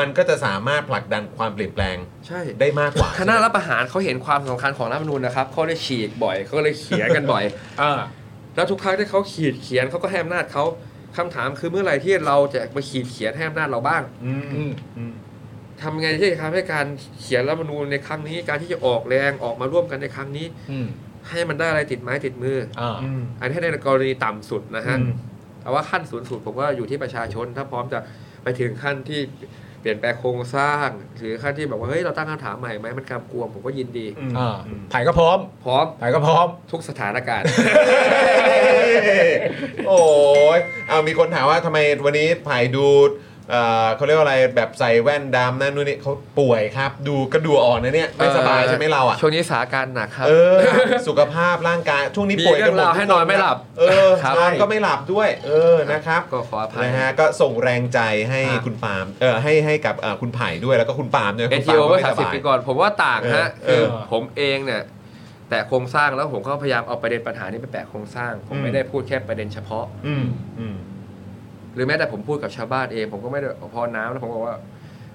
S1: มันก็จะสามารถผลักดันความเปลี่ยนแปลง
S3: ใช่
S1: ได้มากกว่า
S3: คณะรัฐประหารเขาเห็นความสำคัญของรัฐธรรมนูญนะครับเขาเลยฉีกบ่อยเขาเลยเขียนกันบ่อย
S2: อ่า
S3: แล้วทุกครั้งที่เขาขีดเขียนเขาก็ให้อำนาจเขาคำถามคือเมื่อไหร่ที่เราจะมาขีดเขียนให้อำนาจเราบ้าง
S2: อืม
S3: ทำไงที่จะทำให้การเขียนรัฐธรรมนูญในครั้งนี้การที่จะออกแรงออกมาร่วมกันในครั้งนี้
S2: อืม
S3: ให้มันได้อะไรติดไม้ติดมือ
S2: อ่า
S3: อันนี้ในกรณีต่ำสุดนะฮะแต่ว่าขั้นสูงสุดผมว่าอยู่ที่ประชาชน ถ้าพร้อมจะไปถึงขั้นที่เปลี่ยนแปลงโครงสร้าง หรือขั้นที่แบบว่าเฮ้ยเราตั้งคำถามใหม่ไหมมันกำกวมผมก็ยินดี
S2: อ่าไผ่ก็พร้อม
S3: พร้อม
S2: ไผ่ก็พร้อม
S3: ทุกสถานการณ์
S1: โอ้ยเอามีคนถามว่าทำไมวันนี้ไผ่ดูเอ่อเขาเรียกว่าอะไรแบบใส่แว่นดำนั่นนู่นนี่เขาป่วยครับ ดูกระดูอ่อนนะเนี่ย ไม่สบายใช่ไหมเราอ่ะ
S3: ช่วงนี้สถานการณ์หนักครับ
S1: เออ สุขภาพร่างกายช่วงนี้
S3: มี
S1: ป่วยกันหม
S3: เรื่
S1: ด
S3: องราวให้นอนไม่หลับ
S1: เออ
S3: ครับ
S1: นอนก็ไม่หลับด้วย เออนะครับ
S3: ก็ขออภัย
S1: นะฮะก็ส่งแรงใจให้
S3: ครับ
S1: คุณปาล์มเออให้ให้กับเอ่อคุณไผ่ด้วยแล้วก็คุณปาล์มด้วย
S3: เอ
S1: คุณ
S3: ที
S1: ปาล์
S3: โอ
S1: ม
S3: เมื่
S1: ก็ไม่
S3: อสามสิบบ
S1: สาย
S3: ปีก่อน ผมว่าต่างฮะ
S1: เออ
S3: คือ
S1: เออ
S3: ผมเองเนี่ย แต่โครงสร้างแล้วผมก็พยายามเอาประเด็นปัญหานี้ไปแปะโครงสร้าง ผมไม่ได้พูดแค่ประเด็นเฉพาะ
S1: อืมอืม
S3: หรือแม้แต่ผมพูดกับชาวบ้านเอง ผมก็ไม่ได้พอน้ำแล้วผมบอกว่า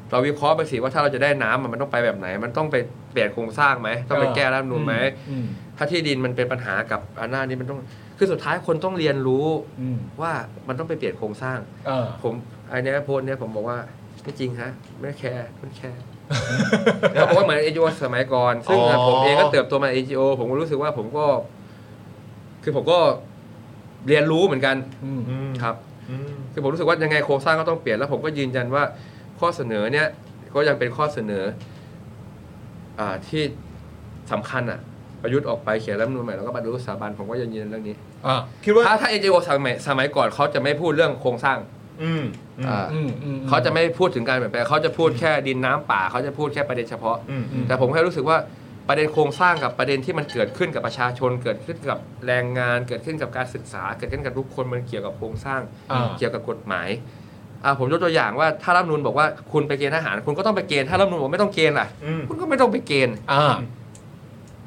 S3: เราวิเคราะห์ไปสิว่าถ้าเราจะได้น้ำมันมันต้องไปแบบไหน มันต้องไปเปลี่ยนโครงสร้างไหมต้องไปแก้รัฐธรรมนูนไหม
S2: อืม
S3: ถ้าที่ดินมันเป็นปัญหากับอำนาจนี้มันต้องคือสุดท้ายคนต้องเรียนรู้
S2: อืม
S3: ว่ามันต้องไปเปลี่ยนโครงสร้าง
S2: เออ
S3: ผมไอเนี้ยโพสต์เนี้ยผมบอกว่าไม่จริงฮะไม่แคร์ไม่แคร์ เขาบอกว่าเหมือนเอจโอสมัยก่อน ซึ่ง
S1: อ๋อ
S3: ผมเองก็เติบโตมาเอจโอผมก็รู้สึกว่าผมก็ คือผมก็เรียนรู้เหมือนกัน
S2: อืม
S1: อืม
S3: ครับ
S1: อืม
S3: คือผมรู้สึกว่ายังไงโครงสร้างก็ต้องเปลี่ยนแล้วผมก็ยืนยันว่าข้อเสนอเนี่ย ก็ยังเป็นข้อเสนอ อ่าที่สำคัญอ่ะ ประยุทธ์ออกไปเขียนรัฐธรรมนูญใหม่แล้วก็บรรลุสถาบันผมก็ยังยืนยันเรื่องนี้
S2: อ่า
S1: คิดว่า
S3: ถ้าถ้าเอจโอสมัยสมัยก่อนเขาจะไม่พูดเรื่องโครงสร้าง
S1: อืมอืม
S3: อ่า
S2: อืมอืม
S3: เขาจะไม่พูดถึงการเปลี่ยนแปลงเขาจะพูดแค่ดินน้ำป่าเขาจะพูดแค่ประเด็นเฉพาะ
S1: อืมอืม
S3: แต่ผมแค่รู้สึกว่าประเด็นโครงสร้างกับประเด็นที่มันเกิดขึ้นกับประชาชน เกิดขึ้นกับแรงงาน เกิดขึ้นกับการศึกษา เกิดขึ้นกับทุกคนมันเกี่ยวกับโครงสร้าง
S2: อ่า
S3: เกี่ยวกับกฎหมาย อ่าผมยกตัวอย่างว่าถ้ารัฐธรรมนูญบอกว่าคุณไปเกณฑ์ทหาร คุณก็ต้องไปเกณฑ์ถ้ารัฐธรรมนูญบอกไม่ต้องเกณฑ์ล่ะ
S2: อืม
S3: คุณก็ไม่ต้องไปเกณฑ์
S2: อ่า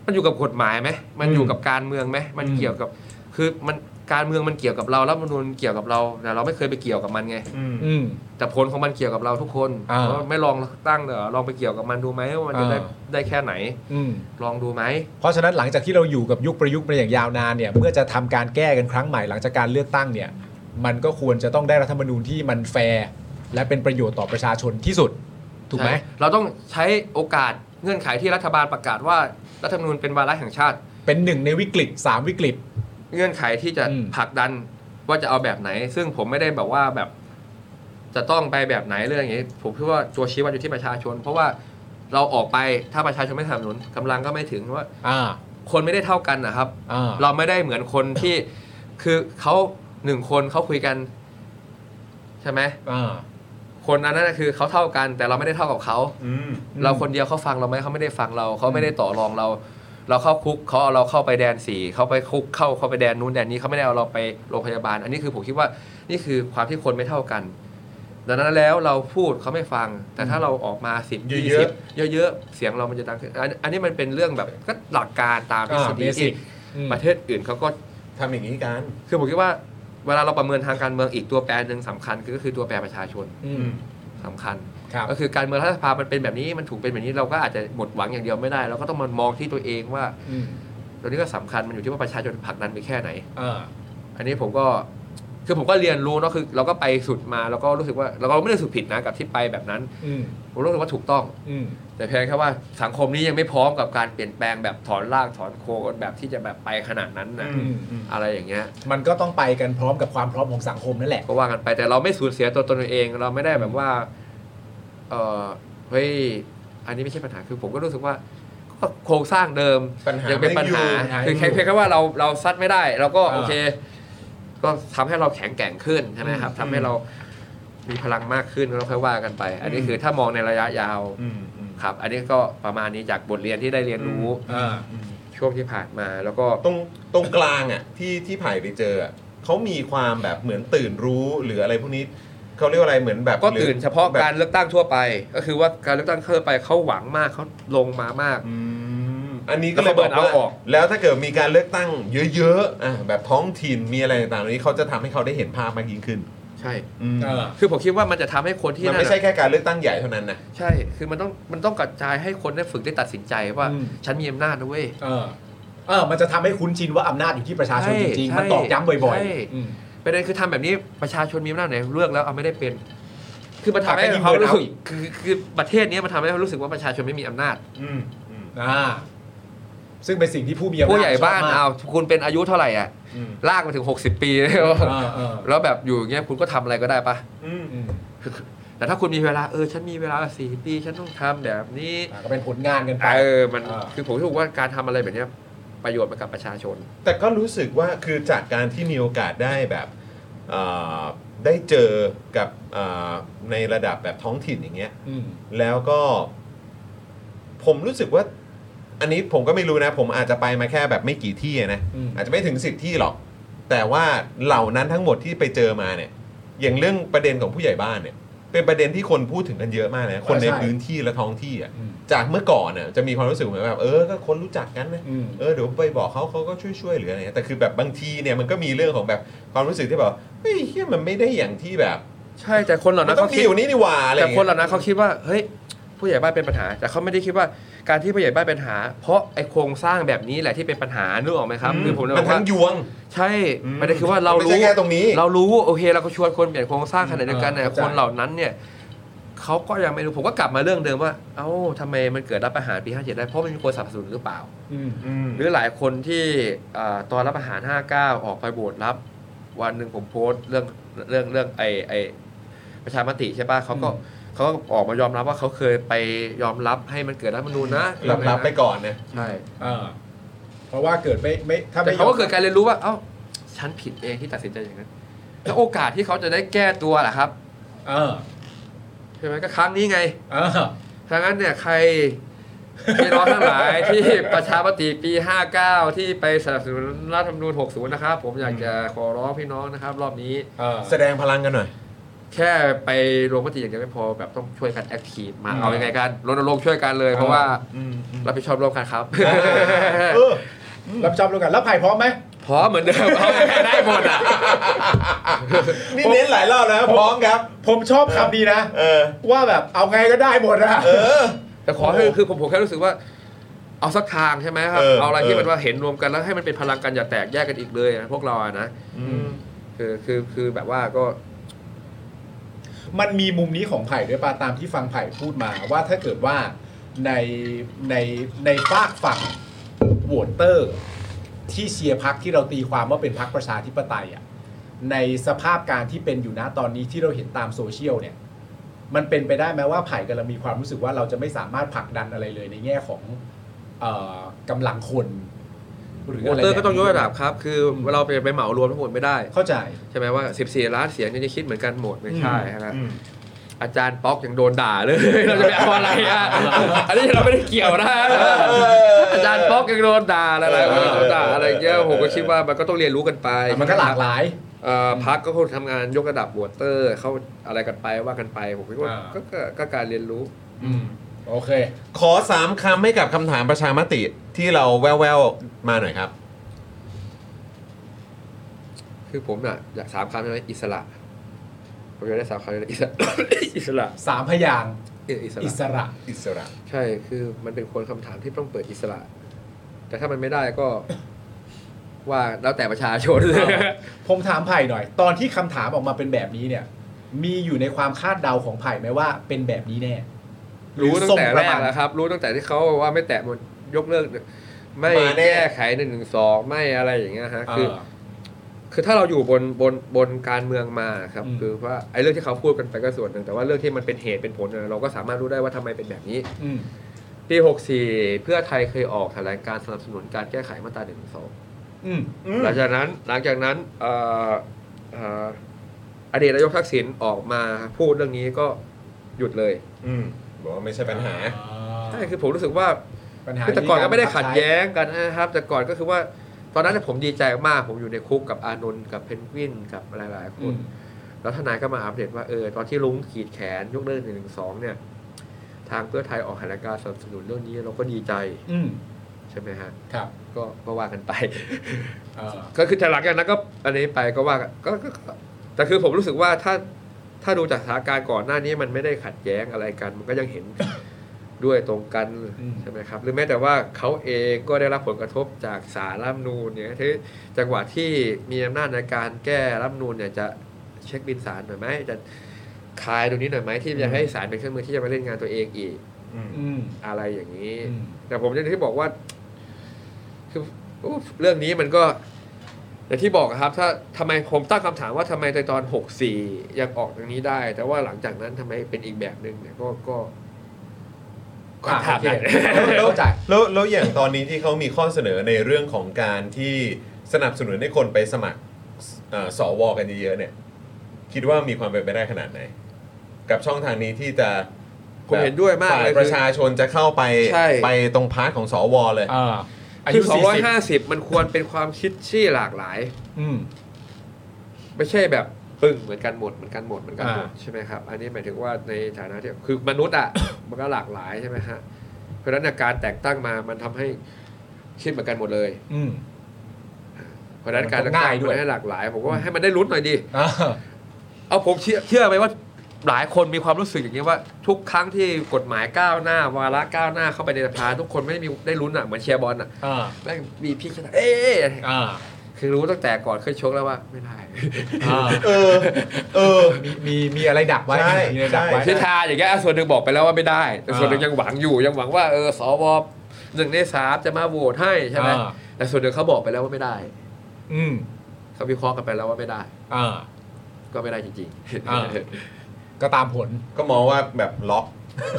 S3: มันอยู่กับกฎหมายไหมมัน
S2: อืม
S3: อยู่กับการเมืองไหมมัน
S2: อืม
S3: เกี่ยวกับ คือมันการเมืองมันเกี่ยวกับเรารัฐธรรมนูญเกี่ยวกับเราแต่เราไม่เคยไปเกี่ยวกับมันไง
S2: อืม
S3: แต่ผลของมันเกี่ยวกับเราทุกคน
S2: อ่า
S3: เพราะไม่ลองตั้งเหรอลองไปเกี่ยวกับมันดูไหมว่ามันจะได้
S2: อ่า
S3: ได้แค่ไหน
S2: อืม
S3: ลองดูไหม
S2: เพราะฉะนั้นหลังจากที่เราอยู่กับยุคประยุกต์มาอย่างยาวนานเนี่ยเมื่อจะทำการแก้กันครั้งใหม่หลังจากการเลือกตั้งเนี่ย มันก็ควรจะต้องได้รัฐธรรมนูญที่มันแฟร์และเป็นประโยชน์ต่อประชาชนที่สุด ถูกไหม
S3: ใช่เราต้องใช้โอกาสเงื่อนไขที่รัฐบาลประกาศว่ารัฐธรรมนูญเป็นวาระแห่งชาติ
S2: เป็นหนึ่งในวิกฤต 3 วิกฤต
S3: เงื่อนไขที่จะ
S2: อืม
S3: ผลักดันว่าจะเอาแบบไหน ซึ่งผมไม่ได้แบบว่าแบบ จะต้องไปแบบไหนเรื่องอย่างนี้ ผมคิดว่าตัวชี้วัดอยู่ที่ประชาชน เพราะว่าเราออกไปถ้าประชาชนไม่สนับสนุนกำลังก็ไม่ถึงเพราะว่า
S2: อ่า
S3: คนไม่ได้เท่ากันนะครับ
S2: อ่า
S3: เราไม่ได้เหมือนคนที่คือเขาหนึ่งคนเขาคุยกัน ใช่ไหม
S2: อ่า
S3: คนอันนั้นนะคือเขาเท่ากัน แต่เราไม่ได้เท่ากับเขา
S1: อืม
S3: เราคนเดียวเขาฟังเราไหมเขาไม่ได้ฟังเราเขาไม่ได้ต่อรองเรา เราเข้าคุกเขาเอาเราเข้าไปแดนสี่เขาไปคุกเข้าเขาไปแดนนู้นแดนนี้เขาไม่ได้เอาเราไปโรงพยาบาล อันนี้คือผมคิดว่านี่คือความที่คนไม่เท่ากัน ดังนั้นแล้วเราพูดเขาไม่ฟัง แต่ถ้าเราออกมาสิบ
S1: เยอะๆ
S3: ยี่สิบเยอะๆเสียงเรามันจะดังขึ้นอันอันนี้มันเป็นเรื่องแบบก็หลักการตามทฤษฎี
S2: อ่า basic
S3: ที่
S2: อืม
S3: ประเทศอื่นเขาก็
S1: ทำอย่างนี้กัน
S3: คือผมคิดว่าเวลาเราประเมินทางการเมืองอีกตัวแปรหนึ่งสำคัญก็คือตัวแปรประชาชน
S2: อืม
S3: สำคัญ
S2: ครับ
S3: ก็คือการเมืองรัฐสภามันเป็นแบบนี้มันถูกเป็นแบบนี้เราก็อาจจะหมดหวังอย่างเดียวไม่ได้ เราก็ต้องมามองที่ตัวเองว่า
S2: อืม
S3: ตัวนี้ก็สำคัญมันอยู่ที่ว่าประชาชนผลักดันไปแค่ไหน
S2: อ่า
S3: อันนี้ผมก็คือผมก็เรียนรู้เนาะคือเราก็ไปสุดมาแล้วก็รู้สึกว่าเราก็ไม่ได้รู้สุดผิดนะกับที่ไปแบบนั้น
S2: อืม
S3: ผมรู้สึกว่าถูกต้อง
S2: อืม
S3: แต่เพียงแค่ว่าสังคมนี้ยังไม่พร้อมกับการเปลี่ยนแปลงแบบถอนรากถอนโคนแบบที่จะแบบไปขนาดนั้นนะ
S2: อืม
S3: อะไรอย่างเงี้ย
S2: มันก็ต้องไปกันพร้อมกับความพร้อมของสังคมนั่นแหละ
S3: ก็ว่ากันไปแต่เราไม่สูญเสียตัวตนเราเองเราไม่ได้แบบว่า เออเฮ้ยอันนี้ไม่ใช่ปัญหาคือผมก็รู้สึกว่าก็โครงสร้างเดิม
S1: ปัญหายั
S3: ยัเป็นปัญ
S1: ไม่อ
S3: หา
S1: ยู่ปัญหายังอยู่
S3: คือแค่เพียงแค่ว่าเราเราซัดไม่ได้ เราก็
S2: อ่า
S3: โอเค ก็ทำให้เราแข็งแกร่งขึ้นใช่ไหมครับ
S2: อืม
S3: ทำให้เรามีพลังมากขึ้นเราค่อยว่ากันไป อันนี้คือถ้ามองในระยะยาว
S1: อืมอืม
S3: ครับ อันนี้ก็ประมาณนี้จากบทเรียนที่ได้เรียนรู้
S2: อ่า
S3: ช่วงที่ผ่านมาแล้วก็
S1: ตรงตรงกลางอ่ะที่ที่ไผ่ไปเจออะเขามีความแบบเหมือนตื่นรู้หรืออะไรพวกนี้เขาเรียกว่าอะไรเหมือนแบบ
S3: ก็ตื่นเฉพาะกา
S1: แบ
S3: ร
S1: บ
S3: เลือกตั้งทั่วไป ก็คือว่าการเลือกตั้งทั่วไปเขาหวังมากเขาลงมามาก
S1: อืมอันนี้ก็เลยบอก
S3: แล้วก็เบิร์น
S1: ว่า
S3: เอาท์ออก
S1: แล้วถ้าเกิดมีการเลือกตั้งเยอะๆอ่ะแบบท้องถิ่นมีอะไรต่างๆเหล่านี้เขาจะทำให้เขาได้เห็นภาพมากยิ่งขึ้น
S3: ใช่
S1: อืม
S3: คือผมคิดว่ามันจะทำให้คนที่
S1: มัน
S3: นั่น
S1: ไม่ใช่
S3: อะ
S1: แค่การเลือกตั้งใหญ่เท่านั้นนะ
S3: ใช่ คือมันต้องมันต้องกระจายให้คนได้ฝึกได้ตัดสินใจว่า
S2: อืม
S3: ฉันมีอำนาจนะเว้ย
S2: เออเออมันจะทำให้คุ้นชินว่าอำนาจอยู่ที่ประชาชน
S3: ใช่
S2: จริง
S3: ใช่
S2: ๆ มันตอกย้ำบ่อย
S3: ใช่
S2: ๆอืม
S3: ประเด็นคือทำแบบนี้ประชาชนมีอำนาจไหนเลือกแล้วเอาไม่ได้เป็น คือมันทำให้
S2: ทำให้ยิ่ง
S3: เขารู้
S2: burn out
S3: สึก
S2: อีก
S3: คือคือประเทศเนี้ยมันทำให้เขารู้สึกว่าประชาชนไม่มีอำนาจ
S2: อ่า ซึ่งเป็นสิ่งที่ผู้มีอำนาจ
S3: ผู้ใหญ่บ้าน
S2: ชมก
S3: เอาคุณเป็นอายุเท่าไหร่อ่ะ
S1: อืม
S3: ลากมาถึง 60 ปี แล้ว
S2: อ่าอ่า
S3: แล้วแบบอยู่อย่างเงี้ยคุณก็ทำอะไรก็ได้ปะ
S2: อืม
S3: แต่ถ้าคุณมีเวลาเออฉันมีเวลาสี่ปี ฉันต้องทำแบบนี้
S2: อ่าก็เป็นผลงานกันไป
S3: เออมัน
S2: อ่า
S3: คือผมรู้สึกว่าการทำอะไรแบบเนี้ยประโยชน์มันกับประชาชน
S1: แต่ก็รู้สึกว่าคือจากการที่มีโอกาสได้แบบเอ่อได้เจอกับเอ่อในระดับแบบท้องถิ่นอย่างเงี้ย
S2: อืม
S1: แล้วก็ ผมรู้สึกว่า อันนี้ผมก็ไม่รู้นะ ผมอาจจะไปมาแค่แบบไม่กี่ที่อะนะ
S2: อืม
S1: จจะไม่ถึงสิบที่หรอก แต่ว่าเหล่านั้นทั้งหมดที่ไปเจอมาเนี่ย อย่างเรื่องประเด็นของผู้ใหญ่บ้านเนี่ย เป็นประเด็นที่คนพูดถึงกันเยอะมากนะคนในพื้นที่และท้องที่อ่ะ
S2: อืม
S1: จากเมื่อก่อนน่ะจะมีความรู้สึกเหมือนแบบเออก็คนรู้จักกันนะ
S2: อืม
S1: เออเดี๋ยวไปบอกเขาเขาก็ช่วยช่วยๆหรืออะไรเงี้ยแต่คือแบบบางทีเนี่ยมันก็มีเรื่องของแบบความรู้สึกที่แบบเฮ้ยเฮียมันไม่ได้อย่างที่แบบ
S3: ใช่แต่คนเหล่า
S1: มั
S3: นั้น น
S1: ต้อง
S3: เขา
S1: ดี
S3: คิด
S1: อยู่านี่นี่หว่าอะไร
S3: แต่
S1: งี้ย
S3: คนเหล่านั้นเขาคิดว่าเฮ้ยผู้ใหญ่บ้านเป็นปัญหา แต่เขาไม่ได้คิดว่าการที่ผู้ใหญ่บ้านเป็นปัญหา เพราะไอโครงสร้างแบบนี้แหละที่เป็นปัญหานึกออกไหมครับคือผมเลยบ
S1: มั
S3: อน ก
S1: ทั้
S3: ว่าง
S1: ยวง
S3: ใช่
S1: อืม
S3: ประเด็นคือว่าเรา
S1: ไม่ใช่
S3: รู้
S1: แค่ตรงนี้
S3: เรารู้โอเคเราก็ชวนคนเปลี่ยนโครงสร้างขนาดเดียวกันเนี่ย
S2: เข้าใจ
S3: คนเหล่านั้นเนี่ยเขาก็ยังไม่รู้ผมก็กลับมาเรื่องเดิมว่า เอ้าทำไมมันเกิดรับอาหารปี57ได้เพราะมันมีคนสนับสนุนหรือเปล่า
S2: อืม
S3: หรือหลายคนที่เอ่อตอนรับอาหาร 59 ออกไปโบสถ์รับ วันหนึ่งผมโพสต์เรื่องเรื่องเรื่องไอไอประชามติใช่ป่ะเขาก็
S2: อืม
S3: เขาก็ออกมายอมรับว่าเขาเคยไปยอมรับให้มันเกิดรัฐธรรมนูญนะ
S1: รับรับไปก่อนนะ
S3: ใช่
S2: เออเพราะว่าเกิดไม่ไม่ถ้า
S3: แต่
S2: ไม่
S3: เขาก็เกิดการเรียนรู้ว่า เอ้า ฉันผิดเองที่ตัดสินใจอย่างนั้นแล้วโอกาสที่เขาจะได้แก้ตัวล่ะครับ
S2: เออ
S3: ใช่ไหมก็ครั้งนี้ไง
S2: เออ
S3: ถ้างั้นเนี่ยใครพี่น้องทั้งหลาย ที่ประชามติปี 59 ที่ไปสนับสนุนรัฐธรรมนูญ60 นะครับผมอยากจะขอร้องพี่น้องนะครับ รอบนี้
S2: เออ
S1: แสดงพลังกันหน่อย
S3: แค่ไปลงมติอย่างเดียวไม่พอแบบต้องช่วยกันแอคทีฟมาเอายังไงกันรณรงค์ช่วยกันเลย เพราะว่ารับผิดชอบร่วมกันครับ
S2: เออรับจอบแล้วกันแล้วไผ่พร้อมไหม
S3: พร้อมเหมือนเดิมเอาได้หมดอ่ะ
S1: นี่เน้นหลายรอบแล้วพร้อมครับ
S2: ผมชอบคำนี้นะ
S1: เออ
S2: ว่าแบบเอาไงก็ได้หมดอะ
S3: แต่ขอให้คือผมผมแค่รู้สึกว่า เอาสักทางใช่ไหมครับ
S1: เออ
S3: เอาอะไรที่
S1: เออ
S3: มันว่าเห็นรวมกันแล้วให้มันเป็นพลังกันอย่าแตกแยกกันอีกเลยนะพวกเราอะนะคือคือคือแบบว่าก็
S2: มันมีมุมนี้ของไผ่ด้วยป่ะตามที่ฟังไผ่พูดมาว่าถ้าเกิดว่าในในในฝากฝั่งโหวตเตอร์ ที่เชียร์พักที่เราตีความว่าเป็นพักประชาธิปไตยอ่ะในสภาพการที่เป็นอยู่นะตอนนี้ที่เราเห็นตามโซเชียลเนี่ย มันเป็นไปได้ไหมว่าไผ่กำลังมีความรู้สึกว่าเราจะไม่สามารถผลักดันอะไรเลยในแง่ของเอ่อกำลังคนหรือ
S3: โว
S2: อะ
S3: ต
S2: ไร
S3: เตอร์ก็ต้องยกระดับ
S2: แบบนี้
S3: ครับ คือเราไปไปเหมารวมทั้งหมดไม่ได้
S2: เข้าใจ
S3: ใช่ไหมว่า 14 ล้านเสียงจะคิดเหมือนกันหมดไม่ใช่ใช่ไหม
S1: อืม
S3: อาจารย์ป๊อกยังโดนด่าเลย เราจะไปเอาอะไร อ่ะอันนี้เราไม่ได้เกี่ยวนะ อาจารย์ป๊อกยังโดนด่าอะไร
S1: เออเออเออ
S3: โดนด่าอะไรเงี้ยผมก็คิดว่ามันก็ต้องเรียนรู้กันไป
S2: มันก็หลากหลาย
S3: เอ่อพักก็คงทำงานยกระดับวอเตอร์ เข้าอะไรกันไปว่ากันไปผมคิดว่า
S2: อ่า
S3: ก็ก็ก็การเรียนรู้
S2: โอเค
S1: ขอสามคำให้กับคำถามประชามติที่เราแววๆมาหน่อยครับ
S3: คือผมน่ะอยากสามคำใช่ไหมอิสระผมอยากได้สามคำเลยนะอิสระ อิสระ
S2: สามพยางค์
S3: เอออิสระ
S2: อิสระ
S1: อิสระ
S3: ใช่คือมันเป็นคนคำถามที่ต้องเปิดอิสระ แต่ถ้ามันไม่ได้ก็ ว่าแล้วแต่ประชาชน
S2: ผมถามไผ่หน่อย ตอนที่คำถามออกมาเป็นแบบนี้เนี่ย มีอยู่ในความคาดเดาของไผ่ไหมว่าเป็นแบบนี้แน่
S3: รู้ตั้งแต่
S2: หอส่
S3: แร
S2: ประ
S3: ก
S2: มาณ
S3: แล้วครับ รู้ตั้งแต่ที่เขาบอกว่าไม่แตะหมดยกเลิกไม่แก้ไขหนึ่งหนึ่งสองไม่อะไรอย่างเงี้ยฮะ
S2: เอ
S3: คือ
S2: อ
S3: คือถ้าเราอยู่บนบนบนการเมืองมาครับ
S2: อืม
S3: คือว่าไอ้เรื่องที่เขาพูดกันไปก็ส่วนหนึ่งแต่ว่าเรื่องที่มันเป็นเหตุเป็นผลเนี่ยเราก็สามารถรู้ได้ว่าทำไมเป็นแบบนี้
S2: อืม
S3: ปี64 เพื่อไทยเคยออกแถลงการสนับสนุนการแก้ไขมาตรา1นึ
S2: อืม
S3: หลังจากนั้นหลังจากนั้นเอ่อเอ่ออดีตนายกทักษิณออกมาพูดเรื่องนี้ก็หยุดเลย
S1: อืมบอกว่าไม่ใช่ปัญหา
S3: ใช่คือผมรู้สึกว่า
S2: ปัญหา
S3: คือแต่ก่อนก็ไม่ได้ขัดแย้
S2: ง
S3: งกันนะครับ แต่ก่อนก็คือว่าตอนนั้นผมดีใจมากผมอยู่ในคุกกับอานนท์กับเพนกวินกับหลายๆค
S2: อื
S3: น
S2: ม
S3: แล้วทนายก็มาอัปเดตว่าเออตอนที่ลุงขีดแขนยกเลิกหนึ่งหนึ่งสองเนี่ย ทางเพื่อไทยออกหารายการสนับสนุนเรื่องนี้เราก็ดีใจ
S2: อืม
S3: ใช่ไหมฮะ
S2: ครับ
S3: ก็ก็ว่ากันไป
S2: เออ
S3: ก็คือแต่หลังจากนั้นก็อันนี้ไปก็ว่ากันก็ก็ก็แต่คือผมรู้สึกว่าถ้าถ้าดูจากสถานการณ์ก่อนหน้านี้มันไม่ได้ขัดแย้งอะไรกัน มันก็ยังเห็น ด้วยตรงกันใช่ไหมครับ หรือแม้แต่ว่าเขาเองก็ได้รับผลกระทบจากสารรัฐธรรมนูนเนี่ยที่จังหวะที่มีอำนาจในการแก้รัฐธรรมนูนเนี่ยจะเช็คบินสารหน่อยไหมจะคลายตรงนี้หน่อยไหมที่จะให้สารเป็นเครื่องมือที่จะมาเล่นงานตัวเองอีก
S2: อืม
S3: อะไรอย่างนี้
S2: อืม
S3: แต่ผมจะที่บอกว่า คือโอ้เรื่องนี้มันก็อย่างที่บอกอะครับ ถ้าทำไมผมตั้งคำถามว่าทำไมในตอน 64 ยังออกตรงนี้ได้ แต่ว่าหลังจากนั้นทำไมเป็นอีกแบบหนึ่งเนี่ยก็ก็ก็
S2: อ่ะ
S3: ถาม
S2: โอเค
S3: ได้
S2: เข้า ใจ
S1: แล้วแล้วอย่างตอนนี้ที่เขามีข้อเสนอในเรื่องของการที่สนับสนุนให้คนไปสมัครเอ่อสวกันเยอะๆเนี่ย คิดว่ามีความเป็นไปได้ขนาดไหน กับช่องทางนี้ที่จะ
S3: ผมเห็นด้วยมากเลย
S1: ฝ่ประชาชนจะเข้าไป
S3: ใช่
S1: ไปตรงพาร์ทของสวเลย
S2: เอออา
S3: คื
S2: ยุ
S3: อ
S2: สี่สิบ
S3: 250 มันควรเป็นความคิดที่หลากหลาย
S2: อืม
S3: ไม่ใช่แบบปึ้งเหมือนกันหมดเหมือนกันหมดเหมือนกันหมดใช่ไหมครับ อันนี้หมายถึงว่าในฐานะที่คือมนุษย์อ่ะ มันก็หลากหลายใช่ไหมฮะเพราะฉะนั้นเนี่ยการแต่งตั้งมามันทำให้คิดเหมือนกันหมดเลย
S2: อืม
S3: เพราะฉะนั้นการ
S2: มันก็ง่ายด้วย
S3: ให้หลากหลาย ผมก็ว่าให้มันได้ลุ้นหน่อยดี
S2: อ่า
S3: เอาผมเชื่อเชื่อไหมว่าหลายคนมีความรู้สึกอย่างนี้ว่า ทุกครั้งที่กฎหมายก้าวหน้าวาระก้าวหน้าเข้าไปในสภาทุกคนไม่มีได้ลุ้นอ่ะเหมือนเชียร์บอลอ่ะ
S2: อ่า
S3: แม่งมีพี่ชนะเอ๊ะ
S2: อ่า
S3: คือรู้ตั้งแต่ก่อนเคยชกแล้วว่าไม่ได้
S2: อ่า
S1: เออ เออ
S2: มีมีมีอะไรดักไว้
S1: ใช่
S2: มีอะไรดักไว้
S1: ใ
S3: พิธาอย่างเงี้ยอ่ะส่วนหนึ่งบอกไปแล้วว่าไม่ได้ แต่ส่วนหนึ่งยังหวังอยู่ยังหวังว่าเออสวหนึ่งในสามจะมาโหวตให้ใช่ไหม
S2: อ่า
S3: แต่ส่วนหนึ่งเขาบอกไปแล้วว่าไม่ได้
S2: อืม
S3: เขาวิเคราะห์กันไปแล้วว่าไม่ได้
S2: อ่า
S3: ก็ไม่ได้จริง
S2: อ่า
S3: ๆ
S2: ก็ตามผล
S1: ก็มองว่าแบบล็อก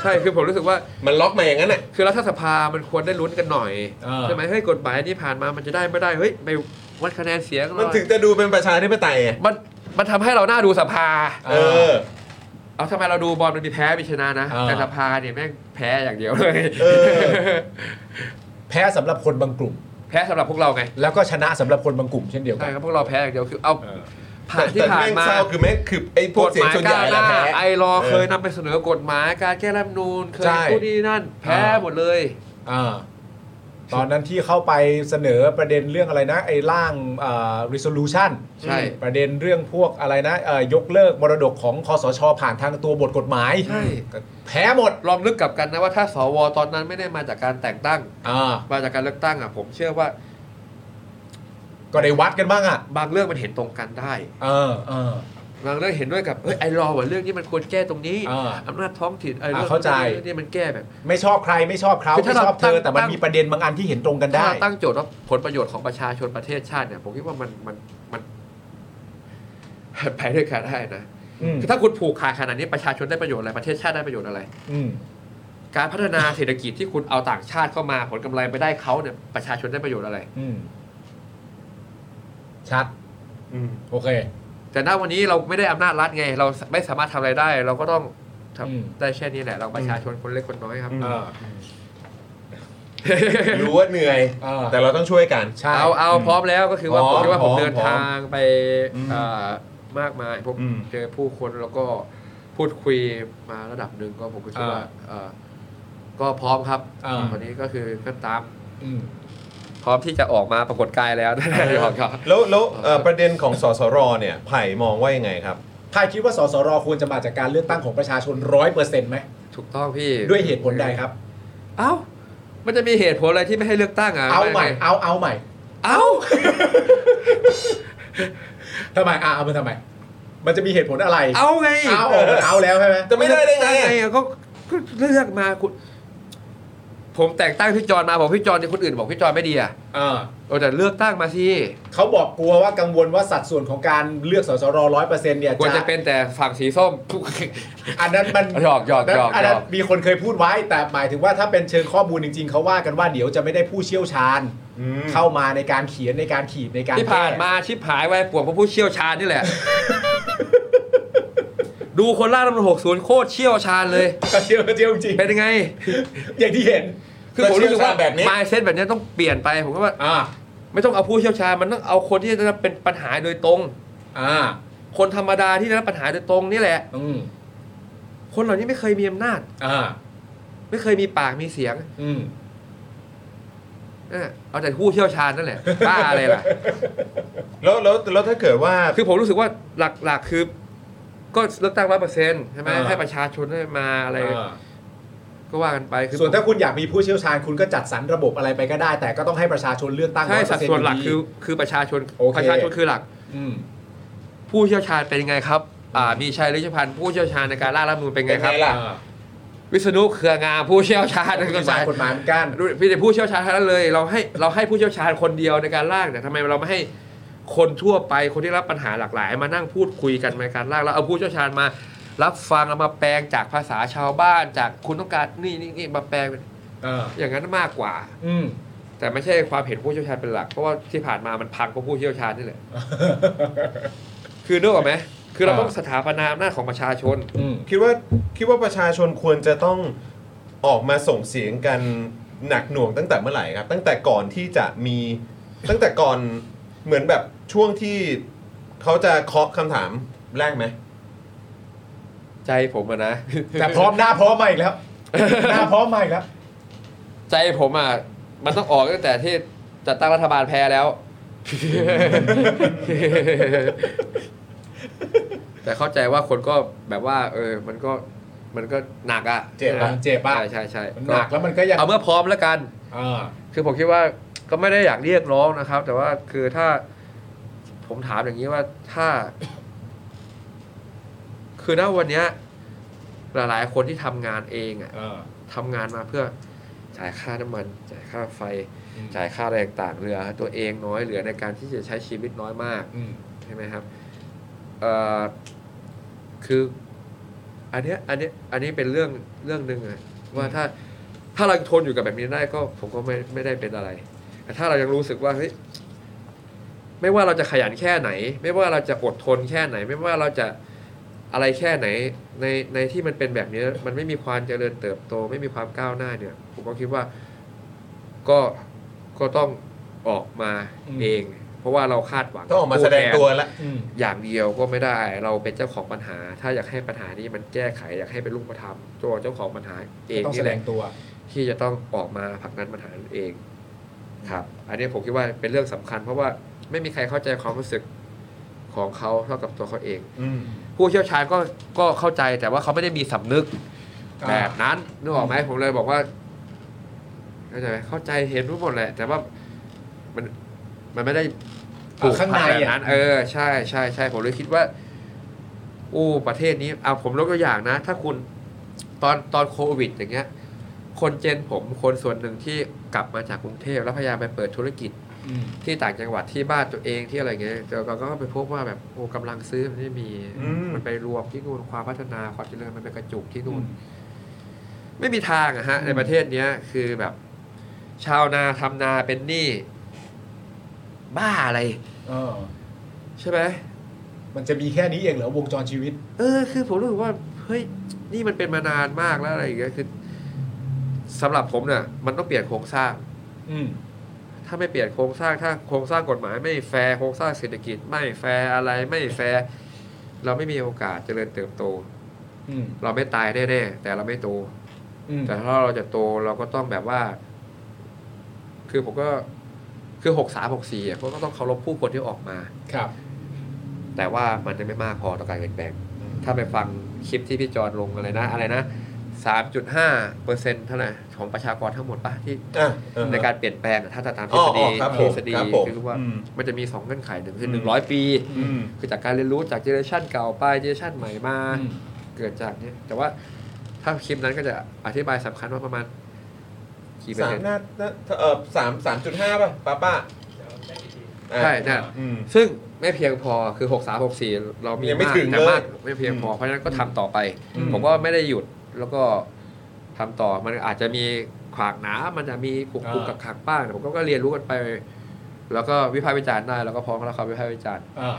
S3: ใช่คือผมรู้สึกว่า
S1: มันล็อกมาอย่างนั้นน่ะ
S3: คือรัฐสภามันควรได้ลุ้นกันหน่อย
S2: เออ
S3: ใช่ไหมเฮ้ยกฎหมายนี้ผ่านมามันจะได้ไม่ได้เฮ้ยไปวัดคะแนนเสียงหน่อย
S1: มันถึงจะดูเป็นประชาธิปไตยไง
S3: มันมันทำให้เราหน้าดูสภา
S1: เออ
S3: เอาทำไมเราดูบอลมันมีแพ้มีชนะนะ
S2: เออ
S3: แต่สภาเนี่ยแม่งแพ้อย่างเดียวเลย
S1: เออ
S2: แพ้สำหรับคนบางกลุ่ม
S3: แพ้สำหรับพวกเราไง
S2: แล้วก็ชนะสำหรับคนบางกลุ่มเช่นเดียวกั
S3: ใช่
S2: น
S3: ครับพวกเราแพ้อย่างเดียวคือเอา ผ่านที่ผ่าน
S1: แต่แม่ง
S3: มา
S1: เศร้คือแม่งคือไอ้พวกเสียงส่วนใหญ่
S3: กฎหมายก้าว
S1: นะ
S3: หน้า
S1: แพ้
S3: ไอรอว์เคยนำไปเสนอกฎหมายการแก้รัฐธรรมนูญเคย
S1: ใช่
S3: พูดนี่นั่น แพ้หมดเลย
S2: อ่าตอนนั้นที่เข้าไปเสนอประเด็นเรื่องอะไรนะ ไอ้ร่างเอ่อ resolution
S3: ใช่
S2: ประเด็นเรื่องพวกอะไรนะเอ่อยกเลิกมรดกของคอสช ผ่านทางตัวบทกฎหมาย
S3: ใช่
S2: แพ้หมด
S3: ลองนึกกลับกันนะว่าถ้าสวตอนนั้นไม่ได้มาจากการแต่งตั้ง
S2: อ่า
S3: มาจากการเลือกตั้งอ่ะผมเชื่อว่า
S2: ก็ได้วัดกันบ้างอ่ะ
S3: บางเรื่องมันเห็นตรงกันได้
S2: เออเออ
S3: บางเรื่องเห็นด้วยกับเฮ้ยไอรอว์ว่าเรื่องนี้มันควรแก้ตรงนี้
S2: อ่า
S3: อำนาจท้องถิ่นไอเรื่อง
S2: อ่าเข้าใจ
S3: รื่องนี่มันแก้แบบ
S2: ไม่ชอบใครไม่ชอบเขา
S3: คือ
S2: ไม่
S3: ถ้าเรา
S2: ชอบเธอ แต่มัน
S3: ตั้ง
S2: มีประเด็นบางอันที่เห็นตรงกันได้
S3: ถ้าตั้งโจทย์ว่าผลประโยชน์ของประชาชนประเทศชาติเนี่ยผมคิดว่ามันมันมัน มันไปด้วยกันได้นะ
S2: อืม
S3: คือถ้าคุณผูกขาดขนาดนี้ประชาชนได้ประโยชน์อะไรประเทศชาติได้ประโยชน์อะไร
S2: อืม
S3: การพัฒนาเศรษฐกิจที่คุณเอาต่างชาติเข้ามาผลกำไรไปได้เขาเนี่ยประชาชนได้ประโยชน์อะไร
S2: อืมชัดโอเค
S3: แต่ณวันนี้เราไม่ได้อำนาจรัฐไง เราไม่สามารถทำอะไรได้ เราก็ต้องทำ
S2: อืม
S3: ได้แค่นี้แหละ เราประชาชนคนเล็กคนน้อยครับ
S2: เออ
S1: รู้ว่าเหนื่อย
S2: เออ
S1: แต่เราต้องช่วยกัน
S2: ใช่
S3: เอาเอาพร้อมแล้วก็คือว่า
S1: พร้อ
S3: ผ
S1: ม
S3: มคิดว่าผม
S1: พร้อม
S3: เดินทางไป
S1: อืม
S3: เอ่อมากมายพบ
S1: อืม
S3: เจอผู้คนแล้วก็พูดคุยมาระดับหนึ่งก็ผมก็คิดว่าเอ่อก็พร้อมครับ
S2: อ่า
S3: วันนี้ก็คือก็ตาม
S2: อืม
S3: พร้อมที่จะออกมาปรากฏกายแล้วนะพี่หอมครับ
S1: แล้วแล้วเอ่อประเด็นของสสรเนี่ยไผ่มองว่ายังไงครับ
S2: ใครคิดว่าสสรควรจะมาจากการเลือกตั้งของประชาชนร้อยเปอร์เซ็นต์ไหม
S3: ถูกต้องพี่
S2: ด้วยเหตุผลใดครับ
S3: เอ้า มันจะมีเหตุผลอะไรที่ไม่ให้เลือกตั้งอ่ะ
S2: เอาใหม่
S3: ไไ
S2: เอาเอาใหม่
S3: เอ้า
S2: ทำไมอ่ะเอามันทำไม มันจะมีเหตุผลอะไร
S3: เอาไง
S2: เอาออกมาเอาแล้วใช่ไหม
S1: จะไม่ได้ได้ไง
S3: ไงก็ก็เลือกมาคุณ ผมแต่งตั้งพี่จอนมาบอกพี่จอนเนี่ยคนอื่นบอกพี่จอนไม่ดีอ่ะ
S2: เออ
S3: เออแต่เลือกตั้งมาสิ
S2: เขาบอกกลัวว่ากังวลว่าสัดส่วนของการเลือกสสรร้อยเปอร์เซ็นต์เนี่ย
S3: ควรจะ
S2: จะ
S3: เป็นแต่ฝั่งสีส้ ม
S2: อันนั้นมัน
S3: หยอกหยอกหยอก
S2: นนั้นนนั้น
S3: หยอก
S2: มีคนเคยพูดไว้ แต่หมายถึงว่าถ้าเป็นเชิงข้อมูลจริง ๆเขาว่ากันว่าเดี๋ยวจะไม่ได้ผู้เชี่ยวชาญ
S1: อืม
S2: เข้ามาในการเขียนในการขีดในการ
S3: ที่ผ่านมาชิบหายไว้ปวดเพราะผู้เชี่ยวชาญนี่แหละ ดูคนล่าน้ำหกศูนย์โคตรเชี่ยวชาญเลย
S2: ก็เชี่ยวเชี่ยวจริง
S3: เป็นยังไง
S2: อย่างที่เห็น
S3: คือผมรู้สึกว่า
S1: เชี่ยวชาญแบบนี้
S3: มายเซ็ตแบบนี้ต้องเปลี่ยนไปผมก็ว่า
S2: อ่า
S3: ไม่ต้องเอาผู้เชี่ยวชาญมันต้องเอาคนที่ได้รับเป็นปัญหาโดยตรง
S2: อ่า
S3: คนธรรมดาที่ได้รับปัญหาโดยตรงนี่แหละ
S2: อืม
S3: คนเหล่านี้ไม่เคยมีอำนาจ
S2: อ่า
S3: ไม่เคยมีปากมีเสียง
S2: อืม
S3: เออเอาแต่ผู้เชี่ยวชาญนั่นแหละ บ้าอะไรล่ะ
S1: แล้วแล้วแล้วถ้าเกิดว่า
S3: คือผมรู้สึกว่าหลักหลักคือ ก็เลือกตั้งร้อยเปอร์เซ็นต์ใช่ไหม
S2: อ่า
S3: ให้ประชาชนได้มาอะไร
S2: อ่า
S3: ก็ว่ากันไปคือ
S2: ส่วนถ้าคุณอยากมีผู้เชี่ยวชาญคุณก็จัดสรรระบบอะไรไปก็ได้ แต่ก็ต้องให้ประชาชนเลือกตั้ง
S3: ใช่
S2: 100%
S3: สัดส่วนหลัก
S2: ยู่ดี
S3: คือคือประชาชน
S2: โอเค
S3: ประชาชนคือหลัก
S2: ม
S3: ผู้เชี่ยวชาญเป็นยังไงครับ อ่า มีชัยฤชพันธ์ผู้เชี่ยวชาญในการร่างรัฐธรรมนูลเป็นไงครับ
S1: เป็นไงล่ะ
S2: อ่า
S3: วิษณุเครืองามผู้เชี่ยวชาญใน
S2: ผู้
S3: ก
S2: เชี่ยวชา
S3: ฎห
S2: ญ
S3: มาย
S2: กฎหมายเหมือนกัน
S3: ดูพี่แต่ผู้เชี่ยวชาญทั้งนั้นเลยเราให้เราให้ผู้เชี่ยวชาญคนเดียวในการร่างเนี่ยทำไมเราไม่ให้คนทั่วไปคนที่รับปัญหาหลากหลาย มานั่งพูดคุยกันในการร่างแล้วเอาผู้เชี่ยวชาญมา รับฟังแล้วมาแปลงจากภาษาชาวบ้านจากคุณต้องการนี่นี่นี่มาแปลงเป็น
S2: อ่า
S3: อย่างนั้นมากกว่า
S2: อืม
S3: แต่ไม่ใช่ความเห็นผู้เชี่ยวชาญเป็นหลัก เพราะว่าที่ผ่านมามันพังเพราะผู้เชี่ยวชาญนี่แหละคือนึกออกไหมคือเรา
S2: อ่า
S3: ต้องสถาปนาอำนาจของประชาชน
S2: อืม
S1: คิดว่าคิดว่าประชาชนควรจะต้องออกมาส่งเสียงกันหนักหน่วงตั้งแต่เมื่อไหร่ครับ ตั้งแต่ก่อนที่จะมีตั้งแต่ก่อนเหมือนแบบช่วงที่เขาจะเคาะคำถามแรกไหม
S3: ใจผมอะนะ
S2: แต่พร้อมหน้าพร้อมมาอีกแล้ว หน้าพร้อมมาอีกแล้ว
S3: ใจผมอ่ะมันต้องออกตั้งแต่ที่จัดตั้งรัฐบาลแพ้แล้ว แต่เข้าใจว่าคนก็แบบว่า เออ มันก็มันก็หนักอ่ะ
S2: เจ็บอะเจ็บอะ
S3: ใช่ใช่ใช่
S2: มันหนักแล้วมันก็ยัง
S3: เอาเมื่อพร้อมแล้วกัน
S2: อ่า
S3: คือผมคิดว่าก็ไม่ได้อยากเรียกร้องนะครับ แต่ว่าคือถ้าผมถามอย่างนี้ว่าถ้า คือณวันเนี้ย หลายๆ คนที่ทำงานเองอ่ะ
S2: อ่า
S3: ทำงานมาเพื่อจ่ายค่าน้ำมัน จ่ายค่าไฟ
S2: อืม
S3: จ่ายค่าอะไรต่างๆเหลือ ตัวเองน้อยเหลือในการที่จะใช้ชีวิตน้อยมาก
S2: อืม
S3: ใช่ไหมครับเอ่อคืออันเนี้ยอันเนี้ยอันนี้เป็นเรื่องเรื่องหนึ่งอะว่าถ้าถ้าเราทนอยู่กับแบบนี้ได้ก็ผมก็ไม่ไม่ได้เป็นอะไร แต่ถ้าเรายังรู้สึกว่าเฮ้ยไม่ว่าเราจะขยันแค่ไหน ไม่ว่าเราจะอดทนแค่ไหน ไม่ว่าเราจะอะไรแค่ไหน ในในที่มันเป็นแบบนี้ มันไม่มีความเจริญเติบโต ไม่มีความก้าวหน้าเนี่ย ผมก็คิดว่าก็ก็ต้องออกมาเอง เพราะว่าเราคาดหวัง
S1: ต้องออกมาแสดงตัวแล้ว
S3: อย่างเดียวก็ไม่ได้ เราเป็นเจ้าของปัญหา ถ้าอยากให้ปัญหานี้มันแก้ไขอยากให้เป็นรูปธรรมตัวเจ้าของปัญหาเอง
S2: ต้องแส
S3: นี่แห
S2: ด
S3: ละ
S2: งตัว
S3: ที่จะต้องออกมาผลักดันปัญหานั้นเองครับ อันนี้ผมคิดว่าเป็นเรื่องสำคัญ เพราะว่าไม่มีใครเข้าใจความรู้สึกของเขาเท่ากับตัวเขาเอง ผู้เชี่ยวชาญก็ก็เข้าใจแต่ว่าเขาไม่ได้มีสำนึก
S2: อ่า
S3: แบบนั้นนึกออกไหมผมเลยบอกว่าเข้าใจไหมเข้าใจเห็นรู้หมดแหละ แต่ว่ามันมันไม่ได้ปลูก
S2: ข้างใน
S3: ผัแบบ
S2: อ่ะ
S3: นั้นเออใช่ใช่ใช่ผมเลยคิดว่าโอ้ประเทศนี้เอาผมยกตัวอย่างนะ ถ้าคุณตอนตอนโควิด อย่างเงี้ย คนเจนผมคนส่วนหนึ่งที่กลับมาจากกรุงเทพแล้วพยายามไปเปิดธุรกิจ
S2: อืม
S3: ที่ต่างจังหวัดที่บ้านตัวเองที่อะไรเงี้ยแต่เราก็ไปพบว่าแบบโอ้กำลังซื้อมันไม่มี
S1: อืม
S3: มันไปรวมที่นู่นความพัฒนาความเจริญมันไปกระจุกที่นู่น
S2: อืม
S3: ไม่มีทางอะฮะ
S2: อืม
S3: ในประเทศเนี้ย คือแบบ ชาวนาทำนาเป็นหนี้บ้าอะไร
S2: เออ
S3: ใช่ไหม
S2: มันจะมีแค่นี้เองเหรอวงจรชีวิต
S3: เออ คือผมรู้สึกว่าเฮ้ยนี่มันเป็นมานานมากแล้วอะไรอย่างเงี้ยคือสำหรับผมเนี่ยมันต้องเปลี่ยนโครงสร้าง
S2: อืม
S3: ถ้าไม่เปลี่ยนโครงสร้างถ้าโครงสร้างกฎหมายไม่แฟร์โครงสร้างเศรษฐกิจ ไม่แฟร์อะไรไม่แฟร์เราไม่มีโอกาสเจริญเติบโต
S2: อืม
S3: เราไม่ตายแน่ๆแต่เราไม่โต
S2: อืม
S3: แต่ถ้าเราจะโตเราก็ต้องแบบว่า คือผมก็คือหกสามหกสี่อ่ะก็ต้องเคารพผู้คนที่ออกมา
S2: ครับ
S3: แต่ว่ามันจะไม่มากพอต่อการเปลี่ยนแปลงถ้าไปฟังคลิปที่พี่จอร์นลงอะไรนะ อะไรนะสามจุดห้าเปอร์เซ็นต์เท่าไหร่ของประชากรทั้งหมดปะที่
S1: อ่ะเออ
S3: ในการเปลี่ยนแปลงอะถ้าจะตามท
S1: อ๋อ
S3: ฤษฎี
S1: อ๋อครับ
S3: ท
S1: ผม
S3: ฤษฎี
S1: ครับผม
S3: คือว่า
S1: อืม
S3: มันจะมี 2 เงื่อนไขหนึ่งคือ
S1: ม
S3: หนึ่งร้อยปี
S1: อืม
S3: คือจากการเรียนรู้จากเจเนอเรชันเก่าไปเจเนอเรชันใหม่มา
S2: อืม
S3: เกิดจากเนี้ยแต่ว่าถ้าคลิปนั้นก็จะอธิบายสำคัญว่าประมาณกี่เปอร์
S1: สาม
S3: เซ็นต์
S1: น่าน่าเออสามสามจุดห้าป่ะป้าป้าอ่ะ
S3: ใช่นะ
S1: อืม
S3: ซึ่งไม่เพียงพอคือ 6 3 6 4 เรามี
S1: ยังไม่ถึง
S3: แต่
S1: เลย
S3: มากไม่เพียงพอ เพราะฉะนั้นก็ทำต่อไป
S2: อืม
S3: ผมก็ไม่ได้หยุดแล้วก็ทำต่อมันอาจจะมีขวากหนา มันจะมีกุกกุกกักขักบ้างแต่ผมก็เรียนรู้กันไป แล้วก็วิพากษ์วิจารณ์ได้แล้วก็พร้อมแล้วเขาวิพากษ์วิจารณ์
S2: อ่า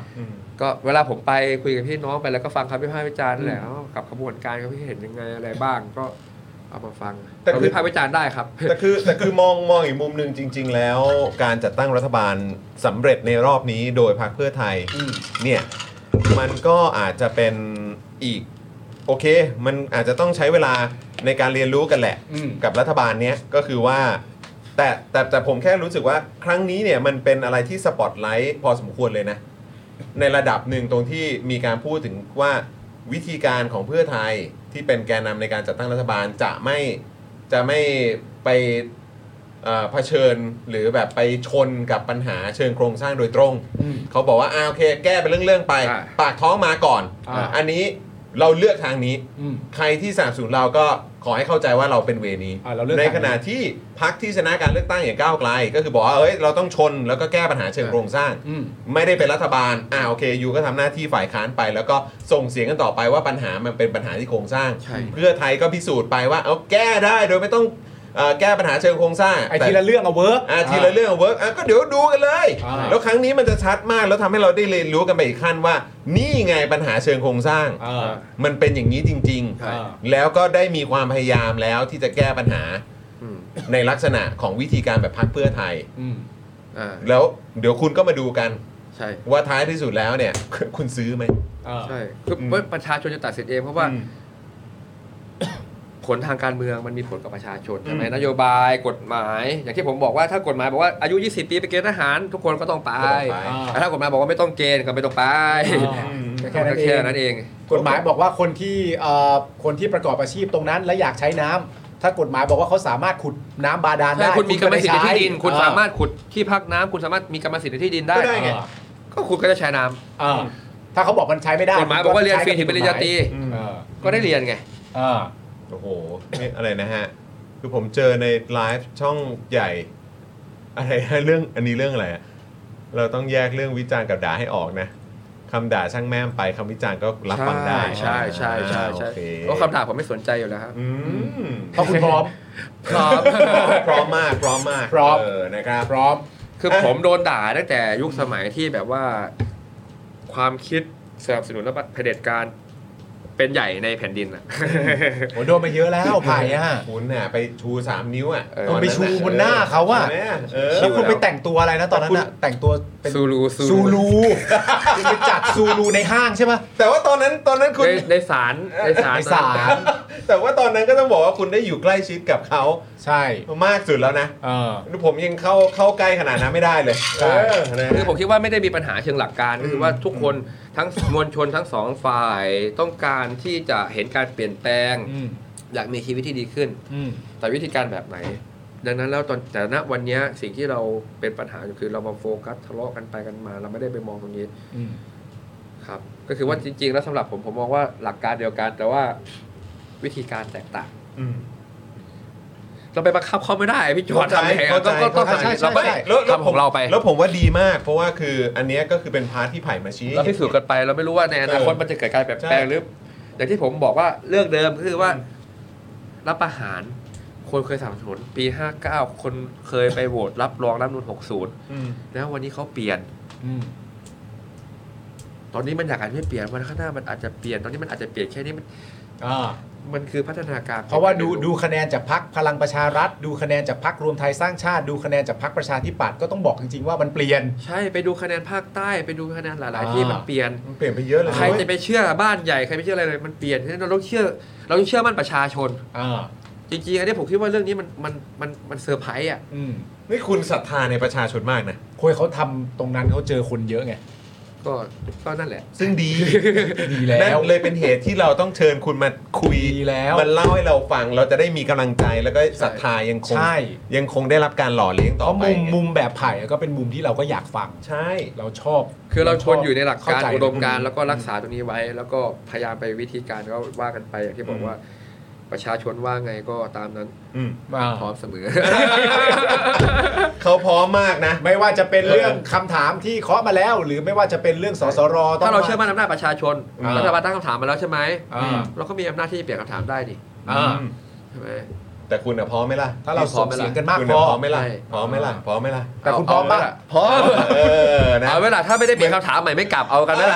S3: ก็เวลาผมไปคุยกับพี่น้องไปแล้วก็ฟังคำวิพากษ์วิจารณ์แหล้วกับขบวนการเขาพี่เห็นยังไงอะไรบ้างก็เอามาฟัง
S1: แต่คือ
S3: เราวิพากษ์วิจารณ์ได้ครับ
S1: แต่คือแต่คือมองมองอีกมุมหนึ่งจริง ๆ แล้ว การจัดตั้งรัฐบาลสำเร็จในรอบนี้โดยพรรคเพื่อไทย
S2: อืม
S1: เนี่ย มันก็อาจจะเป็นอีก โอเค มันอาจจะต้องใช้เวลาในการเรียนรู้กันแหละ
S2: อืม
S1: กับรัฐบาลเนี้ยก็คือว่า แต่แต่แต่ผมแค่รู้สึกว่าครั้งนี้เนี่ยมันเป็นอะไรที่สปอตไลท์พอสมควรเลยนะ ในระดับหนึ่งตรงที่มีการพูดถึงว่าวิธีการของเพื่อไทยที่เป็นแกนนำในการจัดตั้งรัฐบาลจะไม่จะไม่ไปเอ่อเผชิญหรือแบบไปชนกับปัญหาเชิงโครงสร้างโดยตรง
S2: อืม
S1: เขาบอกว่าอ่าโอเค แก้เป็นเรื่อง ๆ ไป
S3: อ่า
S1: ปากท้องมาก่อน
S3: อ่า
S1: นนี้เราเลือกทางนี้
S2: อืม
S1: ใครที่สนับสนุนเราก็ขอให้เข้าใจว่าเราเป็นเวนี้
S2: อ่าเราเลือก
S1: ใน
S2: ทางนี้
S1: ขณะที่พักที่ชนะการเลือกตั้งอย่างก้าวไกล ก็คือบอกว่าเอ้ยเราต้องชนแล้วก็แก้ปัญหาเชิงโครงสร้าง
S2: อืม
S1: ไม่ได้เป็นรัฐบาลอ่าโอเคยูก็ทำหน้าที่ฝ่ายค้านไป แล้วก็ส่งเสียงกันต่อไปว่าปัญหามันเป็นปัญหาที่โครงสร้าง
S3: ใช่
S1: เพื่อไทยก็พิสูจน์ไปว่าเอาแก้ได้โดยไม่ต้องเอ่อแก้ปัญหาเชิงโครงสร้าง
S2: ไอ้
S1: แต่
S2: ทีละเรื่องอะเวิร์ก
S1: อ่ะทีละเรื่องเวิร์กอ่ะก็เดี๋ยวดูกันเลย
S2: อ่า
S1: แล้วครั้งนี้มันจะชัดมากแล้วทำให้เราได้เรียนรู้กันไปอีกขั้นว่า นี่ไงปัญหาเชิงโครงสร้าง
S2: อ่า
S1: มันเป็นอย่างนี้จริง
S2: ใช่
S1: ๆ แล้วก็ได้มีความพยายามแล้วที่จะแก้ปัญหา
S3: อืม
S1: ในลักษณะของวิธีการแบบพักเพื่อไทย
S2: อืม
S3: อ่า
S1: แล้วเดี๋ยวคุณก็มาดูกัน
S3: ใช่
S1: ว่าท้ายที่สุดแล้วเนี่ย คุณซื้อไหม
S2: อ่า
S3: ใช่คือ
S1: อืม
S3: ประชาชนจะตัดสินเองเพราะว่า
S1: อืม
S3: ผลทางการเมืองมันมีผลกับประชาชนใช่ไหม
S1: อืม
S3: นโยบายกฎหมาย อย่างที่ผมบอกว่าถ้ากฎหมายบอกว่าอายุ 20 ปีไปเกณฑ์ทหารทุกคนก็ต้องไป
S1: ก็ต้องไป
S2: อ่า
S3: แต่ถ้ากฎหมายบอกว่าไม่ต้องเกณฑ์ก็ไม่ต้องไป
S2: อ่า
S1: อืม
S2: แค่นั้นเอง
S3: แค่นั้นเอง
S2: กฎหมายบอกว่าคนที่เอ่อคนที่ประกอบอาชีพตรงนั้น และอยากใช้น้ำถ้ากฎหมายบอกว่าเขาสามารถขุดน้ำบาดาล
S3: ถ้า
S2: ได้
S3: คุณมีกรรมสิทธิ์ในที่ดิน
S2: ก็ไใช้
S3: คุณสามารถขุดที่พักน้ำคุณสามารถมีกรรมสิทธิ์ในที่ดินได้
S1: ก็ได้
S2: อ่า
S1: ไง
S3: ก็คุณก็จะใช้น้ำ
S2: อ่าถ้าเขาบอกมันใช้ไม่ได้
S3: กฎหมายบอกว่าเรียนฟรีถึงปริญญาตรี
S2: อืมอ่า
S3: ก็ได้เรียนไง
S2: อ่า
S1: โอ้โหนี่อะไรนะฮะ คือผมเจอในไลฟ์ช่องใหญ่ อะไรนะเรื่องอันนี้เรื่องอะไรอะเราต้องแยกเรื่องวิจารณ์กับด่าให้ออกนะคำด่าช่างแม่มไปคำวิจารณ์ก็รับฟังได้
S3: ใช่ใช่ใช่ใช่
S1: อ่าโอเค
S3: เพราะคำถามผมไม่สนใจอยู่แล้ว ครับ
S1: อืม
S2: เพราะคุณพร้อม
S3: พร้อม
S1: พร้อมมากพร้อมมาก
S2: พร้อม
S1: เออนะครับ
S2: พร้อม
S3: คือผมโดนด่าตั้งแต่ยุคสมัยที่แบบว่า ความคิดสนับสนุนและเผด็จการ เ เป็นใหญ่ในแผ่นดินอะ
S2: โหโดนมาเยอะแล้วไผ่อะ
S1: คุณน่ะไปชู 3 นิ้วอ่ะ
S3: เออ
S2: คุณไปชูบนหน้าเขาอะ
S1: ใช่ไหมเออ
S2: แล้วคุณไปแต่งตัวอะไรนะตอนนั้นอะแต่งตัวเป็น
S3: ซูรูซู
S2: ซูรูคุณ ไปจัดซูรูในห้างใช่ปะ
S1: แต่ว่าตอนนั้นตอนนั้นคุณ
S3: ในในศาลในศาล
S2: ในศาล
S1: แต่ว่าตอนนั้นก็ต้องบอกว่าคุณได้อยู่ใกล้ชิดกับเขา
S2: ใช่
S1: มากสุดแล้วนะ
S2: เออ
S1: ผมยังเข้าเข้าใกล้ขนาดนั้นไม่ได้เลย
S2: ใช่
S1: เออนะ
S3: คือผมคิดว่าไม่ได้มีปัญหาเชิงหลักการก็คือว่าทุกคนทั้งมวลชนทั้งสองฝ่ายต้องการที่จะเห็นการเปลี่ยนแปลง
S2: อืม
S3: อยากมีชีวิตที่ดีขึ้น
S2: อืม
S3: แต่วิธีการแบบไหน ดังนั้นแล้วตอนแต่ณวันเนี้ยสิ่งที่เราเป็นปัญหาอยู่คือเรามาโฟกัสทะเลาะกันไปกันมา เราไม่ได้ไปมองตรงนี้ครับ ก็คือว่าจริง ๆ แล้วสำหรับผมผมมองว่าหลักการเดียวกัน แต่ว่าวิธีการแตกต่าง
S1: อืม
S3: เราไปบังคับเขาไม่ได้พี่โจอดทำไงอะ
S1: เข้าใจ
S3: ต้องต้อง
S1: เข้าใจ
S3: เราไป
S1: ใช่แล้วแล้ว
S3: ทำ
S1: ผ
S3: ข
S1: ม
S3: องเราไป
S1: แล้วผมว่าดีมาก เพราะว่าคืออันเนี้ยก็คือเป็นพาร์ทที่ไผ่มาชี้
S3: เราพิสูจน์กันไปเราไม่รู้ว่าในอนาคตมันจะเกิดการเปลี่ยนแปลง
S1: ใช่
S3: หรืออย่างที่ผมบอกว่าเรื่องเดิมก็คือว่ารับประหาร คนเคยสนับสนุนปี59คนเคยไปโหวตรับรองรัฐธรรมนูล60
S1: อืม
S3: แล้ววันนี้เขาเปลี่ยน ตอนนี้มันอยากอาจไม่เปลี่ยน วันข้างหน้ามันอาจจะเปลี่ยน ตอนนี้มันอาจจะเปลี่ยนแค่นี้มัน
S2: อ่า
S3: มันคือพัฒนาการ
S2: เพราะว่าดูดูคะแนนจากพักพลังประชารัฐ ดูคะแนนจากพักรวมไทยสร้างชาติ ดูคะแนนจากพักประชาธิปัตย์ก็ต้องบอกจริงๆว่ามันเปลี่ยน
S3: ใช่ไปดูคะแนนภาคใต้ไปดูคะแนนหลาย
S2: อ่า
S3: ๆ ที่มันเปลี่ยน
S1: มันเปลี่ยนไปเยอะเลย
S3: ใครจะไปเชื่อบ้านใหญ่ใครไปเชื่ออะไรเลยมันเปลี่ยนฉะนั้นเราต้องเชื่อ เราต้องเชื่อมั่นประชาชน
S2: อ่า
S3: จริง ๆ อันนี้ผมคิดว่าเรื่องนี้มันมันมันมันเซอร์ไพรส์อ่ะ
S2: อืม
S1: นี่คุณศรัทธาในประชาชนมากนะ
S2: คุยเขาทำตรงนั้นเขาเจอคนเยอะไง
S3: ก็ก็นั่นแหละ
S1: ซึ่งดี
S2: ดีแล้ว
S1: นั่นเลยเป็นเหตุที่เราต้องเชิญคุณมาคุย
S2: ดีแล้ว
S1: มันเล่าให้เราฟังเราจะได้มีกำลังใจแล้วก็ศรัทธายังคง
S2: ใช่
S1: ยังคงได้รับการหล่อเลี้ยง
S2: เพ
S1: ต่อ
S2: ราะ
S1: ไป
S2: มุม
S1: ไง
S2: มุมแบบไผ่ก็เป็นมุมที่เราก็อยากฟัง
S1: ใช่
S2: เราชอบ
S3: คือเราชวน
S2: บ
S3: อยู่ในหลัก
S2: เข้
S3: การ
S2: ใจ
S3: อุดมการณ์แล้วก็รักษาตรงนี้ไว้ แล้วก็พยายามไปวิธีการก็ว่ากันไปอย่างที่บอกว่า ประชาชนว่าไงก็ตามนั้น
S1: อืม
S2: อ่า
S3: พร้อมเสมอ
S1: เขาพร้อมมากนะ
S2: ไม่ว่าจะเป็นเรื่องคำถามที่เคาะมาแล้ว หรือไม่ว่าจะเป็นเรื่องสสรต้ง
S3: ถ้าเราเชื่อมั่นอำนาจประชาชน
S2: อ่า
S3: รัฐบาลตั้งคำถามมาแล้วใช่ไหม
S2: อ่า
S3: เราก็มีอำนาจที่จะเปลี่ยนคำถามได้นี่
S2: อ่า
S1: อืม
S3: ใช่ไหม
S1: แต่คุณอะพร้อมไหมล่ะ
S2: ถ้าเราสอบเสียงกันมาก
S1: คุณ
S2: พ
S1: น่ะ
S2: อ
S1: พร้อมไหมล่ะ
S3: ใช่
S1: พร้อมไหมล่ะพร้อมไหมล่ะ
S2: แต่คุณพร้อมปะ
S3: พร้อม
S1: เออนะ
S3: เอาเวลาถ้าไม่ได้เปลี่ยนคำถามใหม่ไม่กลับเอากันนะ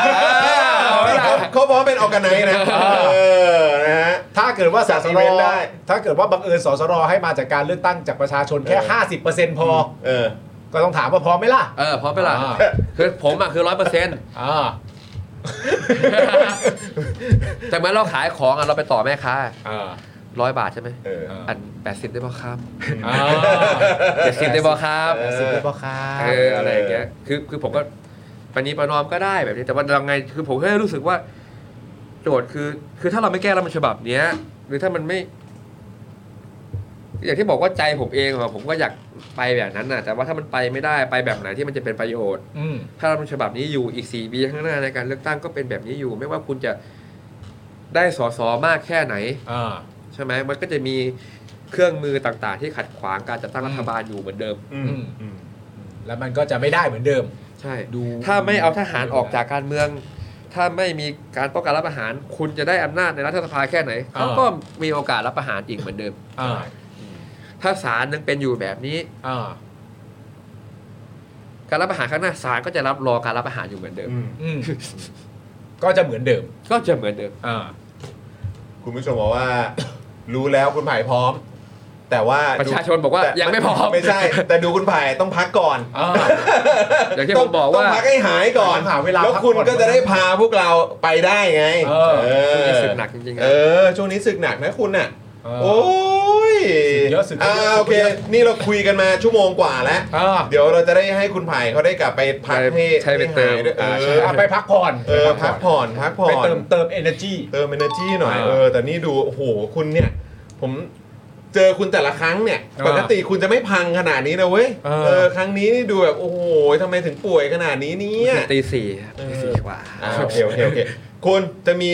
S3: เอาเวลา
S1: เขาเขาพร้อมเป็นออกกันไนนะเออนะฮะ
S2: ถ้าเกิดว่าส
S1: จัด
S2: ส
S1: อี
S2: ร
S1: เวนต์ได้
S2: ถ้าเกิดว่าบังเอิญสสรให้มาจากการเลือกตั้งจากประชาชนแค่ 50%พอ
S1: เออ
S2: ก็ต้องถามว่าพร้อมไหมล่ะ
S3: เออพร้อมไปละ
S2: อ่า
S3: คือผมอะคือร้อยเปอร์เซ็ นต์
S2: อ่า
S3: แต่เหมื่อนเราขายของอะเราไปต่อแม่ค้า
S2: อ่า
S3: ร้อยบาทใช่ไหม
S1: เออ
S3: อันแปดสิบได้ป่ะครับ
S2: อ่า
S3: เจ็ดสิบได้ป่ะครับ
S1: เออ
S2: สิบได้ปะครับ
S3: เอออะไรอย่างเงี้ยคือคือผมก็ปณีประนอมก็ได้แบบนี้แต่ว่ายังไงคือผมแค่รู้สึกว่า โจทย์คือ คือถ้าเราไม่แก้รัฐธรรมนูญฉบับเนี้ย หรือถ้ามันไม่ อย่างที่บอกว่าใจผมเองอะผมก็อยากไปแบบนั้นนะแต่ว่าถ้ามันไปไม่ได้ไปแบบไหนที่มันจะเป็นประโยชน์
S2: อืม
S3: ถ้ารัฐธรรมนูญฉบับนี้อยู่อีกสี่ปีข้างหน้าในการเลือกตั้งก็เป็นแบบนี้อยู่ ไม่ว่าคุณจะได้สอสอมากแค่ไหน
S2: อ่า
S3: ใช่ไหมมันก็จะมีเครื่องมือต่างๆ ที่ขัดขวางการจัดตั้งรัฐบาลอยู่เหมือนเดิม
S1: อืมอืม
S2: แล้วมันก็จะไม่ได้เหมือนเดิม
S3: ใช่
S2: ดู
S3: ถ้าไม่เอาทหารออกจากการเมือง ถ้าไม่มีการป้องกันรับประหาร คุณจะได้อำนาจในรัฐสภาแค่ไหนเขาก็มีโอกาสรับประหารอีกเหมือนเดิม
S2: อ่า
S3: ถ้าศาลยังเป็นอยู่แบบนี้
S2: อ่า
S3: การรับประหารข้างหน้าศาลก็จะรับรอการรับประหารอยู่เหมือนเดิม
S1: อืม
S2: อืมก็จะเหมือนเดิม
S3: ก็จะเหมือนเดิม
S2: อ่า
S1: คุณผู้ชมบอกว่า รู้แล้วคุณไผ่พร้อม แต่ว่า
S3: ประชาชนบอกว่า
S1: แต่
S3: ยังไม่พร้อม
S1: ไม่ใช่ แต่ดูคุณไผ่ต้องพักก่อน
S2: อ่า
S3: อย่างที่ผมบอกว่า
S1: ต้องพักให้หายก่อน
S2: หาเวลา
S1: แล้วคุณ
S2: พักผ่อน
S1: ก็จะได้พาพวกเราไปได้ไง
S2: เออ
S3: ช่วงนี้ศึกหนักจริงๆนะ
S1: เออ ช่วงนี้ศึกหนักนะคุณน่ะ
S2: โอ้
S1: โอ้ย
S2: ศึกเยอะศึกเย
S1: า
S2: อะศึกเยอะ
S1: โอเค นี่เราคุยกันมาชั่วโมงกว่าแล้ว
S2: อ่า
S1: เดี๋ยวเราจะได้ให้คุณไผ่เขาได้กลับไปพักให้
S3: ใช่ไปเติม
S1: ให้หายด้วยเอ
S2: เอ
S1: อ
S2: อเอาไปพักผ่อน
S1: เออพักผ่อนพักผ่อ
S2: ไป
S1: น
S2: เติมเติม energy
S1: เติม energy หน่อย
S2: อ่า
S1: เออ แต่นี่ดู โอ้โห คุณเนี่ย ผมเจอคุณแต่ละครั้งเนี่ย
S2: อ่า
S1: ปกติคุณจะไม่พังขนาดนี้นะเว้ย
S2: เออ
S1: เออ ครั้งนี้นี่ดูแบบ โอ้โหทำไมถึงป่วยขนาดนี้เนี่ย
S3: ตีสี่ครับตีสี่กว่า
S1: อ่าโอเคโอเคโอเคคุณจะมี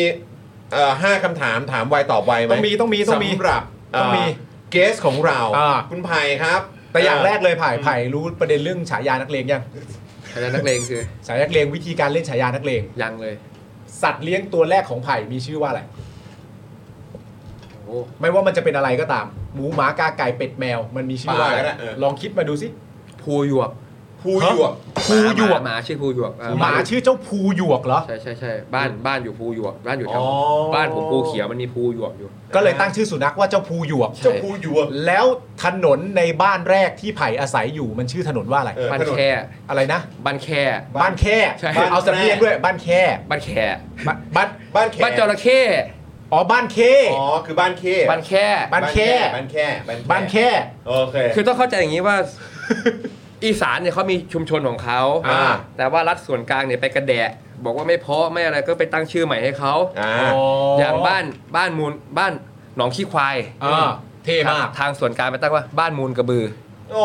S1: เอ่อห้าคำถามถามไวตอบไวไหม
S2: ต้องมีต้องมีต้องมี
S1: สำหรับ
S2: ต้องมี
S1: เกสของเรา
S2: อ่า
S1: คุณไผ่ครับ
S2: แต่อย่างแรกเลยไผ่ไผ่รู้ประเด็นเรื่องฉายานักเลงยัง
S3: คณะนักเลงคือ
S2: ฉายานักเลงวิธีการเล่นฉายานักเลง
S3: ยังเลย
S2: สัตว์เลี้ยงตัวแรกของไผ่มีชื่อว่าอะไร
S3: โอ้
S2: ไม่ว่ามันจะเป็นอะไรก็ตาม หมูหมากาไก่เป็ดแมว มันมีชื่อว่าอะไรลองคิดมาดูสิ
S3: ภูหยวก
S1: ผู้หยวก
S2: ภูหยวก
S3: หมาชื่อภูหยวกเออ
S2: หมาชื่อเจ้าภูหยวกเหรอ
S3: ใช่ใช่ใช่บ้านบ้านอยู่ภูหยวกบ้านอยู่แถว
S2: อ๋อ
S3: บ้านผมภูเขียวมันมีภูหยวกอยู่
S2: ก็เลยตั้งชื่อสุนัขว่าเจ้าภูหยวก
S3: ใช่
S1: เจ้าภูหยวก
S2: แล้วถนนในบ้านแรกที่ไผ่อาศัยอยู่มันชื่อถนนว่าอะไร
S1: เออ
S3: บ้าน
S1: ถนน
S3: แค่
S2: อะไรนะ
S3: บ้านแค่
S2: บ้านแค่
S3: ใช่
S2: เอาสำเนียงด้วยบ้านแค่
S3: บ้านแค่
S2: บ้านบ้าน
S1: บ้านแข
S3: บ้านจระเข้
S2: อ๋อบ้านแค่
S1: อ๋อ คือบ้านเค
S3: บ้านแค่
S2: บ้านแค่
S1: บ้านแค่
S2: บ้านแค่
S1: โอเค
S3: คือต้องเข้าใจอย่างนี้ ว่า อีสานเนี่ยเขามีชุมชนของเขา
S1: อ่า
S3: แต่ว่ารัฐส่วนกลางเนี่ยไปกระแดะ บอกว่าไม่เพาะไม่อะไรก็ไปตั้งชื่อใหม่ให้เขา
S1: อ่า
S3: อย่างบ้านบ้านมูลบ้านหนองขี้ควาย
S2: อ่าเท่มาก
S3: ทางส่วนกลางไปตั้งว่าบ้านมูลกระบือ
S1: โอ้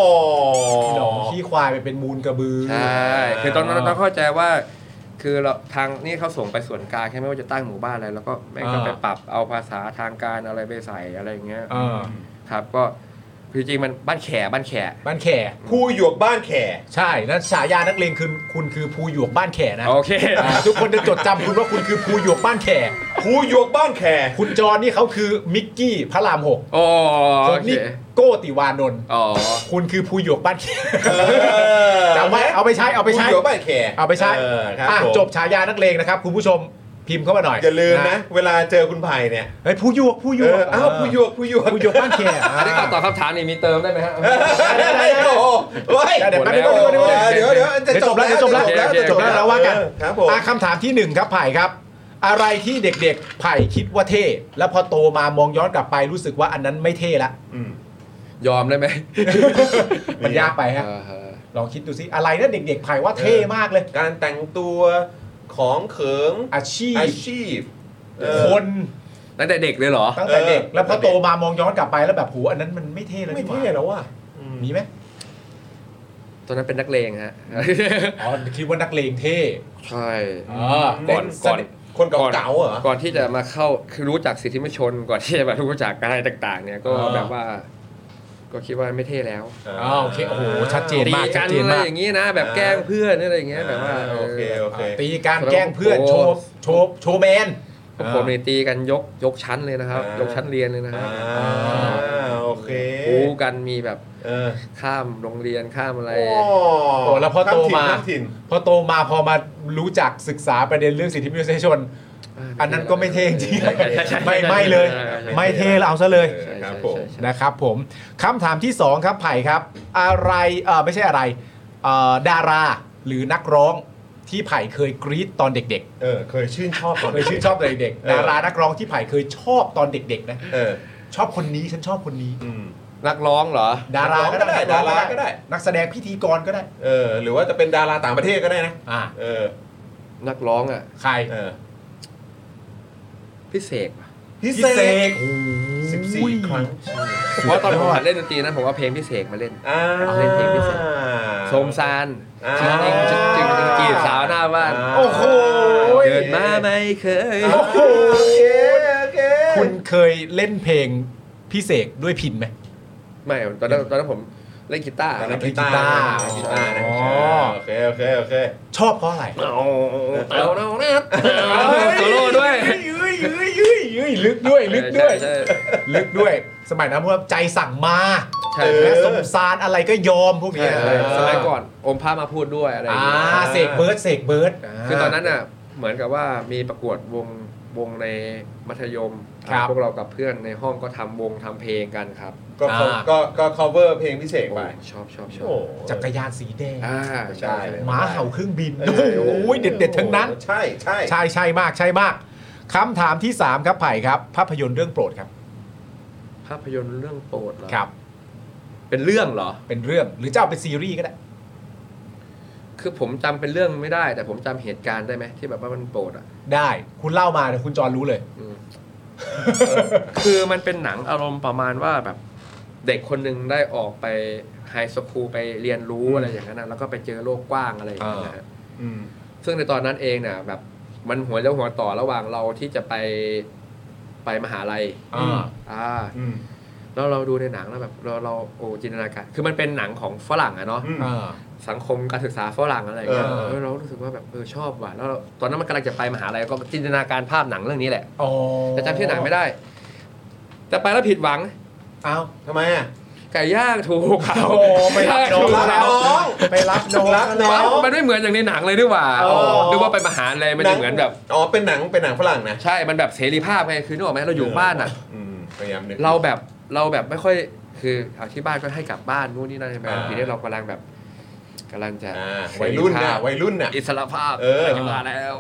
S2: หนองขี้ควายไปเป็นมูลกระบือ
S3: ใช่ คือต้อง
S2: อ่า
S3: ต้องเข้าใจว่า คือเราทางนี่เขาส่งไปส่วนกลางใช่ไหมว่าจะตั้งหมู่บ้านอะไร แล้วก็แม่งก็
S2: อ่า
S3: ไปปรับเอาภาษาทางการอะไรไปใส่อะไรอย่างเงี้ย
S2: เออ
S3: ครับ ก็คือจริงๆมันบ้านแขบ้านแข
S2: บ้านแข่
S1: ภูหยวกบ้านแข
S2: ใช่นั่นฉายานักเลงคือคุณคือภูหยวกบ้านแข่นะ
S3: โอเค
S2: อ่าทุกคนจะจดจำคุณว่าคุณคือภูหยวกบ้านแข่
S1: ภูหยวกบ้านแข
S2: คุณจรนี่เขาคือมิกกี้พระรามหก
S3: โอ้
S2: ผ
S3: โอ
S2: ม
S3: เค
S2: นี่โก้ติวานนท์
S3: อ๋อ
S2: คุณคือภูหยวกบ้านแข่
S1: เออ
S2: จำไว้เอาไปใช้เอาไปใช้
S1: ภูหยวกบ้านแข
S2: เอาไปใช้
S1: เออครับ
S2: อ่ะ
S1: ผม
S2: จบฉายานักเลงนะครับ คุณผู้ชมพิมพ์เข้ามาหน่อย
S1: อย่าลืมนะ เวลาเจอคุณไผ่เนี่ย
S2: เฮ้ยผู้ยวกผู้ย
S1: เอ
S2: วก
S1: ออ้าวภูหยวกภูหยวก
S2: ผู้ยวกบ้านแขก
S3: อันนี้ก็ตอบคำถามนี่มีเติมได้ไหมฮะ
S1: ได้ๆๆโอ้โหเฮ้ย
S2: เดี๋ยวแป๊บนึง
S3: หมดแล้ว
S2: เดี๋ยว
S1: เดี๋ยวเดี๋ยว
S2: เดี๋ย
S1: จะ
S2: วเดี๋ยวจบแล้วเดี๋ยวจบแล้ว
S3: โอเค
S2: เดี๋ยวจบแล้วแล้วว่ากัน
S1: ครับผม
S2: อ่ะคำถามที่หนึ่งครับไผ่ครับ อะไรที่เด็กๆไผ่คิดว่าเท่ แล้วพอโตมามองย้อนกลับไปรู้สึกว่าอันนั้นไม่เท่ละ
S1: อืม
S3: ยอมได้ไหม
S2: มันยากไปฮะ
S3: เออฮะ
S2: ลองคิดดูสิอะไรนะเด็กๆไผ่ว่าเท่มากเลย
S1: การแต่งตัวของเขิง
S2: อาชีพ
S1: อาชีพเออ
S2: คน
S3: ตั้งแต่เด็กเลยเหรอ
S2: ตั้งแต่เด็ก
S1: เออ
S2: แล้วพอโตมามองย้อนกลับไปแล้วแบบโหอันนั้นมันไม่เท่แล้ว
S1: ไม่
S2: นี่หว่า
S1: เท่แล้วว่ะอืม
S2: มีไหม
S3: ตอนนั้นเป็นนักเลงฮะ
S2: อ๋อคิดว่านักเลงเท่
S3: ใช่
S2: อ่า
S3: ก่อนก่อน
S1: คนเก่าๆเหรอ
S3: ก่อนที่จะมาเข้าคือรู้จักสิทธิมนุษยชนก่อนที่จะ มารู้จักอะไรต่าง ๆ เนี่ยก็
S1: อ่า
S3: แบบว่า ก็คิดว่าไม่เท่แล้ว
S2: อ๋อโอเคโอ้โหชัดเจน
S3: ตี
S2: มาก
S3: กั
S2: ชัด
S3: น
S2: เจน
S3: อะไร
S2: มาก
S3: อย่างนี้นะ แบบแกล้งเพื่อนอะไรอย่างเงี้ยแบบว่า
S1: อ่โอเคโอเค
S2: ตีการแกล้งเพื่อนโชว์โชว์โชว์แมน
S3: พวกผมเนี่ยตีกันยกยกชั้นเลยนะครับ
S1: อ่าย
S3: กชั้นเรียนเลยนะค
S1: อ่
S3: รับ
S1: าโอเค
S3: รู้กันมีแบบ
S1: เออ
S3: ข้ามโรงเรียนข้ามอะไร
S1: โอ้
S2: โอ้แล้วพอโตมา
S1: ข้ามถิ่น
S2: พอโตมาพอมารู้จักศึกษาประเด็นเรื่องสิทธิมนุษยชน
S3: อ่า
S2: อันนั้นก็ไม่เท่จริง
S3: ใช่ใช่ใช่
S2: ๆไม่ไม่เลย
S3: ใช่ใช่
S2: ไม่เท่เราเอาซะเลย
S1: ข้ามถิ่นเออครับผม
S3: ใช่ใช่ใช่
S2: นะครับผมคำถามที่ 2 ครับไผ่ครับ อะไรเออไม่ใช่อะไรเอ่อดาราหรือนักร้องที่ไผ่เคยกรี๊ดตอนเด็ก
S1: เออเคยชื่นชอบตอน
S2: ๆเคยชื่นชอบตอนเด็กๆดารานักร้องที่ไผ่เคยชอบตอนเด็กๆนะ
S1: เออ
S2: ชอบคนนี้ฉันชอบคนนี้
S1: อืม
S3: นักร้องเหรอ
S2: ดาราก็ได้
S1: ดาราก็ได้
S2: นักแสดงพิธีกรก็ได้
S1: เออหรือว่าจะเป็นดาราต่างประเทศก็ได้นะ
S2: อ่า
S1: เออ
S3: นักร้องอ่ะ
S2: ใคร
S1: เออ
S3: พิเศษว่ะ
S1: พิ
S2: พี่
S1: เศ
S2: เส
S1: ษ
S2: กโอ้โห
S1: สิบสี่ครั้ง
S3: เพราะว่าตอนผมหัดเล่นดนตรีนะผมเอาเพลงพิเศษมาเล่น
S1: อ่า
S3: เล่นเพลงพิเศษ โสมซานจริงจริงจริงๆจีบสาวหน้าบ้าน
S2: โอ้โห
S3: เกิดมาไม่เคย
S1: โอ้โหโอเคโอเค
S2: คุณเคยเล่นเพลงพิเศษด้วยพินไหม
S3: ไม่ ตอนนั้นตอนนั้นผมเล่นกีตาร์
S1: ตอนนั้น
S2: เล่
S1: กี
S2: นกี
S1: ตา
S2: ตาร์
S1: ร์กีตาร์นะ
S2: อ๋อ
S1: โอเคโอเคโอเค
S2: ชอบเพราะอะไร
S3: เต่าเต่าเต่าโซโล่ด้วย
S2: เอ้ยเอ้ยเอ้ยเอ้ยเอ้ยลึกด้วยลึกด้วย
S3: ใช่ใช่
S2: ลึกด้วย สมัยนั้นพวกใจสั่งมา
S3: ใช่
S2: และสมซานอะไรก็ยอมพวกเนี้ย
S3: ใช่ใช่สมัยก่อนอมพระมาพูดด้วยอะไรอย่าง
S2: อ่า
S3: เงี้ย
S2: เสกเบิร์ดเสกเบิร์ด
S3: คือตอนนั้น
S2: อ่ะ
S3: น่ะ เหมือนกับว่ามีประกวดวงวงในมัธยม
S2: ครับ
S3: พวกเรากับเพื่อนในห้องก็ทำวงทำเพลงกันครับ
S1: ก็เขา
S2: อ่า
S1: ก็ก็ cover เพลงพิเศษไป
S3: ชอบชอบชอบ
S1: โอ้โห
S2: จักรยานสีแดง
S3: อ่าใช่ใช่
S2: หมาเห่าเครื่องบินโอ้ยเด็ดๆทั้งนั้น
S1: ใช่ใช่
S2: ใช่ใช่มากใช่มากคำถามที่ 3 ครับไผ่ครับ ภาพยนตร์เรื่องโปรดครับ
S3: ภาพยนตร์เรื่องโปรดเหรอ
S2: ครับ
S3: เป็นเรื่องเหรอ
S2: เป็นเรื่องหรือจะเอาเป็นซีรีส์ก็ได้
S3: คือผมจำเป็นเรื่องไม่ได้ แต่ผมจำเหตุการณ์ได้ไหมที่แบบว่ามันโปรดอ่ะ
S2: ได้คุณเล่ามาเดี๋ยวคุณจอรู้เลย
S3: อืมคือมันเป็นหนังอารมณ์ประมาณว่าแบบ เด็กคนหนึ่งได้ออกไปไฮสคูลไปเรียนรู้อะไรอย่างนั้นนะแล้วก็ไปเจอโลกกว้างอะไรอย่างนั้นนะฮะ
S1: อืม
S3: ซึ่งในตอนนั้นเองเนี่ยแบบ มันหัวเลี้ยวหัวต่อระหว่างเราที่จะไปไปมหาลัย
S2: อ่า
S3: อ่า
S1: อืม
S3: แล้วเราดูในหนังแล้วแบบเราเราโอ้จินตนาการคือมันเป็นหนังของฝรั่งอะเนาะ
S1: อืม
S2: อ่า
S3: สังคมการศึกษาฝรั่งอะไรอย่างเงี้ย
S1: เออ
S3: เออเรารู้สึกว่าแบบเออชอบว่ะแล้วเราตอนนั้นมันกำลังจะไปมหาลัยก็จินตนาการภาพหนังเรื่องนี้แหละ
S2: อ๋อ
S3: แต่จำชื่อหนังไม่ได้ แต่ไปแล้วผิดหวัง
S2: เอา
S1: ทำไมอ่ะ
S3: ไก่ย่างถูกเขา
S2: โอ้ไปรับน้อง
S3: ถูก
S2: แล้
S3: เขา
S2: วไปรับน้อง
S1: รับน้อง
S3: มันไม่เหมือนอย่างในหนังเลยนี่หว่า
S1: อ๋อ
S3: นึกว่าไปมหาลัยมันจะเหมือนแบบ
S1: อ๋อเป็นหนังเป็นหนังฝรั่งนะ
S3: ใช่ มันแบบเสรีภาพไง คือนึกออกไหมเราอยู่บ้านอ่ะ
S1: อืมพยายามนึก
S3: เราแบบ เราแบบไม่ค่อย คือเอาที่บ้านก็ให้กลับบ้านนู่นนี่นั่นใช่ไหม
S1: อ่า
S3: ทีนี้เรากำลังแบบกำลังจะ
S1: อ่าวัยรุ่น
S3: เสรี
S1: น่ะ
S3: ภาพ
S1: วัยรุ่นน่ะ
S3: อิสระภาพ
S1: เออ
S3: จะมาแล้ว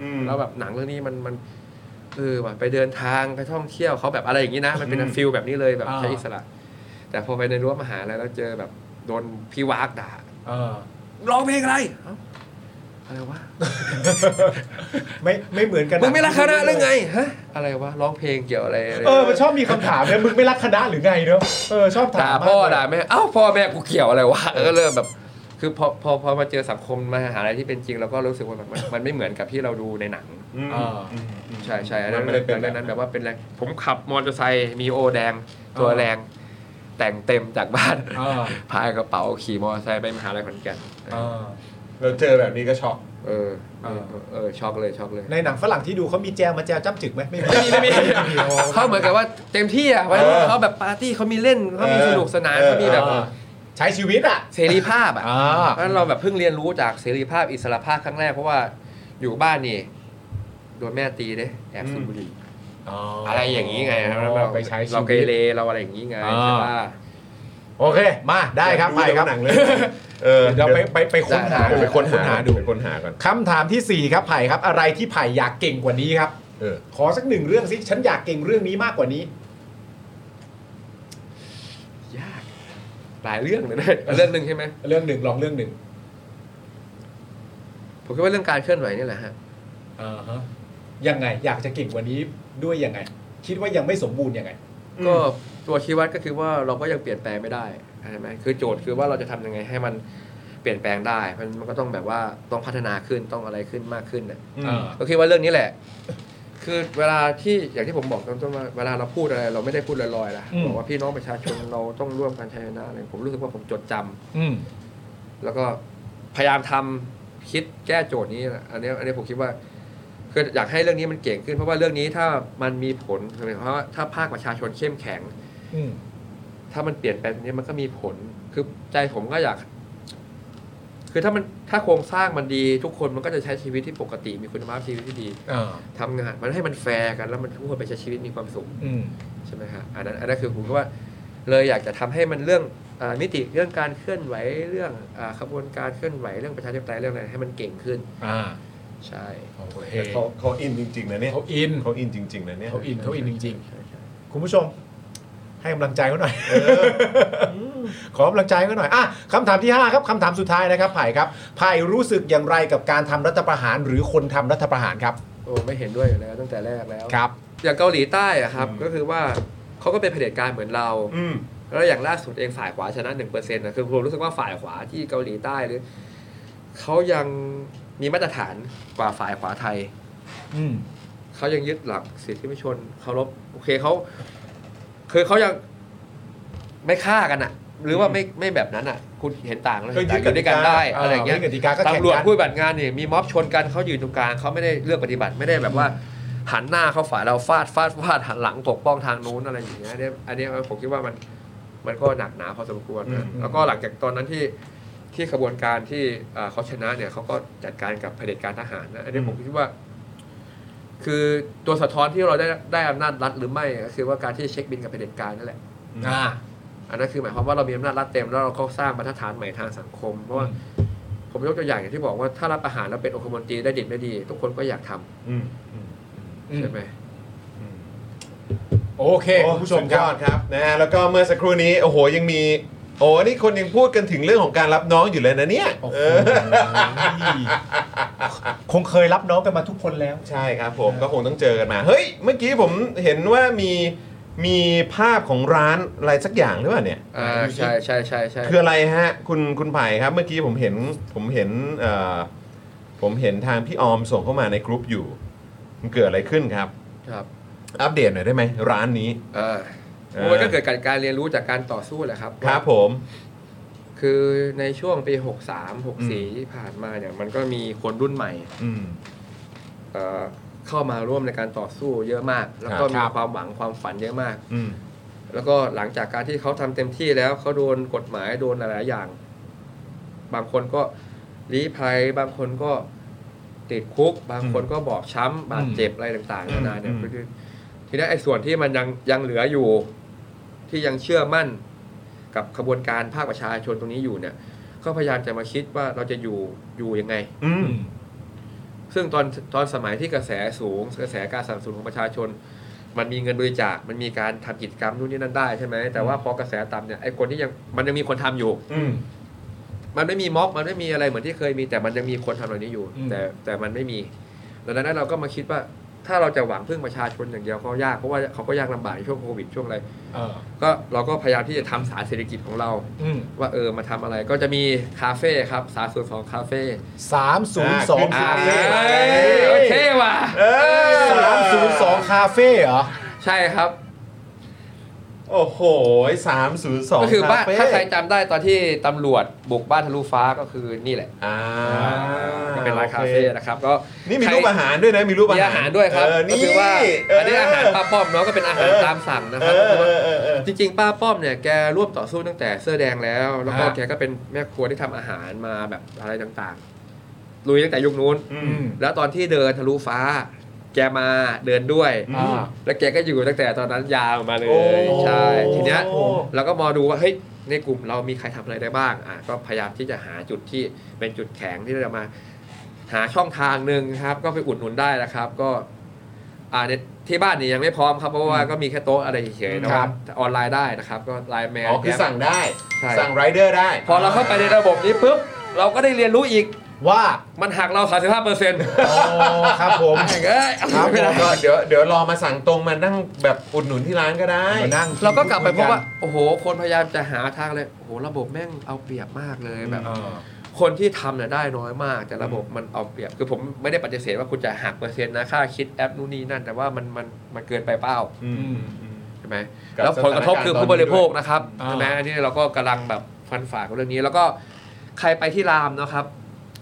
S1: อืม
S3: แล้วแบบหนังเรื่องนี้มันมันเออว่ะไปเดินทางไปท่องเที่ยวเขาแบบอะไรอย่างนี้นะ มันเป็น
S1: อืม
S3: ฟิลแบบนี้เลยแบบ
S2: อ่า
S3: ใช้อิสระ แต่พอไปในรั้วมหาลัยแล้วเจอแบบโดนพี่วากด่า
S2: เออ
S3: ร้องเพลงอะไรเอ้าอะไรวะ
S2: ไม่ไม่เหมือนกัน
S3: มึงไม่รักคณะหรือไงฮะอะไรวะร้องเพลงเกี่ยวอะไรอะไร
S2: เออมันชอบมีคำถามเนี่ยมึงไม่รักคณะหรือไงเนอะเออชอบถา
S3: ด่าม
S2: มก
S3: พ่อ
S2: เลย
S3: ด่าแม่เอ้าพ่อแม่กูเกี่ยวอะไรวะเออเริ่มแบบ คือพอพอพอมาเจอสังคมมหาลัยที่เป็นจริงเราก็รู้สึกว่าแบบมันมันไม่เหมือนกับที่เราดูในหนัง
S1: อืม
S2: เอออื
S1: มอืม
S3: ใช่ใช่อันนั้น
S1: มันไม่
S3: ไม่
S1: ได้เป็แบบ
S3: ได้เป็น น
S1: นั้น
S3: นั้นแบบว่าเป็นแรงผมขับมอเตอร์ไซค์มีโอแดงตัวแรง แต่งเต็มจากบ้าน
S2: เออ
S3: พายกระเป๋าขี่มอเตอร์ไซค์ไปมหาลัยขอนแก่น
S2: เออ
S1: เราเจอแบบนี้ก็ช็อก
S3: เออเออ
S2: เออ
S3: เออช็อกเลยช็อกเลย
S2: ในหนังฝรั่งที่ดูเขามีแจวมาแจวจ้ำจึกไหมไม่มี
S3: ไม่มีไม่มีเขาเหมือนกับว่าเต็มที่อ่ะวัยรุ่นเขาแบบปาร์ตี้เขามีเล่นเขามีสนุกสนานเขามีแบบ
S2: เออใช้ชีวิตอ่ะ
S3: เสรีภาพอ่ะ
S2: อ่า
S3: เพราะฉะนั้นเราแบบเพิ่งเรียนรู้จากเสรีภาพอิสระภาพครั้งแรกเพราะว่าอยู่บ้านนี่โดนแม่ตีเด้แอบสูบบุหรี อะไรอย่างนี้ไงครับเรา
S2: ไปใช้ชี
S3: เราเก
S2: วิต
S3: เรเราอะไรอย่างนี้ไง
S2: อ่า
S3: ใช่ป่ะ
S2: โอเค มาได้ครับไปครับ
S1: หนังเลยเออ
S2: เดี๋ยวไปไปไปค้นหา
S1: เดี๋ยวไปค้นหา
S2: ดู
S1: ไปค้นหาก่อน
S2: คำถามทีสี่4ครับไผ่ครับ อะไรที่ไผ่อยากเก่งกว่านี้ครับ
S1: เออ
S2: ขอสักหนึ่งเรื่องสิฉันอยากเก่งเรื่องนี้มากกว่านี้
S3: ยาก หลายเรื่องเลยนะ เรื่องหนึ่งใช่ไหม
S2: เรื่องหนึ่งลองเรื่องหนึ่ง
S3: ผมคิดว่าเรื่องการเคลื่อนไหวนี่แหละฮะ
S2: อ่าฮะยังไงอยากจะเก่งกว่านี้ด้วยยังไง คิดว่ายังไม่สมบูรณ์ยังไง
S3: ก็ตัวชี้วัดก็คือว่าเราก็ยังเปลี่ยนแปลงไม่ได้ใช่ไหมคือโจทย์คือว่าเราจะทำยังไงให้มันเปลี่ยนแปลงได้มันมันก็ต้องแบบว่าต้องพัฒนาขึ้นต้องอะไรขึ้นมากขึ้นเนี่ย
S2: เออ
S3: ก็คิดว่าเรื่องนี้แหละ คือเวลาที่อย่างที่ผมบอกตอนต้นว่าเวลาเราพูดอะไร เราไม่ได้พูดลอยๆนะ
S2: อืม
S3: บอกว่าพี่น้องประชาชนเราต้องร่วมกันใช้ชนะอะไรผมรู้สึกว่าผมจดจำ
S2: อืม
S3: แล้วก็พยายามทำคิดแก้โจทย์นี้นะอันนี้อันนี้ผมคิดว่าคืออยากให้เรื่องนี้มันเก่งขึ้น เพราะว่าเรื่องนี้ถ้ามันมีผลหมายความว่าถ้าภาคประชาชนเข้มแข็ง
S2: อืม
S3: ถ้ามันเปลี่ยนแปลงตรงนี้มันก็มีผล คือใจผมก็อยาก คือถ้ามันถ้าโครงสร้างมันดี ทุกคนมันก็จะใช้ชีวิตที่ปกติ มีคุณภาพชีวิตที่ดี
S2: อ่า
S3: ทำงาน มันให้มันแฟร์กันแล้วมันทุกคนไปใช้ชีวิตมีความสุข
S2: อืม
S3: ใช่ไหมฮะอันนั้นอันนั้นคือผมก็ว่าเลยอยากจะทำให้มันเรื่องอามิติเรื่องการเคลื่อนไหวเรื่องอาขบวนการเคลื่อนไหวเรื่องประชาธิปไตยเรื่องอะไรให้มันเก่งขึ้น
S2: อ่า
S3: ใช่
S2: โอเค
S1: เขาเขาอินจริงๆนะเนี่ย
S2: เขาอิน
S1: เขาอินจริงๆนะเนี่ย
S2: เขาอินเขาอินจริง
S3: ใช่ใช่
S2: ๆ คุณผู้ชม ให้กำลังใจเขาหน่อย ขอกำลังใจกันหน่อยอ่ะคำถามที่ 5 ครับคำถามสุดท้ายนะครับไผ่ครับไผ่รู้สึกอย่างไรกับการทำรัฐประหารหรือคนทำรัฐประหารครับ
S3: โอ้ไม่เห็นด้วยอยู่แล้วตั้งแต่แรกแล้ว
S2: ครับ
S3: อย่างเกาหลีใต้อะครับก็คือว่าเขาก็เป็นเผด็จการเหมือนเรา
S1: อืม
S3: แล้วอย่างล่าสุดเองฝ่ายขวาชนะหนึ่งเปอร์เซ็นต์นะคือผมรู้สึกว่าฝ่ายขวาที่เกาหลีใต้หรือเขายังมีมาตรฐานกว่าฝ่ายขวาไทย
S2: อืม
S3: เขายังยึดหลักสิทธิมนุษยชนเคารพโอเคเขาคือเขายังไม่ฆ่ากันอะหรือว่าไม่ไม่แบบนั้นอะคุณเห็นต่างแล้ว
S1: ก็
S3: เห็น
S1: ยึ
S3: ต่าง
S1: ดติ
S3: อกยู่ด้วยกัน
S1: กา
S3: ได้อะไรอย่างเงี้ย
S2: อ่ายึดกติกาก็แข่งกัน
S3: ตำรวจผู้ปฏิบัติงานเนี่ยมีม็อบชนกันเขาอยู่ตรงกลางเขาไม่ได้เลือกปฏิบัติไม่ได้แบบว่า หันหน้าเข้าฝ่ายเราฟาดฟาดฟาดหันหลังปกป้องทางนู้นอะไรอย่างเงี้ยเนี่ยอันเนี้ยผมคิดว่ามันมันก็หนักหนาพอสมควรนะแล้วก็หลังจากตอนนั้นที่ที่ขบวนการที่อ่าเขาชนะเนี่ยเขาก็จัดการกับเผด็จการทหารนะอันนี้ผมคิดว่า คือตัวสะท้อนที่เราได้ได้อำนาจรัฐหรือไม่ก็คือว่าการที่เช็คบินกับเผด็จการนั่นแหละ
S2: อ่า
S3: อันนั้นคือหมายความว่าเรามีอำนาจรัฐเต็มแล้วเราก็สร้างมาตรฐานใหม่ทางสังคมเพราะว่าผมยกตัวอย่างอย่างที่บอกว่าถ้ารับอาหารแล้วเป็นองคมนตรีได้ดิบได้ดี ทุกคนก็อยากทำ
S1: อืม
S2: อืม
S3: ใช่ไหม
S2: โอเค
S1: โอ้
S2: คุณผู้ชม
S1: สุด
S2: ค
S1: ย
S2: รั
S1: อบ ดครับนะฮะแล้วก็เมื่อสักครู่นี้โอ้โหยังมี โอ้นี่คนยังพูดกันถึงเรื่องของการรับน้องอยู่เลยนะเนี่ย
S2: โอ้โห
S1: เออ
S2: คงเคยรับน้องกันมาทุกคนแล้ว
S1: ใช่ครับผมก็คงต้องเจอกันมา เฮ้ย เมื่อกี้ผมเห็นว่ามีมีภาพของร้านอะไรสักอย่างหรือเปล่าเนี่ย
S3: อ่าใช่ใช่ใช่ใช่
S1: คืออะไรฮะ คุณคุณไผ่ครับเมื่อกี้ผมเห็นผมเห็นเอ่อผมเห็นทางพี่ออมส่งเข้ามาในกรุ๊ปอยู่ มันเกิดอะไรขึ้นครับ
S3: ครับ
S1: อัปเดตหน่อยได้ไหมร้านนี้
S3: อ่า
S1: เออ
S3: มันก็เกิดการการเรียนรู้จากการต่อสู้แหละครับ
S1: ครับ
S3: ว่า
S1: ผม
S3: คือในช่วงปี 63 64ที่ผ่านมาเนี่ยมันก็มีคนรุ่นใหม่
S1: อืม
S3: เอ่อเข้ามาร่วมในการต่อสู้เยอะมาก แล้วก็
S1: ค
S3: มี
S1: รับ
S3: ความหวังความฝันเยอะมาก
S1: อืม
S3: เ แล้วก็หลังจากการที่เขาทำเต็มที่แล้วเขาโดนกฎหมายโดนหลายๆอย่าง บางคนก็ลี้ภัย บางคนก็ติดคุก บางคนก็บอบช้ำบาดเจ็บอะไรต่างๆนานาเนี่ย
S2: อืม
S3: ก็คือทีนี้ไอ้ส่วนที่มันยังยังเหลืออยู่ ที่ยังเชื่อมั่นกับขบวนการภาคประชาชนตรงนี้อยู่เนี่ย ก็พยายามจะมาคิดว่าเราจะอยู่อยู่ยังไง
S2: อืม
S3: ซึ่งตอนตอนสมัยที่กระแสสูง กระแสการสนับสนุนของประชาชน มันมีเงินบริจาค มันมีการทำกิจกรรมนู่นนี่นั่นได้ใช่ไหมแต่ว่าพอกระแสต่ำเนี่ยไอ้คนที่ยังมันยังมีคนทำอยู่
S2: อืม
S3: มันไม่มีม็อบมันไม่มีอะไรเหมือนที่เคยมีแต่มันยังมีคนทำเหล่านี้อยู่
S2: อืม
S3: แต่แต่มันไม่มีดังนั้นเราก็มาคิดว่าถ้าเราจะหวังพึ่งประชาชนอย่างเดียวก็ยากเพราะว่าเขาก็ยากลำบากในช่วงโควิดช่วงอะไร
S2: เออ
S3: ก็เราก็พยายามที่จะทำสารเศรษฐกิจของเรา
S2: อืม
S3: ว่าเออมาทำอะไรก็จะมีคาเฟ่ครับสามศูนย์สองคาเฟ่
S2: สามศูนย์สอง
S1: อ่า
S2: คา
S1: เท่
S2: เฟ่
S1: ว่ะ
S3: เอ้ยโอเท่ว่ะ
S2: สามศูนย์สองคาเฟ่เหรอ
S3: ใช่ครับ
S1: โอ้โหสามศูนย์สอง
S3: ก็คือบ้านถ้าใครจำได้ตอนที่ตำรวจบุกบ้านทะลุฟ้าก็คือนี่แหละ
S1: อ่า
S3: ก็เป็นร้านคาเฟ่นะครับก็
S1: นี่มีรูปอา
S3: ใค
S1: หารด้วยนะ มีรูปอา
S3: มี
S1: หาร
S3: อาหารด้วยครับ
S1: เออ
S3: ก็
S1: นี่
S3: คือว่า
S1: เ
S3: อันนี้อาหารป้าป้อมเนาะก็เป็นอาหารตามสั่งนะค
S1: เอ
S3: รับ
S1: อ
S3: เพราะ
S1: เอ
S3: ว่า
S1: อเออเออ
S3: จริงๆป้าป้อมเนี่ยแกร่วมต่อสู้ตั้งแต่เสื้อแดงแล้ว แล้วก็
S2: ฮะ
S3: แกก็เป็นแม่ครัวที่ทำอาหารมาแบบอะไรต่างๆลุยตั้งแต่ยุคนู้น
S1: อื
S2: อื
S1: ม
S2: ม
S3: แล้วตอนที่เดินทะลุฟ้า แกมาเดินด้วย
S2: อ่า
S3: แล้วแกก็อยู่ตั้งแต่ตอนนั้นยาวมาเล
S2: โอ้
S3: ยใช่ทีเนี้ย
S1: โอ้
S3: เราก็มาดูว่าเฮ้ยในกลุ่มเรามีใครทำอะไรได้บ้างอ่ะก็พยายามที่จะหาจุดที่เป็นจุดแข็งที่เราจะมา หาช่องทางหนึ่งครับ ก็ไปอุดหนุนได้นะครับ ก็ อ่าในที่บ้านเนี่ยยังไม่พร้อมครับเพราะว่าก็มีแค่โต๊ะอะไรเฉยๆนะค
S2: ครั
S3: รับบ ออนไลน์ได้นะครับ ก็ไลน์แมน
S1: อ๋อคือสั่งได้
S3: ใช่
S1: สั่งไรเดอร์ได้
S3: พอเราเข้าไปในระบบนี้ปุ๊บเราก็ได้เรียนรู้อีก
S2: ว่า
S3: มันหักเรา 35เปอร์เซ็นต์
S2: อ๋อครับผม
S3: เอ้ย
S1: ครับ
S3: ไม่ได้
S1: ก็เดี๋ยวเดี๋ยวรอมาสั่งตรงมานั่งแบบอุดหนุนที่ร้านก็ได้
S2: มานั่ง
S3: เราก็กลับไปเพราะว่าโอ้โห คนพยายามจะหาทางเลยโอ้โหระบบแม่งเอาเปรียบมากเลยแบบ
S2: เออ
S3: คนที่ทำเนี่ยได้น้อยมาก แต่ระบบมันเอาเปรียบคือผมไม่ได้ปฏิเสธว่าคุณจะหักเปอร์เซ็นต์นะค่าคิดแอปนู่นนี่นั่น แต่ว่ามันมันมันเกินไปเป้า
S1: อืม
S3: ใช่ไหม
S1: กับ
S3: แล้วผลกระทบคือผู้บริโภคนะครับ
S2: อ่า
S3: ใช่ไหมอันนี้เราก็กำลังแบบฟันฝ่ากับเรื่องนี้ แล้วก็ใครไปที่รามนะครับ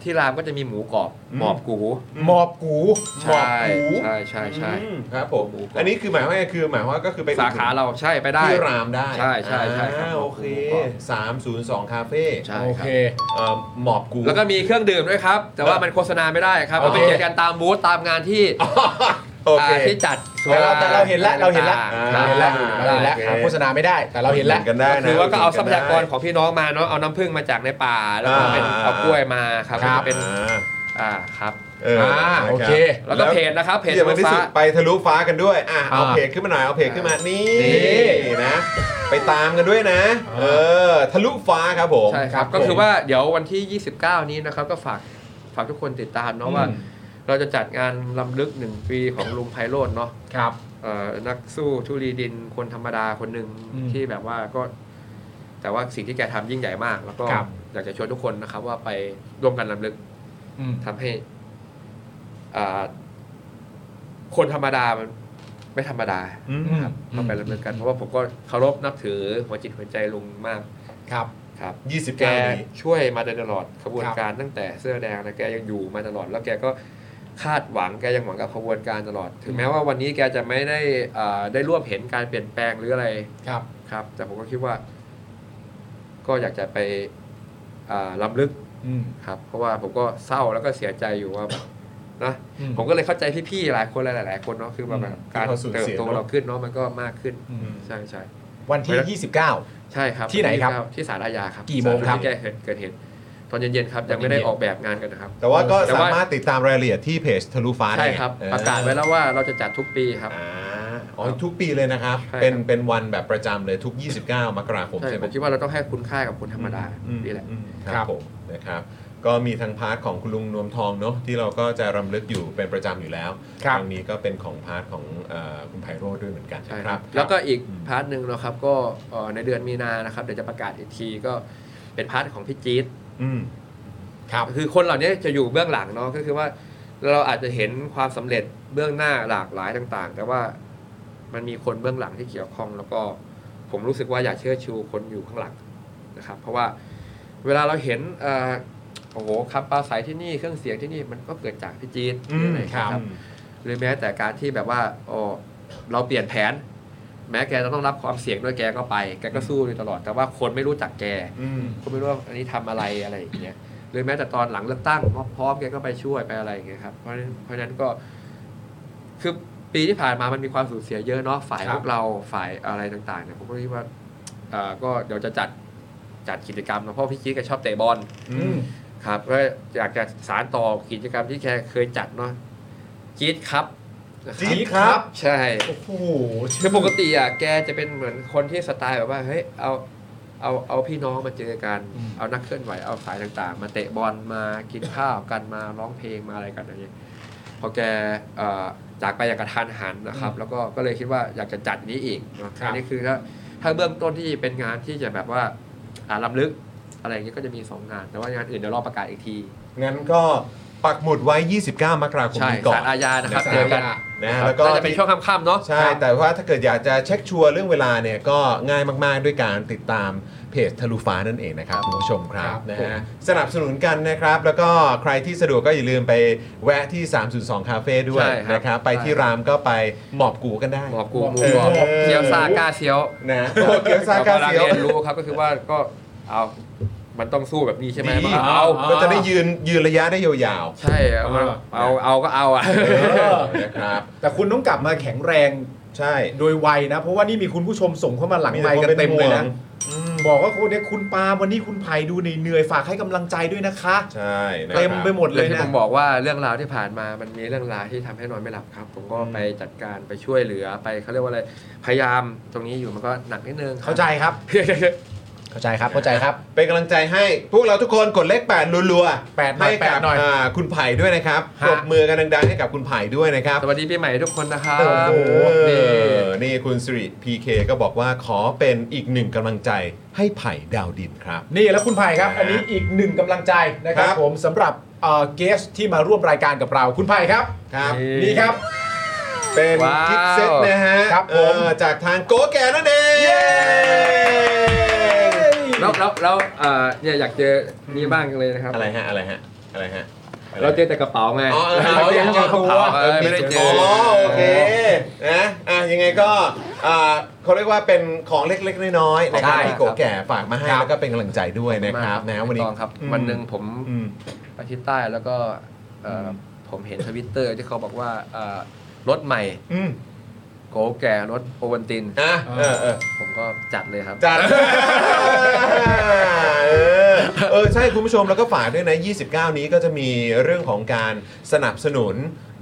S3: ที่รามก็จะมีหมูกรอบ
S1: อืม
S3: หมอบกู
S2: หมอบกู
S1: หมอบกู
S3: ใช่ใช่ใช่
S1: อืมครับผม
S3: หมูกรอบ
S1: อันนี้คือหมายว่าไงคือหมายว่าก็คือไปอุดห
S3: สา
S1: นุน
S3: ขาเราใช่ไปได้
S1: ที่รามได้
S3: ใช่ใช่ใช่ครับ
S1: อ่าโอเค 302 คาเฟ่
S3: ใช่
S2: โอเค
S1: เอ่อหมอบกู
S3: แล้วก็มีเครื่องดื่มด้วยครับ แต่ว่ามันโฆษณาไม่ได้ครับ
S1: โอ
S3: มัน
S1: เค
S3: เป็นกิจการตามบูธตามงานที่
S1: โอเค
S3: าที่จัด
S2: แต่เราแต่เราเห็นแล้วเราเห็นแล้ว
S1: อ่า
S2: เราเห็นแล้วเราเห็นแล้วหาโฆษณาไม่ได้แต่เราเห็นแล้ว
S1: กันได้นะ
S3: คือว่าก็เอาทรัพยากรของพี่น้องมาเนาะเอาน้ำผึ้งมาจากในป่า แล้วก็เป็น
S1: อ่า
S3: เอากล้วยมาครับ
S2: ครับ
S3: เป็น
S1: อ่า
S3: อ่าครับ
S1: เออ
S2: อ่า
S1: นะครับ
S2: โอเค
S3: แล้วก็เพจนะครับเพจ
S1: ที่สำคัญที่
S3: ฟ้า
S1: สุดไปทะลุฟ้ากันด้วยอ่ะเอา
S2: อ่า
S1: เพจขึ้นมาหน่อยเอาเพจขึ้นมานี่
S3: นี่
S1: นะ ไปตามกันด้วยนะ
S2: อ่า
S1: เออทะลุฟ้าครับผม
S3: ใช่ครับ
S2: ครับ
S3: ก็คือ
S2: ผม
S3: ว่าเดี๋ยววันที่ 29 นี้นะครับ ก็ฝากฝากทุกคนติดตามเนาะว่า เราจะจัดงานลำลึกหนึ่งปีของลุงไพโรจน์เนาะ
S2: ครับ
S3: เอ่อนักสู้ทุรีดินคนธรรมดาคนหนึ่ง
S2: อืม
S3: ที่แบบว่าก็ แต่ว่าสิ่งที่แกทำยิ่งใหญ่มาก แล้วก็
S2: ครับ
S3: อยากจะชวนทุกคนนะครับ ว่าไปร่วมกันลำลึก
S2: อืม
S3: ทำให้อ่าคนธรรมดามันไม่ธรรมดา
S1: อืม
S3: ครับ
S2: อืม
S3: ต้องไปรับเรื่องกัน เพราะว่าผมก็เคารพนับถือหัวจิตหัวใจลุงมาก
S2: ครับ
S3: ครับ
S1: 29
S3: แก
S1: นี้
S3: ช่วยมาโดยตลอดขบวน
S2: ครับ
S3: การตั้งแต่เสื้อแดงนะแกยังอยู่มาตลอด แล้วแกก็คาดหวังแกยังหวังกับขบวนการตลอด ถึงแม้ว่าวันนี้แกจะไม่ได้อ่าได้ร่วมเห็นการเปลี่ยนแปลงหรืออะไร
S2: ครับ
S3: ครับ แต่ผมก็คิดว่า ก็อยากจะไปอ่าล้ำลึก
S2: อืม
S3: ครับเพราะว่าผมก็เศร้าแล้วก็เสียใจอยู่ว่าแบบ นะ
S2: อื
S3: ผมก็เลยเข้าใจพี่ๆหลายคนหลายๆคนเนาะคือแบบ
S2: อืม
S3: การเติบโตเราขึ้นเนาะมันก็มากขึ้น
S2: อืม
S3: ใช่ใช่
S2: วันที่
S3: ใช่ครับ
S2: ที่ไหนครับ
S3: ที่สารอาญาครับ
S2: กี่โมงครับ
S3: ที่แกเกิดเหตุตอนเย็นๆครับยังไม่ได้ออกแบบงานกันนะครับ
S1: แต่ว่าก็
S3: แต่
S1: สา
S3: ว่า
S1: มารถติดตามรายละเอียดที่เพจทะลุฟ้า
S3: ใช่
S1: ได้
S3: ครับ
S1: เออ
S3: ประกาศไว้แล้วว่าเราจะจัดทุกปีครับ
S1: อ่าอ๋อทุกปีเลยนะครับ
S3: ใช่ครับ
S1: เป็นเป็นวันแบบประจำเลยทุก 29 มกราคม
S3: ใช่
S1: ใช่ไห
S3: ผม มคิดว่าเราต้องให้คุณค่ากับคนธรรมดา
S1: อืม
S3: นี่แหละ
S1: อืมค
S2: ครั
S1: รับบ ผมนะครับ ก็มีทางพาร์ทของคุณลุงนวมทองเนาะที่เราก็จะรำลึกอยู่เป็นประจำอยู่แล้ว
S2: ครับ
S1: งนี้ก็เป็นของพาร์ทของเอ่อคุณไพโรธด้วยเหมือนกัน
S3: ใช่
S1: นะ
S3: ค
S1: ค
S3: รั
S1: รับ บ
S3: แล้วก็อีก
S1: อืม
S3: พาร์ทหนึ่งเนาะครับก็เอ่อในเดือนมีนานะครับเดี๋ยวจะประกาศอีกทีก็เป็นพาร์ทของพี่จี๊ด
S1: อืม
S2: ครับ
S3: คือคนเหล่านี้จะอยู่เบื้องหลังเนาะก็คือว่าเราอาจจะเห็นความสำเร็จเบื้องหน้าหลากหลายต่าง ๆ แต่ว่ามันมีคนเบื้องหลังที่เกี่ยวข้อง แล้วก็ผมรู้สึกว่าอย่าเชื่อชูคนอยู่ข้างหลังนะครับ เพราะว่าเวลาเราเห็นเอ่อโอ้โหคำปราศัยที่นี่เครื่องเสียงที่นี่มันก็เกิดจากพี่จีน
S1: อืม
S3: หรืออะไรอย่างเงี้ย
S2: ครับ
S3: หรือแม้แต่การที่แบบว่าอ๋อเราเปลี่ยนแผน แม้แกจะต้องรับความเสี่ยงด้วยแกก็ไป แกก็สู้อยู่ตลอด แต่ว่าคนไม่รู้จักแก
S2: อืม
S3: ก็ไม่รู้ว่าอันนี้ทำอะไรอะไรอย่างเงี้ยหรือแม้แต่ตอนหลังเลือกตั้งม็อบพร้อมแกก็ไปช่วยไปอะไรอย่างเงี้ยครับเพราะฉะนั้นเพราะฉะนั้นก็คือปีที่ผ่านมามันมีความสูญเสียเยอะเนาะฝ่าย
S2: ครับ
S3: พวกเราฝ่ายอะไรต่างๆเนี่ยผมก็คิดว่าเอ่อก็เดี๋ยวจะจัดจัดกิจกรรมนะเพราะพี่คิดแกชอบเตะบอล
S2: อืม
S3: ครับก็อยากจะสารต่อกิจกรรมที่แกเคยจัดเนาะจี๊ดครับนะ
S2: จี๊ดครับ
S3: ใช่
S2: โอ้โห
S3: คือปกติอ่ะแกจะเป็นเหมือนคนที่สไตล์แบบว่าเฮ้ยเอาเอาเอาพี่น้องมาเจอกัน เอานักเคลื่อนไหวเอาสายต่างๆ มาเตะบอลมากินข้าวกันมาร้องเพลงมาอะไรกันอะไรอย่างเงี้ยพอแกเอ่อจากไปอย่างกระทันหันนะครับ แล้วก็ก็เลยคิดว่าอยากจะจัดนี้อีกเนอะอันนี้คือถ้าถ้าเบื้องต้นที่เป็นงานที่จะแบบว่าอ่าลำลึกอะไรอย่างเงี้ยก็จะมีสองงาน แต่ว่างานอื่นเดี๋ยวรอประกาศอีกที
S1: งั้นก็ปักหมุดไว้ 29 มกราคม
S3: ใช่
S1: นี้ก่อ
S3: สาน รอาญานะครับ
S1: สารอาญา
S3: เจอกัน
S1: นะ
S3: ครับ
S1: แล้วก็
S3: น่าจะเป็นช่วงค่ำๆเนาะ
S1: ใช่ แต่ว่าถ้าเกิดอยากจะเช็คชัวร์เรื่องเวลาเนี่ย ก็ง่ายมาก ๆ ด้วยการติดตามเพจทะลุฟ้านั่นเองนะครับคุณผู้ชมครับนะฮะสนับสนุนกันนะครับ แล้วก็ใครที่สะดวกก็อย่าลืมไปแวะที่ 302 คาเฟ่ด้วย
S3: ใช่ครับ
S1: นะครับ ไปที่รามก็ไปหมอบกูกันได้
S3: หมอกูหมู
S1: เออ
S3: หมอเซียวซากล้าเซียว
S1: นะโอ้เกียวซากาเสียว
S3: เรียนรู้ครับก็คือว่าก็เอา มันต้องสู้แบบนี้ใช่ไหม
S1: ดี
S3: มันก็เอา
S1: ก็จะได้ยืนยืนระยะได้ยาว
S3: ใช่อะมันเอาเอาก็เอาอ่ะ
S1: ๆเออนะครับ
S2: แต่คุณต้องกลับมาแข็งแรง
S1: ใช่
S2: โดยวัยนะ เพราะว่านี่มีคุณผู้ชมส่งเข้ามาหลัง
S1: มี
S2: ไมค์
S1: ค
S2: กัน น
S1: เป็น
S2: เต็มเล
S1: ห่
S2: ย
S1: ว
S2: นะ
S1: ง
S2: บอกว่าคนเนี้ยคุณปาล์มวันนี้คุณไผ่ดูเหนื่อยๆฝากให้กำลังใจด้วยนะคะ
S1: ใช่นะครับ
S2: เต็มไปหมดเล
S3: เลย
S2: ย
S3: ที่ผ
S2: นะ
S3: มบอกว่าเรื่องราวที่ผ่านมามันมีเรื่องราวที่ทำให้นอนไม่หลับครับ ผมก็ไปจัดการไปช่วยเหลือไปเขาเรียกว่าอะไรพยายามตรงนี้อยู่มันก็หนักนิดนึงครับ
S2: เข้าใจครับ เข้าใจครับ เข้าใจครับ
S1: เป็นกำลังใจให้พวกเราทุกคนกดเลข8รัวๆ
S2: แปดหน่อย
S1: ให้กั
S2: แปดหน่อย
S1: าคุณไผ่ด้วยนะครับป
S2: ฮะ
S1: รบมือกันดังๆให้กับคุณไผ่ด้วยนะครับ
S3: สวัสดีปีใหม่ทุกคนนะครับ
S1: โอ้โห
S3: นี่
S1: นี่คุณสิริ PK ก็บอกว่าขอเป็นอีกหนึ่งกำลังใจให้ไผ่ดาวดินครับ
S2: นี่แล้วคุณไผ่ครับ อันนี้อีกหนึ่งกำลังใจนะครั
S1: ครั
S2: บ
S1: บ
S2: ผมสำหรับเกสที่มาร่วมรายการกับเราคุณไผ่ครับ
S1: ครับ
S3: นี่
S2: นี่ครับ
S1: เป็น
S3: ว้าว
S1: กิฟต์เซตนะฮะ
S2: ครับผม
S1: เอ่อจากทางโกแก่นั่นเอง
S3: แล้วแล้วแล้วเอ่อเนี่ยอยากเจอนี่บ้างจังเลยนะครับ
S1: อะไรฮะ อะไรฮะ อะไรฮะ
S3: เราเจอแต่กระเป๋าไง
S1: อ๋อเออ
S3: เราเจอแต่กระ
S1: เขา
S3: เป๋าเออไม่ได้เจอ
S1: อ๋อโอเคนะอ่ะยังไงก็อ่าเขาเรียกว่าเป็นของเล็กๆน้อยๆนะครับ
S3: ใช่
S1: ที่โกแก่ฝากมาให้แล้วก็เป็นกำลังใจด้วยนะครับนะวันนี้
S3: ถูกต้องครับ
S1: อืม
S3: วันหนึ่งผม
S1: อืม
S3: ไปที่ใต้แล้วก็เอ่ออผมเห็นทวิตเตอร์ที่เขาบอกว่าเอ่อรถใหม่
S1: อืม
S3: โกแก่รถโอวันติน
S1: อ่ะเออเออ
S3: ผมก็จัดเลยครับ
S1: จัดเออเออ ใช่คุณผู้ชมแล้วก็ฝากด้วยนะ 29 นี้ก็จะมีเรื่องของการสนับสนุน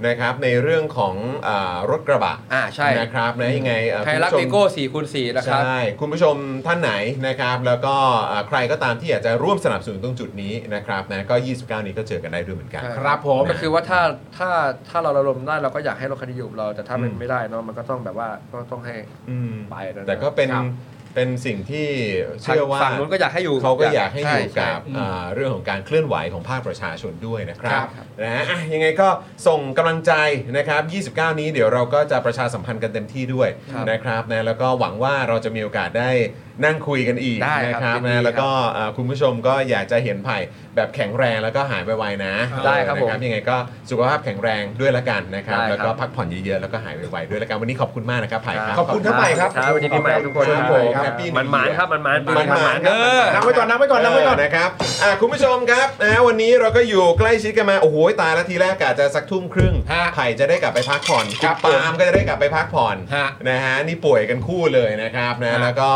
S1: นะครับในเรื่องของอารถกระบะ
S3: อ่าใช่
S1: นะครับนะยังไงเอ่อ
S3: ไทยรัก
S1: คุณ
S3: วี
S1: ผู้ชม
S3: โก้4คูณ4นะครับ
S1: ใช่ คุณผู้ชมท่านไหนนะครับ แล้วก็อ่าใครก็ตามที่อยากจะร่วมสนับสนุนตรงจุดนี้นะครับนะก็ 29 นี้ก็เจอกันได้ด้วยเหมือนกัน
S3: ใช่
S2: ครับผม
S3: ก็คือว่าถ้าถ้าถ้าเราระลมได้เราก็อยากให้รถคันนี้อยู่กับเรา แต่ถ้ามัน
S1: อืม
S3: ไม่ได้เนอะมันก็ต้องแบบว่าก็ต้องให้
S1: อืม
S3: ไปนะ
S1: แต่ก็เป็น
S3: ครับ
S1: เป็นสิ่งที่
S3: ทาง
S1: เชื่อว่า
S3: ฝั่งนู้นก็อยากให้อยู่
S1: เขาก็อยากให้อยู่
S3: ช่
S1: กับ
S3: ใช่
S1: อ่าเรื่องของการเคลื่อนไหวของภาคประชาชนด้วยนะครั
S3: ครับ บครับ
S1: นะฮะอ่ะยังไงก็ส่งกำลังใจนะครับ 29 นี้เดี๋ยวเราก็จะประชาสัมพันธ์กันเต็มที่ด้วยนะครับนะแล้วก็หวังว่าเราจะมีโอกาสได้นั่งคุยกันอีก
S3: ได้
S1: นะค
S3: ครั
S1: รับบ
S3: ยินดี
S1: นะแล้ว
S3: ครับ
S1: ก็เอ่อคุณผู้ชมก็อยากจะเห็นไผ่แบบแข็งแรงแล้วก็หายไวๆนะ
S3: ได้ครับ
S1: นะ
S3: ผม
S1: ยังไงก็สุขภาพแข็งแรงด้วยละกันนะครับ
S3: ได้ครับ
S1: แล้วก็พักผ่อนเยอะๆแล้วก็หายไวๆด้วยละกันวันนี้ขอบคุณมากนะครับไผ่ครับ
S2: ขอบคุณทั้งใหม่ครับ
S3: วันนี้ปีใหม่ทุกคน
S1: ครับผม
S3: ครับ
S1: Happy New
S3: มันหมานๆครับมันหมานๆ
S1: มันหมานๆ
S3: เออ
S2: นับไว้ก่อนนับไว้ก่อนนับไว้ก่อน
S1: เนะครับอ่ะคุณผู้ชมครับนะวันนี้เราก็อยู่ใกล้ชิดกันมา โอ้โหตายละทีแรกกะจะสักทุ่มครึ่ง
S2: ฮะ
S1: ไผ่จะได้กลับไปพักผ่อนคุ
S2: ครั
S1: ณ
S2: บ
S1: ปาล์มก็จะได้กลับไปพักผ่อน
S2: ฮะ
S1: นะฮะนี่ป่วยกันคู่เลยนะครับนะ
S2: ฮะ
S1: แล้วก็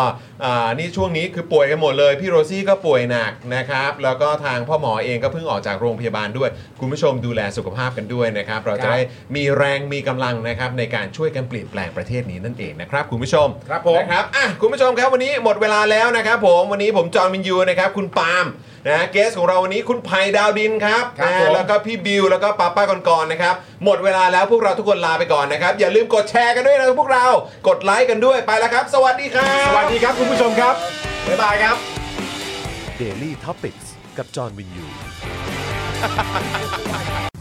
S1: อ่านี่ช่วงนี้คือป่วยกันหมดเลยพี่โรซี่ก็ป่วยหนักนะครับแล้วก็ทางพ่อหมอเองก็เพิ่งออกจากโรงพยาบาลด้วย คุณผู้ชมดูแลสุขภาพกันด้วยนะครับเรา
S2: ครั
S1: จะ
S2: บ
S1: ได้มีแรงมีกำลังนะครับในการช่วยกันเปลี่ยนแปลงประเทศนี้นั่นเองนะครับคุณผู้ชม
S2: ครับผม
S1: นะ ครับอ่ะคุณผู้ชมครับวันนี้หมดเวลาแล้วนะครับผมวันนี้ผมจอห์นวินยูนะครับคุณปาล์มนะฮะเกสของเราวันนี้คุณไผ่ดาวดินครับ
S2: ครับ
S1: นะฮะ
S2: ผม
S1: แล้วก็พี่บิวแล้วก็ป้าป้ากอนกอนนะครับหมดเวลาแล้วพวกเราทุกคนลาไปก่อนนะครับ อย่าลืมกดแชร์กันด้วยนะพวกเรากดไลค์กันด้วยไปแล้วครับ สวัสดีครับ
S2: สวัสดีครับคุณผู้ชมครับ บ๊ายบายครับ
S5: Daily Topics กับจอห์นวินยู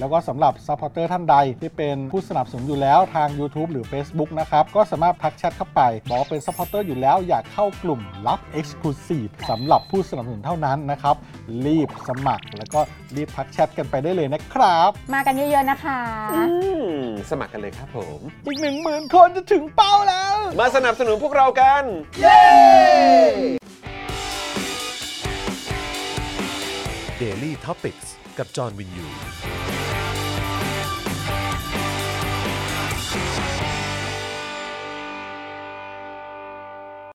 S6: แล้วก็สำหรับ Supporter ท่านใดที่เป็นผู้สนับสนุนอยู่แล้วทาง YouTube หรือ Facebook นะครับ ก็สามารถทักแชทเข้าไป บอกว่าเป็น Supporter อยู่แล้วอยากเข้ากลุ่มลับ Exclusive สำหรับผู้สนับสนุนเท่านั้นนะครับ รีบสมัครแล้วก็รีบทักแชทกันไปได้เลยนะครับ
S7: มากันเยอะๆนะคะ
S1: อืมสมัครกันเลยครับผม
S6: อีก 1 0,000 คนจะถึงเป้าแล้ว
S1: มาสนับสนุนพวกเรากัน
S5: Daily Topics กับจอห์นวินยู